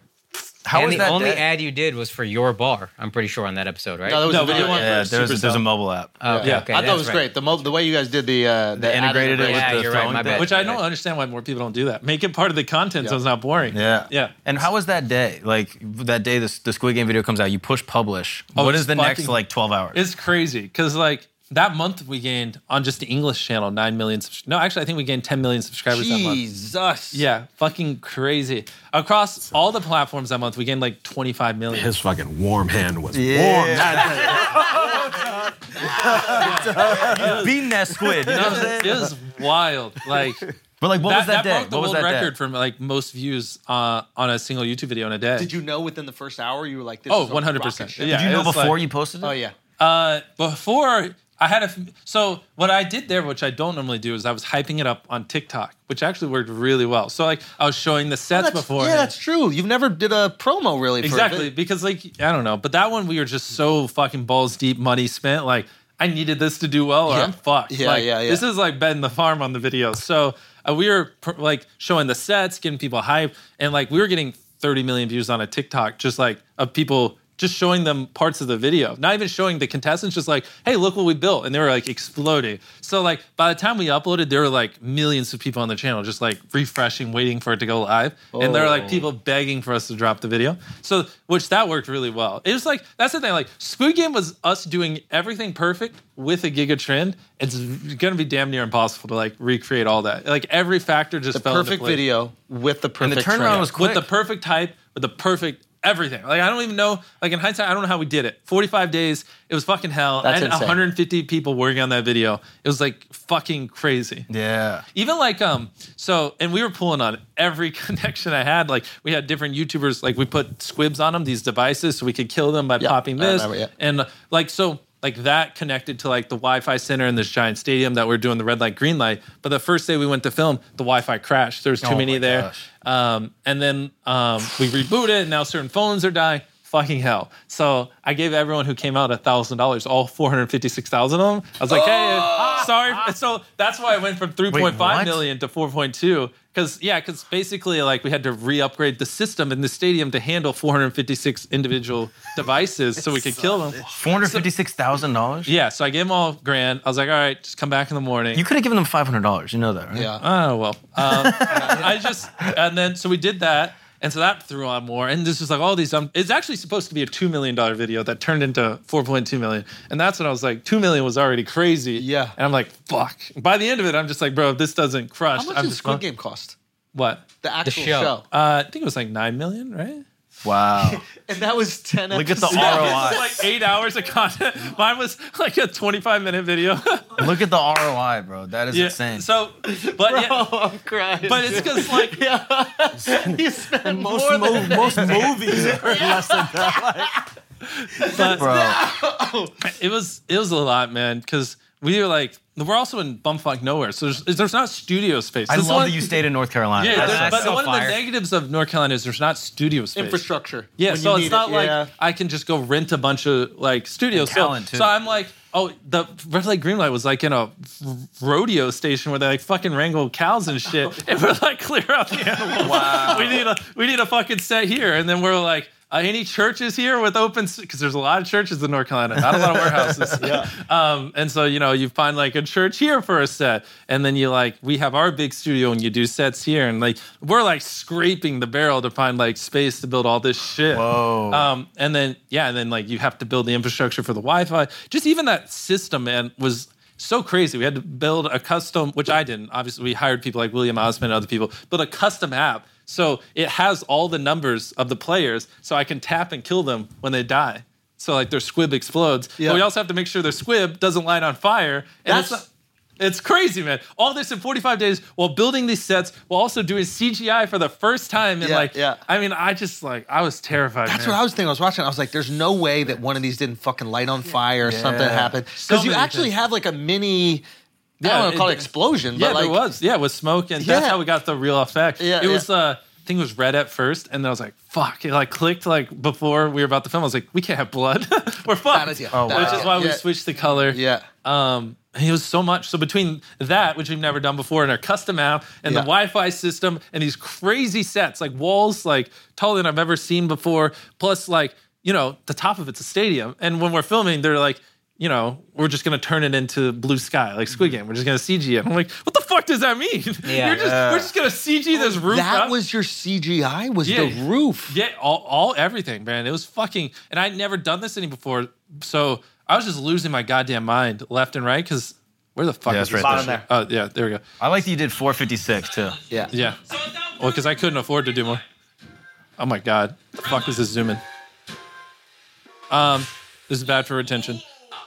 S3: How is
S6: and the
S3: that
S6: only
S3: dead?
S6: ad you did was for your bar. I'm pretty sure on that episode, right?
S1: No,
S6: Oh,
S1: that was No, a video video one. one.
S3: Yeah,
S1: Super
S3: there's, there's
S1: sub.
S3: a mobile app.
S6: Okay,
S1: yeah,
S6: okay,
S1: I thought it
S6: that's
S1: was
S6: right.
S1: great. The, mo- the way you guys did the uh, the ad
S3: integrated it with
S1: integration.
S3: the Yeah, you're right, phone my thing. bad.
S2: Which I don't understand why more people don't do that. Make it part of the content so it's not boring.
S3: Yeah.
S2: Yeah.
S3: And how was that day? Like that day this the Squid Game video comes out, you push publish.
S2: Oh,
S3: what
S2: it's
S3: is the next
S2: fucking-
S3: like 12 hours?
S2: It's crazy because like that month we gained on just the English channel nine million. subs- no, actually, I think we gained ten million subscribers that month.
S1: Jesus.
S2: Yeah, fucking crazy. Across all the platforms that month, we gained like 25 million.
S14: His fucking warm hand was warm.
S3: Beating that squid. You know what I'm saying?
S2: it was wild. Like,
S3: But, like, what was that day?
S2: broke the
S3: What was
S2: world
S3: that day?
S2: record for like most views uh, on a single YouTube video in a day.
S1: Did you know within the first hour you were like this?
S2: Oh,
S1: is a
S2: 100%.
S1: rocket ship?
S2: Yeah, Did you it know was before like- you
S3: posted
S1: Oh yeah.
S2: Uh, before I had a f- so what I did there, which I don't normally do, is I was hyping it up on TikTok, which actually worked really well. So like I was showing the
S1: Oh,
S2: sets
S1: that's-
S2: before.
S1: Yeah, that's true. You've never did a promo really. For
S2: exactly because like I don't know, but that one we were just so fucking balls deep, money spent. Like I needed this to do well, or
S1: Yeah.
S2: I'm fucked.
S1: Yeah,
S2: Like,
S1: yeah, yeah.
S2: This is like betting the farm on the video. So uh, we were pr- like showing the sets, getting people hype, and like we were getting 30 million views on a TikTok, just like of people. Just showing them parts of the video, not even showing the contestants. Just like, hey, look what we built, and they were like exploding. So like, by the time we uploaded, there were like millions of people on the channel, just like refreshing, waiting for it to go live, and there were like
S1: Oh.
S2: people people begging for us to drop the video. So, which that worked really well. It was like that's the thing. Like Squid Game was us doing everything perfect with a giga trend. It's going to be damn near impossible to like recreate all that. Like every factor just
S1: the
S2: fell into
S1: perfect
S2: place.
S1: video with the perfect.
S2: Yeah.
S1: trailer.
S2: with the perfect hype, with the perfect everything. Like I don't even know. Like in hindsight, I don't know how we did it. Forty-five days. It was fucking hell.
S1: That's
S2: and
S1: insane.
S2: 150 people working on that video. It was like fucking crazy.
S3: Yeah.
S2: Even like um, so and we were pulling on every connection I had. Like we had different YouTubers. Like we put squibs on them, these devices, so we could kill them by popping
S1: I
S2: this.
S1: remember, yeah.
S2: And uh, like so, like that connected to like the Wi-Fi center in this giant stadium that we're doing the red light, green light. But the first day we went to film, the Wi-Fi crashed. There was too
S3: Oh
S2: many
S3: my
S2: there.
S3: gosh.
S2: Um, and then um, we reboot it, and now certain phones are dying. Fucking hell. So I gave everyone who came out $1,000, all 456,000 of them. I was like, hey, sorry. So that's why I went from 3.5
S3: what?
S2: million to 4.2. Because, yeah, because basically, like, we had to re upgrade the system in the stadium to handle 456 individual devices so we could kill them.
S3: $456,000?
S2: Yeah, so I gave them all grand. I was like, all right, just come back in the morning.
S3: You could have given them $500. You know that, right?
S2: Yeah. Oh well. Um, I just and then so we did that, And so that threw on more. And this is like all these. Um, it's actually supposed to be a $2 million video that turned into $4.2 million. And that's when I was like, $2 million was already crazy. Yeah. And I'm like, fuck. By the end of it, I'm just like, bro, if this doesn't crush.
S9: How much
S2: I'm
S9: did
S2: just
S9: Squid
S2: gone-
S9: Game cost?
S2: What?
S9: The actual show.
S2: Uh, I think it was like 9 million, right?
S3: Wow.
S9: And that was 10
S2: Look at the
S9: episodes.
S2: Yeah, this is like eight hours of content. Mine was like a 25 minute video.
S3: Look at the ROI, bro. That is
S2: Yeah,
S3: insane.
S2: So, but yeah,
S9: I'm crying.
S2: but it's because like
S9: you spent
S2: Most
S9: more than
S2: mov- most
S9: movies
S2: are
S9: less than that.
S2: but it was it was a lot, man. Because we were like we're also in bumfuck nowhere, so there's, there's not studio space.
S3: I
S2: This
S3: love
S2: one-
S3: that you stayed in North Carolina.
S2: Yeah,
S3: That's
S2: there's-
S3: so-
S2: but
S3: so
S2: one of
S3: fire.
S2: the negatives of North Carolina is there's not studio space.
S9: Infrastructure.
S2: Yeah,
S9: when you
S2: so
S9: need
S2: it's not
S9: it,
S2: like
S9: yeah.
S2: I can just go rent a bunch of like studios. So-
S3: And talent,
S2: so,
S3: too.
S2: I'm like, oh, the red light, green light was like in a rodeo station where they like fucking wrangle cows and shit, and we're like, clear out the animals.
S3: Wow.
S2: we need a we need a fucking set here, and then we're like. Uh, any churches here with open? Because there's a lot of churches in North Carolina, not a lot of warehouses. yeah. um, and so you know you find like a church here for a set, and then you like we have our big studio and you do sets here, and like we're like scraping the barrel to find like space to build all this shit. Whoa.
S9: Oh.
S2: Um, and then yeah, and then like you have to build the infrastructure for the Wi-Fi. Just even that system man was so crazy. We had to build a custom, which I didn't. Obviously, we hired people like William Osman and other people, build a custom app. So it has all the numbers of the players, so I can tap and kill them when they die. So like their squib explodes. But we also have to make sure their squib doesn't light on fire. And it's,
S9: That's-
S2: not- it's crazy, man. All this in 45 days while building these sets, while also doing CGI for the first time. And
S9: Yeah,
S2: like,
S9: yeah.
S2: I mean, I just like I was terrified.
S9: That's
S2: man.
S9: what I was thinking. I was watching. it. I was like, "There's no way that one of these didn't fucking light on fire or something
S2: Yeah.
S9: happened."
S2: So
S9: Because you
S2: many
S9: actually
S2: things.
S9: have like a mini. I don't want to call it explosion,
S2: yeah,
S9: but like
S2: there was. Yeah, with smoke, and that's
S9: Yeah.
S2: how we got the real effect.
S9: Yeah,
S2: it
S9: yeah.
S2: was. Uh, I think it was red at first, and then I was like, "Fuck!" It like clicked like before we were about to film. I was like, "We can't have blood. we're fucked."
S9: is- yeah, Oh, that
S2: Which
S9: is-
S2: is why we
S9: yeah.
S2: switched the color.
S9: Yeah.
S2: Um, and it was so much. So between that, which we've never done before, and our custom app, and the
S9: Yeah.
S2: Wi-Fi system, and these crazy sets, like walls like taller than I've ever seen before, plus like you know the top of it's a stadium, and when we're filming, they're like. You know, we're just gonna turn it into blue sky, like Squid Game. We're just gonna CG it. I'm like, what the fuck does that mean?
S9: Yeah.
S2: You're just, we're just gonna CG this roof.
S9: that
S2: up.
S9: was your CGI was
S2: Yeah.
S9: the roof.
S2: Yeah, all, all everything, man. It was fucking, and I'd never done this any before, so I was just losing my goddamn mind left and right because where the fuck
S3: Yeah,
S2: is
S3: it's
S2: this?
S3: right
S2: shit?
S3: there.
S2: Oh yeah, there we go.
S3: I like that you did 456 too.
S9: Yeah.
S2: Yeah. Well, because I couldn't afford to do more. Oh my god, the fuck is this zooming? Um, this is bad for retention.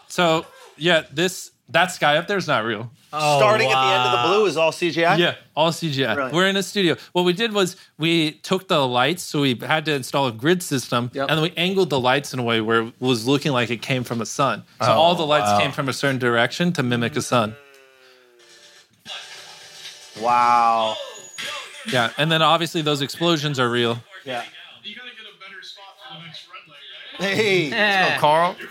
S2: So yeah, this that sky up there is not real.
S17: Starting at the end of the blue is all CGI.
S2: Oh, Yeah, all CGI.
S17: Brilliant.
S2: We're in a studio. What we did was we took the lights, so we had to install a grid system, and then we angled the lights in a way where it was looking like it came from a sun. So
S3: Oh,
S2: all the lights
S3: wow.
S2: came from a certain direction to mimic a sun.
S17: Wow.
S2: Yeah, and then obviously those explosions are real.
S17: Yeah.
S9: Hey.
S3: Let's go, Carl.
S19: And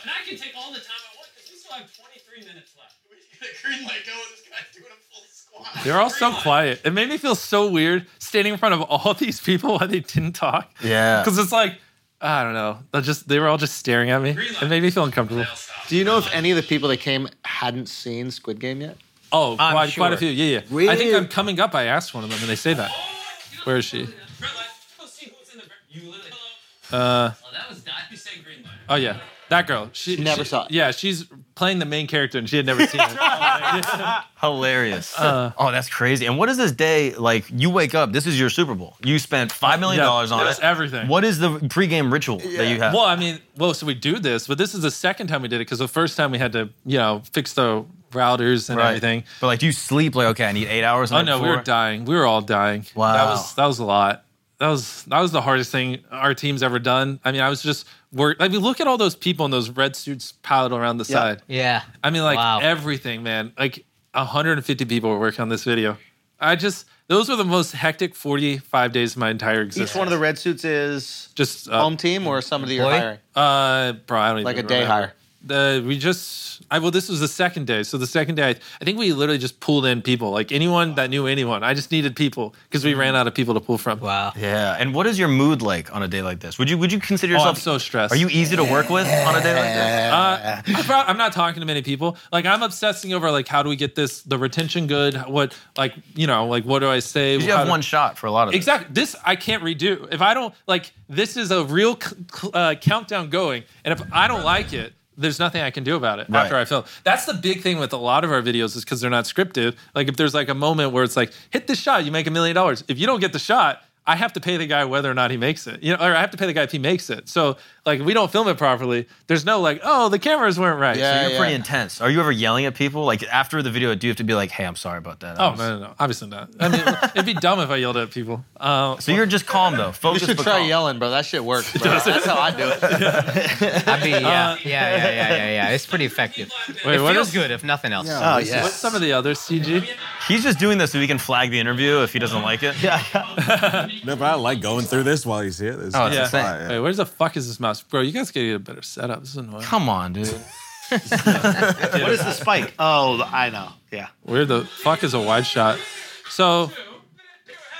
S19: I can take all the time I want because we still have 23 minutes left. We got a green light going. This guy's doing a full squat.
S2: They're all so quiet. It made me feel so weird standing in front of all these people while they didn't talk.
S3: Yeah.
S2: because it's like I don't know. They just they were all just staring at me. It made me feel uncomfortable.
S9: Do you know if any of the people that came hadn't seen Squid Game yet?
S2: Oh,
S9: I'm
S2: quite, quite a
S9: sure.
S2: few. Yeah, yeah. I think I'm coming up. I asked one of them, and they say that. Where is she?
S19: Oh,
S2: Uh,
S19: that was that. You said green light.
S2: oh yeah, that girl. She,
S9: Never
S2: saw it. Yeah, she's playing the main character, and she had never seen it.
S3: Hilarious.
S2: Uh.
S3: oh, that's crazy. And what is this day like? You wake up. This is your Super Bowl. You spent five million dollars on
S2: that's
S3: it.
S2: everything.
S3: What is the pregame ritual that you have?
S2: Well, I mean, well, so we do this, but this is the second time we did it because the first time we had to, you know, fix the routers and
S3: Right.
S2: everything.
S3: But like, do you sleep? Like, okay, I need eight hours. the
S2: Oh
S3: night
S2: no, we were
S3: before?
S2: dying. We were all dying.
S3: Wow.
S2: that was that was a lot. That was that was the hardest thing our team's ever done. I mean, I was just work. I mean, look at all those people in those red suits piled around the side.
S6: Yeah.
S2: I mean, like
S6: Wow.
S2: everything, man. Like 150 people were working on this video. I just those were the most hectic 45 days of my entire existence.
S9: Each one of the red suits is
S2: just uh,
S9: home team or somebody you're hiring.
S2: Uh, bro, I don't even
S9: Like a day
S2: remember.
S9: hire.
S2: the we just I well this was the second day so the second day I, I think we literally just pulled in people like anyone that knew anyone I just needed people because we ran out of people to pull from
S6: wow
S3: Yeah. And what is your mood like on a day like this? Would you would you consider
S2: Oh,
S3: yourself
S2: I'm so stressed
S3: Are you easy to work with on a day like this?
S2: uh, I prob- I'm not talking to many people like I'm obsessing over like how do we get this the retention good what like you know like what do I say
S3: you
S2: How
S3: have
S2: do-
S3: one shot for a lot of this.
S2: Exactly. This I can't redo. If I don't like, this is a real c- c- uh, countdown going, and if I don't like it, there's nothing I can do about it
S3: Right.
S2: after I film. That's the big thing with a lot of our videos is because they're not scripted. Like if there's like a moment where it's like, hit this shot, you make a million dollars. If you don't get the shot. I have to pay the guy whether or not he makes it, you know, or I have to pay the guy if he makes it. So, like, if we don't film it properly, there's no like, oh, the cameras weren't right.
S3: so you're pretty intense. Are you ever yelling at people? Like after the video, do you have to be like, "Hey, I'm sorry about that." I
S2: Oh
S3: was-
S2: no, no, no, obviously not. I mean, it'd be dumb if I yelled at people. Uh,
S3: so you're just calm though. Focus.
S2: You should
S3: but
S2: try
S3: calm.
S1: yelling, bro. That shit works. Bro. That's how I do it.
S6: I
S1: Uh,
S6: mean, yeah, yeah, yeah, yeah, yeah, yeah. It's pretty effective.
S2: Wait,
S6: it
S2: what
S6: feels
S2: is-
S6: good if nothing else.
S2: What's some of the other CG?
S3: He's just doing this so he can flag the interview if he doesn't like it. Yeah.
S14: No, but I like going through this while he's here. This
S3: Oh,
S14: is
S3: it's insane.
S14: fine, yeah.
S2: Hey, where's the fuck is this mouse, bro? You guys gotta get a better setup. This is annoying.
S3: Come on, dude.
S17: What is the spike? Oh, I know. Yeah.
S2: Where the fuck is a wide shot? So,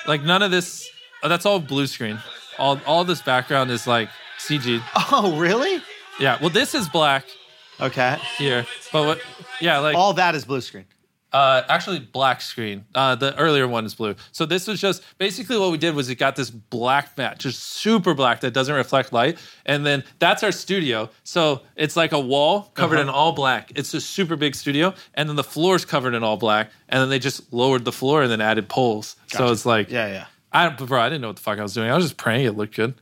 S2: like, none of this. oh, that's all blue screen. All all this background is like CG.
S17: Oh, really?
S2: Yeah. Well, this is black
S17: Okay.
S2: here, but what? Yeah, like
S17: All that is blue screen.
S2: Uh, actually, black screen. Uh, the earlier one is blue. So this was just basically what we did was it got this black mat, just super black that doesn't reflect light, and then that's our studio. So it's like a wall covered
S17: Uh-huh.
S2: in all black. It's a super big studio, and then the floor is covered in all black, and then they just lowered the floor and then added poles. So it's like,
S17: Yeah, yeah.
S2: I bro, I didn't know what the fuck I was doing. I was just praying it looked good.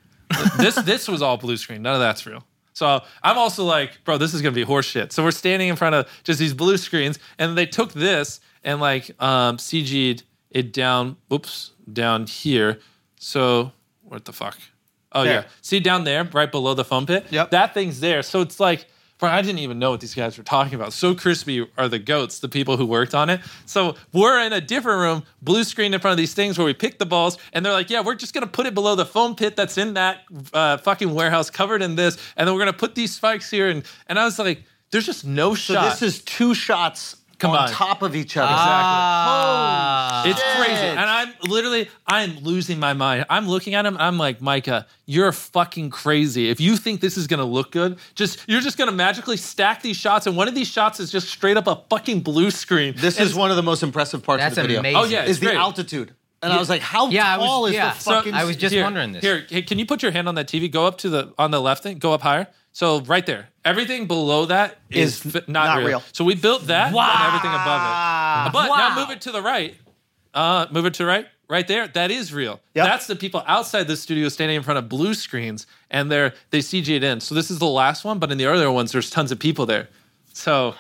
S2: this this was all blue screen. None of that's real. So I'm also like, bro, this is gonna be horseshit. So we're standing in front of just these blue screens, and they took this and like um, CG'd it down. Oops, down here. So what the fuck? Oh
S17: There.
S2: yeah, see down there, right below the foam pit. Yep, that thing's there. So it's like, bro, I didn't even know what these guys were talking about. So crispy are the goats, the people who worked on it. So we're in a different room, blue screen in front of these things where we pick the balls, and they're like, yeah, we're just gonna put it below the foam pit that's in that uh, fucking warehouse covered in this, and then we're gonna put these spikes here, and and I was like, there's just no
S1: So
S2: shot.
S1: this is two shots on
S2: Combined.
S1: top of each other.
S2: Exactly. it's
S1: shit.
S2: crazy. And I'm literally, I'm losing my mind. I'm looking at him. I'm like, Micah, you're fucking crazy. If you think this is gonna look good, just you're just gonna magically stack these shots, and one of these shots is just straight up a fucking blue screen.
S1: This is one of the most impressive parts
S2: That's
S1: of the video.
S2: amazing. Oh, yeah, it's
S1: is the
S2: great.
S1: altitude. And I
S2: Yeah.
S1: was like, how tall is the fucking?
S2: here, Here, hey, can you put your hand on that TV? Go up to the on the left thing. Go up higher. So right there. Everything below that is,
S1: Is
S2: fi- not,
S1: not
S2: real.
S1: real.
S2: So we built that and everything above it. But
S1: Wow.
S2: now move it to the right. Uh, move it to the right. Right there, that is real. That's the people outside the studio standing in front of blue screens, and they're they CG it in. So this is the last one, but in the earlier ones, there's tons of people there. So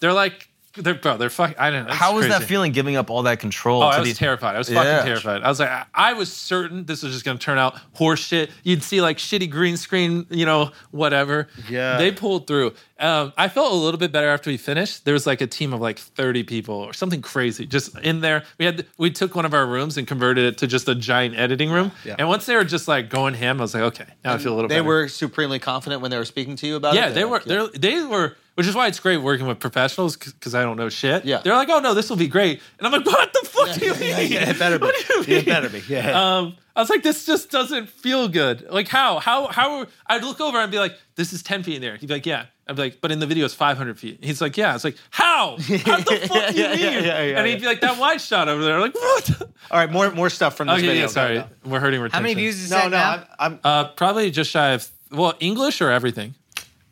S2: they're like, they're bro, they're fucking. I don't know. it's
S3: How was that
S2: crazy.
S3: feeling giving up all that control?
S2: Oh,
S3: to
S2: I was
S3: these-
S2: terrified. I was
S3: Yeah.
S2: fucking terrified. I was like, I, I was certain this was just going to turn out horse shit. You'd see like shitty green screen, you know, whatever.
S1: Yeah.
S2: They pulled through. Um, I felt a little bit better after we finished. There was like a team of like 30 people or something crazy just in there. We had, we took one of our rooms and converted it to just a giant editing room.
S1: Yeah.
S2: And once they were just like going ham, I was like, okay, now I feel a little
S1: they
S2: better.
S1: were supremely confident when they were speaking to you about
S2: Yeah,
S1: it.
S2: they were. They're, they were, which is why it's great working with professionals because I don't know shit. Yeah, they're like, oh no, this will be great, and I'm like, what the fuck do you mean?
S17: It better be. It better be. Yeah.
S2: Um, I was like, this just doesn't feel good. Like how? How? How? I'd look over and be like, this is 10 feet in there. He'd be like, yeah. I'd be like, but in the video it's 500 feet. He's like, yeah. It's like, how? How the fuck do you
S17: Yeah,
S2: mean?
S17: yeah, yeah, yeah,
S2: and he'd
S17: yeah.
S2: be like, that wide shot over there. I'm like, what?
S17: All right, more more stuff from this
S2: Okay,
S17: video.
S2: Oh, yeah, sorry, we're hurting retention.
S17: no, no, I'm, I'm
S2: uh, probably just shy of well, English or everything.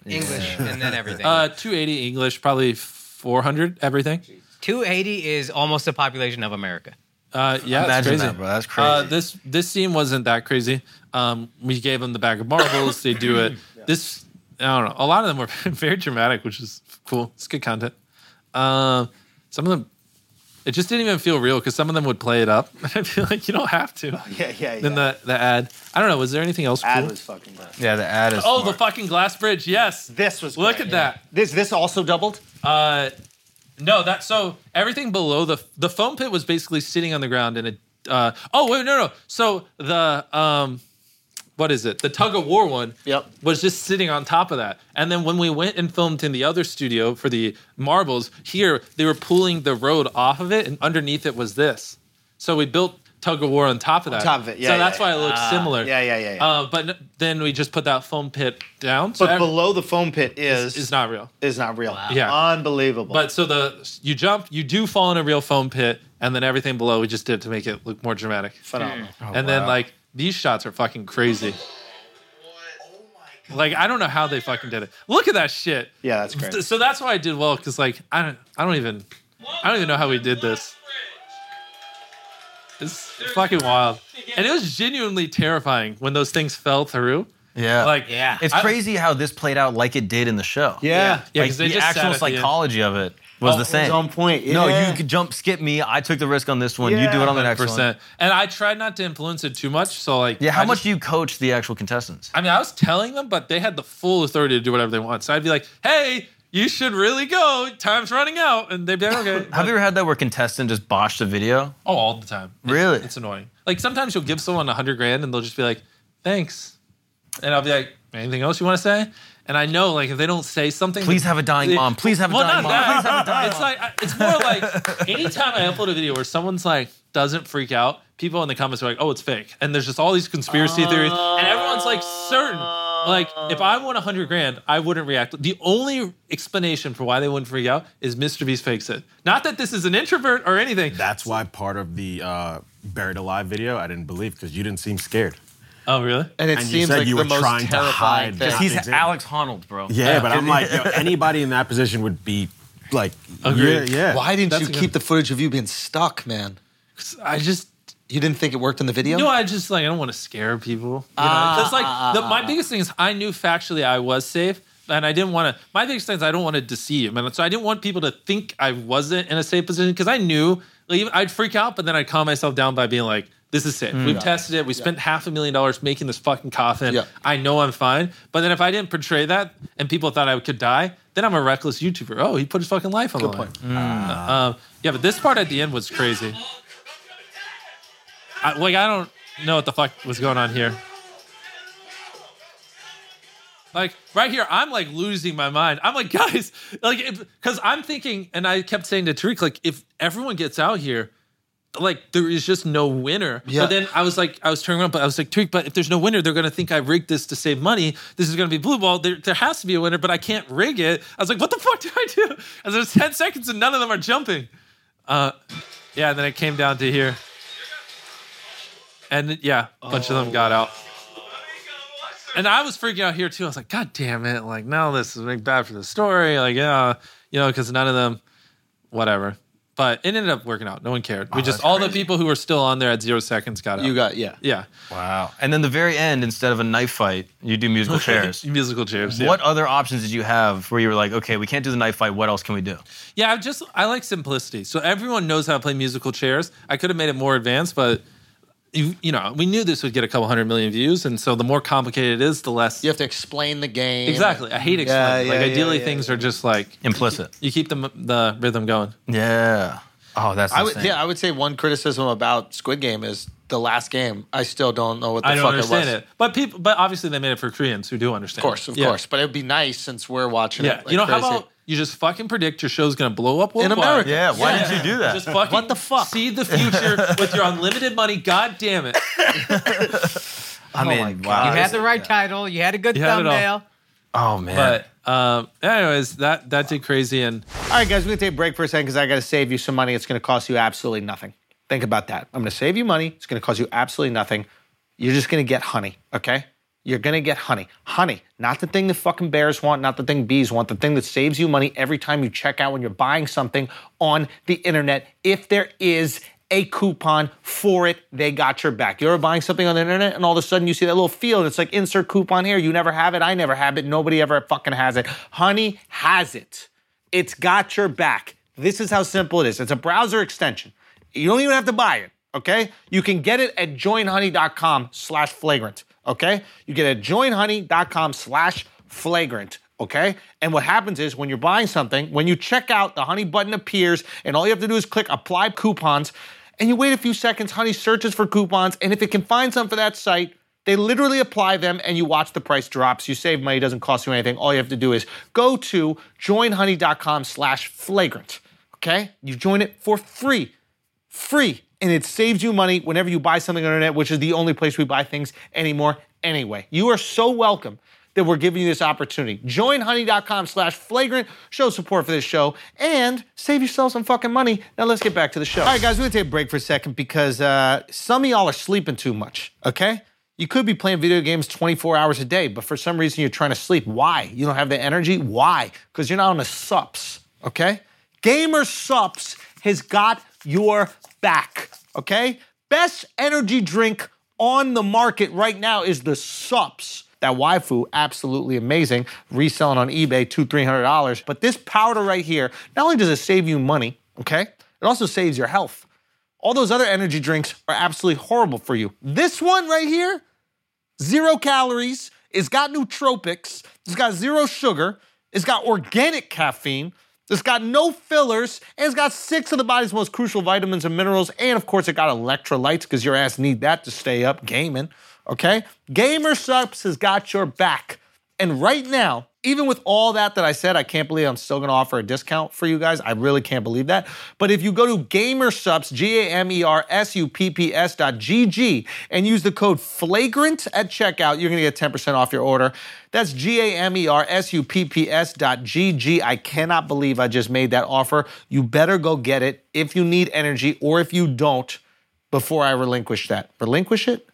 S6: English and then everything.
S2: Uh, 280 English, probably 400 everything.
S6: 280 is almost the population of America.
S2: Uh, yeah, that's
S6: Imagine
S2: crazy.
S6: that, bro. That's
S2: Uh,
S6: crazy.
S2: this this scene wasn't that crazy. Um, we gave them the bag of marbles. they do it. This I don't know. A lot of them were very dramatic, which is cool. It's good content. Um, some of them, it just didn't even feel real because some of them would play it up. I feel like you don't have to.
S6: Oh,
S17: yeah, yeah, yeah.
S2: Then the the ad. I don't know. Was there anything else?
S17: Ad
S2: cool?
S17: was fucking bad.
S3: Yeah, the ad is.
S2: Oh, the fucking glass bridge. Yes.
S17: This was.
S2: Look
S17: great, yeah.
S2: at that.
S17: This this also doubled.
S2: Uh, no, that so everything below the the foam pit was basically sitting on the ground and it. Uh, oh wait, no, no. So the um, what is it? The tug of war one yep. was just sitting on top of that. And then when we went and filmed in the other studio for the marbles, here they were pulling the road off of it, and underneath it was this. So we built tug of war on top of that.
S9: On top of it, yeah,
S2: So
S9: yeah,
S2: that's
S9: yeah.
S2: why it looks
S9: Ah,
S2: similar.
S9: yeah, yeah, yeah, yeah.
S2: Uh, but n- then we just put that foam pit down. So
S9: But
S2: ev-
S9: below the foam pit is
S2: is not real.
S9: Is not real.
S2: Yeah.
S9: Unbelievable.
S2: But so the you jump, you do fall in a real foam pit, and then everything below we just did to make it look more dramatic.
S9: Phenomenal.
S1: Hmm.
S9: Mm. Oh,
S2: and then
S9: wow.
S2: like these shots are fucking crazy. Like I don't know how they fucking did it. Look at that shit.
S9: Yeah, that's
S2: Th-
S9: great.
S2: So that's why I did well because like I don't I don't even I don't even know how we did this. It's fucking wild, and it was genuinely terrifying when those things fell through.
S3: Yeah.
S2: Like, Yeah.
S3: It's
S2: I-
S3: crazy how this played out like it did in the show.
S2: Yeah. Yeah,
S3: Like,
S2: 'cause they
S3: the
S2: just sat
S3: actual
S2: at the end.
S3: psychology of it was
S2: Oh,
S3: the
S2: it
S3: same.
S2: was on point,
S3: No,
S2: yeah.
S3: you could jump skip me. I took the risk on this one. You do it on the next one.
S2: 100%. And I tried not to influence it too much. So like,
S3: Yeah. How
S2: I
S3: much
S2: just-
S3: do you coach the actual contestants?
S2: I mean, I was telling them, but they had the full authority to do whatever they want. So I'd be like, "Hey, you should really go. Time's running out," and they'd be like, "Okay."
S3: Have you ever had that where contestant just botched a video?
S2: Oh, all the time. It's-
S3: Really?
S2: It's, annoying. Like sometimes you'll give someone a hundred grand and they'll just be like, "Thanks," and I'll be like, "Anything else you want to say?" And I know, like, if they don't say something,
S3: Please have a dying
S2: they-
S3: mom. Please have a
S2: well, not
S3: dying mom.
S2: that.
S3: Please have a dying
S2: it's like I- it's more like anytime I upload a video where someone's like doesn't freak out, people in the comments are like, "Oh, it's fake," and there's just all these conspiracy theories, and everyone's like certain. Like, if I won a hundred grand, I wouldn't react. The only explanation for why they wouldn't freak out is Mr. Beast fakes it. Not that this is an introvert or anything.
S14: That's why part of the uh, buried alive video I didn't believe because you didn't seem scared.
S2: Oh, really?
S14: And it And you seems said like you the were most trying to terrifying hide thing.
S3: Because
S14: that
S3: he's
S14: thing's in.
S3: Alex Honnold, bro.
S14: Yeah, but I'm like, yo, anybody in that position would be like, yeah, yeah.
S20: Why didn't you keep the footage of you being stuck, man?
S2: I just
S20: you didn't think it worked in the video.
S2: No, I just like I don't want to scare people. You know,
S20: Ah,
S2: because
S20: ah,
S2: like the,
S20: ah,
S2: my biggest thing is I knew factually I was safe, and I didn't want to. My biggest thing is I don't want to deceive, and so I didn't want people to think I wasn't in a safe position because I knew like, even- I'd freak out, but then I'd calm myself down by being like, "This is safe.
S20: Hmm.
S3: Mm.
S2: We've
S3: Yeah.
S2: tested it. We spent half a million dollars making this fucking coffin. I know I'm fine." But then if I didn't portray that, and people thought I could die, then I'm a reckless YouTuber. Oh, he put his fucking life on the line.
S20: Ah.
S2: Uh, yeah, but this part at the end was crazy. I, like I don't know what the fuck was going on here. Like right here, I'm like losing my mind. I'm like, guys, like, because I'm thinking, and I kept saying to Tariq, like, if everyone gets out here, like, there is just no winner.
S21: Yeah.
S2: But then I was like, I was turning around, but I was like, Tariq, but if there's no winner, they're gonna think I rigged this to save money. This is gonna be blue ball. There, there has to be a winner, but I can't rig it. I was like, what the fuck do I do? And there's ten seconds, and none of them are jumping. Uh, yeah. And then it came down to here, and yeah, a bunch of them got out. And I was freaking out here too. I was like, God damn it. Like, now this is like bad for the story. Like, yeah, you know, because none of them, whatever. But it ended up working out. No one cared. We
S3: Oh,
S2: just,
S3: that's
S2: all the people who were still on there at zero seconds got out. You got, yeah. Yeah.
S3: Wow. And then the very end, instead of a knife fight, you do musical chairs.
S2: musical chairs. yeah.
S3: What other options did you have where you were like, okay, we can't do the knife fight. What else can we do?
S2: Yeah, I just, I like simplicity. So everyone knows how to play musical chairs. I could have made it more advanced, but. You, you know, we knew this would get a couple hundred million views, and so the more complicated it is, the less you have to explain the game. Exactly, I hate
S20: Yeah,
S2: explaining.
S20: yeah,
S2: like
S20: yeah,
S2: ideally,
S20: yeah.
S2: things are just like
S3: implicit.
S2: You keep the the rhythm going.
S3: Yeah. Oh, that's
S20: I would, yeah, I would say one criticism about Squid Game is the last game. I still don't know what the
S2: I don't
S20: fuck
S2: understand
S20: it
S2: it,
S20: was.
S2: But people, but obviously they made it for Koreans who do understand.
S20: Of course, of
S2: Yeah.
S20: course. But it'd be nice since we're watching
S2: Yeah,
S20: it. like
S2: you know
S20: crazy.
S2: how about you just fucking predict your show's gonna blow up
S20: In
S2: worldwide?
S20: America. Yeah, why
S3: did you do that?
S2: Just fucking what the fuck? See the future with your unlimited money. God damn it!
S3: I mean, wow.
S6: You had the right title. You had a good
S2: Uh, You had it all.
S6: thumbnail.
S3: Oh man.
S2: But um, anyways, that that did crazy, and
S9: All right, guys, we're going to take a break for a second because I got to save you some money. It's going to cost you absolutely nothing. Think about that. I'm going to save you money. It's going to cost you absolutely nothing. You're just going to get honey, okay? You're going to get honey. Honey, not the thing that fucking bears want, not the thing bees want, the thing that saves you money every time you check out when you're buying something on the internet. If there is a coupon for it, they got your back. You're buying something on the internet, and all of a sudden you see that little field. It's like insert coupon here. You never have it. I never have it. Nobody ever fucking has it. Honey has it. It's got your back. This is how simple it is. It's a browser extension. You don't even have to buy it, okay? You can get it at joinhoney.com slash flagrant, okay? You get it at joinhoney.com slash flagrant, okay? And what happens is when you're buying something, when you check out, the honey button appears, and all you have to do is click apply coupons, and you wait a few seconds. Honey searches for coupons, and if it can find some for that site, They literally apply them and you watch the price drops. You save money, it doesn't cost you anything. All you have to do is go to joinhoney.com slash flagrant. Okay? You join it for free. Free. And it saves you money whenever you buy something on the internet, which is the only place we buy things anymore anyway. You are so welcome that we're giving you this opportunity. Join honey.com slash flagrant. Show support for this show and save yourself some fucking money. Now let's get back to the show. All right, guys, we're gonna take a break for a second because uh, some of y'all are sleeping too much, okay? You could be playing video games 24 hours a day, but for some reason you're trying to sleep. Why? You don't have the energy? Why? Because you're not on the sups, okay? Gamer Sups has got your back, okay? Best energy drink on the market right now is the Sups. That waifu, absolutely amazing, reselling on eBay, two, three hundred dollars. But this powder right here, not only does it save you money, okay, it also saves your health. All those other energy drinks are absolutely horrible for you. This one right here, zero calories. It's got nootropics. It's got zero sugar. It's got organic caffeine. It's got no fillers, and it's got six of the body's most crucial vitamins and minerals, and of course, it got electrolytes because your ass need that to stay up gaming. Okay, Gamer Subs has got your back, and right now, even with all that that I said, I can't believe I'm still going to offer a discount for you guys. I really can't believe that. But if you go to Gamersups, G A M E R S U P P S dot G G, and use the code FLAGRANT at checkout, you're going to get 10% off your order. That's G A M E R S U P P S dot G G. I cannot believe I just made that offer. You better go get it if you need energy or if you don't before I relinquish that. Relinquish it,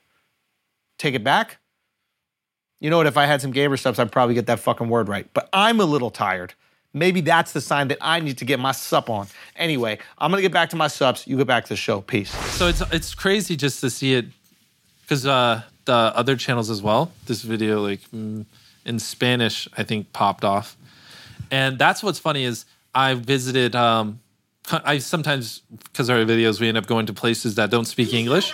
S9: take it back. You know what? If I had some gamer subs, I'd probably get that fucking word right. But I'm a little tired. Maybe that's the sign that I need to get my sup on. Anyway, I'm gonna get back to my subs. You get back to the show. Peace.
S2: So it's it's crazy just to see it because uh, the other channels as well. This video like mm, in Spanish, I think popped off, and that's what's funny is I visited. Um, co- I sometimes because our videos we end up going to places that don't speak English,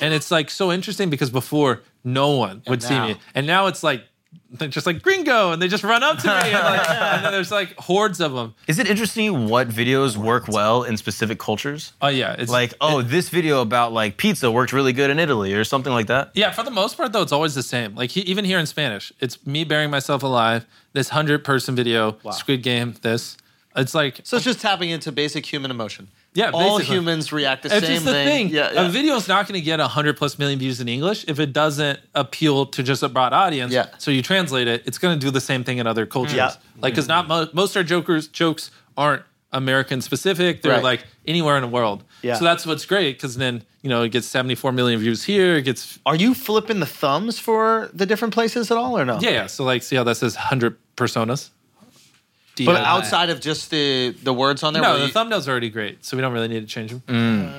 S2: and it's like so interesting because before no one would
S22: now-
S2: see me, and now it's like they're just like gringo, and they just run up to me, and, like, and then there's like hordes of them.
S3: Is it interesting what videos work well in specific cultures?
S2: Oh yeah, it's
S3: like oh this video about like pizza worked really good in Italy or something like that.
S2: Yeah, for the most part, though, it's always the same. Like he, even here in Spanish, it's me burying myself alive. This hundred person video, Squid Game. This, it's like
S1: So it's just tapping into basic human emotion.
S2: yeah,
S1: all
S2: basically.
S1: humans react the
S2: it's
S1: same
S2: just the thing.
S1: Yeah, yeah.
S2: A video's not going to get hundred plus million views in English if it doesn't appeal to just a broad audience.
S1: Yeah.
S2: So you translate it, it's going to do the same thing in other cultures.
S1: Yeah.
S2: Like because not mo- most of our jokers jokes aren't American specific. They're
S1: Right.
S2: like anywhere in the world.
S1: Yeah.
S2: So that's what's great because then you know it gets seventy four million views here. It gets
S1: Are you flipping the thumbs for the different places at all or no?
S2: Yeah, yeah. So like, see how that says hundred personas.
S1: But outside of just the the words on there,
S2: no,
S1: will
S2: the
S1: you-
S2: thumbnail's already great, so we don't really need to change them.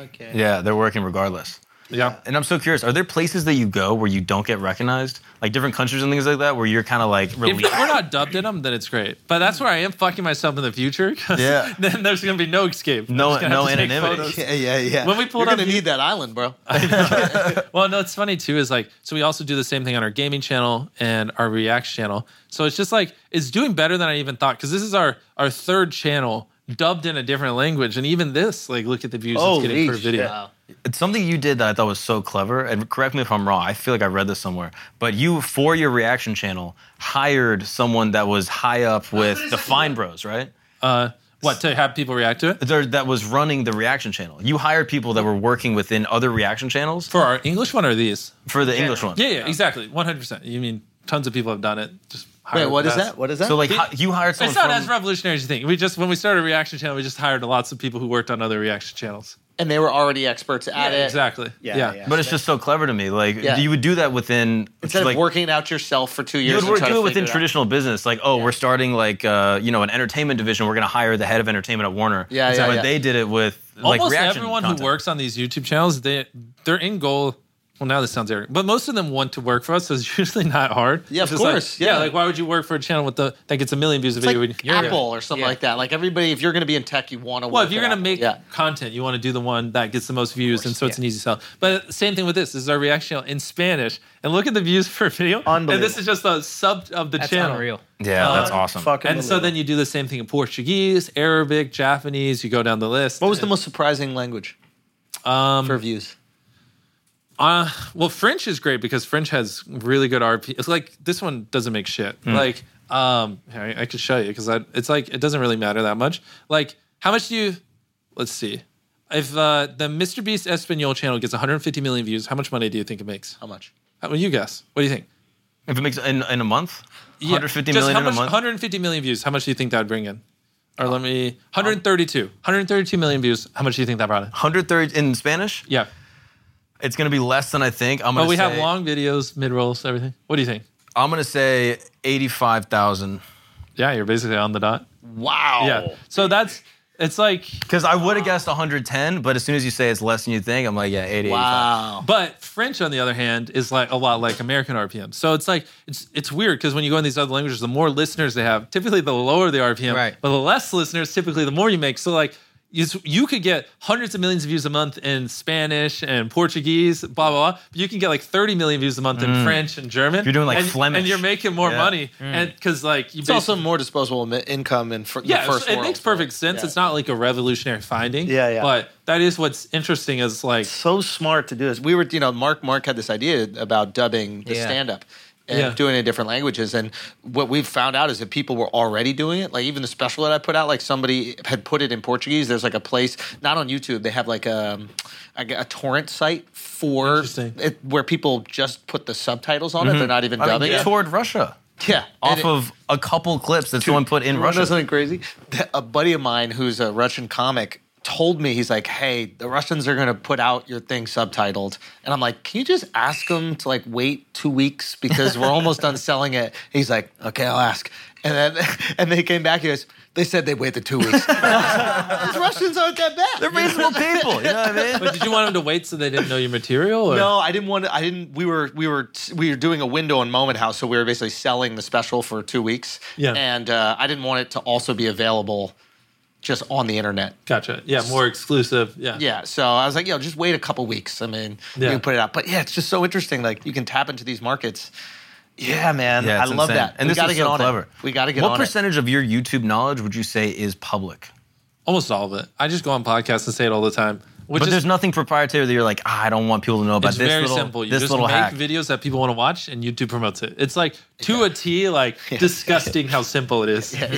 S3: Okay. Yeah, they're working regardless.
S2: Yeah.
S3: And I'm so curious, are there places that you go where you don't get recognized? Like different countries and things like that where you're kind of like
S2: If
S3: relieved?
S2: we're not dubbed in them, then it's great. But that's where I am fucking myself in the future. 'cause
S3: Yeah.
S2: Then there's gonna be no escape. I'm
S3: No-
S2: just gonna have
S3: no
S2: to take
S3: anonymity.
S2: photos.
S3: Yeah, yeah, yeah.
S2: When we pulled
S1: You're
S2: up,
S1: gonna need that island, bro.
S2: well, no, it's funny too. Is like, so we also do the same thing on our gaming channel and our Reacts channel. So it's just like it's doing better than I even thought because this is our our third channel dubbed in a different language, and even this, like, look at the views it's getting per video.
S3: It's something you did that I thought was so clever. And correct me if I'm wrong. I feel like I read this somewhere. But you, for your reaction channel, hired someone that was high up with the Fine Bros, right?
S2: Uh, what to have people react to it?
S3: that was running the reaction channel. You hired people that were working within other reaction channels
S2: for our English one or these
S3: for the English one.
S2: Yeah, yeah, exactly, one hundred percent. You mean tons of people have done it? Just
S3: Wait,
S2: hire
S3: what is
S2: best.
S3: that? What is that? So, like, hi- you hired someone
S2: It's not
S3: from-
S2: as revolutionary as you think. We just when we started reaction channel, we just hired lots of people who worked on other reaction channels.
S1: and they were already experts at it.
S2: exactly.
S1: Yeah, yeah.
S3: But it's just so clever to me. Like
S1: Yeah.
S3: you would do that within
S1: Instead
S3: like
S1: of working it out yourself for two
S3: you
S1: years,
S3: would
S1: and
S3: work,
S1: try to
S3: do it
S1: figure
S3: within
S1: out.
S3: traditional business. Like oh, we're starting like uh, you know an entertainment division. We're going to hire the head of entertainment at Warner.
S2: Yeah, yeah,
S3: But
S2: yeah.
S3: they did it with like
S2: Almost
S3: reaction
S2: everyone
S3: content.
S2: who works on these YouTube channels, they their end goal. Well, now this sounds arrogant, but most of them want to work for us, so it's usually not hard.
S1: Yeah,
S2: It's
S1: of
S2: just like,
S1: course,
S2: yeah.
S1: yeah.
S2: like why would you work for a channel with the that gets a million views a
S1: It's
S2: video?
S1: like
S2: when you're-
S1: Apple or something like that. Like everybody, if you're going to be in tech, you want to.
S2: Well,
S1: work
S2: if you're
S1: at
S2: gonna
S1: Apple.
S2: make content, you want to do the one that gets the most views, and so it's an easy sell. But same thing with this. This is our reaction channel in Spanish, and look at the views per video. And this is just a sub of the
S6: That's
S2: channel.
S6: unreal.
S3: Yeah,
S2: Uh,
S3: that's awesome. Fucking
S2: and so then you do the same thing in Portuguese, Arabic, Japanese. You go down the list. What was the
S1: most surprising language
S2: um,
S1: for views?
S2: Uh, well, French is great because French has really good RP. It's like this one doesn't make shit.
S3: Hmm.
S23: Mm.
S2: Like, um, here, I, I could show you because it's like it doesn't really matter that much. Like, how much do you? Let's see. If uh, the Mr. Beast Espanol channel gets 150 million views, how much money do you think it makes? How
S1: much?
S2: How, well, you guess. What do you think?
S3: If it makes in, in a month, 150
S2: just
S3: million
S2: how
S3: in a
S2: much-
S3: month?
S2: 150 million views. How much do you think that would bring in? Or let me 132. 132 million views. How much do you think that brought in?
S3: 130 in Spanish?
S2: Yeah.
S3: It's going to be less than I think. I'm
S2: But
S3: going to
S2: we
S3: say,
S2: have long videos, mid rolls, everything. What do you think?
S3: I'm going to say 85,000.
S2: Yeah, you're basically on the dot.
S1: Wow.
S2: Yeah. So that's it's like
S3: cuz I would have guessed 110, but as soon as you say it's less than you think, I'm like, yeah, 80. 85.
S2: But French, on the other hand, is like a lot like American RPM. So it's like it's it's weird because when you go in these other languages, the more listeners they have, typically the lower the RPM. Right. But the less listeners, typically the more you make. So like you, you could get hundreds of millions of views a month in Spanish and Portuguese, blah blah blah. But you can get like 30 million views a month in
S3: Mm.
S2: French and German.
S3: You're doing, like,
S2: and,
S3: Flemish.
S2: and you're making more
S3: Yeah.
S2: money,
S3: Mm.
S2: and because like you
S9: It's also
S2: basically-
S9: more disposable mi- income in fr-
S2: yeah,
S9: the first
S2: it
S9: world.
S2: makes perfect sense. It's not like a revolutionary finding.
S9: Yeah, yeah.
S2: But that is what's interesting is like
S9: so smart to do this. We were, you know, Mark Mark had this idea about dubbing the
S2: Yeah.
S9: stand up and
S2: Yeah.
S9: doing it in different languages. And what we've found out is that people were already doing it. Like even the special that I put out, like somebody had put it in Portuguese. There's like a place, not on YouTube, they have like a, a, a torrent site for it, where people just put the subtitles on it. They're not even
S3: Mm-hmm. I mean,
S9: dubbing
S3: they
S9: it.
S3: toured Russia.
S9: Yeah,
S3: Off
S9: and it-
S3: of a couple clips that someone put in
S9: you wanna know
S3: Russia.
S9: something crazy? A buddy of mine who's a Russian comic told me he's like, "Hey, the Russians are going to put out your thing subtitled," and I'm like, "Can you just ask them to like wait two weeks because we're almost done selling it?" He's like, "Okay, I'll ask," and then and they came back. He goes, "They said they waited two weeks." These Russians aren't that bad. They're
S3: reasonable people. You know what I mean?
S2: But did you want them to wait so they didn't know your material? Or?
S9: No, I didn't want. To, I didn't. We were we were we were doing a window on Moment House, so we were basically selling the special for two weeks.
S2: Yeah.
S9: and uh, I didn't want it to also be available just on the internet.
S2: Gotcha. Yeah, more exclusive. Yeah.
S9: Yeah, so I was like, yo, just wait a couple weeks. I mean,
S2: Yeah.
S9: you can put it out. But yeah, it's just so interesting. Like you can tap into these markets. Yeah, man,
S3: Yeah,
S9: I
S3: it's
S9: love
S3: insane.
S9: that.
S3: And
S9: we
S3: this
S9: gotta
S3: is
S9: get
S3: so
S9: on
S3: clever.
S9: it. We got to get
S3: what
S9: on it.
S3: percentage of your YouTube knowledge would you say is public?
S2: Almost all of it. I just go on podcasts and say it all the time. Which
S3: but
S2: is
S3: there's nothing proprietary that you're like, ah, I don't want people to know about
S2: it's
S3: this
S2: very
S3: little,
S2: simple. You
S3: this
S2: just
S3: little
S2: make
S3: hack.
S2: videos that people want to watch, and YouTube promotes it. It's like to a T, like disgusting how simple it is. it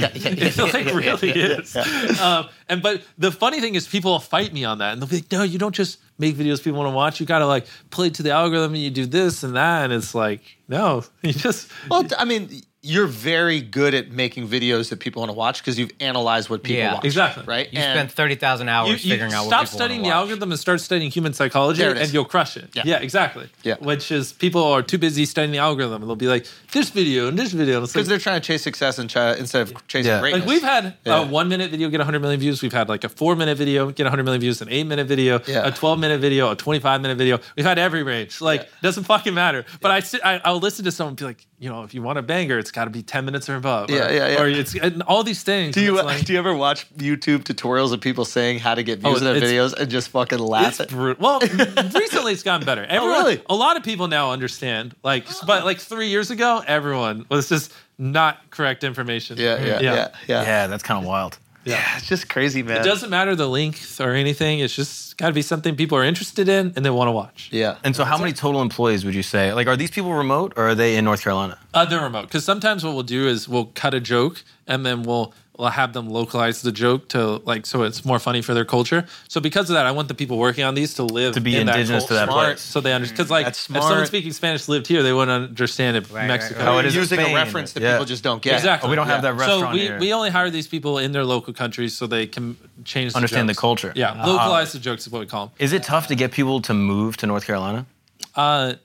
S2: like
S23: yeah,
S2: really
S23: yeah,
S2: is. Um, and but the funny thing is, people will fight me on that, and they'll be like, "No, you don't just make videos people want to watch. You gotta like play to the algorithm, and you do this and that." And it's like, no, you just
S9: Well, I mean, you're very good at making videos that people want to watch because you've analyzed what people
S6: Yeah.
S9: watch.
S2: Exactly.
S9: Right.
S6: You spend 30,000 hours figuring out what
S2: stop
S6: people
S2: studying the
S6: wanna watch.
S2: algorithm and start studying human psychology
S6: There it is.
S2: and you'll crush it yeah,
S6: Yeah.
S2: exactly yeah which is people are too busy studying the algorithm and they'll be like this video and this video because
S9: they're trying to chase success and try, instead of chasing greatness.
S2: like we've had
S9: Yeah.
S2: a one minute video get 100 million views we've had like a four minute video get 100 million views an eight minute video a 12 minute video a 25 minute video we've had every range like doesn't fucking matter but I, sit, I i'll listen to someone and be like you know if you want a banger it's got to be 10 minutes or above
S9: Yeah,
S2: or,
S9: yeah, yeah.
S2: or it's and all these things
S9: Do
S2: and
S9: you
S2: it's like-
S9: do you ever watch YouTube tutorials of people saying how to get views
S2: Oh,
S9: in their
S2: it's-
S9: videos and just fucking laugh
S2: It's
S9: at?
S2: brutal. Well, recently it's gotten
S9: Oh,
S2: better. Everyone, a lot of people now understand. Like, but like three years ago, everyone was just not correct information.
S9: Yeah, yeah, yeah, yeah.
S3: that's kind of wild.
S2: Yeah.
S9: it's just crazy, man.
S2: It doesn't matter the length or anything. It's just got to be something people are interested in and they want to watch.
S9: Yeah.
S3: And so, how many total employees would you say? Like, are these people remote or are they in North Carolina?
S2: Other Uh, remote, because sometimes what we'll do is we'll cut a joke and then we'll we'll have them localize the joke to like so it's more funny for their culture. So because of that, I want the people working on these to live
S3: To be
S2: in
S3: indigenous
S2: that
S3: to that
S2: culture.
S3: place.
S2: so they understand. Because like
S3: That's
S2: if someone
S3: smart.
S2: speaking Spanish lived here, they wouldn't understand if Mexico.
S3: How Oh, it is in
S9: using a
S3: Spain.
S9: reference that
S3: Yeah.
S9: people just don't get.
S2: Exactly.
S3: Oh, we don't have that
S2: So
S3: restaurant
S2: we,
S3: here.
S2: we only hire these people in their local countries so they can change the
S3: Understand the
S2: jokes.
S3: culture.
S2: Yeah,
S3: Uh-huh.
S2: localize the jokes is what we call them.
S3: Is it tough to get people to move to North Carolina?
S2: Uh,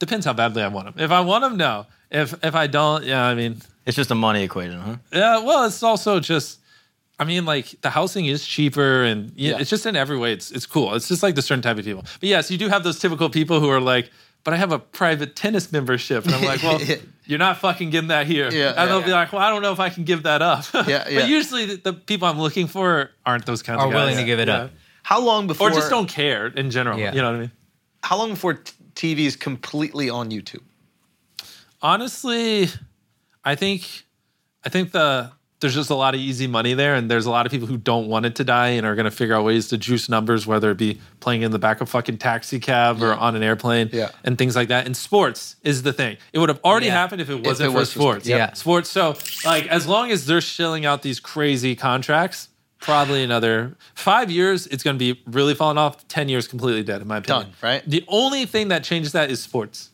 S2: depends how badly I want them. If I want them, no. If if I don't, yeah, I mean,
S3: It's just a money equation, huh?
S2: yeah. Well, it's also just. I mean, like the housing is cheaper, and yeah,
S3: Yeah.
S2: it's just in every way. It's it's cool. It's just like the certain type of people. But yes, you do have those typical people who are like, "But I have a private tennis membership," and I'm like, "Well, you're not fucking getting that here."
S23: Yeah,
S2: and
S23: yeah,
S2: they'll be
S23: yeah.
S2: like, "Well, I don't know if I can give that up."
S23: Yeah, yeah.
S2: But usually, the, the people I'm looking for aren't those kinds
S9: Are
S2: of guys.
S9: willing to give it
S2: Yeah.
S9: up. How long before?
S2: or just don't care in general.
S9: Yeah.
S2: You know what I mean?
S9: How long before t- TV is completely on YouTube?
S2: Honestly, I think I think the there's just a lot of easy money there, and there's a lot of people who don't want it to die and are going to figure out ways to juice numbers, whether it be playing in the back of fucking taxi cab or on an airplane
S9: Yeah.
S2: and things like that. And sports is the thing. It would have already
S9: Yeah.
S2: happened if it
S9: If
S2: wasn't
S9: it
S2: for
S9: was for
S2: sports.
S9: sports, yeah.
S2: sports. So like, as long as they're shilling out these crazy contracts. Probably another five years, it's going to be really falling off. Ten years, completely dead, in my opinion. Done,
S9: right?
S2: The only thing that changes that is sports.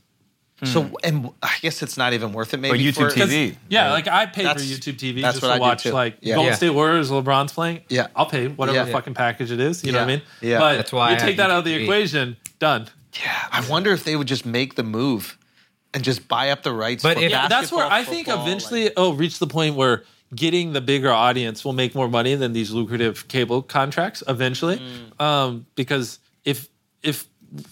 S9: So
S2: Hmm.
S9: and I guess it's not even worth it. Maybe for-
S2: Because- Yeah, like I pay
S9: That's-
S2: for YouTube TV
S9: that's
S2: just
S9: what
S2: to
S9: I do
S2: watch
S9: too.
S2: like
S9: Yeah.
S2: Golden
S9: Yeah.
S2: State Warriors, LeBron's playing.
S9: Yeah.
S2: I'll pay whatever
S9: Yeah.
S2: fucking package it is. You know what I
S9: Yeah.
S2: mean?
S9: Yeah.
S2: But
S9: That's why I
S2: you take
S9: have
S2: that out of the
S9: YouTube.
S2: equation, done.
S9: I wonder if they would just make the move and just buy up the rights.
S2: But
S9: for
S2: if,
S9: basketball,
S2: that's where I think
S9: football,
S2: eventually it'll reach the point where getting the bigger audience will make more money than these lucrative cable contracts eventually.
S9: Mm.
S2: Um, because if if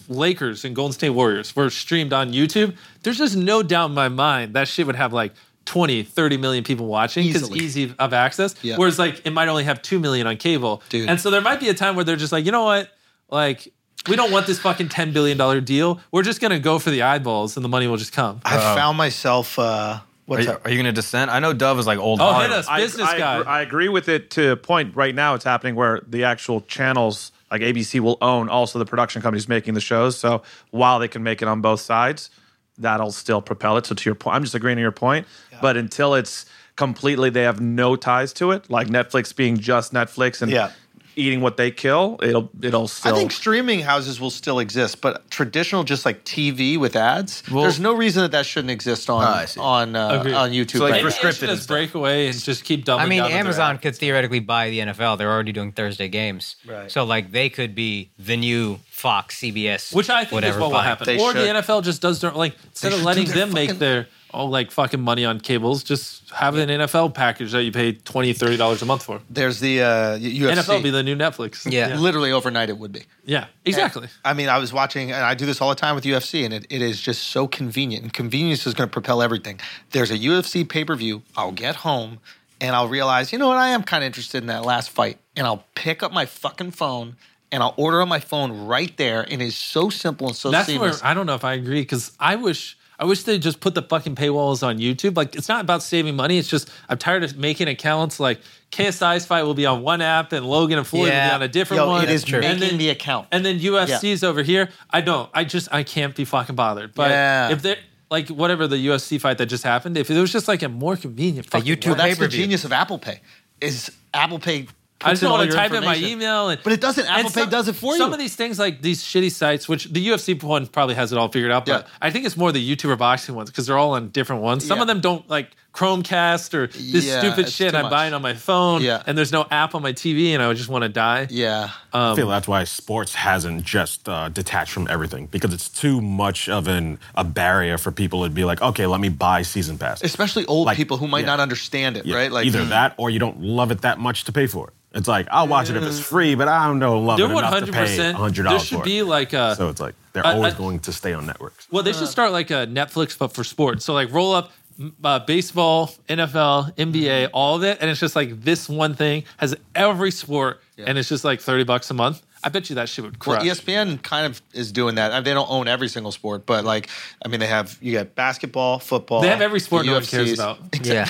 S2: Lakers and Golden State Warriors were streamed on YouTube, there's just no doubt in my mind that shit would have like 20, 30 million people watching because
S9: Easily.
S2: easy of access.
S9: Yeah.
S2: Whereas like it might only have 2 million on cable.
S9: Dude.
S2: And so there might be a time where they're just like, you know what? Like, we don't want this fucking $10 billion deal. We're just going to go for the eyeballs and the money will just come.
S9: I found myself. Uh,
S3: Are
S9: what's
S3: you,
S9: up?
S3: are you going to dissent? I know Dove is like old.
S2: Oh,
S3: hard.
S2: hit us,
S3: I-
S2: business
S3: I-
S2: guy.
S12: I, I agree with it to a point. Right now, it's happening where the actual channels, like ABC, will own also the production companies making the shows. So while they can make it on both sides, that'll still propel it. So to your point, I'm just agreeing to your point. But until it's completely, they have no ties to it. Like Netflix being just Netflix and
S17: Yeah.
S12: eating what they kill, it'll it'll still.
S17: I think streaming houses will still exist, but traditional, just like TV with ads, there's no reason that that shouldn't exist on on uh,
S2: Ah, Agreed.
S17: on YouTube.
S2: Maybe
S17: right
S2: they should just break away and just keep dumbing
S6: I mean,
S2: down what they're
S6: Amazon could theoretically buy the NFL. They're already doing Thursday games,
S2: Right.
S6: so like they could be the new Fox, CBS,
S2: Which I think
S6: whatever
S2: is what will
S6: buying.
S2: happen. or the NFL just does their like instead of
S6: should
S2: letting
S6: do
S2: them
S6: their
S2: make
S6: fucking-
S2: their oh like fucking money on cables, just have an NFL package that you pay 20 30 dollars a month for.
S9: There's the uh, U- UFC.
S2: NFL be the new Netflix.
S9: literally overnight it would be.
S2: Yeah, exactly.
S9: And, I mean, I was watching, and I do this all the time with UFC, and it, it is just so convenient. And convenience is going to propel everything. There's a UFC pay per view. I'll get home, and I'll realize, you know what? I am kind of interested in that last fight, and I'll pick up my fucking phone. And I'll order on my phone right there, and it's so simple and so
S2: That's
S9: seamless.
S2: where I don't know if I agree because I wish I wish they just put the fucking paywalls on YouTube. Like it's not about saving money. It's just I'm tired of making accounts. Like KSI's fight will be on one app, and Logan and Floyd will
S9: Yeah.
S2: be on a different
S9: Yo,
S2: one.
S9: it is That's true.
S2: And then,
S9: making the account.
S2: And then UFC's over here. I don't. I just I can't be fucking bothered. But
S9: Yeah.
S2: if they like whatever the UFC fight that just happened, if it was just like a more convenient fucking
S9: Well,
S2: way.
S9: that's the genius of Apple Pay. Is Apple Pay?
S2: I
S9: puts
S2: just don't
S9: all
S2: want to
S9: your
S2: type in my
S9: information.
S2: email, and,
S9: But it doesn't.
S2: and
S9: Apple Pay
S2: some-
S9: does it for you.
S2: Some of these things, like these shitty sites, which the UFC one probably has it all figured out, but I think it's more the YouTuber boxing ones because they're all on different ones. Some
S9: Yeah.
S2: of them don't like Chromecast or this
S9: Yeah,
S2: stupid
S9: it's
S2: shit
S9: too
S2: I'm
S9: much.
S2: buying on my phone,
S9: Yeah.
S2: and there's no app on my TV, and I would just want to die.
S9: Yeah,
S2: Uh,
S14: I feel that's why sports hasn't just uh, detached from everything because it's too much of an a barrier for people to be like, okay, let me buy season pass.
S9: especially old
S14: Like,
S9: people who might
S14: yeah.
S9: not understand it,
S14: Yeah,
S9: right? Like hmm.
S14: either that or you don't love it that much to pay for it. It's like I'll watch it if it's free, but I don't know love
S2: They're
S14: it enough to pay
S2: 100%.
S14: hundred
S2: There
S14: dollars
S2: should
S14: for
S2: be
S14: it.
S2: like a.
S14: so it's like they're
S2: I-
S14: always
S2: I-
S14: going to stay on networks.
S2: Well, they should start like a Netflix, but for sports. So like roll up m- uh, baseball, NFL, NBA,
S9: Mm-hmm.
S2: all of it, and it's just like this one thing has every sport, and it's just like thirty bucks a month. I bet you that shit would
S9: Well,
S2: crush.
S9: ESPN kind of is doing that. Uh, They don't own every single sport, but like, I mean, they have you got basketball, football.
S2: They have every sport
S9: the
S2: no one cares
S9: UFCs.
S2: about.
S6: Yeah.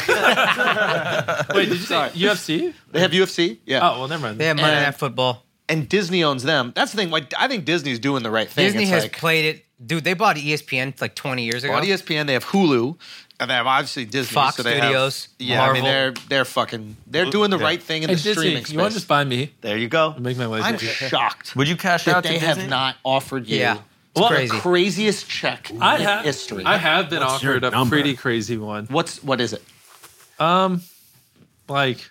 S2: Wait, did you say UFC?
S9: They have UFC. Yeah.
S2: Oh well, never mind.
S6: They have Monday
S9: And-
S6: Night Football.
S9: And Disney owns them. That's the thing. Like, I think Disney's doing the right thing.
S6: Disney
S9: It's
S6: has
S9: like,
S6: played it, dude. They bought E ESPN like 20 years ago.
S9: on ESPN, they have Hulu, and they have obviously Disney.
S6: Fox
S9: so they have-
S6: Studios,
S9: yeah, I
S6: Marvel.
S9: mean, they're they're fucking they're doing the
S6: Yeah.
S9: right thing in
S2: Hey,
S9: the
S2: Disney,
S9: streaming space.
S2: you want to just buy me?
S9: there you go.
S2: Make my way.
S9: I'm
S2: to you.
S9: shocked.
S3: Would you cash
S9: that
S3: out to
S9: they
S3: Disney?
S9: have not offered you
S2: Yeah.
S9: the
S2: Well, crazy.
S9: craziest check
S2: I
S9: in
S2: have
S9: history.
S2: I have been
S9: What's your
S2: offered a
S9: number?
S2: pretty crazy one.
S9: What's what is it?
S2: Um, like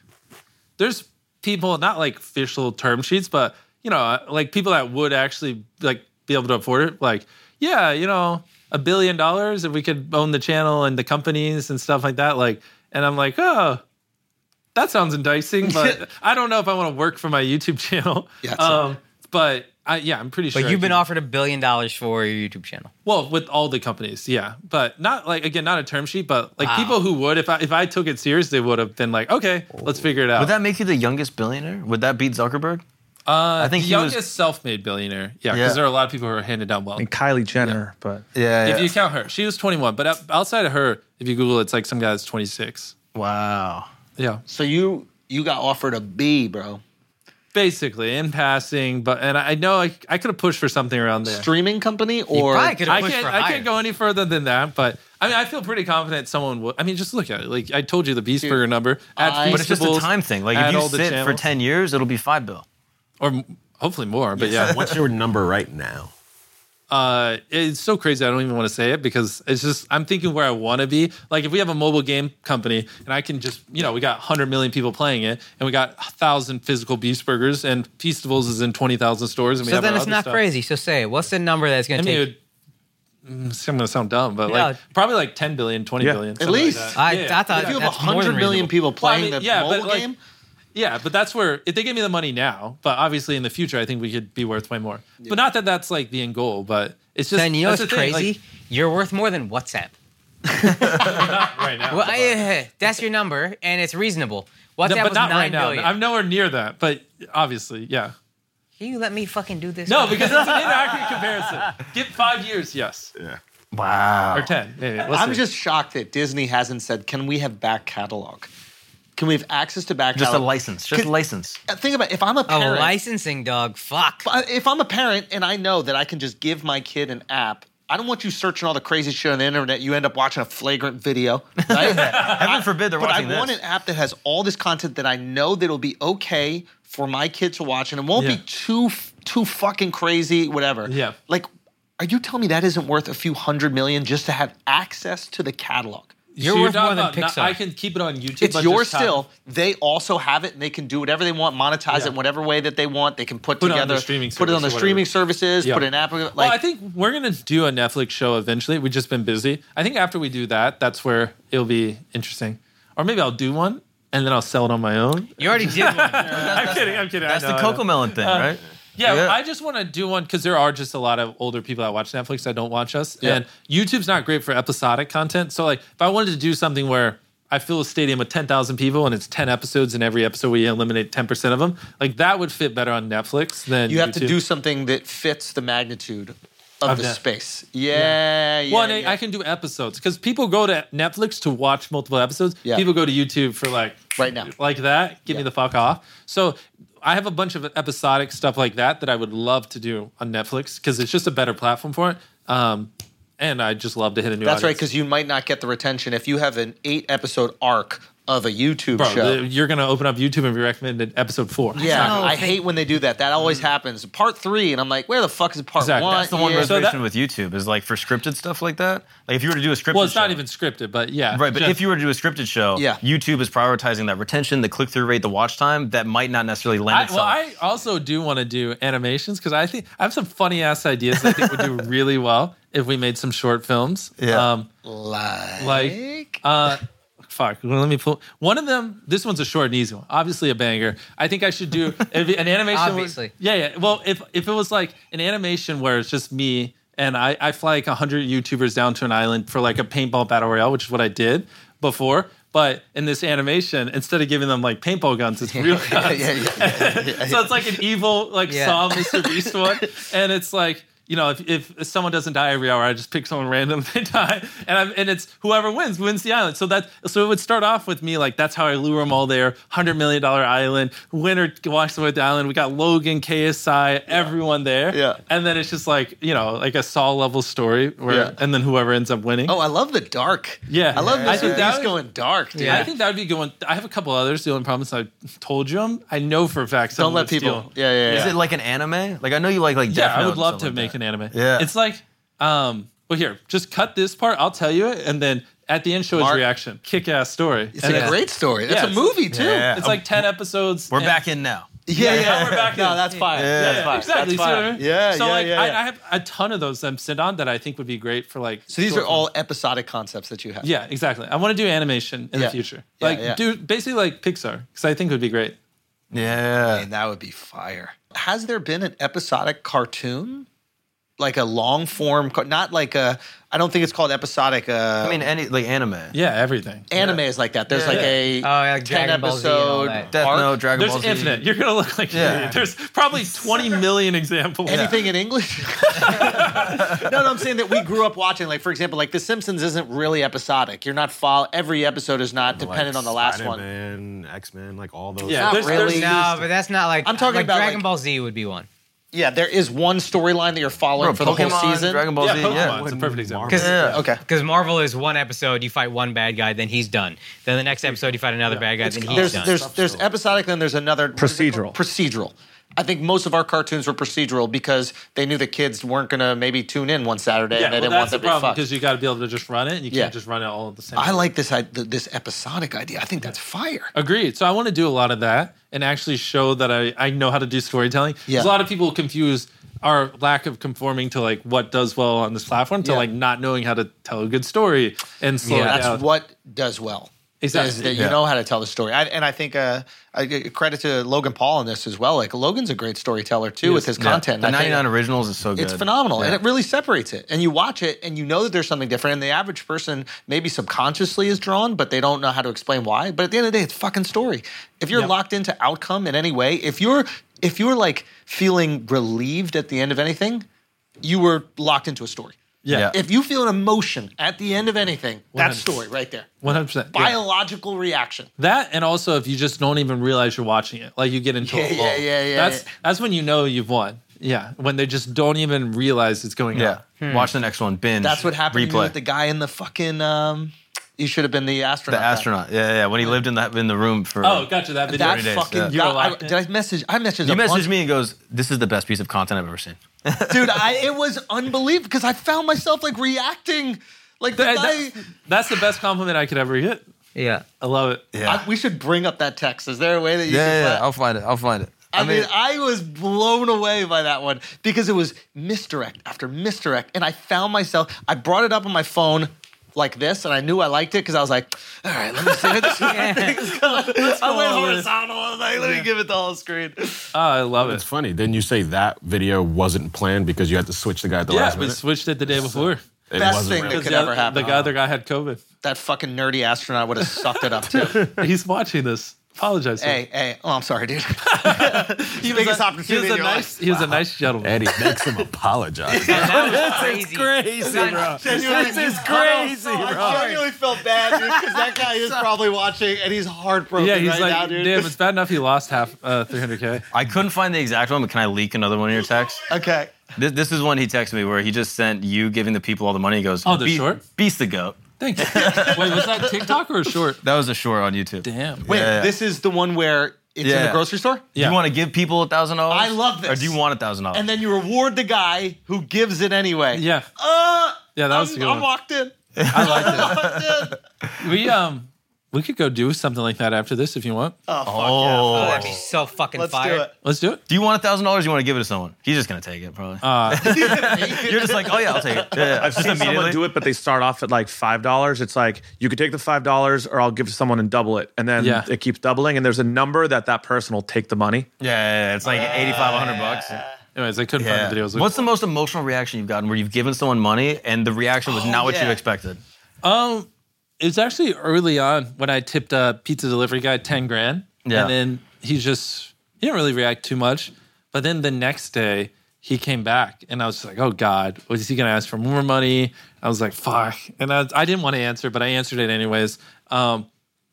S2: there's people not like official term sheets, but you know, like people that would actually like be able to afford it. Like, yeah, you know, a billion dollars if we could own the channel and the companies and stuff like that. Like, and I'm like, oh. That sounds enticing, but I don't know if I want to work for my YouTube channel.
S6: Yeah, it's-
S2: um, but I, yeah, I'm pretty
S6: But
S2: sure. I
S6: you've been
S2: could-
S6: offered a billion dollars for your YouTube channel.
S2: well, with all the companies, yeah, but not like again, not a term sheet, but like
S6: Wow.
S2: people who would if I if I took it serious, they would have been like, okay, let's figure it out.
S3: Would that make you the youngest billionaire? Would that beat Zuckerberg?
S2: uh,
S3: I think
S2: the
S3: he was-
S2: youngest self-made billionaire, yeah, because
S3: Yeah.
S2: there are a lot of people who are handed down wealth.
S12: and Kylie Jenner, but
S2: If you count her, she was 21, but out- outside of her, if you Google, it, it's like some guy that's 26.
S3: Wow.
S2: Yeah.
S9: So you you got offered a B, bro.
S2: Basically, in passing, but and I know I, I could have pushed for something around there.
S9: Streaming company or
S2: I can't I can't go any further than that, but I mean I feel pretty confident someone will. I mean just look at it. Like I told you the Beast Burger number. Add
S3: but it's just a
S2: Feastables,
S3: time thing. Like if
S2: add
S3: you
S2: all the
S3: sit for
S2: channels.
S3: ten years, it'll be five bill.
S2: or m- hopefully more. But yeah,
S14: What's your number right now?
S2: Uh, it's so crazy. I don't even want to say it because it's just I'm thinking where I want to be. Like if we have a mobile game company and I can just you know we got 100 million people playing it and we got thousand physical Beast Burgers and Feastables is in 20,000 stores and we
S6: So
S2: have
S6: then
S2: our
S6: it's
S2: other
S6: not
S2: stuff.
S6: crazy. So say, it. what's the number that's
S2: I
S6: going to
S2: mean,
S6: take?
S2: it would, mm, it's- I'm gonna sound dumb, but
S6: Yeah.
S2: like probably like 10 billion, 20
S6: Yeah.
S2: billion,
S6: At
S2: something like
S6: least.
S2: that.
S6: I- I thought
S2: yeah.
S6: If you have that's more than 100 million reasonable. people playing the mobile
S2: like,
S6: game?
S2: yeah, but that's where if they gave me the money now, but obviously in the future, I think we could be worth way more. But not that that's like the end goal, but it's just
S6: then you know
S2: that's
S6: it's
S2: the thing,
S6: crazy.
S2: like-
S6: You're worth more than WhatsApp.
S2: right now.
S6: Well, I- that's your number, and it's reasonable. WhatsApp
S2: No, but
S6: was
S2: not
S6: nine
S2: right now.
S6: billion.
S2: I'm nowhere near that, but obviously, yeah.
S6: Can you let me fucking do this?
S2: No, because it's an inaccurate comparison. Get five years, yes.
S14: Yeah.
S2: Wow. Or 10. Maybe. We'll
S9: I'm
S2: see.
S9: just shocked that Disney hasn't said, "Can we have back catalog? Can we have access to back
S3: Just a
S9: catalog?"
S3: license. Just a license.
S9: Uh, Think about it, if I'm a
S6: Oh,
S9: parent,
S6: licensing dog. Fuck.
S9: If I'm a parent and I know that I can just give my kid an app, I don't want you searching all the crazy shit on the internet. You end up watching a flagrant video. Right?
S3: Heaven forbid they're
S9: but I
S3: watching
S9: want
S3: this.
S9: an app that has all this content that I know that'll be okay for my kid to watch, and it won't
S2: Yeah.
S9: be too f- too fucking crazy, whatever.
S2: Yeah.
S9: Like, are you telling me that isn't worth a few hundred million just to have access to the catalog?
S2: So talking about not- I can keep it on YouTube.
S9: It's
S2: but
S9: yours
S2: just have-
S9: still. They also have it, and they can do whatever they want, monetize it in whatever way that they want. They can put,
S2: Put it on
S9: together,
S2: the streaming
S9: put it on the
S2: service or
S9: streaming
S2: whatever.
S9: services,
S2: Yeah.
S9: put an app. Like,
S2: well, I think we're gonna do a Netflix show eventually. We've just been busy. I think after we do that, that's where it'll be interesting. Or maybe I'll do one and then I'll sell it on my own.
S6: You already did one.
S2: I'm kidding. I'm kidding. I
S3: That's
S2: know,
S3: the
S2: I know.
S3: cocoa melon thing,
S2: Uh,
S3: right?
S2: Yeah,
S3: Yeah.
S2: I just want to do one because there are just a lot of older people that watch Netflix that don't watch us,
S3: Yeah.
S2: and YouTube's not great for episodic content. So, like, if I wanted to do something where I fill a stadium with ten thousand people and it's ten episodes, and every episode we eliminate ten percent of them, like that would fit better on Netflix than
S9: you have to
S2: YouTube.
S9: do something that fits the magnitude of,
S2: Of
S9: the
S2: that.
S9: space. Yeah, yeah.
S2: well, and I-
S9: yeah.
S2: I can do episodes because people go to Netflix to watch multiple episodes.
S9: Yeah.
S2: People go to YouTube for like
S9: right now.
S2: like that. Give me the fuck off. So I have a bunch of episodic stuff like that that I would love to do on Netflix because it's just a better platform for it. Um, and I just love to hit a new.
S9: That's right,
S2: audience.
S9: because you might not get the retention if you have an eight episode arc of a YouTube
S2: Bro,
S9: show.
S2: the- you're gonna open up YouTube and be recommended episode four. It's
S9: yeah,
S2: not Mm. gonna-
S9: I hate when they do that. That always happens. Part three, and I'm like, where the fuck is part
S3: Exactly.
S9: one?
S3: That's the one
S9: Yeah.
S3: reservation with YouTube is like for scripted stuff like that. Like if you were to do a scripted,
S2: well, it's
S3: show,
S2: not even scripted, but yeah,
S3: right? But
S2: just-
S3: if you were to do a scripted show,
S2: Yeah.
S3: YouTube is prioritizing that retention, the click through rate, the watch time. That might not necessarily lend
S2: I, well,
S3: itself.
S2: I also do want to do animations because I think I have some funny ass ideas that I think would do really well if we made some short films.
S3: Yeah.
S2: Um,
S9: like,
S2: uh, fuck. well, Let me pull one of them. This one's a short and easy one. Obviously, a banger. I think I should do if an animation. was-
S6: Obviously.
S2: yeah, yeah. Well, if if it was like an animation where it's just me and I, I fly like hundred YouTubers down to an island for like a paintball battle royale, which is what I did before. But in this animation, instead of giving them like paintball guns, it's real guns.
S9: Yeah, yeah, yeah,
S2: so it's like an evil, like
S9: Yeah.
S2: Saw Mr. Beast one, and it's like you know, if, if someone doesn't die every hour, I just pick someone random, they die, and I'm, and it's whoever wins wins the island. So that so it would start off with me like that's how I lure them all there, hundred million dollar island, winner walks away with the island. We got Logan, KSI, everyone there, yeah, and then it's just like you know, like a Saw level story where,
S9: Yeah.
S2: and then whoever ends up winning.
S9: Oh, I love the dark.
S2: Yeah,
S9: I love
S2: I
S9: this.
S2: think that
S9: He's
S2: would-
S9: going dark, dude.
S2: Yeah. I think that would be good one. I have a couple others. The only problem is I told you them. I know for a fact.
S3: Don't
S2: someone
S3: let
S2: would
S3: people-
S2: steal.
S3: yeah, yeah, Is yeah. it like an anime? Like I know you like like
S2: Yeah,
S3: Death
S2: I
S3: Note
S2: would
S3: and
S2: love
S3: stuff
S2: to
S3: like
S2: make an anime.
S3: Yeah.
S2: it's like um. Well, here, just cut this part. I'll tell you it, and then at the end, show his
S3: Mark-
S2: reaction. Kick ass story.
S9: It's
S2: And
S9: a great story. That's a
S2: it's-
S9: movie, too. Yeah.
S2: It's like ten episodes.
S3: We're
S2: and-
S3: back in now.
S9: Yeah, yeah.
S2: now we're back
S9: No,
S2: in.
S9: that's fire.
S2: Yeah,
S9: That's
S2: yeah,
S9: fire.
S2: Exactly.
S9: That's
S2: See what
S9: fire.
S2: I mean?
S9: Yeah,
S2: So
S9: yeah,
S2: like,
S9: yeah,
S2: I,
S9: yeah.
S2: I have a ton of those that I'm sent on that I think would be great for like.
S9: So these
S2: short
S9: are all episodic concepts that you have.
S2: yeah, exactly. I want to do animation in
S9: Yeah.
S2: the future.
S9: Yeah,
S2: Like,
S9: yeah.
S2: do basically like Pixar, because I think it would be great.
S3: Yeah.
S9: And that would be fire. Has there been an episodic cartoon? like a long form, co- not like a. I don't think it's called episodic. Uh,
S3: I mean, any like anime.
S2: Yeah, everything.
S9: Anime is like that. There's
S2: Yeah.
S9: like
S2: Yeah.
S9: a
S2: Oh,
S6: Uh,
S2: yeah, like
S9: ten
S2: Dragon Ball Z and all
S9: episode.
S2: that. Death
S9: arc.
S2: Note, Dragon There's Ball Z. infinite. You're gonna look like Yeah. There's probably 20 million examples.
S9: Anything in English? no, no, I'm saying that we grew up watching, like, for example, like The Simpsons isn't really episodic. You're not follow every episode is not dependent on the last one.
S14: one. X Men, like all those.
S9: Yeah, Not there's- really. there's-
S6: no, but that's not like
S9: I'm talking
S6: like
S9: about,
S6: Dragon
S9: like-
S6: Ball Z would be one.
S9: Yeah, there is one storyline that you're following for the whole season.
S6: Because
S9: Yeah, okay.
S6: Marvel is one episode, you fight one bad guy, then he's done. Then the next episode, you fight another bad guy, then he's
S9: there's
S6: done.
S9: there's there's episodic, then there's another procedural. Procedural. I think most of our cartoons were procedural because they knew the kids weren't gonna maybe tune in one Saturday
S2: yeah,
S9: and
S2: well,
S9: they didn't
S2: that's
S9: want
S2: the
S9: them to be
S2: problem
S9: fucked.
S2: because you got to be able to just run it, and you
S9: Yeah.
S2: can't just run it all at the same.
S9: I
S2: time.
S9: like this I, th- this episodic idea. I think that's fire.
S2: Agreed. So I want to do a lot of that and actually show that I, I know how to do storytelling. Because a lot of people confuse our lack of conforming to like what does well on this platform to
S9: Yeah.
S2: like not knowing how to tell a good story and slow
S9: yeah,
S2: it
S9: that's
S2: down.
S9: what does well.
S2: Exactly.
S9: Is that
S2: Yeah.
S9: you know how to tell the story. I, and I think uh, I, credit to Logan Paul on this as well. Like Logan's a great storyteller too with his content.
S3: The
S9: I think
S3: 99 originals is so good.
S9: It's phenomenal,
S3: Yeah.
S9: and it really separates it. And you watch it, and you know that there's something different. And the average person maybe subconsciously is drawn, but they don't know how to explain why. But at the end of the day, it's fucking story. If you're locked into outcome in any way, if you're if you're like feeling relieved at the end of anything, you were locked into a story.
S2: Yeah. Yeah.
S9: If you feel an emotion at the end of anything, that's
S2: 100%.
S9: story right there.
S2: 100%. yeah.
S9: Biological reaction.
S3: Mm-hmm.
S2: That and also if you just don't even realize you're watching it, like you get into
S9: Yeah,
S2: a
S9: yeah,
S2: lull.
S9: yeah, yeah,
S2: That's
S9: yeah.
S2: that's when you know you've won. Yeah, when they just don't even realize it's going
S3: Yeah.
S2: on.
S3: Hmm. Watch the next one. Binge.
S9: That's what happened to me
S3: Replay.
S9: with the guy in the fucking. Um, you should have been the astronaut.
S3: The
S9: guy.
S3: astronaut. Yeah, yeah. yeah. When he lived in the in the room for
S2: Oh, gotcha. That video.
S9: That
S3: Three days,
S9: fucking.
S3: yeah. You
S9: guy-
S3: were
S9: I,
S3: locked
S9: did I message? I messaged.
S3: You
S9: a bunch-
S3: messaged me and goes, "This is the best piece of content I've ever seen."
S9: dude. I it was unbelievable because I found myself like reacting, like the
S2: That-
S9: guy.
S2: that's, that's the best compliment I could ever get.
S6: Yeah,
S2: I love it.
S9: I- we should bring up that text. Is there a way that you?
S3: Yeah,
S9: can
S3: yeah,
S9: find-
S3: yeah. I'll find it. I'll find it.
S9: I mean, I was blown away by that one because it was misdirect after misdirect, and I found myself. I brought it up on my phone like this, and I knew I liked it because I was like, "All right, let me see it." I went horizontal. I was like, "Let me give it the whole screen."
S2: Ah, I love it.
S14: It's funny. Didn't you say that video wasn't planned because you had to switch the guy at the
S2: yeah,
S14: last
S2: we
S14: minute?
S2: switched it the day before.
S14: It
S9: Best
S14: wasn't
S9: thing
S14: real.
S9: that could
S2: the
S9: ever
S2: other-
S9: happen.
S2: The other guy had COVID.
S9: That fucking nerdy astronaut would have sucked it up too.
S2: He's watching this. Apologize. to
S9: hey,
S2: him.
S9: hey. Oh, I'm sorry, dude.
S2: he
S9: biggest
S2: a,
S9: opportunity
S2: He was
S9: in
S2: a
S9: your
S2: nice. He was a nice gentleman.
S14: Eddie makes him apologize.
S2: It's crazy, bro.
S9: This is crazy, I genuinely felt bad, dude, because that guy is probably watching and he's heartbroken
S2: Yeah, he's
S9: right
S2: like,
S9: now, dude.
S2: damn, it's bad enough he lost half uh, 300k.
S3: I couldn't find the exact one, but can I leak another one of your texts?
S9: Okay.
S3: This, this is one he texted me where he just sent you giving the people all the money. He goes,
S2: Oh, the
S3: "Be-
S2: short?
S3: Beast the goat."
S2: Thank you. Wait, was that TikTok or a short?
S3: That was a short on YouTube.
S2: Damn.
S9: Wait,
S3: Yeah, yeah.
S9: this is the one where it's in the
S3: Yeah.
S9: grocery store?
S3: Do you want to give people a thousand dollars?
S9: I love this.
S3: Or do you want a thousand dollars?
S9: And then you reward the guy who gives it anyway.
S2: Yeah.
S9: Uh,
S2: Yeah, that was a
S9: I'm,
S2: good.
S9: I'm
S2: one.
S9: locked in.
S2: I liked it.
S9: Locked in.
S2: We um we could go do something like that after this if you want.
S9: Oh, fuck
S3: Oh.
S9: yeah.
S6: that'd be so fucking
S9: Let's
S6: fire.
S9: do it.
S2: Let's do it.
S3: Do you want a thousand dollars? You want to give it to someone? He's just gonna take it, probably.
S2: Uh,
S3: You're just like, oh yeah, I'll take it. Yeah, yeah.
S12: I've
S3: Just
S12: seen someone
S3: immediately.
S12: do it, but they start off at like five dollars. It's like you could take the five dollars, or I'll give to someone and double it, and then
S2: Yeah.
S12: it keeps doubling. And there's a number that that person will take the money.
S3: Yeah, yeah, yeah. it's like 85, 100 bucks.
S2: anyways, I couldn't
S3: Yeah.
S2: find the videos.
S3: What's the most emotional reaction you've gotten where you've given someone money and the reaction was not what
S2: Oh, yeah.
S3: you expected?
S2: Um, it was actually early on when I tipped a pizza delivery guy ten grand.
S3: Yeah.
S2: And then he just he didn't really react too much. But then the next day he came back and I was like, oh God, was he gonna ask for more money? I was like, fuck. And I, I didn't want to answer, but I answered it anyways. Um,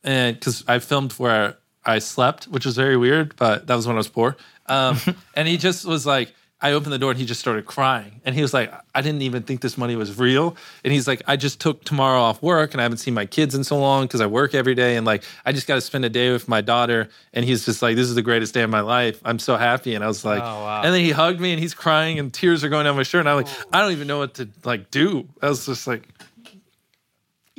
S2: and because I filmed where I slept, which was very weird, but that was when I was poor. Um, and he just was like, I opened the door and he just started crying. And he was like, I didn't even think this money was real. And he's like, I just took tomorrow off work and I haven't seen my kids in so long because I work every day. And like, I just got to spend a day with my daughter. And he's just like, this is the greatest day of my life. I'm so happy. And I was like, and then he hugged me and he's crying and tears are going down my shirt. And I'm like, I don't even know what to like do. I was just like,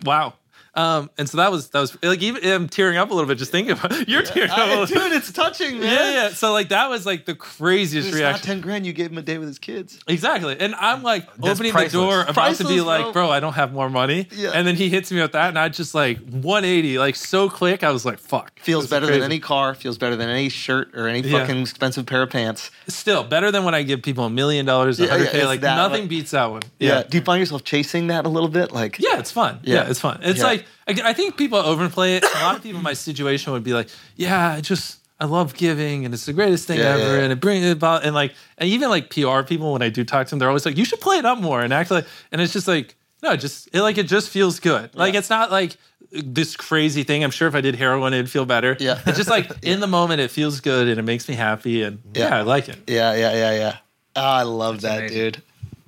S2: wow. Um, and so that was that was like even I'm tearing up a little bit just thinking about you're tearing up a
S1: I,
S2: little
S1: dude, it's touching, man.
S2: Yeah, yeah. So like that was like the craziest
S1: It's not
S2: reaction.
S1: ten grand you gave him a day with his kids.
S2: Exactly. And I'm like
S1: That's
S2: opening
S1: priceless.
S2: the door, about to be
S1: Priceless,
S2: like,
S1: bro.
S2: bro. I don't have more money.
S1: Yeah.
S2: And then he hits me with that, and I just like 180, like so quick. I was like, fuck.
S1: Feels
S2: This is
S1: better
S2: crazy.
S1: than any car. Feels better than any shirt or any
S2: Yeah.
S1: fucking expensive pair of pants.
S2: Still better than when I give people a million dollars, a
S1: Yeah, yeah,
S2: hundred k.
S1: it's
S2: Like
S1: that,
S2: nothing
S1: like-
S2: beats that one.
S1: Yeah.
S2: Yeah.
S1: Do you find yourself chasing that a little bit? Like,
S2: Yeah, it's fun. Yeah,
S1: Yeah.
S2: it's fun. It's
S1: Yeah.
S2: like I, I think people overplay it. A lot of people in my situation would be like, "Yeah, I just I love giving, and it's the greatest thing
S1: Yeah, yeah,
S2: ever,
S1: yeah.
S2: and it brings it about." And like, and even like PR people, when I do talk to them, they're always like, "You should play it up more and act like." And it's just like, no, just it like it just feels good. Like it's not like this crazy thing. I'm sure if I did heroin, it'd feel better. Yeah, it's just like in the moment, it feels good and it makes me happy, and yeah,
S1: Yeah.
S2: I like it.
S1: yeah, yeah, yeah, yeah. Oh,
S9: Ah,
S1: I love that, dude.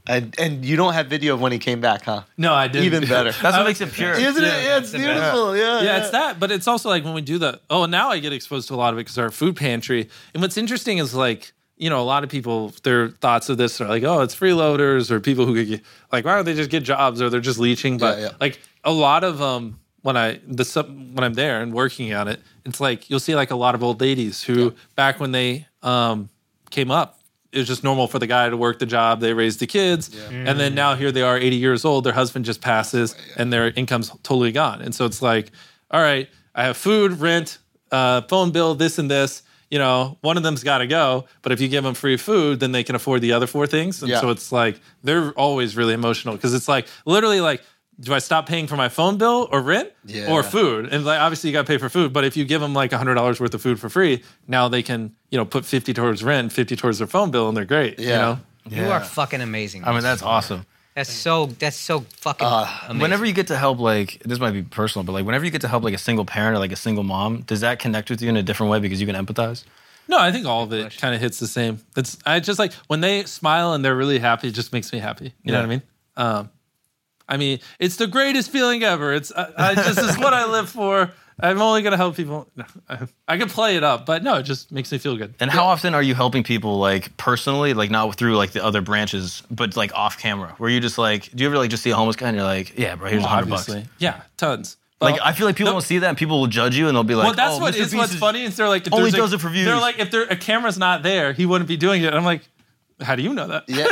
S1: And, and you don't have video of when he came back, huh?
S2: No, I didn't.
S1: Even better.
S2: That's what makes it pure.
S1: Isn't
S2: Yeah.
S1: it? Yeah, it's
S2: That's the best.
S1: beautiful. Yeah,
S2: yeah, it's that. But it's also like when we do the oh, now I get exposed to a lot of it because our food pantry. And what's interesting is like you know a lot of people their thoughts of this are like oh, it's freeloaders or people who could get, like why don't they just get jobs or they're just leeching. But
S1: Yeah, yeah.
S2: like a lot of um when I the sub, when I'm there and working on it, it's like you'll see like a lot of old ladies who back when they um came up. It was just normal for the guy to work the job. They raised the kids, and then now here they are, 80 years old. Their husband just passes, and their income's totally gone. And so it's like, all right, I have food, rent, uh, phone bill, this and this. You know, one of them's got to go. But if you give them free food, then they can afford the other four things. And
S1: Yeah.
S2: so it's like they're always really emotional because it's like literally like. Do I stop paying for my phone bill or rent
S1: Yeah.
S2: or food? And like, obviously, you got to pay for food. But if you give them like hundred dollars worth of food for free, now they can, you know, put fifty towards rent, fifty towards their phone bill, and they're great. You know,
S6: You are fucking amazing.
S3: I mean, Uh, that's awesome.
S6: That's so. That's so fucking. amazing.
S3: Whenever you get to help, like this might be personal, but like whenever you get to help, like a single parent or like a single mom, does that connect with you in a different way because you can empathize?
S2: No, I think all of it kind of hits the same. It's I just like when they smile and they're really happy, it just makes me happy. You know
S3: Yeah.
S2: what I mean? Um, I mean, it's the greatest feeling ever. It's I, I just is what I live for. I'm only gonna help people. No, I, I can play it up, but no, it just makes me feel good.
S3: And how often are you helping people, like personally, like not through like the other branches, but like off camera, where you just like, do you ever like just see a homeless guy and you're like, yeah, bro, here's a
S2: Well,
S3: hundred bucks.
S2: obviously. Yeah, tons.
S3: Like I feel like people don't see that, and people will judge you, and they'll be like,
S2: well, that's
S3: oh,
S2: what
S3: Mr.
S2: is
S3: Beast
S2: what's
S3: is-
S2: funny. Is they're like, if
S3: only
S2: there's a-
S3: does it for views.
S2: They're like, if there a camera's not there, he wouldn't be doing it. And I'm like, how do you know that? Yeah.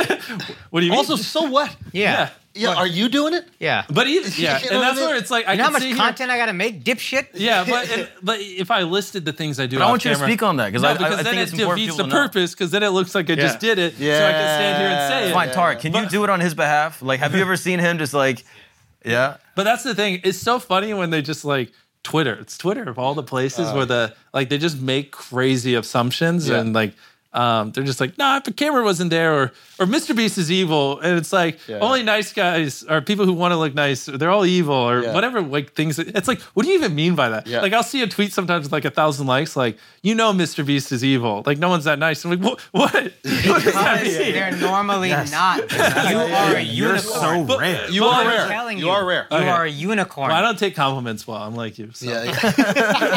S2: what do you mean?
S1: Also, so what?
S2: Yeah.
S1: Yeah, are you doing it?
S6: Yeah.
S2: But even yeah,
S1: You know what
S2: and
S1: I
S2: that's
S1: mean?
S2: where it's like I
S6: you know how
S2: can
S6: much
S2: see here-
S6: content I gotta make, dipshit.
S2: Yeah, but and, but if I listed the things I do,
S3: But I
S2: off
S3: want you to
S2: camera-
S3: speak on that, 'cause
S2: No,
S3: I- I-
S2: because
S3: I
S2: then
S3: think it's
S2: it
S3: important
S2: defeats the
S3: people to know.
S2: purpose because then it looks like I just did it, so I can stand here and say it.
S3: Fine, Tarek, can you do it on his behalf? Like, have you ever seen him just like, yeah?
S2: But that's the thing. It's so funny when they just like Twitter. It's Twitter of all the places
S1: Oh,
S2: where the like they just make crazy assumptions
S1: Yeah.
S2: and like um, they're just like, nah, if a camera wasn't there or or Mr. Beast is evil. And it's like
S1: Yeah.
S2: only nice guys or people who want to look nice, they're all evil or
S1: Yeah.
S2: whatever like things it's like, what do you even mean by that?
S1: Yeah.
S2: Like I'll see a tweet sometimes with like a thousand likes, like, you know Mr. Beast is evil. Like no one's that nice. I'm like, what what? What does that
S6: Because
S2: mean?
S6: they're normally not. You are a unicorn.
S2: But-
S1: You
S2: but
S1: are
S2: I'm
S1: rare.
S6: telling
S1: You
S6: you.
S1: are rare.
S6: You
S2: Okay.
S6: are a unicorn.
S2: Well, I don't take compliments well. I'm like you. So.
S1: Yeah.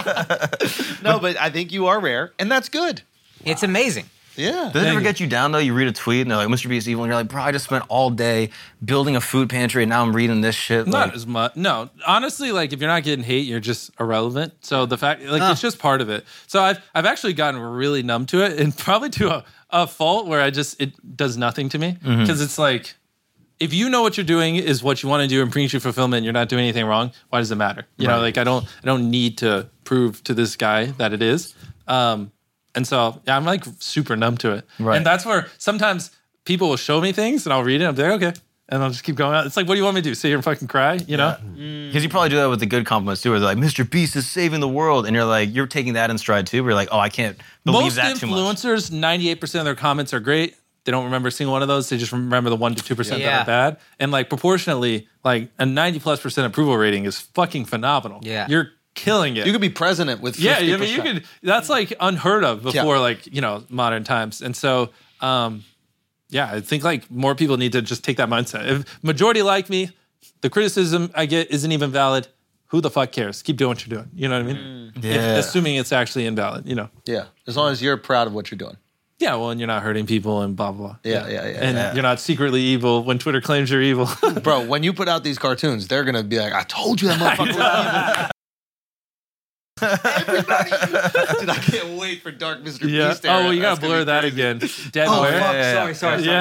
S1: no, but I think you are rare, and that's good.
S6: It's amazing.
S1: Yeah.
S3: Does it ever get you down though? You read a tweet and they're like, Mr. Beast is evil, and you're like, bro, I just spent all day building a food pantry and now I'm reading this shit.
S2: Not
S3: like,
S2: as much. No, honestly, like if you're not getting hate, you're just irrelevant. So the fact, like, it's just part of it. So I've I've actually gotten really numb to it, and probably to a, a fault where I just it does nothing to me because
S1: Mhm.
S2: it's like if you know what you're doing is what you want to do and brings you fulfillment, and you're not doing anything wrong. Why does it matter? You know,
S1: Right.
S2: like I don't I don't need to prove to this guy that it is. Um, and so yeah, I'm like super numb to it.
S1: Right.
S2: And that's where sometimes people will show me things and I'll read it. and I'll be like, okay. And I'll just keep going out. It's like, what do you want me to do? Sit here and fucking cry? You know?
S1: Mm-hmm.
S3: because you probably do that with the good compliments too, where they're like, Mr. Beast is saving the world. And you're like, you're taking that in stride too. Where you're like, oh, I can't believe
S2: Most
S3: that too much.
S2: influencers, 98% of their comments are great. They don't remember a single one of those. They just remember the 1% to 2% that
S6: Yeah.
S2: are bad. And like proportionately, like a 90 plus percent approval rating is fucking phenomenal.
S1: Yeah.
S2: You're killing it.
S1: You could be president with
S2: yeah,
S1: 50%.
S2: I mean, you could. That's like unheard of before, like you know, modern times. And so, um, yeah, I think like more people need to just take that mindset. If majority like me, the criticism I get isn't even valid. Who the fuck cares? Keep doing what you're doing. You know what I mean? If-
S1: Yeah.
S2: assuming it's actually invalid. You know.
S1: Yeah, as long as you're proud of what you're doing.
S2: Yeah, well, and you're not hurting people and blah blah. blah.
S9: Yeah, yeah, yeah,
S2: And
S9: yeah.
S2: you're not secretly evil when Twitter claims you're evil.
S9: Bro, when you put out these cartoons, they're gonna be like, I told you that motherfucker was evil. Everybody, dude, I can't wait for Dark Mr.
S2: Yeah.
S9: Beast.
S2: Oh,
S9: era.
S2: well, you gotta
S9: That's gonna
S2: blur
S9: be
S2: that
S9: crazy.
S2: again. Deadware.
S9: Oh, fuck, sorry, sorry, sorry,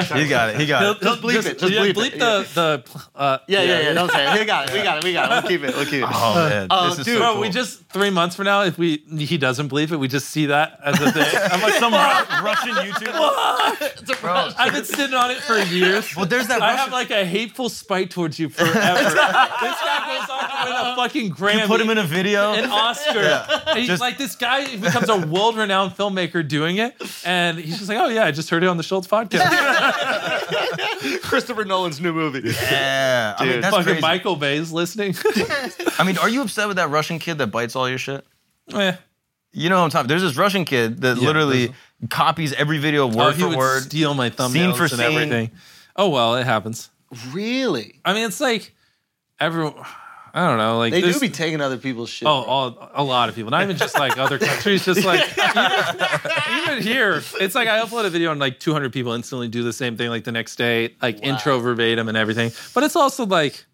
S9: sorry,
S2: He
S9: sorry, sorry. Just bleep it, just
S2: yeah,
S9: bleep it.
S2: the the. Uh,
S9: Yeah, yeah, yeah. Don't say it. We got it. We got it. We got it. We'll keep it. We'll keep it.
S2: Oh man,
S9: Oh,
S2: this is
S9: dude.
S2: so cool. we just three months from now, if we he doesn't believe it, we just see that as a thing. I'm like some
S10: Russian YouTuber.
S2: I've been sitting on it for years. Well, there's that. I have like a hateful spite towards you forever. this guy goes on to win a fucking Grammy.
S10: put him in a video?
S2: an Oscar.
S10: Yeah.
S2: And he's
S10: Just-
S2: like, this guy becomes a world-renowned filmmaker doing it, and he's just like, oh yeah, I just heard it on the Schultz podcast.
S9: Christopher Nolan's new movie.
S3: Yeah, I mean
S2: Dude,
S3: that's
S2: fucking
S3: crazy.
S2: Michael Bay's listening.
S3: I mean, are you upset with that Russian kid that bites all your shit?
S2: Yeah.
S3: You know what I'm talking. There's this Russian kid that
S2: Yeah,
S3: literally copies every video word
S2: oh, he
S3: for
S2: would
S3: word,
S2: steal my thumbnails
S3: scene for
S2: and
S3: scene.
S2: everything. Oh well, it happens.
S9: Really?
S2: I mean, it's like everyone. I don't know. Like
S9: They do
S2: there's-
S9: be taking other people's shit.
S2: Oh, all, a lot of people. Not even just like other countries. Just like even, even here, it's like I upload a video and like 200 people instantly do the same thing like the next day, like intro verbatim and everything. But it's also like,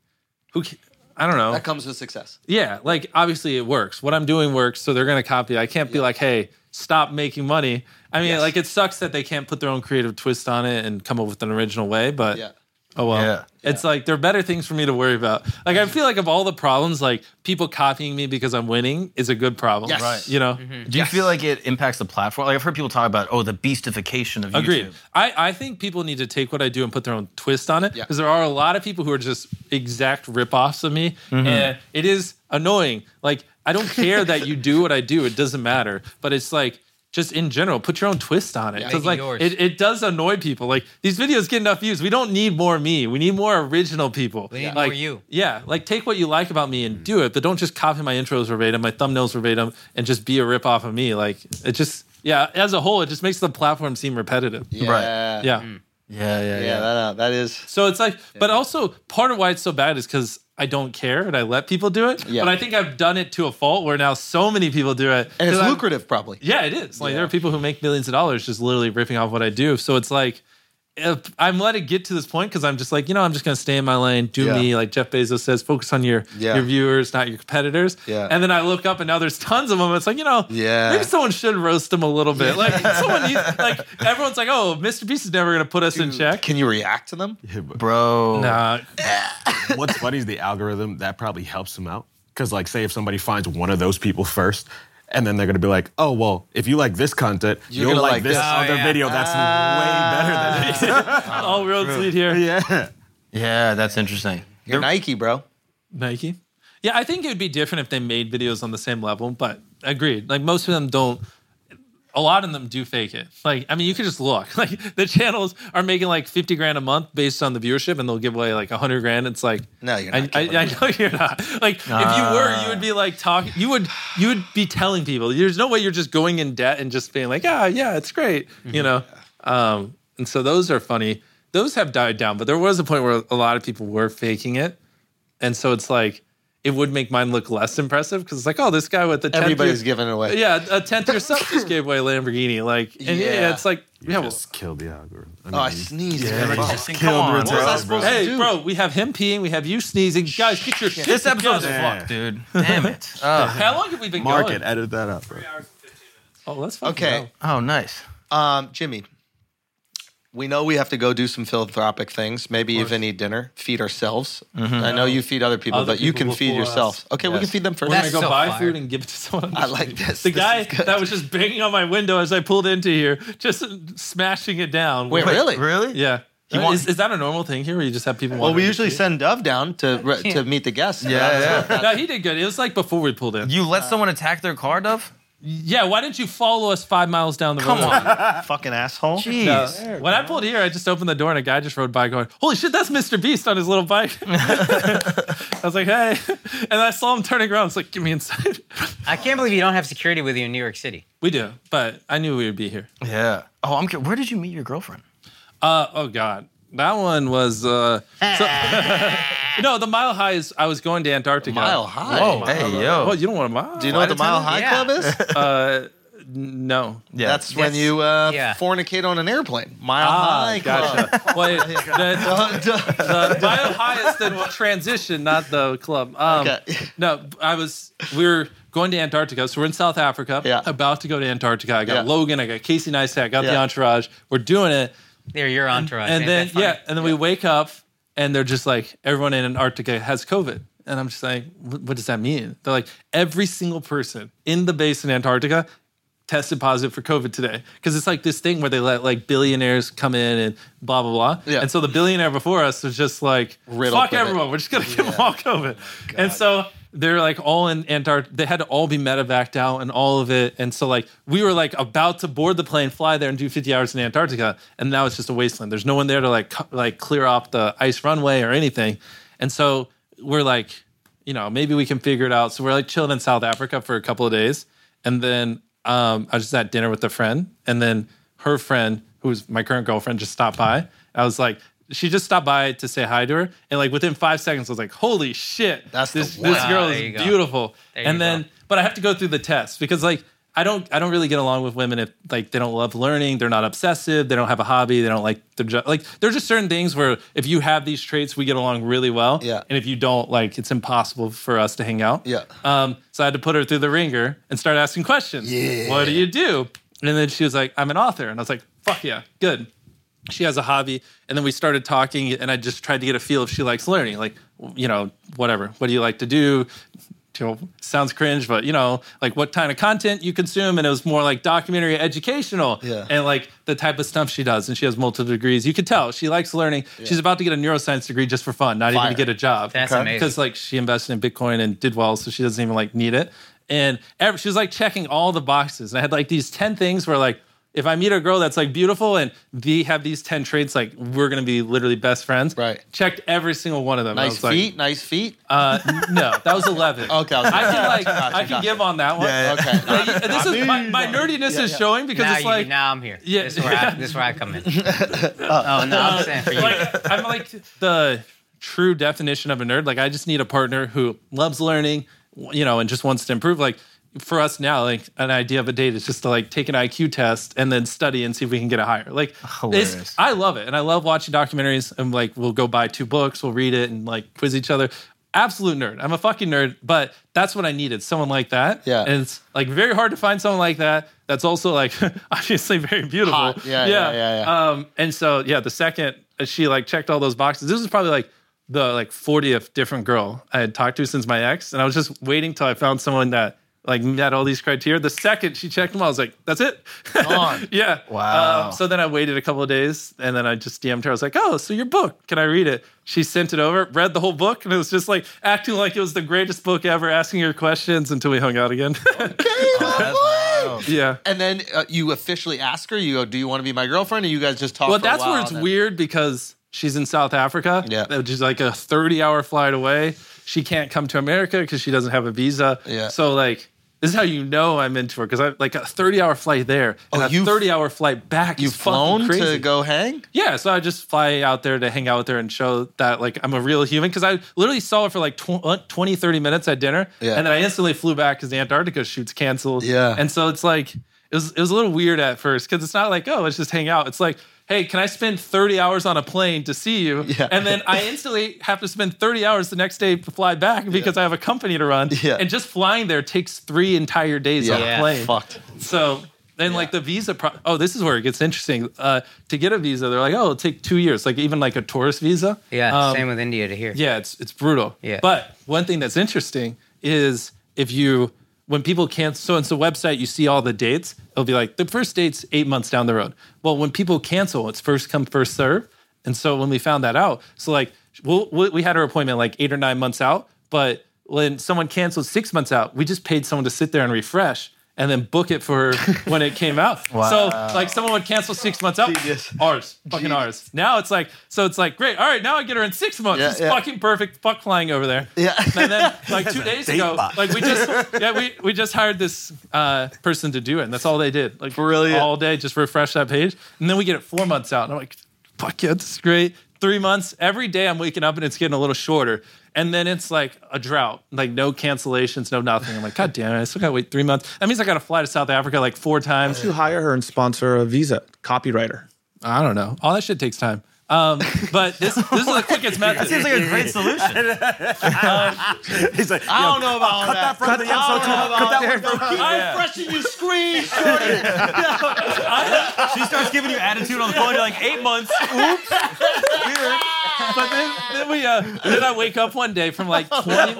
S2: who? ca- I don't know.
S9: That comes with success.
S2: Yeah, like obviously it works. What I'm doing works, so they're gonna copy. I can't be like, hey, stop making money. I mean, like it sucks that they can't put their own creative twist on it and come up with an original way, but
S9: Yeah.
S2: oh well.
S9: Mm-hmm.
S2: It's like there are better things for me to worry about. Like I feel like of all the problems, like people copying me because I'm winning is a good problem.
S3: Yes. Mm-hmm. Right.
S2: You know?
S3: Do you feel like it impacts the platform? Like I've heard people talk about, oh, the beastification of
S2: Agreed.
S3: YouTube.
S2: I, I think people need to take what I do and put their own twist on it because there are a lot of people who are just exact rip-offs of me,
S3: Mhm.
S2: and it is annoying. Like I don't care that you do what I do; it doesn't matter. But it's like just in general, put your own twist on it
S3: Yeah.
S2: because
S3: Make it
S2: like
S3: yours.
S2: it, it does annoy people. Like these videos get enough views. We don't need more me. We need more original people.
S6: We need
S2: like,
S6: more you.
S2: Yeah, like take what you like about me
S9: Hmm.
S2: and do it, but don't just copy my intros verbatim, my thumbnails verbatim, and just be a rip off of me. Like it just yeah, as a whole, it just makes the platform seem repetitive.
S9: Yeah. Hmm.
S2: Yeah.
S3: Yeah, yeah,
S9: Yeah, that, uh, that is.
S2: So it's like, but also part of why it's so bad is because I don't care and I let people do it.
S9: Yeah.
S2: But I think I've done it to a fault where now so many people do it.
S9: And it's
S2: 'Cause I'm-
S9: lucrative, probably.
S2: yeah, it is. Like there are people who make millions of dollars just literally ripping off what I do. So it's like if I'm let it get to this point because I'm just like, you know, I'm just gonna stay in my lane, do
S9: Yeah.
S2: me, like Jeff Bezos says, focus on your
S9: Yeah.
S2: your viewers, not your competitors.
S9: Yeah.
S2: And then I look up and now there's tons of them. It's like, you know,
S9: Yeah.
S2: maybe someone should roast them a little bit. Like
S9: Yeah.
S2: someone needs like everyone's like, oh, Mr. Beast is never gonna put us in check.
S9: Can you react to them?
S3: Bro.
S2: Nah.
S14: What's funny is the algorithm that probably helps them out. Because, like, say if somebody finds one of those people first, and then they're going to be like, oh, well, if you like this content,
S9: You're
S14: you'll
S9: gonna
S14: like,
S9: like
S14: this
S9: this. Oh,
S14: other
S9: yeah.
S14: video that's way better than this.
S2: All roads lead here.
S14: Yeah.
S3: Yeah, that's interesting.
S9: You're Nike, bro.
S2: Nike. Yeah, I think it would be different if they made videos on the same level, but agreed. Like most of them don't. A lot of them do fake it. Like, I mean, you could just look. Like the channels are making like fifty grand a month based on the viewership, and they'll give away like hundred grand. It's like
S9: No, you're
S2: I,
S9: not.
S2: I, I know you're not. Like if you were, you would be like talking. You would you would be telling people. There's no way you're just going in debt and just being like, ah, yeah, it's great.
S9: Mm-hmm.
S2: You know. Um, and so those are funny. Those have died down, but there was a point where a lot of people were faking it, and so it's like it would make mine look less impressive because it's like, oh, this guy with the tenth
S9: Everybody's
S2: year-
S9: giving it away.
S2: Yeah, a tenth year sub just gave away a Lamborghini. Like, and yeah,
S9: Yeah.
S2: it's like, yeah, well,
S14: Killed the algorithm.
S9: Oh, I sneezed.
S14: Yeah,
S9: man.
S14: you
S9: Fuck.
S14: just killed Come on, Ritz, what was I bro. supposed to
S2: hey,
S9: do?
S2: bro, we have him peeing, we have you sneezing. Guys, get your shit
S3: This episode's
S2: together. Uh,
S3: fucked, dude. Damn it. Oh,
S2: How long have we been
S14: Mark
S2: going?
S14: it, edit that up, bro.
S2: Oh, that's
S9: Okay.
S3: oh nice.
S9: Um, Jimmy, we know we have to go do some philanthropic things, maybe even eat dinner, feed ourselves.
S2: Mhm.
S9: I know you feed other people,
S2: Other
S9: but you
S2: people
S9: can feed
S2: before us.
S9: yourself. Okay, we
S2: Yes.
S9: can feed them 1st
S2: We're gonna go buy food and give it to someone.
S9: I like this.
S2: The
S9: This
S2: guy
S9: is good.
S2: that was just banging on my window as I pulled into here, just smashing it down.
S9: Wait, really?
S3: Really?
S2: Yeah. Uh,
S9: He wants-
S2: is, is that a normal thing here, where you just have people?
S9: Well,
S2: wandering
S9: we
S2: the
S9: usually
S2: street?
S9: send Dove down to re- to meet the guests.
S2: Yeah, yeah. no, he did good. It was like before we pulled in.
S3: You let someone attack their car, Dove?
S2: Yeah, why didn't you follow us five miles down the
S3: Come
S2: road?
S3: on.
S9: Fucking asshole.
S3: Jeez.
S2: No. When I pulled here, I just opened the door and a guy just rode by going, Holy shit, that's Mr. Beast on his little bike. I was like, Hey. And I saw him turning around. It's like, Get me inside.
S6: I can't believe you don't have security with you in New York City.
S2: We do, but I knew we would be here.
S3: Yeah. Oh, I'm. cur- Where did you meet your girlfriend?
S2: Uh, oh, God. That one was. Uh, so- no, the Mile High is. I was going to Antarctica. Oh,
S9: Mile High?
S2: Whoa,
S9: Hey,
S2: Mile High.
S9: yo.
S2: Well, you don't want a mile.
S9: Do you know what the Mile High Club is?
S2: Uh, no.
S1: Yeah. That's when you uh, fornicate on an airplane. Mile
S9: Uh,
S2: Ah,
S1: high.
S2: gotcha.
S1: club.
S2: Wait, the, the bio high is the transition, not the club. Um, No, I was. We were going to Antarctica, so we're in South Africa. Yeah. About to go to Antarctica. I got
S6: Yeah.
S2: Logan. I got Casey Neistat. I got the
S6: Yeah.
S2: entourage. We're doing it.
S6: They're your entourage.
S2: And
S6: man.
S2: then
S6: They're funny.
S2: yeah, and then we wake up and they're just like everyone in Antarctica has COVID, and I'm just like, what, what does that mean? They're like every single person in the base in Antarctica tested positive for COVID today because it's like this thing where they let like billionaires come in and blah blah blah. Yeah. And so the billionaire before us was just like,
S1: Riddled
S2: fuck
S1: with it.
S2: everyone, we're just gonna give them all COVID. And so. They're like all in Antarctica. They had to all be medevaced out and all of it. And so, like, we were like about to board the plane, fly there, and do 50 hours in Antarctica. And now it's just a wasteland. There's no one there to like cu- like clear off the ice runway or anything. And so we're like, you know, maybe we can figure it out. So we're like chilling in South Africa for a couple of days. And then um, I was just at dinner with a friend. And then her friend, who's my current girlfriend, just stopped by. I was like, she just stopped by to say hi to her. And like within five seconds, I was like, holy shit. That's this,
S6: one.
S2: this girl
S6: Ah, there you
S2: is
S6: go.
S2: beautiful.
S6: There you
S2: and then, but I have to go through the test because like, I don't, I don't really get along with women if like they don't love learning, they're not obsessive, they don't have a hobby, they don't like their job. Like there's just certain things where if you have these traits, we get along really well. Yeah. And if you don't, like it's impossible for us to hang out.
S1: Yeah.
S2: Um, so I had to put her through the ringer and start asking questions.
S1: Yeah.
S2: What do you do? And then she was like, I'm an author. And I was like, fuck yeah, good. She has a hobby. And then we started talking, and I just tried to get a feel if she likes learning. Like, you know, whatever. What do you like to do? You know, sounds cringe, but you know, like what kind of content you consume. And it was more like documentary educational
S1: Yeah.
S2: and like the type of stuff she does. And she has multiple degrees. You could tell she likes learning. She's about to get a neuroscience degree just for fun, not
S1: Fire.
S2: even to get a job.
S1: That's Okay. amazing.
S2: Because like she invested in Bitcoin and did well, so she doesn't even like need it. And ever, she was like checking all the boxes. And I had like these 10 things where like, if I meet a girl that's like beautiful and they have these 10 traits, like we're gonna be literally best friends. Right. Checked every single one of them. I
S1: Nice
S2: was like,
S1: feet. nice feet.
S2: Uh, n- no, that was 11. okay. I,
S1: was gonna
S2: can
S1: say,
S2: like,
S1: gotcha,
S2: I can
S1: gotcha.
S2: give on that one.
S1: Yeah, yeah.
S2: Like, this is, my, my nerdiness
S6: Yeah,
S2: is
S6: yeah.
S2: showing because
S6: now
S2: it's
S6: you-
S2: like.
S6: now I'm here.
S2: Yeah.
S6: This is where I, this is where I come in.
S2: Oh,
S6: no, I'm saying for you.
S2: Like, I'm like the true definition of a nerd. Like, I just need a partner who loves learning, you know, and just wants to improve. Like, for us now, like an idea of a date is just to like take an IQ test and then study and see if we can get it higher. Like,
S3: Hilarious.
S2: it's- I love it, and I love watching documentaries. And like, we'll go buy two books, we'll read it, and like quiz each other. Absolute nerd. I'm a fucking nerd, but that's what I needed. Someone like that. Yeah. And it's like very hard to find someone like that. That's also like obviously very beautiful.
S1: Hot. Yeah, yeah, yeah,
S2: yeah. Um, and so yeah, the second she like checked all those boxes, this was probably like the like 40th different girl I had talked to since my ex, and I was just waiting till I found someone that like met all these criteria. The second she checked them, all, I was like, that's it. yeah.
S1: Wow.
S2: Um, so then I waited a couple of days, and then I just DM'd her. I was like, oh, so your book? Can I read it? She sent it over, read the whole book, and it was just like acting like it was the greatest book ever, asking her questions until we hung out again. yeah.
S1: And then uh, you officially ask her. You go, "Do you want to be my girlfriend?" And you guys just talk.
S2: Well,
S1: for
S2: that's
S1: a while
S2: where it's
S1: and then-
S2: weird because she's in South Africa, yeah, which is like a thirty-hour flight away. She can't come to America because she doesn't have a visa. Yeah. So like, this is how you know I'm into her because I like a thirty-hour flight there and a thirty-hour flight back. You've
S1: Oh, flown to
S2: go hang? Yeah. So I just fly out there to hang out with her and show that like I'm a real human because I literally saw her for like tw- 20, 30 minutes at dinner,
S1: Yeah.
S2: and then I instantly flew back because the Antarctica shoots canceled.
S1: Yeah.
S2: And so it's like it was it was a little weird at first because it's not like oh let's just hang out. It's like hey can I spend thirty hours on a plane to see you?
S1: Yeah.
S2: And then I instantly have to spend thirty hours the next day to fly back because I have a company to run.
S1: Yeah.
S2: And just flying there takes three entire days on
S1: Yeah.
S2: a plane.
S1: Fucked.
S2: So. then like the visa, pro- oh, this is where it gets interesting. Uh, to get a visa, they're like, oh, it'll take two years, like even like a tourist visa.
S6: Yeah,
S2: Um,
S6: same with India to here.
S2: yeah, it's it's brutal.
S6: Yeah.
S2: But one thing that's interesting is if you when people cancel so it's the website you see all the dates, it'll be like the first date's eight months down the road. Well, when people cancel, it's first come, first serve. And so when we found that out, so like we'll, we we had our appointment like eight or nine months out, but when someone canceled six months out, we just paid someone to sit there and refresh and then book it for when it came out.
S1: Wow.
S2: So like someone would cancel six months out, ours, fucking ours. Now it's like so it's like great, all right, now I get her in six months.
S1: Yeah,
S2: it's
S1: yeah.
S2: fucking perfect. Fuck flying over there.
S1: Yeah.
S2: And then like two days
S1: Date
S2: ago,
S1: bot.
S2: like we just yeah we we just hired this uh, person to do it, and that's all they did. Like brilliant all day, just refresh that page, and then we get it four months out, and I'm like, fuck yeah, this is great. three months. Every day I'm waking up and it's getting a little shorter. And then it's like a drought, like no cancellations, no nothing. I'm like, God damn it, I still gotta wait three months. That means I gotta fly to South Africa like four
S12: Why
S2: times.
S12: don't you hire her and sponsor a Visa copywriter?
S2: I don't know. All that shit takes time. Um, but this this is the quickest method.
S19: seems like a great
S2: solution.
S14: He's like,
S19: I
S2: don't know about all that.
S19: from the episode. Cut that one from-
S9: Keep
S19: Yeah.
S9: refreshing your screen, shorty.
S10: she starts giving you attitude on the phone. You're like eight months. Oops.
S2: but then, then we uh, then I wake up one day from like twenty.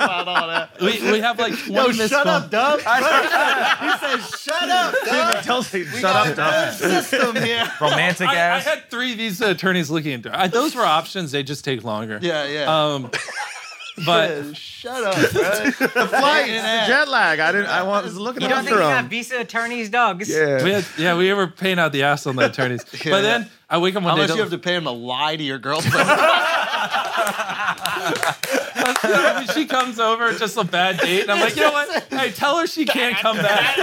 S2: we, we have like twenty
S19: Yo,
S2: missed
S19: shut
S2: calls.
S19: up, Dub.
S9: he says, "Shut up, Dub."
S12: shut up, Dub.
S9: System here.
S10: Romantic
S2: I,
S10: ass.
S2: I had three visa attorneys looking into. I, those were options. They just take longer.
S9: Yeah, yeah.
S2: Um, but
S9: Shut up, bro.
S12: The flight, the jet lag. I didn't. I want, was looking
S6: You don't
S12: after
S6: think you got
S12: him.
S6: visa attorneys, dogs?
S2: we had, yeah, we were paying out the ass on the attorneys. But then I wake up one
S9: How
S2: day.
S9: much
S2: to-
S9: you have to pay him to lie to your girlfriend?
S2: I mean, she comes over, it's just a bad date, and I'm like, you know what? Hey, tell her she can't come back.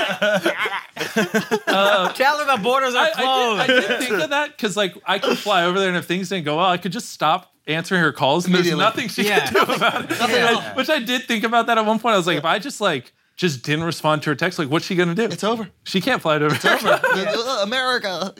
S6: tell her the borders are
S2: closed. I, did, I did think of that because, like, I could fly over there, and if things didn't go well, I could just stop answering her calls, and there's
S9: Immediately.
S2: nothing she
S9: Yeah.
S2: can do about it.
S9: Nothing at all.
S2: I- which I did think about that at one point. I was like, if I just like just didn't respond to her text, like, what's she gonna do? It's
S9: over.
S2: She can't fly it over. It's over.
S9: America.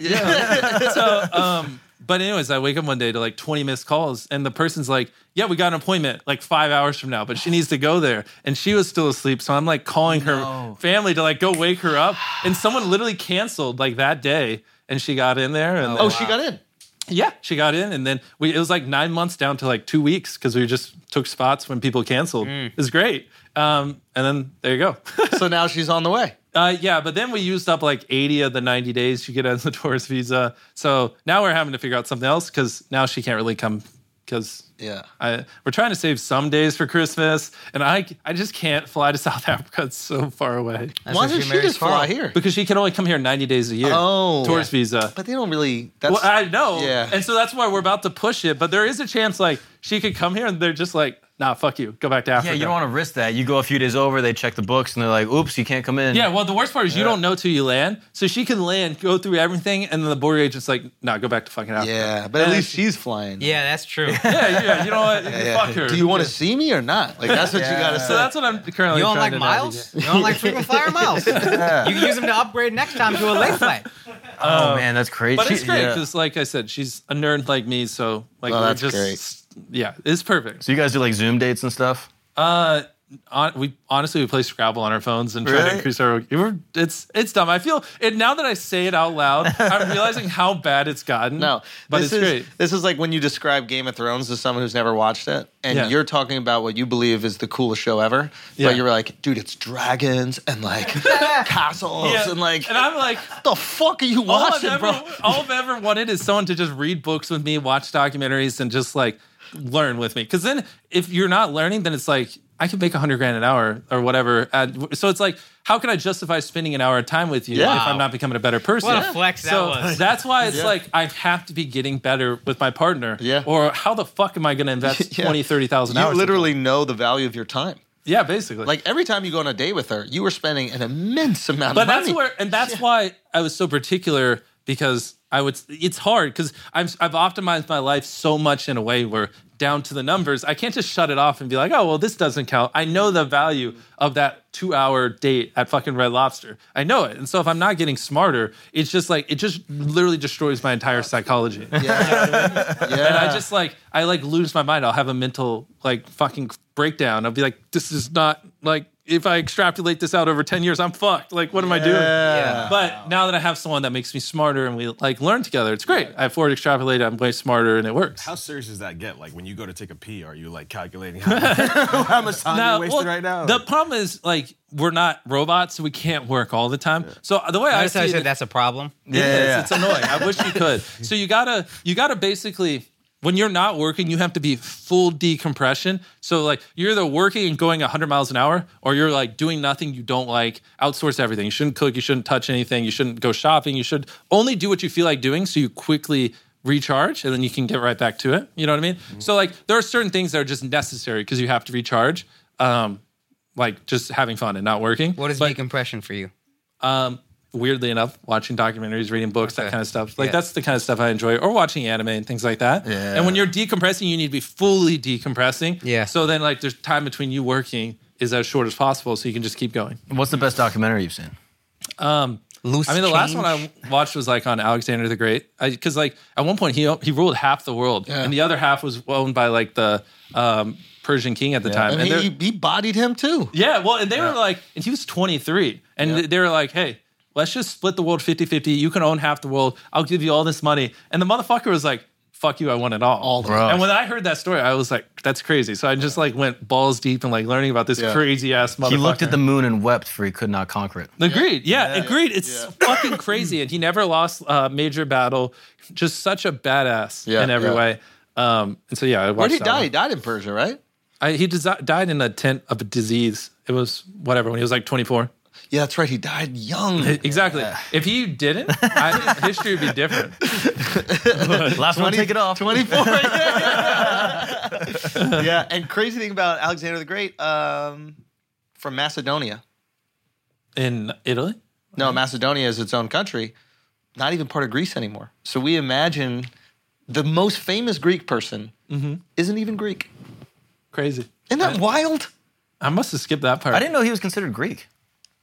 S2: so, um, but anyways, I wake up one day to like 20 missed calls, and the person's like, "Yeah, we got an appointment like five hours from now, but she needs to go there." And she was still asleep, so I'm like calling her family to like go wake her up, and someone literally canceled like that day, and she got in there, and
S9: oh, she got in.
S2: yeah, she got in, and then we it was like nine months down to like two weeks because we just took spots when people canceled.
S9: Mm.
S2: It was great, um, and then there you go.
S9: so now she's on the way.
S2: Uh, yeah, but then we used up like 80 of the 90 days she get on the tourist visa. So now we're having to figure out something else because now she can't really come because
S9: Yeah.
S2: I we're trying to save some days for Christmas, and I I just can't fly to South Africa. It's so far away.
S9: Why doesn't she just fly here?
S2: Because she can only come here 90 days a year.
S9: Oh.
S2: tourist visa.
S9: But they don't really. That's,
S2: well, I know.
S9: Yeah.
S2: And so that's why we're about to push it. But there is a chance like she could come here and they're just like, nah, fuck you, go back to
S3: Yeah,
S2: Africa.
S3: you don't want to risk that. You go a few days over, they check the books, and they're like, "Oops, you can't come in."
S2: Yeah, well, the worst part is you don't know till you land. So she can land, go through everything, and then the border agent's like, nah, go back to fucking Africa.
S9: Yeah, but at least she's flying.
S6: Yeah, that's true.
S2: Yeah, yeah, you know what?
S9: Yeah, yeah.
S2: Fuck her.
S9: Do you want to see me or not? Like that's what you got to say.
S2: So that's what I'm currently
S6: You don't
S2: trying
S6: like
S2: to
S6: miles? You don't like frequent flyer miles? You can use them to upgrade next time to a late flight.
S3: Oh man, that's crazy.
S2: But it's great
S3: Yeah.
S2: because, like I said, she's a nerd like me. So, like,
S3: Oh,
S2: we're
S3: that's
S2: just, yeah, it's perfect.
S3: So you guys do like Zoom dates and stuff.
S2: Uh, on, we honestly we play Scrabble on our phones and try to
S3: Really?
S2: increase our. we're- It's it's dumb. I feel it now that I say it out loud. I'm realizing how bad it's gotten.
S9: No,
S2: but
S9: this
S2: it's
S9: is,
S2: great.
S9: This is like when you describe Game of Thrones to someone who's never watched it, and
S2: Yeah.
S9: you're talking about what you believe is the coolest show ever,
S2: Yeah.
S9: but you're like, dude, it's dragons and like
S3: Oh,
S9: castles
S2: Yeah.
S9: and like,
S2: And I'm like,
S9: the fuck are you
S2: all I've,
S9: watching,
S2: ever,
S9: bro?
S2: all I've ever wanted is someone to just read books with me, watch documentaries, and just like learn with me. Because then, if you're not learning, then it's like I can make a hundred grand an hour or whatever. at- so it's like, how can I justify spending an hour of time with you
S6: Yeah.
S2: if I'm not becoming a better person?
S6: What a flex that
S2: so
S6: was.
S2: That's why it's
S6: Yeah.
S2: like I have to be getting better with my partner.
S9: Yeah.
S2: Or how the fuck am I going to invest
S9: Yeah.
S2: twenty, thirty thousand
S9: You
S2: hours? into
S9: literally know the value of your time.
S2: Yeah, basically.
S9: Like every time you go on a date with her, you are spending an immense amount
S2: but
S9: of money.
S2: that's where and that's why i was so particular because i would it's hard because i've i've optimized my life so much in a way where down to the numbers i can't just shut it off and be like oh well this doesn't count i know the value of that two hour date at fucking red lobster i know it and so if i'm not getting smarter it's just like it just literally destroys my entire psychology and
S14: Uh-huh.
S2: I just like I like lose my mind. I'll have a mental like fucking breakdown. I'll be like, this is not like if I extrapolate this out over ten years, I'm fucked. Like, what am I doing?
S9: Yeah.
S2: But now that I have someone that makes me smarter and we like learn together, it's great. I forward extrapolate. I'm way smarter and it works.
S14: How serious does that get? Like when you go to take a pee, are you like calculating how, how much time
S2: Now,
S14: you're wasting
S2: well,
S14: right now?
S2: The problem is like we're not robots, so we can't work all the time. So the way
S6: Notice
S2: I
S6: I
S2: see
S6: said
S2: it,
S6: that's a problem.
S2: It is. It's annoying. I wish you could. So you gotta you gotta basically when you're not working, you have to be full decompression. So like you're either working and going 100 miles an hour, or you're like doing nothing you don't like. Outsource everything. You shouldn't cook. You shouldn't touch anything. You shouldn't go shopping. You should only do what you feel like doing. So you quickly recharge and then you can get right back to it. You know what I mean? So like there are certain things that are just necessary because you have to recharge. Um, like just having fun and not working.
S6: What is decompression for you?
S2: Um, weirdly enough, watching documentaries, reading books, that kind of stuff. Like
S3: Yeah.
S2: that's the kind of stuff I enjoy, or watching anime and things like that.
S3: Yeah.
S2: And when you're decompressing, you need to be fully decompressing. Yeah. So then, like, the time between you working is as short as possible, so you can just keep going.
S3: What's the best documentary you've seen?
S2: Um,
S3: Loose
S2: I mean, the last
S3: change?
S2: one I watched was like on Alexander the Great, because like at one point he he ruled half the world,
S9: Yeah.
S2: and the other half was owned by like the um, Persian king at the time.
S9: And,
S2: they're-
S9: he, he bodied him too.
S2: yeah, well, and they were like, and he was 23, and th- they were like, hey, let's just split the world 50 50. You can own half the world. I'll give you all this money. And the motherfucker was like, fuck you, I want it all. all
S3: the money.
S2: And when I heard that story, I was like, that's crazy. So I just like went balls deep and like learning about this
S3: Yeah.
S2: crazy ass motherfucker.
S3: He looked at the moon and wept for he could not conquer it.
S2: Agreed. Yeah, agreed. It's fucking crazy. And he never lost a major battle. Just such a badass
S9: Yeah,
S2: in every
S9: yeah.
S2: way. Um, and so, yeah, I watched
S9: Where did he
S2: that
S9: die?
S2: one.
S9: He died in Persia, right?
S2: I, he desi- died in a tent of a disease. It was whatever when he was like 24.
S9: Yeah, that's right. He died young.
S2: E, Exactly. If he didn't, I, history would be different.
S3: Last one,
S9: 20
S3: take it off.
S9: 24. yeah, and crazy thing about Alexander the Great um, from Macedonia.
S2: In Italy?
S9: No, Macedonia is its own country, not even part of Greece anymore. So we imagine the most famous Greek person
S3: Mm-hmm.
S9: isn't even Greek.
S2: Crazy.
S9: Isn't that wild?
S2: I must have skipped that part.
S3: I didn't know he was considered Greek.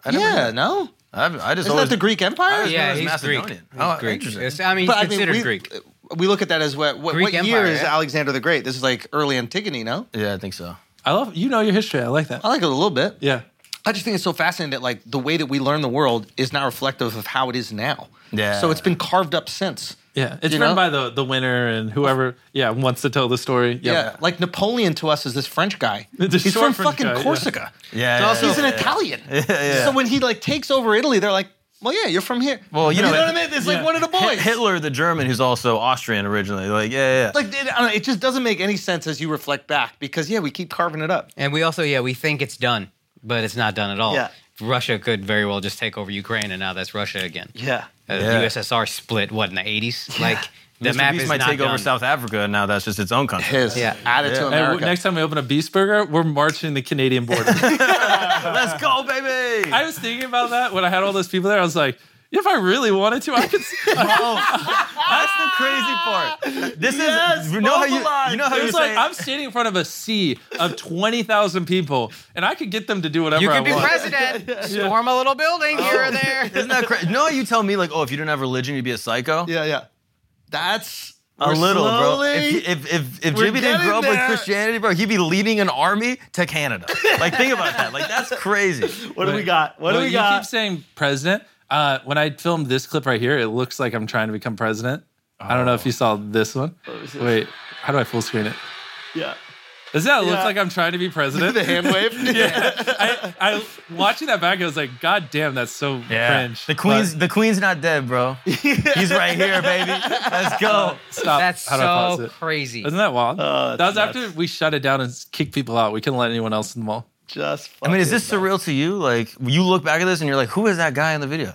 S3: I never knew
S9: yeah,
S3: that.
S9: no.
S3: I've, I just
S9: Isn't
S3: always,
S9: that the Greek Empire?
S3: I just remember it was Macedonian. Oh, interesting.
S9: But we, We look at that as what? What,
S3: Greek
S9: what
S3: Empire,
S9: year is
S3: yeah.
S9: Alexander the Great? This is like early Antigone, no?
S3: Yeah, I think so.
S2: I love you know your history. I like that.
S9: I like it a little bit.
S2: Yeah.
S9: I just think it's so fascinating that like the way that we learn the world is not reflective of how it is now.
S2: Yeah.
S9: So it's been carved up since.
S2: Yeah, it's
S9: You
S2: run
S9: know?
S2: by the the winner and whoever. Yeah, wants to tell the story.
S9: Yeah. Like Napoleon to us is this French guy.
S2: The
S9: He's
S2: short
S9: from
S2: French
S9: fucking
S2: guy, yeah.
S9: Corsica.
S3: Yeah,
S9: And
S3: yeah,
S9: also he's
S3: yeah,
S9: an
S3: yeah.
S9: Italian.
S3: Yeah, yeah.
S9: So when he like takes over Italy, they're like, well, yeah, you're from here.
S3: Well, you know,
S9: what I mean? It's like one of the
S3: Hit-
S9: boys.
S3: Hitler, the German, who's also Austrian originally. Like, yeah, yeah.
S9: Like it, I don't know, it just doesn't make any sense as you reflect back because yeah, we keep carving it up.
S6: And we also, yeah, we think it's done, but it's not done at all.
S9: Yeah.
S6: Russia could very well just take over Ukraine, and now that's Russia again.
S9: Yeah.
S6: Uh,
S3: Yeah.
S6: The USSR split, what, in the 80s? Like, the
S3: Mr.
S6: map
S3: Beast
S6: is
S3: might
S6: not
S3: take over
S6: done.
S3: South Africa, and now that's just its own country.
S9: His.
S6: Yeah.
S9: Add
S3: Yeah.
S9: it to
S2: Hey, w-
S9: America.
S2: next time we open a Beast Burger, we're marching the Canadian border.
S3: Let's go, baby.
S2: I was thinking about that when I had all those people there. I was like, if I really wanted to, I could.
S3: That's the crazy part. This is you know how you, you know how
S2: it
S3: you
S2: was
S3: say
S2: like I'm standing in front of a sea of twenty thousand people, and I could get them to do whatever
S6: You
S2: I
S6: could be
S2: want.
S6: president. Storm a little building here or there.
S3: Isn't that crazy? You know how you tell me like, oh, if you didn't have religion, you'd be a psycho.
S9: Yeah, yeah. That's
S3: A
S9: we're
S3: little,
S9: slowly,
S3: bro. If if if, if
S9: we're
S3: Jimmy didn't
S9: getting
S3: grow up with
S9: there.
S3: Christianity, bro, he'd be leading an army to Canada. Like, think about that. Like, that's crazy.
S9: What do we got? What do
S2: Well,
S9: we
S2: you
S9: got?
S2: keep saying president. Uh, when I filmed this clip right here, it looks like I'm trying to become president. I don't know if you saw this one.
S9: Oh.
S2: Wait, how do I full screen it?
S9: yeah.
S2: Does that look
S9: Yeah.
S2: like I'm trying to be president?
S9: The hand wave?
S2: yeah. I, I watching that back, I was like, God damn, that's so cringe.
S3: The queen's
S2: But
S3: the queen's not dead, bro. He's right here, baby. Let's go.
S2: stop.
S6: That's
S2: How do I pause
S6: so
S2: it?
S6: crazy.
S2: Isn't that wild?
S3: Oh,
S2: that was
S3: that's
S2: after we shut it down and s- kicked people out. We couldn't let anyone else in the mall.
S9: Just.
S3: I mean, is this surreal to you? Like, you look back at this and you're like, who is that guy in the video?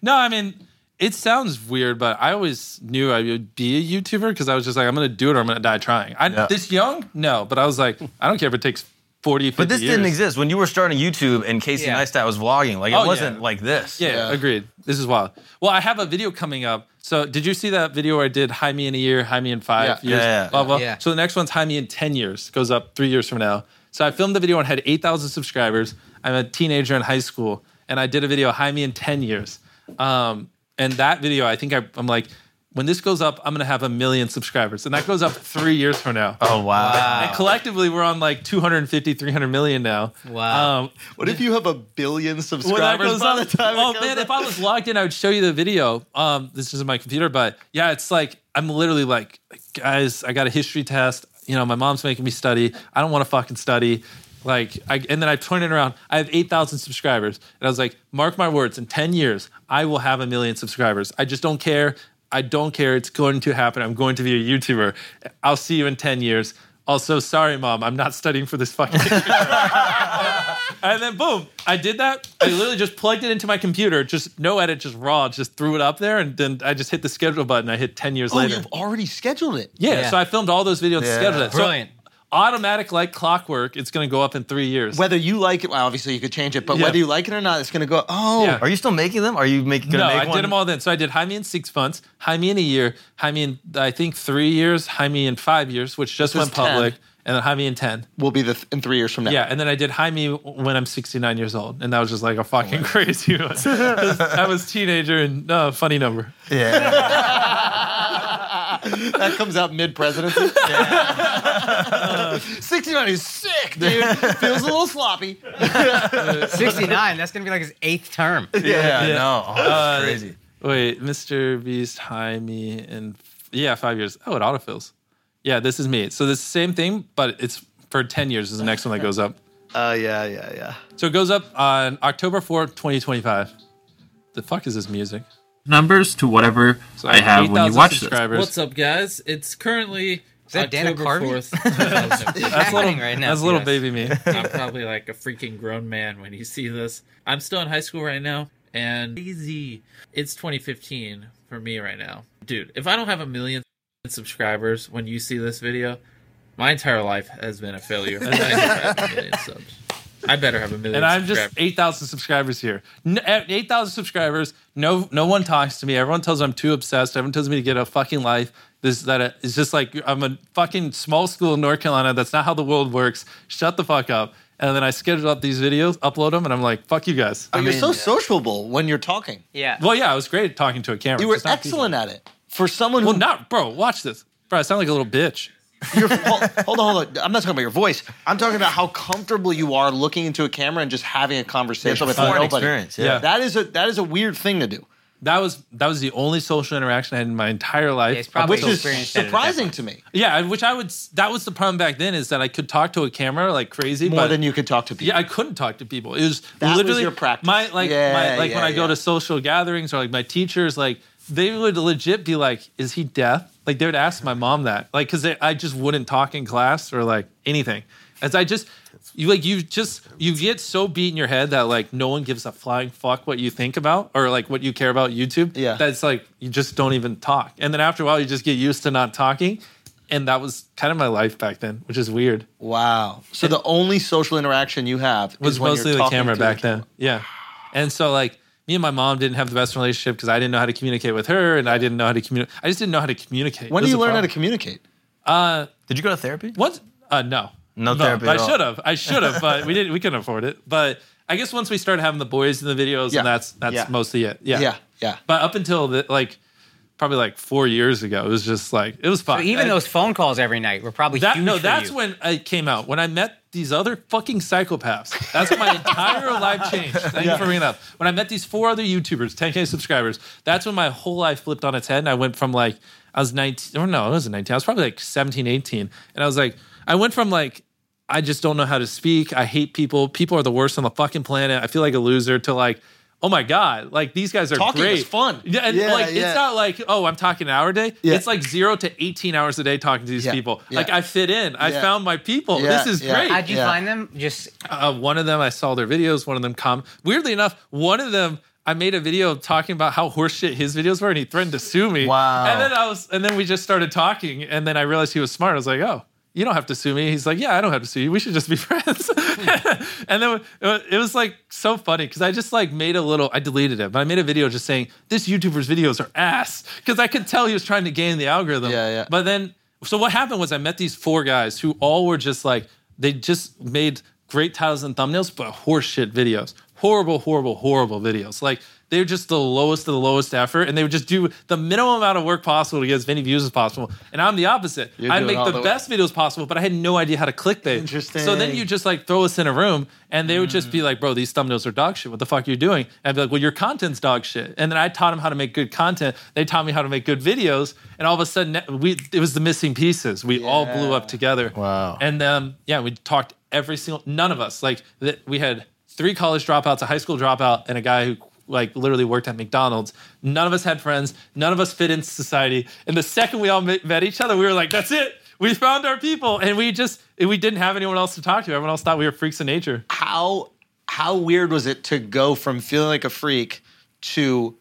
S2: No, I mean, it sounds weird, but I always knew I would be a YouTuber because I was just like, I'm going to do it or I'm going to die trying. I, This young? No, but I was like, I don't care if it takes 40, 50
S3: But this
S2: years.
S3: didn't exist when you were starting YouTube and Casey Neistat was vlogging. Like, it
S2: Oh, yeah.
S3: wasn't like this.
S2: Yeah, agreed. This is wild. Well, I have a video coming up. So, did you see that video where I did "High Me in a Year, High Me in Five
S3: Yeah.
S2: Years"?
S3: Yeah, yeah,
S2: blah, blah.
S3: yeah.
S2: So the next one's "High Me in Ten Years," goes up three years from now. So I filmed the video and had eight thousand subscribers. I'm a teenager in high school, and I did a video "High Me in Ten Years," um, and that video, I think I, I'm like. When this goes up, I'm gonna have a million subscribers, and that goes up three years from now.
S3: Oh, wow.
S2: And collectively, we're on like 250, 300 million now.
S6: Wow.
S2: Um,
S9: What if you have a billion
S2: when that
S9: subscribers
S2: goes
S9: by
S2: up-
S9: the time?
S2: oh
S9: it
S2: man,
S9: goes
S2: if I was logged in, I would show you the video. Um, this is my computer, but yeah, it's like I'm literally like, guys, I got a history test. You know, my mom's making me study. I don't want to fucking study. Like, I, and then I turned it around. I have eight thousand subscribers, and I was like, mark my words, in ten years, I will have a million subscribers. I just don't care. I don't care. It's going to happen. I'm going to be a YouTuber. I'll see you in ten years. Also, sorry, mom, I'm not studying for this fucking. And then boom, I did that. I literally just plugged it into my computer, just no edit, just raw, just threw it up there, and then I just hit the schedule button. I hit ten years
S9: oh,
S2: later.
S9: you've already scheduled it.
S2: Yeah, so I filmed all those videos and
S9: Yeah.
S2: scheduled it. So
S9: Brilliant.
S2: automatic like clockwork. It's going to go up in three years.
S9: Whether you like it, well, obviously you could change it, but
S2: Yeah.
S9: whether you like it or not, it's going to go. Oh,
S2: Yeah. Are
S3: you still making them? Are you making?
S2: no, I did them all then. So I did Jaime in six months, Jaime in a year, Jaime in I think three years, Jaime in five years, which just
S9: This
S2: went
S9: is 10.
S2: public, and then Jaime in ten.
S9: Will be the in three years from now.
S2: Yeah, and then I did Jaime when I'm 69 years old, and that was just like a fucking crazy one. 'Cause I was teenager and uh, funny number.
S3: Yeah.
S9: that comes out mid presidency. 69 is sick, dude. Feels a little sloppy.
S6: 69. That's gonna be like his eighth term.
S2: Uh, Wait, Mr. Beast, hi me, and yeah, five years. Oh, it autofills. Yeah, this is me. So this same thing, but it's for ten years. Is the next one that goes up.
S9: Oh yeah, yeah, yeah.
S2: So it goes up on October fourth, twenty twenty five. The fuck is this music?
S24: numbers to whatever
S2: So
S24: I have when you
S2: 8,000
S24: watch this.
S2: subscribers.
S12: What's up, guys? It's currently
S6: that Dana
S12: October
S6: Carvey?
S12: fourth.
S6: That's little- happening right now,
S2: that's little yes. baby me.
S12: I'm probably like a freaking grown man when you see this. I'm still in high school right now, and crazy. It's 2015 for me right now, dude. If I don't have a million subscribers when you see this video, my entire life has been a failure. I better have a million subs. I better have a million.
S2: And I'm just
S12: subscribers.
S2: eight thousand subscribers here. N- eh, Eight thousand subscribers. No, no one talks to me. Everyone tells me I'm too obsessed. Everyone tells me to get a fucking life. This that uh, it's just like I'm a fucking small school in North Carolina. That's not how the world works. Shut the fuck up. And then I schedule up these videos, upload them, and I'm like, fuck you guys.
S9: But you're so sociable when you're talking.
S2: Yeah. Well, yeah, I was great at talking to a camera.
S9: You were
S2: Just not
S9: excellent
S2: people.
S9: at it. For someone who
S2: Well, not bro. Watch this, bro. I sound like a little bitch.
S9: hold on, hold on. I'm not talking about your voice. I'm talking about how comfortable you are looking into a camera and just having a conversation
S2: Yeah, it's
S9: with
S2: a foreign
S9: nobody.
S2: experience, yeah.
S9: That is a that is a weird thing to do.
S2: That was that was the only social interaction I had in my entire life. up
S9: which
S2: until-
S9: is surprising to me.
S2: Yeah, which I would. s- That was the problem back then is that I could talk to a camera like crazy
S9: More
S2: but-
S9: than you could talk to people.
S2: Yeah, I couldn't talk to people. It was
S9: That was
S2: literally
S9: your practice.
S2: My like
S9: Yeah,
S2: my, like when
S9: yeah,
S2: I go
S9: yeah.
S2: to social gatherings or like my teachers like they would legit be like, "Is he deaf?" Like they would ask my mom that like because I just wouldn't talk in class or like anything. As I just you like you just you get so beat in your head that like no one gives a flying fuck what you think about or like what you care about YouTube. Yeah, that's like you just don't even talk. And then after a while, you just get used to not talking. And that was kind of my life back then, which is weird.
S9: Wow. So the only social interaction you have
S2: was
S9: is when
S2: mostly
S9: you're
S2: the
S9: talking
S2: camera
S9: to
S2: back then. Yeah. And so like me and my mom didn't have the best relationship because I didn't know how to communicate with her and I didn't know how to communicate. I just didn't know how to communicate.
S9: When
S2: That
S9: do
S2: was
S9: you
S2: the
S9: learn how to
S2: problem.
S9: communicate?
S2: Uh,
S3: did you go to therapy?
S2: What? Uh, no.
S3: No therapy
S2: but
S3: at
S2: I
S3: all.
S2: should have. I should have, but we didn't. We couldn't afford it. But I guess once we started having the boys in the videos,
S9: Yeah.
S2: and that's that's
S9: Yeah.
S2: mostly it. Yeah.
S9: Yeah. Yeah.
S2: But up until the, like probably like four years ago, it was just like it was fun.
S6: So even
S2: I-
S6: those phone calls every night were probably
S2: that,
S6: huge
S2: no,
S6: for
S2: that's
S6: you.
S2: when it came out. When I met these other fucking psychopaths. That's when my entire life changed. Thank
S25: Yeah.
S2: you for bringing it up. When I met these four other YouTubers, 10k subscribers, that's when my whole life flipped on its head. And I went from like I was 19, or no, I wasn't 19. I was probably like 17, 18, and I was like, I went from like. I just don't know how to speak. I hate people. People are the worst on the fucking planet. I feel like a loser. To like, oh my god, like these guys are
S9: Talking
S2: great.
S9: is fun.
S2: Yeah, and
S9: Yeah,
S2: like
S9: yeah.
S2: it's not like oh, I'm talking an hour a day.
S9: Yeah.
S2: It's like zero to 18 hours a day talking to these
S6: Yeah,
S2: people.
S6: yeah.
S2: Like I fit in. I
S6: Yeah.
S2: found my people.
S6: Yeah,
S2: This is
S6: yeah,
S2: great.
S6: How'd you find them? Just
S2: Uh, one of them, I saw their videos. One of them, com. Weirdly enough, one of them, I made a video talking about how horseshit his videos were, and he threatened to sue me. Wow. And then I was, and then we just started talking, and then I realized he was smart. I was like, oh. You don't have to sue me. He's like, yeah, I don't have to sue you. We should just be friends. and then it wa- it was like so funny because I just like made a little. I deleted it, but I made a video just saying this YouTuber's videos are ass because I could tell he was trying to game the algorithm. Yeah, yeah. But then, so what happened was I met these four guys who all were just like they just made great titles and thumbnails, but horseshit videos. Horrible, horrible, horrible videos. Like they were just the lowest of the lowest effort, and they would just do the minimum amount of work possible to get as many views as possible. And I'm the opposite.
S9: You're
S2: I'd
S9: doing
S2: make
S9: all
S2: the,
S9: the-
S2: best videos possible, but I had no idea how to clickbait. Interesting. So then you just like throw us in a room, and they would just
S9: Mm.
S2: be like, "Bro, these thumbnails are dog shit. What the fuck are you doing?" And I'd be like, "Well, your content's dog shit." And then I taught them how to make good content. They taught me how to make good videos, and all of a sudden, we it was the missing pieces. We all blew up together. Wow. And um, yeah, we talked every single none of us like that. We had three college dropouts, a high school dropout, and a guy who like literally worked at McDonald's. None of us had friends. None of us fit into society. And the second we all met, met each other, we were like, "That's it. We found our people." And we just we didn't have anyone else to talk to. Everyone else thought we were freaks of nature.
S9: How how weird was it to go from feeling like a freak to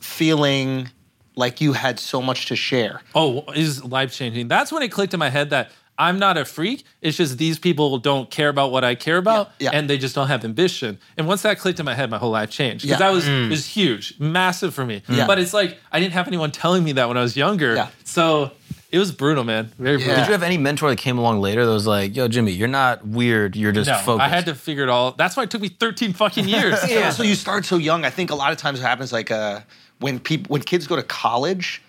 S9: feeling like you had so much to share?
S2: Oh, is life changing. That's when it clicked in my head that I'm not a freak. It's just these people don't care about what I care about, and they just don't have ambition. And once that clicked in my head, my whole life changed because
S26: Yeah.
S2: that was
S26: Mm.
S2: was huge, massive for me.
S26: Yeah.
S2: But it's like I didn't have anyone telling me that when I was younger, so it was brutal, man. Very brutal.
S3: Did you have any mentor that came along later that was like, "Yo, Jimmy, you're not weird. You're just
S2: no,
S3: focused."
S2: I had to figure it all. That's why it took me 13 fucking years.
S9: yeah. So you start so young. I think a lot of times it happens like uh, when people when kids go to college,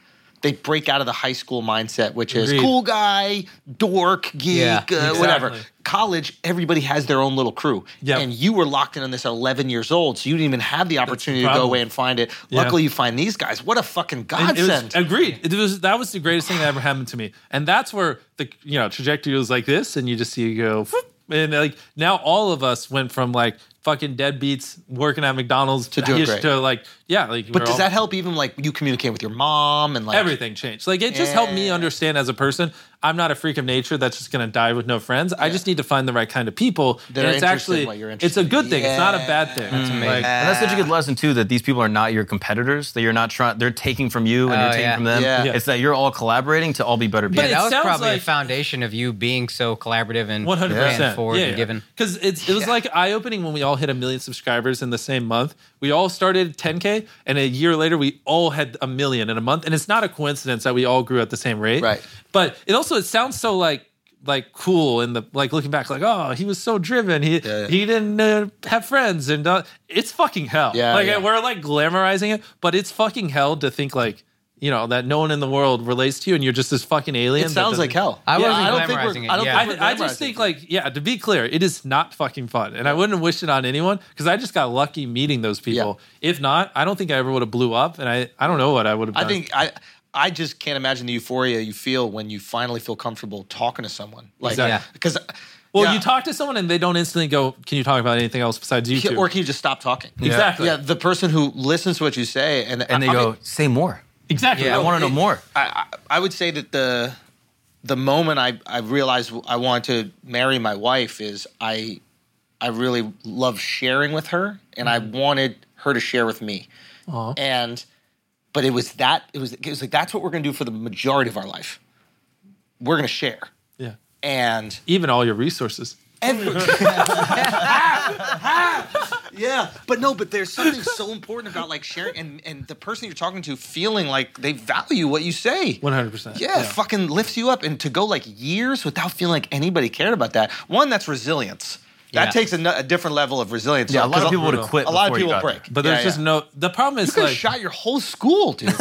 S9: they break out of the high school mindset, which is
S26: Agreed.
S9: cool guy, dork, geek,
S26: Yeah,
S9: uh, whatever.
S26: exactly.
S9: College, everybody has their own little crew, and you were locked in on this at 11 years old, so you didn't even have the opportunity to go
S2: problem.
S9: away and find it.
S2: Yeah.
S9: Luckily, you find these guys. What a fucking
S2: And it was-
S9: godsend!
S2: agreed. It was that was the greatest thing that ever happened to me, and that's where the you know trajectory was like this, and you just see you go, whoop, and like now all of us went from like fucking deadbeats working at McDonald's to
S9: doing
S2: ish
S9: great.
S2: to like yeah, like
S9: but
S2: we're
S9: does
S2: all-
S9: that help even like you communicate with your mom and like
S2: everything changed. Like it just helped me understand as a person, I'm not a freak of nature that's just gonna die with no friends. I just need to find the right kind of people.
S9: That
S2: and
S9: are
S2: it's
S9: interested in
S2: actually
S9: what you're
S2: it's a good thing. It's not a bad thing.
S3: Mm.
S2: Like,
S3: Like- and that's such a good lesson too that these people are not your competitors. That you're not trying. They're taking from you and
S6: Oh,
S3: you're taking
S6: yeah.
S3: from them.
S6: Yeah.
S3: It's that you're all collaborating to all be better people.
S6: yeah, that was probably a foundation of you being so collaborative and
S2: One hundred
S6: and
S2: percent.
S6: forward and given.
S2: Because it was like eye opening when we all hit a million subscribers in the same month. We all started 10k, and a year later we all had a million in a month. And it's not a coincidence that we all grew at the same rate. Right. But it also it sounds so like like cool in the like looking back like oh he was so driven he he didn't uh, have friends and uh, it's fucking hell
S26: Yeah,
S2: like
S26: yeah.
S2: we're like glamorizing it but it's fucking hell to think like you know that no one in the world relates to you and you're just this fucking alien
S9: It
S2: that
S9: sounds
S2: doesn't-
S9: like hell. I Yeah, wasn't I don't think we're- glamorizing it, I don't yeah. think we're
S2: I, I just
S9: glamorizing
S2: think like yeah to be clear it is not fucking fun and i wouldn't wish it on anyone because i just got lucky meeting those people if not i don't think i ever would have blew up and i i don't know what i would have
S9: I
S2: done.
S9: think I I just can't imagine the euphoria you feel when you finally feel comfortable talking to someone. Like
S2: Exactly.
S9: because
S2: well you talk to someone and they don't instantly go can you talk about anything else besides youtube
S9: or can you just stop talking
S2: Exactly.
S9: Yeah, the person who listens to what you say and
S3: And they
S9: I- I
S3: go,
S9: mean,
S3: "Say more."
S2: Exactly.
S3: I want to know
S9: it-
S3: more.
S9: I, I I would say that the the moment I I realized I wanted to marry my wife is I I really love sharing with her and I wanted her to share with me.
S2: Mm-hmm. Aw.
S9: And but it was that it was it was like that's what we're going to do for the majority of our life. We're going to share.
S2: Yeah.
S9: And
S2: even all your resources
S9: yeah, but no, but there's something so important about like sharing and and the person you're talking to feeling like they value what you say.
S2: 100%
S9: Yeah, it fucking lifts you up and to go like years without feeling like anybody cared about that. One, that's resilience. That
S2: Yeah.
S9: takes a, nu- a different level of resilience.
S2: Yeah, a
S9: So-
S2: lot of
S9: 'cause
S2: people would've quit
S9: A lot of
S2: before you
S9: people
S2: got
S9: break,
S2: there. But there's just no. The problem is
S9: you could've
S14: like-
S9: shot your whole school, dude.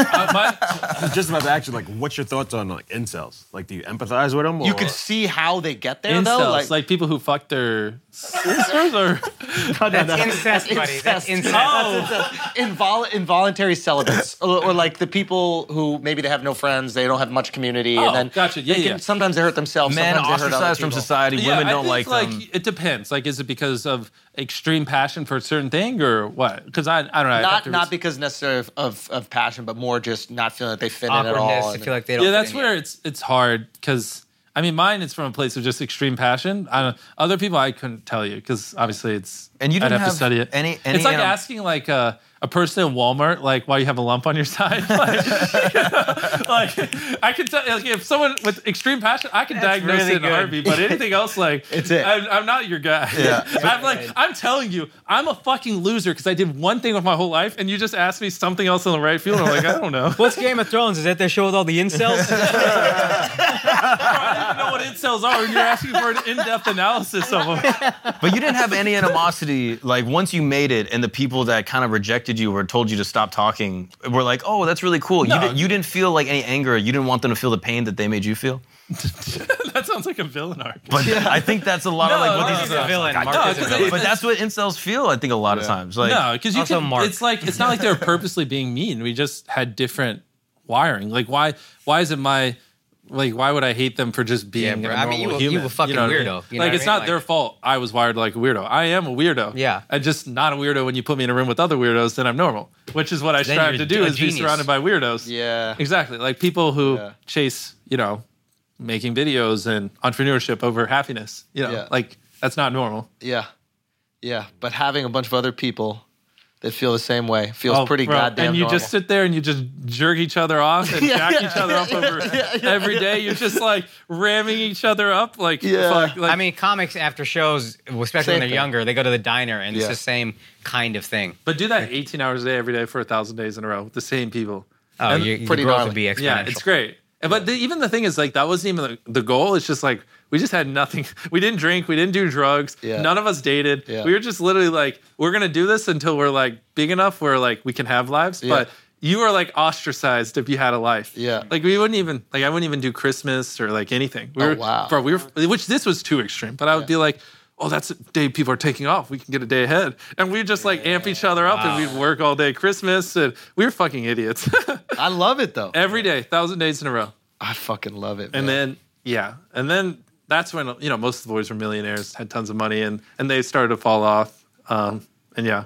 S14: just about to ask you, like, what's your thoughts on like incels? Like, do you empathize with them?
S9: You
S14: or-
S9: could see how they get there
S2: incels
S9: though.
S2: like, people who fuck their sisters or Oh,
S9: That's incest, buddy. That's incest. That's incest. Invol- involuntary celibates, or, or like the people who maybe they have no friends, they don't have much community,
S2: Oh,
S9: and then
S2: gotcha. Yeah,
S9: they
S2: yeah.
S9: sometimes they hurt themselves.
S2: Men
S9: sometimes they hurt other
S2: ostracized from
S9: people.
S2: society, Yeah, women I don't think, like um, them. it depends. Like, is it because of extreme passion for a certain thing or what? Because I, I don't know. I'd have
S9: not
S2: to
S9: not because necessarily of, of, of passion, but more just not feeling that they fit in at all. and-
S2: Yeah, that's where it's it's hard because I mean, mine is from a place of just extreme passion. I don't, other people, I couldn't tell you because obviously it's
S3: And you
S2: I'd
S3: didn't
S2: have,
S3: have
S2: to study it.
S3: any- any,
S2: it's like
S3: um,
S2: asking like a, a person in Walmart like why you have a lump on your side. like, like, I could tell like, if someone with extreme passion, I can
S26: That's
S2: diagnose
S26: really
S2: it in a
S26: good.
S2: heartbeat. But anything else, like
S26: It's it.
S2: I'm, I'm not your guy.
S26: Yeah.
S2: I'm like I'm telling you, I'm a fucking loser because I did one thing with my whole life, and you just asked me something else in the right field. I'm like I don't know.
S6: What's Game of Thrones? Is that their show with all the incels?
S2: know what incels are, and you're asking for an in-depth analysis of them.
S3: But you didn't have any animosity. Like once you made it, and the people that kind of rejected you or told you to stop talking were like, "Oh, that's really cool." You, didn't, you didn't feel like any anger. You didn't want them to feel the pain that they made you feel.
S2: that sounds like a villain arc.
S3: But I think that's a lot of
S2: No,
S3: like what
S2: Mark
S3: these
S2: is a villain.
S3: God,
S2: Mark
S3: no,
S2: is a
S3: 'cause
S2: villain.
S3: But that's what incels feel. I think a lot of times. Like
S2: no, because you can. It's like it's not like they're purposely being mean. We just had different wiring. Like why? Why is it my? Like why would I hate them for just being?
S6: bro,
S2: a
S6: I mean, you
S2: normal
S6: a-
S2: human?
S6: you a fucking
S2: know what I mean?
S6: weirdo, you know
S2: like
S6: what I
S2: it's
S6: mean?
S2: not
S6: Like-
S2: their fault. I was wired like a weirdo. I am a weirdo.
S6: Yeah.
S2: I'm just not a weirdo when you put me in a room with other weirdos. Then I'm normal, which is what I
S6: Then
S2: strive to
S6: you're
S2: do:
S6: a
S2: is
S6: genius.
S2: be surrounded by weirdos.
S9: Yeah.
S2: Exactly. Like people who chase, you know, making videos and entrepreneurship over happiness. You know,
S9: Yeah.
S2: like that's not normal.
S9: Yeah, yeah. But having a bunch of other people that feel the same way. Feels
S2: Oh,
S9: pretty
S2: bro,
S9: goddamn.
S2: And you
S9: normal.
S2: just sit there and you just jerk each other off and
S9: Yeah,
S2: jack
S9: yeah,
S2: each other up
S9: yeah,
S2: over
S9: yeah, yeah,
S2: every
S9: yeah.
S2: day. You're just like ramming each other up. Like, fuck, like
S6: I mean, comics after shows, especially
S2: Same
S6: when they're
S2: thing.
S6: younger, they go to the diner and
S2: Yeah.
S6: it's the same kind of thing.
S2: But do that 18 hours a day, every day for a thousand days in a row with the same people.
S6: Oh, you- the Pretty growth gnarly. would be
S2: Yeah,
S6: exponential.
S2: it's great. And- But the, even the thing is, like, that wasn't even the, the goal. It's just like we just had nothing. We didn't drink. We didn't do drugs.
S9: Yeah.
S2: None of us dated.
S9: Yeah.
S2: We were just literally like, we're gonna do this until we're like big enough where like we can have lives.
S9: Yeah.
S2: But you were like ostracized if you had a life. Yeah. Like we wouldn't even like I wouldn't even do Christmas or like anything. We
S9: Oh,
S2: were,
S9: wow.
S2: Bro, we were which this was too extreme. But I would be like, oh, that's a day people are taking off. We can get a day ahead. And we'd just like amp each other up and we'd work all day Christmas. And we were fucking idiots.
S9: I love it though.
S2: Every day, thousand days in a row.
S9: I fucking love it.
S2: And then yeah. And then that's when you know most of the boys were millionaires, had tons of money, and and they started to fall off. Um, and yeah.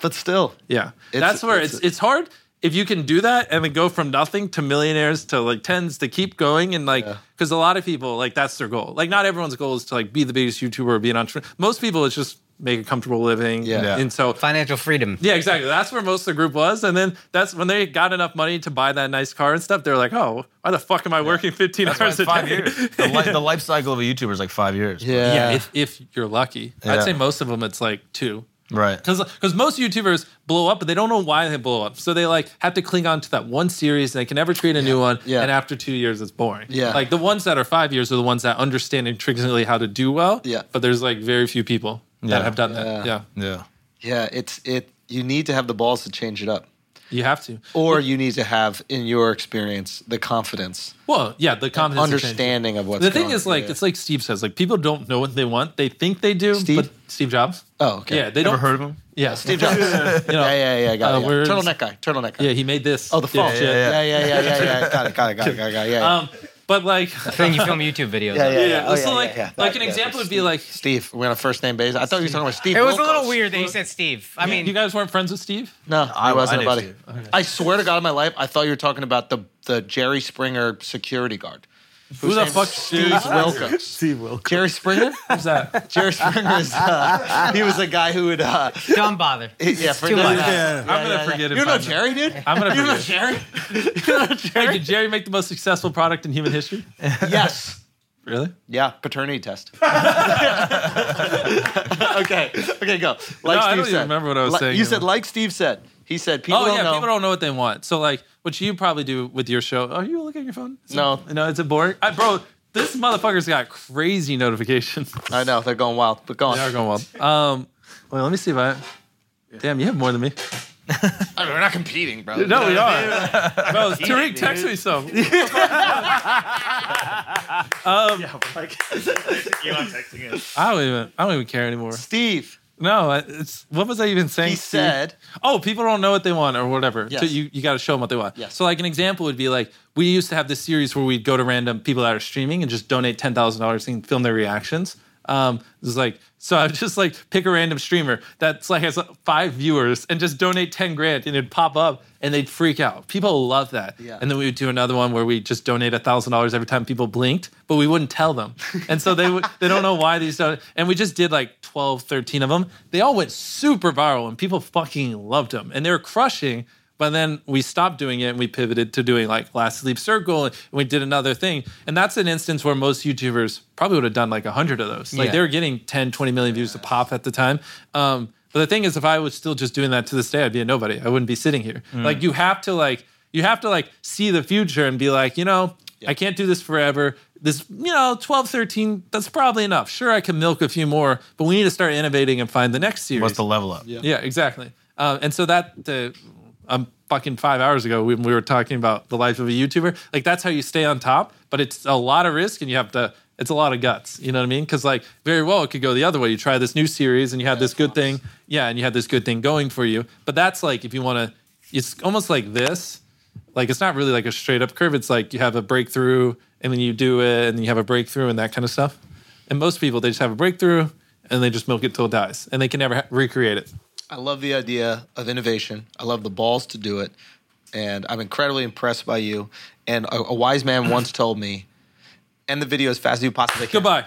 S9: But still.
S2: Yeah.
S9: It's-
S2: That's where
S9: it's-
S2: it's, it's hard if you can do that and then go from nothing to millionaires to like tens to keep going and like because a lot of people like that's their goal. Like not everyone's goal is to like be the biggest YouTuber or be an entrepreneur. Most people it's just make a comfortable living.
S6: Yeah. Yeah.
S2: And so
S6: financial freedom.
S2: Yeah, exactly. That's where most of the group was. And then that's when they got enough money to buy that nice car and stuff, they're like, Oh, why the fuck am I working fifteen
S3: That's why
S2: hours
S3: it's
S2: a
S3: five
S2: day?
S3: years. The, li- the life cycle of a YouTuber is like five years.
S2: Yeah. if, if you're lucky.
S3: Yeah.
S2: I'd say most of them it's like two.
S3: Right.
S2: Because most YouTubers blow up, but they don't know why they blow up. So they like have to cling on to that one series and they can never create a new one.
S9: Yeah.
S2: And after two years, it's boring.
S9: Yeah.
S2: Like the ones that are five years are the ones that understand intrinsically how to do well.
S9: Yeah.
S2: But there's like very few people
S9: Yeah.
S2: that have done that.
S9: Yeah.
S2: Yeah.
S3: Yeah.
S9: Yeah, it's it. You need to have the balls to change it up,
S2: You have to.
S9: or you need to have, in your experience, the confidence.
S2: Well, yeah, the confidence to change it.
S9: understanding of what's
S2: the thing
S9: going
S2: is
S9: on.
S2: like
S9: Yeah.
S2: it's like Steve says like people don't know what they want they think they do Steve? but Steve Jobs
S9: oh okay
S2: yeah they
S9: Ever
S2: don't
S9: heard of him?
S2: yeah
S9: Steve Jobs. yeah, yeah, yeah, got
S2: Uh,
S9: it. Yeah.
S2: we're-
S9: Turtleneck guy. Turtleneck guy.
S2: yeah he made this
S9: Oh, the phone. Yeah, yeah, yeah, yeah, yeah, yeah, yeah. Got it, got it, got it, got it, got it. Yeah, yeah.
S2: um but like
S6: Then you film YouTube videos.
S9: Yeah, yeah, yeah. Oh,
S2: so
S9: yeah,
S2: like
S9: yeah, yeah.
S2: like
S9: That-
S2: an
S9: yeah,
S2: example would be
S9: Steve.
S2: like
S9: Steve. We're on a first name basis. I thought you were talking about Steve.
S6: It was a
S9: Wilkos.
S6: little weird that you said Steve. I mean,
S2: you guys weren't friends with Steve
S9: No, I wasn't
S2: I
S9: a
S2: knew
S9: buddy.
S2: Steve.
S9: I swear to God, in my life, I thought you were talking about the the Jerry Springer security guard.
S2: Who the fuck's
S9: Steve
S2: Steve
S9: Wilkos?
S2: Wilkos?
S9: Steve Wilkos. Jerry Springer?
S2: Who's that?
S9: Jerry Springer is. Uh, he was a guy who would. Uh,
S6: Don't bother.
S9: yeah,
S6: It's
S9: for
S6: too much.
S2: I'm gonna forget it
S9: You know
S2: if I'm-
S9: Jerry, dude.
S2: I'm gonna
S9: You know
S2: forget.
S9: Jerry.
S2: Hey, did Jerry make the most successful product in human history
S9: yes.
S2: really
S9: Yeah, paternity test. okay, okay, go. Like
S2: No, I
S9: Steve
S2: don't even
S9: said.
S2: remember what I was
S9: Li-
S2: saying.
S9: You said like Steve said. He said people
S2: oh
S9: don't
S2: yeah
S9: know.
S2: people don't know what they want so like what you probably do with your show are you looking at your phone Is it-
S9: No.
S2: no it's a boring I, bro this motherfucker's got crazy notifications
S9: I know they're going wild, but go on.
S2: They are going wild. Um, wait, let me see if I. Damn, you have more than me.
S9: I mean, we're not competing, bro.
S2: No, we are. Bro, Tariq, text me some. Um,
S27: like, you are texting us.
S2: I don't even. I don't even care anymore.
S9: Steve.
S2: No, I- it's what was I even saying?
S9: He
S2: Steve?
S9: said-
S2: "Oh, people don't know what they want or whatever."
S9: Yes.
S2: So you you got to show them what they want.
S9: Yes.
S2: So like an example would be like we used to have this series where we'd go to random people that are streaming and just donate ten thousand dollars and film their reactions. Um, it was like so I would just like pick a random streamer that's like has five viewers and just donate ten grand and it'd pop up and they'd freak out. People love that.
S9: Yeah.
S2: And then we would do another one where we just donate thousand dollars every time people blinked, but we wouldn't tell them. And so they would they don't know why these don't and we just did like 12, 13 of them. They all went super viral and people fucking loved them. And they were crushing. But then we stopped doing it and we pivoted to doing like Last Sleep Circle and we did another thing. And that's an instance where most YouTubers probably would have done like 100 of those. Like
S9: Yeah.
S2: they were getting 10, 20 million views a pop at the time. Um, but the thing is, if I was still just doing that to this day, I'd be a nobody. I wouldn't be sitting here.
S9: Mm.
S2: Like you have to like you have to like see the future and be like, you know, I can't do this forever. This, you know, 12, 13, that's probably enough. Sure, I can milk a few more, but we need to start innovating and find the next series.
S3: What's the level up?
S2: Yeah, exactly. Um, and so that the um, fucking five hours ago when we were talking about the life of a YouTuber, like that's how you stay on top. But it's a lot of risk, and you have to. It's a lot of guts. You know what I mean? Because like very well, it could go the other way. You try this new series, and you have this good thing. Yeah, and you have this good thing going for you. But that's like if you want to. It's almost like this. Like it's not really like a straight up curve. It's like you have a breakthrough, and then you do it, and then you have a breakthrough, and that kind of stuff. And most people, they just have a breakthrough, and they just milk it till it dies, and they can never ha- recreate it.
S9: I love the idea of innovation. I love the balls to do it. And I'm incredibly impressed by you. And a, a wise man once told me, end the video as fast as you possibly can.
S2: Goodbye.